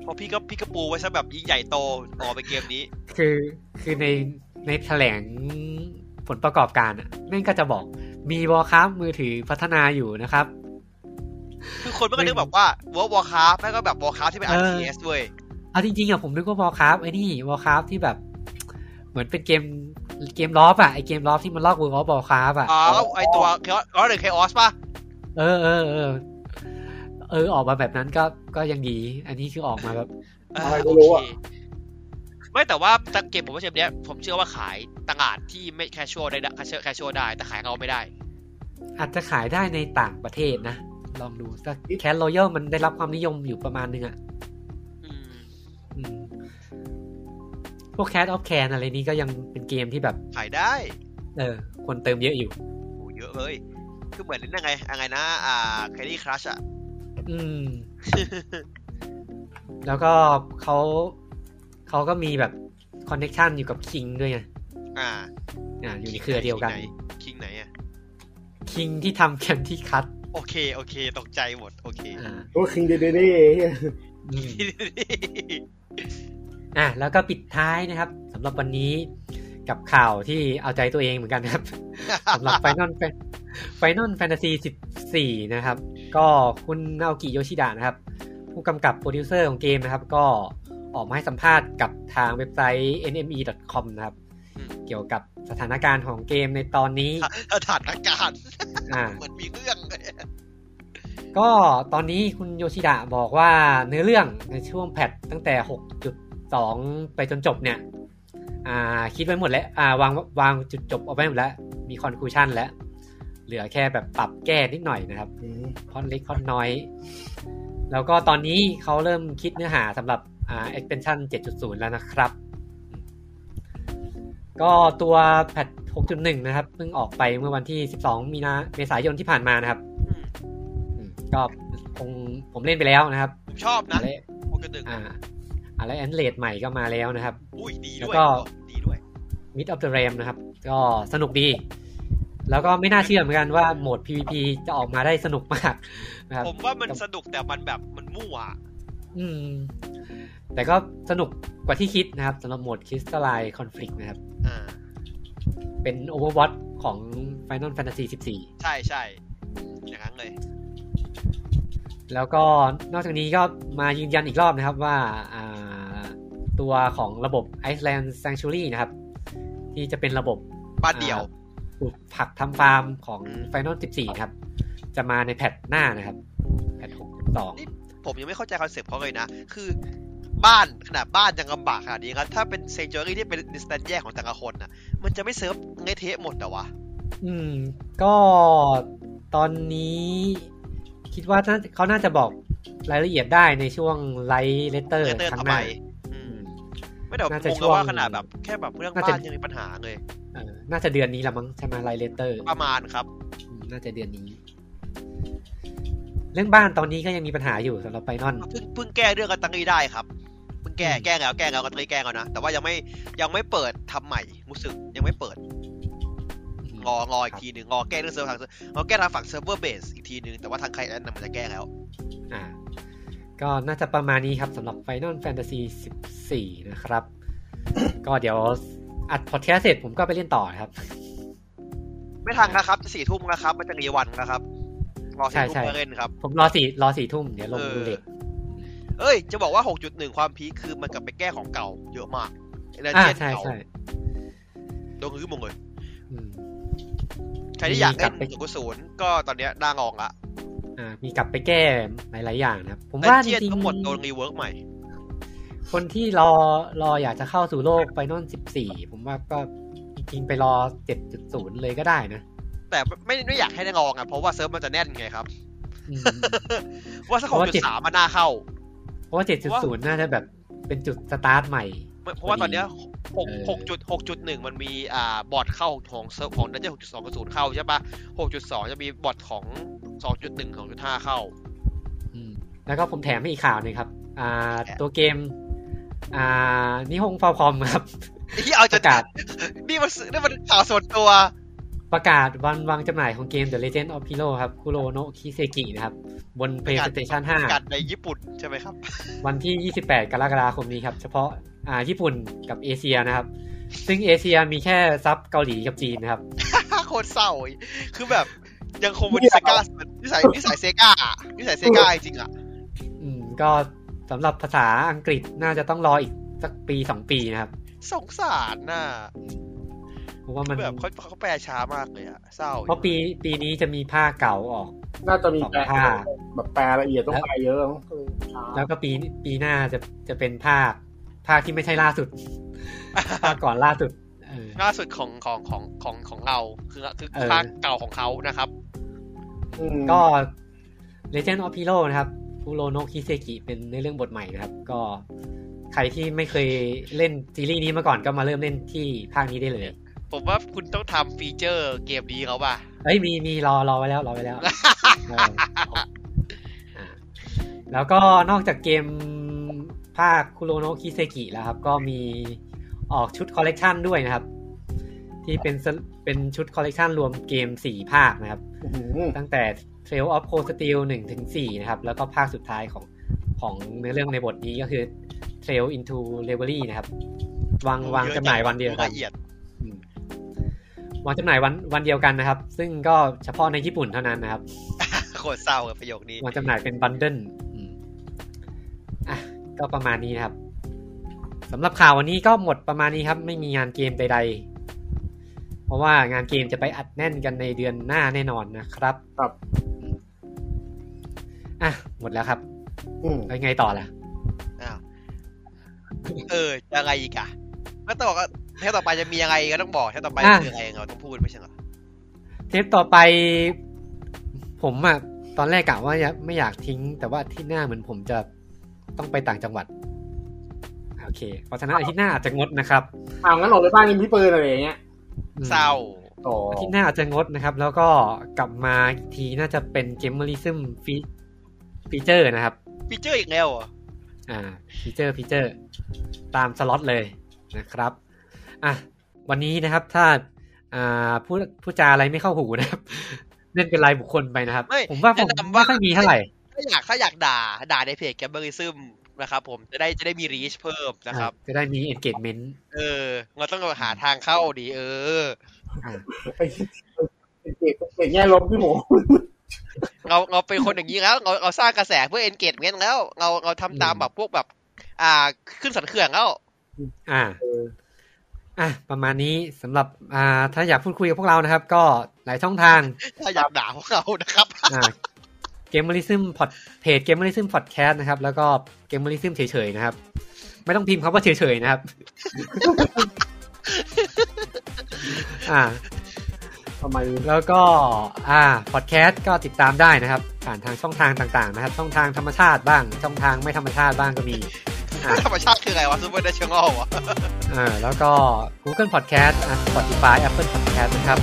เพราะพี่ก็พี่ก็ปูไว้ซะแบบยิ่งใหญ่โตออกไปเกมนี้ คือคือในในแถลงผลประกอบการอะแม่งก็จะบอกมีวอครับมือถือพัฒนาอยู่นะครับ คือคนมันก็นึกแบบว่า World of Warcraft แล้วก็แบบ Warcraft ที่เป็น เออ RTS เว้ย เอาจริงๆอะผมนึกว่าวอครับไอ้นี่วอครับที่แบบ เหมือนเป็นเกมเกมลอฟอะไอเกมลอฟที่มันลอกเวอร์บอครับอะ อ๋อไอตัวเคออหรือเคออสป่ะ เออเออเออเออออกมาแบบนั้นก็ก็ยังดี อันนี้คือออกมาแบบ เออ อะไรก็ โอ รู้ เค อะ ไม่แต่ว่าแต่เกมผมว่าเกมเนี้ยผมเชื่อว่าขายตลาดที่ไม่แคชชวลได้แคชชวลแคชชวลได้ แต่ขายเราไม่ได้ อาจจะขายได้ในต่างประเทศนะ ลองดูแต่แคทโรย a ลมันได้รับความนิยมอยู่ประมาณนึงอะ อืม อืมพวก Cat of Can อะไรนี้ก็ยังเป็นเกมที่แบบ ขายได้ เออ คนเติมเยอะอยู่ โหเยอะเลย คือเหมือนนั่นไงอะไรนะ อ่าแคดี้ครัชอะ อืม แล้วก็เขาเขาก็มีแบบคอนเน็ชันอยู่กับคิงด้วยไง อ่า อ่า อยู่ในเครือเดียวกัน คิงไหนอะ คิงที่ทำแคนที่คัต โอเค โอเค ตกใจหมด โอเค อ่า โอ้คิงเดเดเด อืม อ่ะแล้วก็ปิดท้ายนะครับสำหรับวันนี้กับข่าวที่เอาใจตัวเองเหมือนกันนะครับ สำหรับ Final Fan- Final Fantasy 14 นะครับ ก็คุณนาโอกิโยชิดะนะครับ ผู้กำกับโปรดิวเซอร์ของเกมนะครับ ก็ออกมาให้สัมภาษณ์กับทางเว็บไซต์ nme.com นะครับ อืม เกี่ยวกับสถานการณ์ของเกมในตอนนี้ สถานการณ์ อ่า เหมือนมีเรื่องเลย ก็ตอนนี้คุณโยชิดะบอกว่าเนื้อเรื่องในช่วงแพทตั้งแต่ 6.2 ไปจนจบเนี่ย อ่าคิดไว้หมดแล้ว อ่าวางวางจุดจบเอาไว้หมดแล้ว มีคอนคลูชันแล้ว เหลือแค่แบบปรับแก้นิดหน่อยนะครับ คอนเล็กคอนน้อย แล้วก็ตอนนี้เขาเริ่มคิดเนื้อหาสำหรับอ่า expansion 7.0 แล้วนะครับ ก็ตัวแพท6.1 นะครับเพิ่งออกไปเมื่อวันที่ 12 มีนาเมษายนที่ผ่านมานะครับ อืม อืมก็คงผมเล่นไปแล้วนะครับ ผมชอบนะ อะไร โอกระดึก อ่าอะไรแอนเลดใหม่ก็มาแล้วนะครับ อุ้ยดี แล้ว ด้วย ก็ ดีด้วย Mid of the Ram นะครับ ก็สนุกดี แล้วก็ไม่น่าเชื่อเหมือนกันว่าโหมด PVP จะออกมาได้สนุกมาก นะครับ ผมว่ามันสนุกแต่มันแบบมันมั่วอะ อืม แต่ก็สนุกกว่าที่คิดนะครับสำหรับโหมด Crystalline Conflict นะครับ อ่า เป็น Overwatch ของ Final Fantasy 14 ใช่ใช่อย่างนั้นเลย แล้วก็นอกจากนี้ก็มายืนยันอีกรอบนะครับว่าอ่าตัวของระบบ Iceland Sanctuary นะครับ ที่จะเป็นระบบ บ้านเดี่ยว อ่ปลูกผักทำฟาร์มของ อืม Final 14 นะครับ จะมาในแพทหน้านะครับ แพท นี่ ผมยังไม่เข้าใจคอนเซ็ปต์เขาเลยนะ คือบ้านขนาดบ้านยังลำบากขนาดนี้ครับถ้าเป็นเซนจูรี่ที่เป็นดิสแตนแยกของแต่ละคนน่ะ มันจะไม่เซิร์ฟเงยเทะหมดแต่วะ 62 อืม ก็ตอนนี้คิดว่าน่าเขาน่าจะบอกรายละเอียดได้ในช่วงไลท์เลเตอร์ เงยเตอร์ ครั้ ต่อง ห ไป น้า อืมไม่แต่ผม น่าง จะ งแล้วว่า ช่วง ขนาดแบบแค่แบบเรื่อง น่าจะ บ้านยังมีปัญหาเลย เออน่าจะเดือนนี้ละมั้งใช่ไหมไลท์เลเตอร์ ประมาณครับ น่าจะเดือนนี้ เรื่องบ้านตอนนี้ก็ยังมีปัญหาอยู่สำหรับไปนอน เพิ่งเพิ่งแก้เรื่องกันตังรีได้ครับ เพิ่งแก้ อืม แก้แล้วแก้แล้วกันตังรีแก้แล้วนะ แต่ว่ายังไม่ยังไม่เปิดทำใหม่รู้สึกยังไม่เปิด รอรออีกทีหนึ่งรอแก้เรื่องเซิร์ฟทางเซิร์ฟรอแก้ทางฝั่งเซิร์ฟเวอร์เบสอีกทีหนึ่งแต่ว่าทางใครอันนั้นมันจะแก้แล้ว อ่า ก็น่าจะประมาณนี้ครับสำหรับ Final Fantasy 14 นะครับ ก็เดี๋ยวอัดพอดแคสต์เสร็จผมก็ไปเล่นต่อครับ ไม่ทันแล้วครับจะสี่ทุ่มแล้วครับมันจะรีวันแล้วครับ รอ ใช่ สี่ใช่ทุ่มเพื่อเล่นครับ ผมรอสี่รอสี่ทุ่มเดี๋ยวลง เออ ดูเด็ก เอ้ย จะบอกว่า 6.1 ความพีคคือมันกลับไปแก้ของเก่าเยอะมากเอเน อ่า เจียน ใช่ เก่า ใช่ โดนรื้อหมดเลย อืม ใครที่อยาก มีกลับเล่น ไป ศูนย์ศูนย์ก็ตอนเนี้ยหน้างองละ อ่ามีกลับไปแก้หลายๆอย่างนะครับ ผม เอ ว่าจ เจียน ริง ก็หมดโดน ๆ รีเวิร์กใหม่ คนที่รอรออยากจะเข้าสู่โลกไปนอนสิบสี่ผมว่าก็จริง ๆ ไปรอเจ็ดจุดศูนย์เลยก็ได้นะ แต่ไม่ไม่อยากให้ได้งองอ่ะเพราะว่าเซิร์ฟมันจะแน่นไงครับ อืม ว่าสัก เพ หก ราะว่า จุด เจ็ด สามมันน่าเข้า เพราะว่าเจ็ดจุดศูนย์น่าจะแบบเป็นจุดสตาร์ทใหม่ เพราะว่าตอนเนี้ยหก เออ หกจุดหกจุดหนึ่งมันมีอ่าบอร์ดเข้าของเซิร์ฟของนั่นจะหกจุดสองกับศูนย์เข้าใช่ปะหกจุดสองจะมีบอร์ดของสองจุดหนึ่งสองจุดห้าเข้า อืมแล้วก็ผมแถมให้อีกข่าวหนึงครับอ่า แถม ตัวเกม อ่านิฮงฟาวคอม ครับ ไอ้ที่เอา ป จะ ระกาศ นี่มันนี่มันข่าวส่วนตัว ประกาศวันวางจำหน่ายของเกม The Legend of Hero ครับคุโรโนะคิเซกินะครับ บน ประกาศ PlayStation ประกาศ 5 ในญี่ปุ่นใช่ไหมครับ วันที่ 28 กรกฎาคมนี้ครับ เฉพาะอ่าญี่ปุ่นกับเอเชียนะครับ ซึ่งเอเชียมีแค่ซับเกาหลีกับจีนนะครับ โคตรเศร้าอีกคือแบบยังคงเป็นนิสัยกานิสัยนิสัยเซกานิสัยเซกาจริงๆอ่ะ อืมก็สำหรับภาษาอังกฤษน่าจะต้องรออีกสักปี 2 ปีนะครับ สงสารน่ะ เพราะว่ามัน แบบเขาเขาแปลช้ามากเลยอ่ะ เศร้า เพราะปีปีนี้จะมีภาคเก่าออก น่าจะมีแปล สองภาค แบบแปลละเอียดต้องแปลเยอะก็เลยช้า แล้วก็ปีปีหน้าจะจะเป็นภาค ภาคที่ไม่ใช่ล่าสุด ภาคก่อนล่าสุดเออ ล่าสุดของของของของของเรา คือคือ เออ ภาคเก่าของเขานะครับ อืม ก็ Legend of Hero นะครับคุโรโนะคิเซกิเป็นในอเรื่องบทใหม่นะครับ ก็ใครที่ไม่เคยเล่นซีรีส์นี้มาก่อนก็มาเริ่มเล่นที่ภาคนี้ได้เลย ผมว่าคุณต้องทำฟีเจอร์เกมนี้เขาป่ะ เอ้ยมีมีรอรอไว้แล้วรอไว้แล้ว เอออ่ะแล้วก็นอกจากเกมภาคคุโรโนะคิเซกิแล้วครับ ก็มีออกชุดคอลเลกชันด้วยนะครับ ที่เป็นสเป็นชุดคอลเลกชันรวมเกม 4 ภาคนะครับ อื้อหือ ตั้งแต่ Trail of Cold Steel 1ถึง4นะครับ แล้วก็ภาคสุดท้ายของของเนื้อเรื่องในบทนี้ก็คือ Trail into Reverie นะครับ วางวางจำหน่ายวันเดียวกัน ละเอียด อืมวางจำหน่ายวันวันเดียวกันนะครับ ซึ่งก็เฉพาะในญี่ปุ่นเท่านั้นนะครับ โคตรเศร้าเลยประโยคนี้ วางจำหน่ายเป็นบันเดิลอืมอ่ะ ก็ประมาณนี้นะครับสำหรับข่าววันนี้ก็หมดประมาณนี้ครับ ไม่มีงานเกมใด ๆ เพราะว่างานเกมจะไปอัดแน่นกันในเดือนหน้าแน่นอนนะครับ ครับ อ่ะหมดแล้วครับ อืม แล้วไงต่อล่ะ อ้าว เออจะอะไรอีกอ่ะก็ต้องบอกว่าเทปต่อไปจะมีอะไรก็ต้องบอกเทปต่อไป อ่ะ คืออะไรเราต้องพูดไม่ใช่เหรอ เทปต่อไป ผมอะตอนแรกกะว่าจะไม่อยากทิ้ง แต่ว่าอาที่หน้าเหมือนผมจะต้องไปต่างจังหวัดโอเค เพราะฉะนั้นอาทิตย์หน้าอาจจะงดนะครับ อ้าวงั้นออกไปบ้านยิงพี่ปืนอะไรอย่างเงี้ย อืม เศร้า ต่อ อาทิตย์หน้าอาจจะงดนะครับ แล้วก็กลับมาอีกทีน่าจะเป็นเกมเมอริซึมฟีฟีเจอร์นะครับ ฟีเจอร์อีกแล้วเหรอ อ่าฟีเจอร์ฟีเจอร์ ตามสล็อตเลยนะครับอ่ะวันนี้นะครับถ้าอ่าพูดพูดจาอะไรไม่เข้าหูนะครับ เล่นเป็นรายบุคคลไปนะครับ ผมว่าผมไม่ค่อยมีเท่าไหร่ ถ้าอยากถ้าอยากด่า ด่าในเพจแกมเบอริซึมนะครับผมจะได้จะได้มีรีชเพิ่มนะครับ จะได้มี engagement เออ เราต้องหาทางเข้าดี เออ อ่า ไอ้เด็กเด็กแง่ลบพี่หมู เราเราเป็นคนอย่างนี้แล้ว เราเราสร้างกระแสเพื่อเอนเกจเมนต์แล้ว เราเราทำตามแบบพวกแบบ อ่า ขึ้นสันเขื่องแล้ว อ่า เออ อ่ะประมาณนี้สำหรับอ่าถ้าอยากพูดคุยกับพวกเรานะครับ ก็หลายช่องทาง ถ้าอยากด่าพวกเรานะครับ เกมเมอริซึมพอดเพจเกมเมอริซึมพอดแคสต์นะครับ แล้วก็เกมเมอริซึมเฉยๆนะครับ ไม่ต้องพิมพ์คำว่าเฉยๆนะครับ อ่า ทำไม แล้วก็อ่าพอดแคสต์ก็ติดตามได้นะครับ ผ่านทางช่องทางต่างๆนะครับ ช่องทางธรรมชาติบ้าง ช่องทางไม่ธรรมชาติบ้างก็มี อ่ะ ธรรมชาติคืออะไรวะซูเปอร์เนชั่นแนลวะ อ่าแล้วก็ Google Podcast อ่ะ Spotify Apple Podcast นะครับ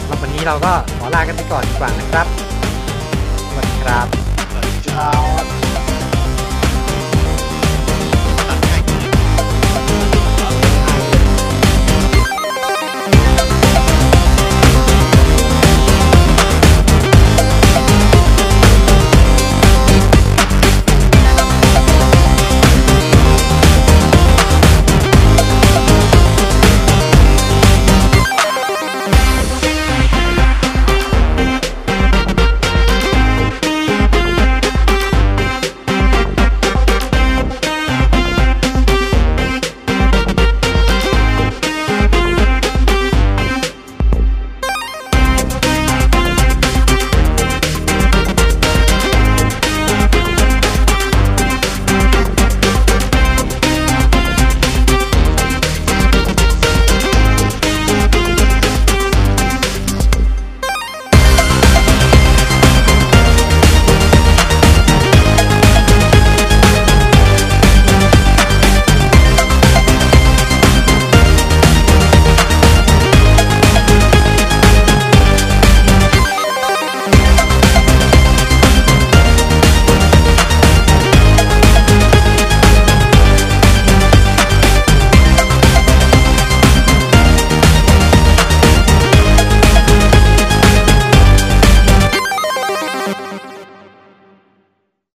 สำหรับวันนี้เราก็ขอลากันไปก่อนดีกว่านะครับสวัสดีครับ ครับ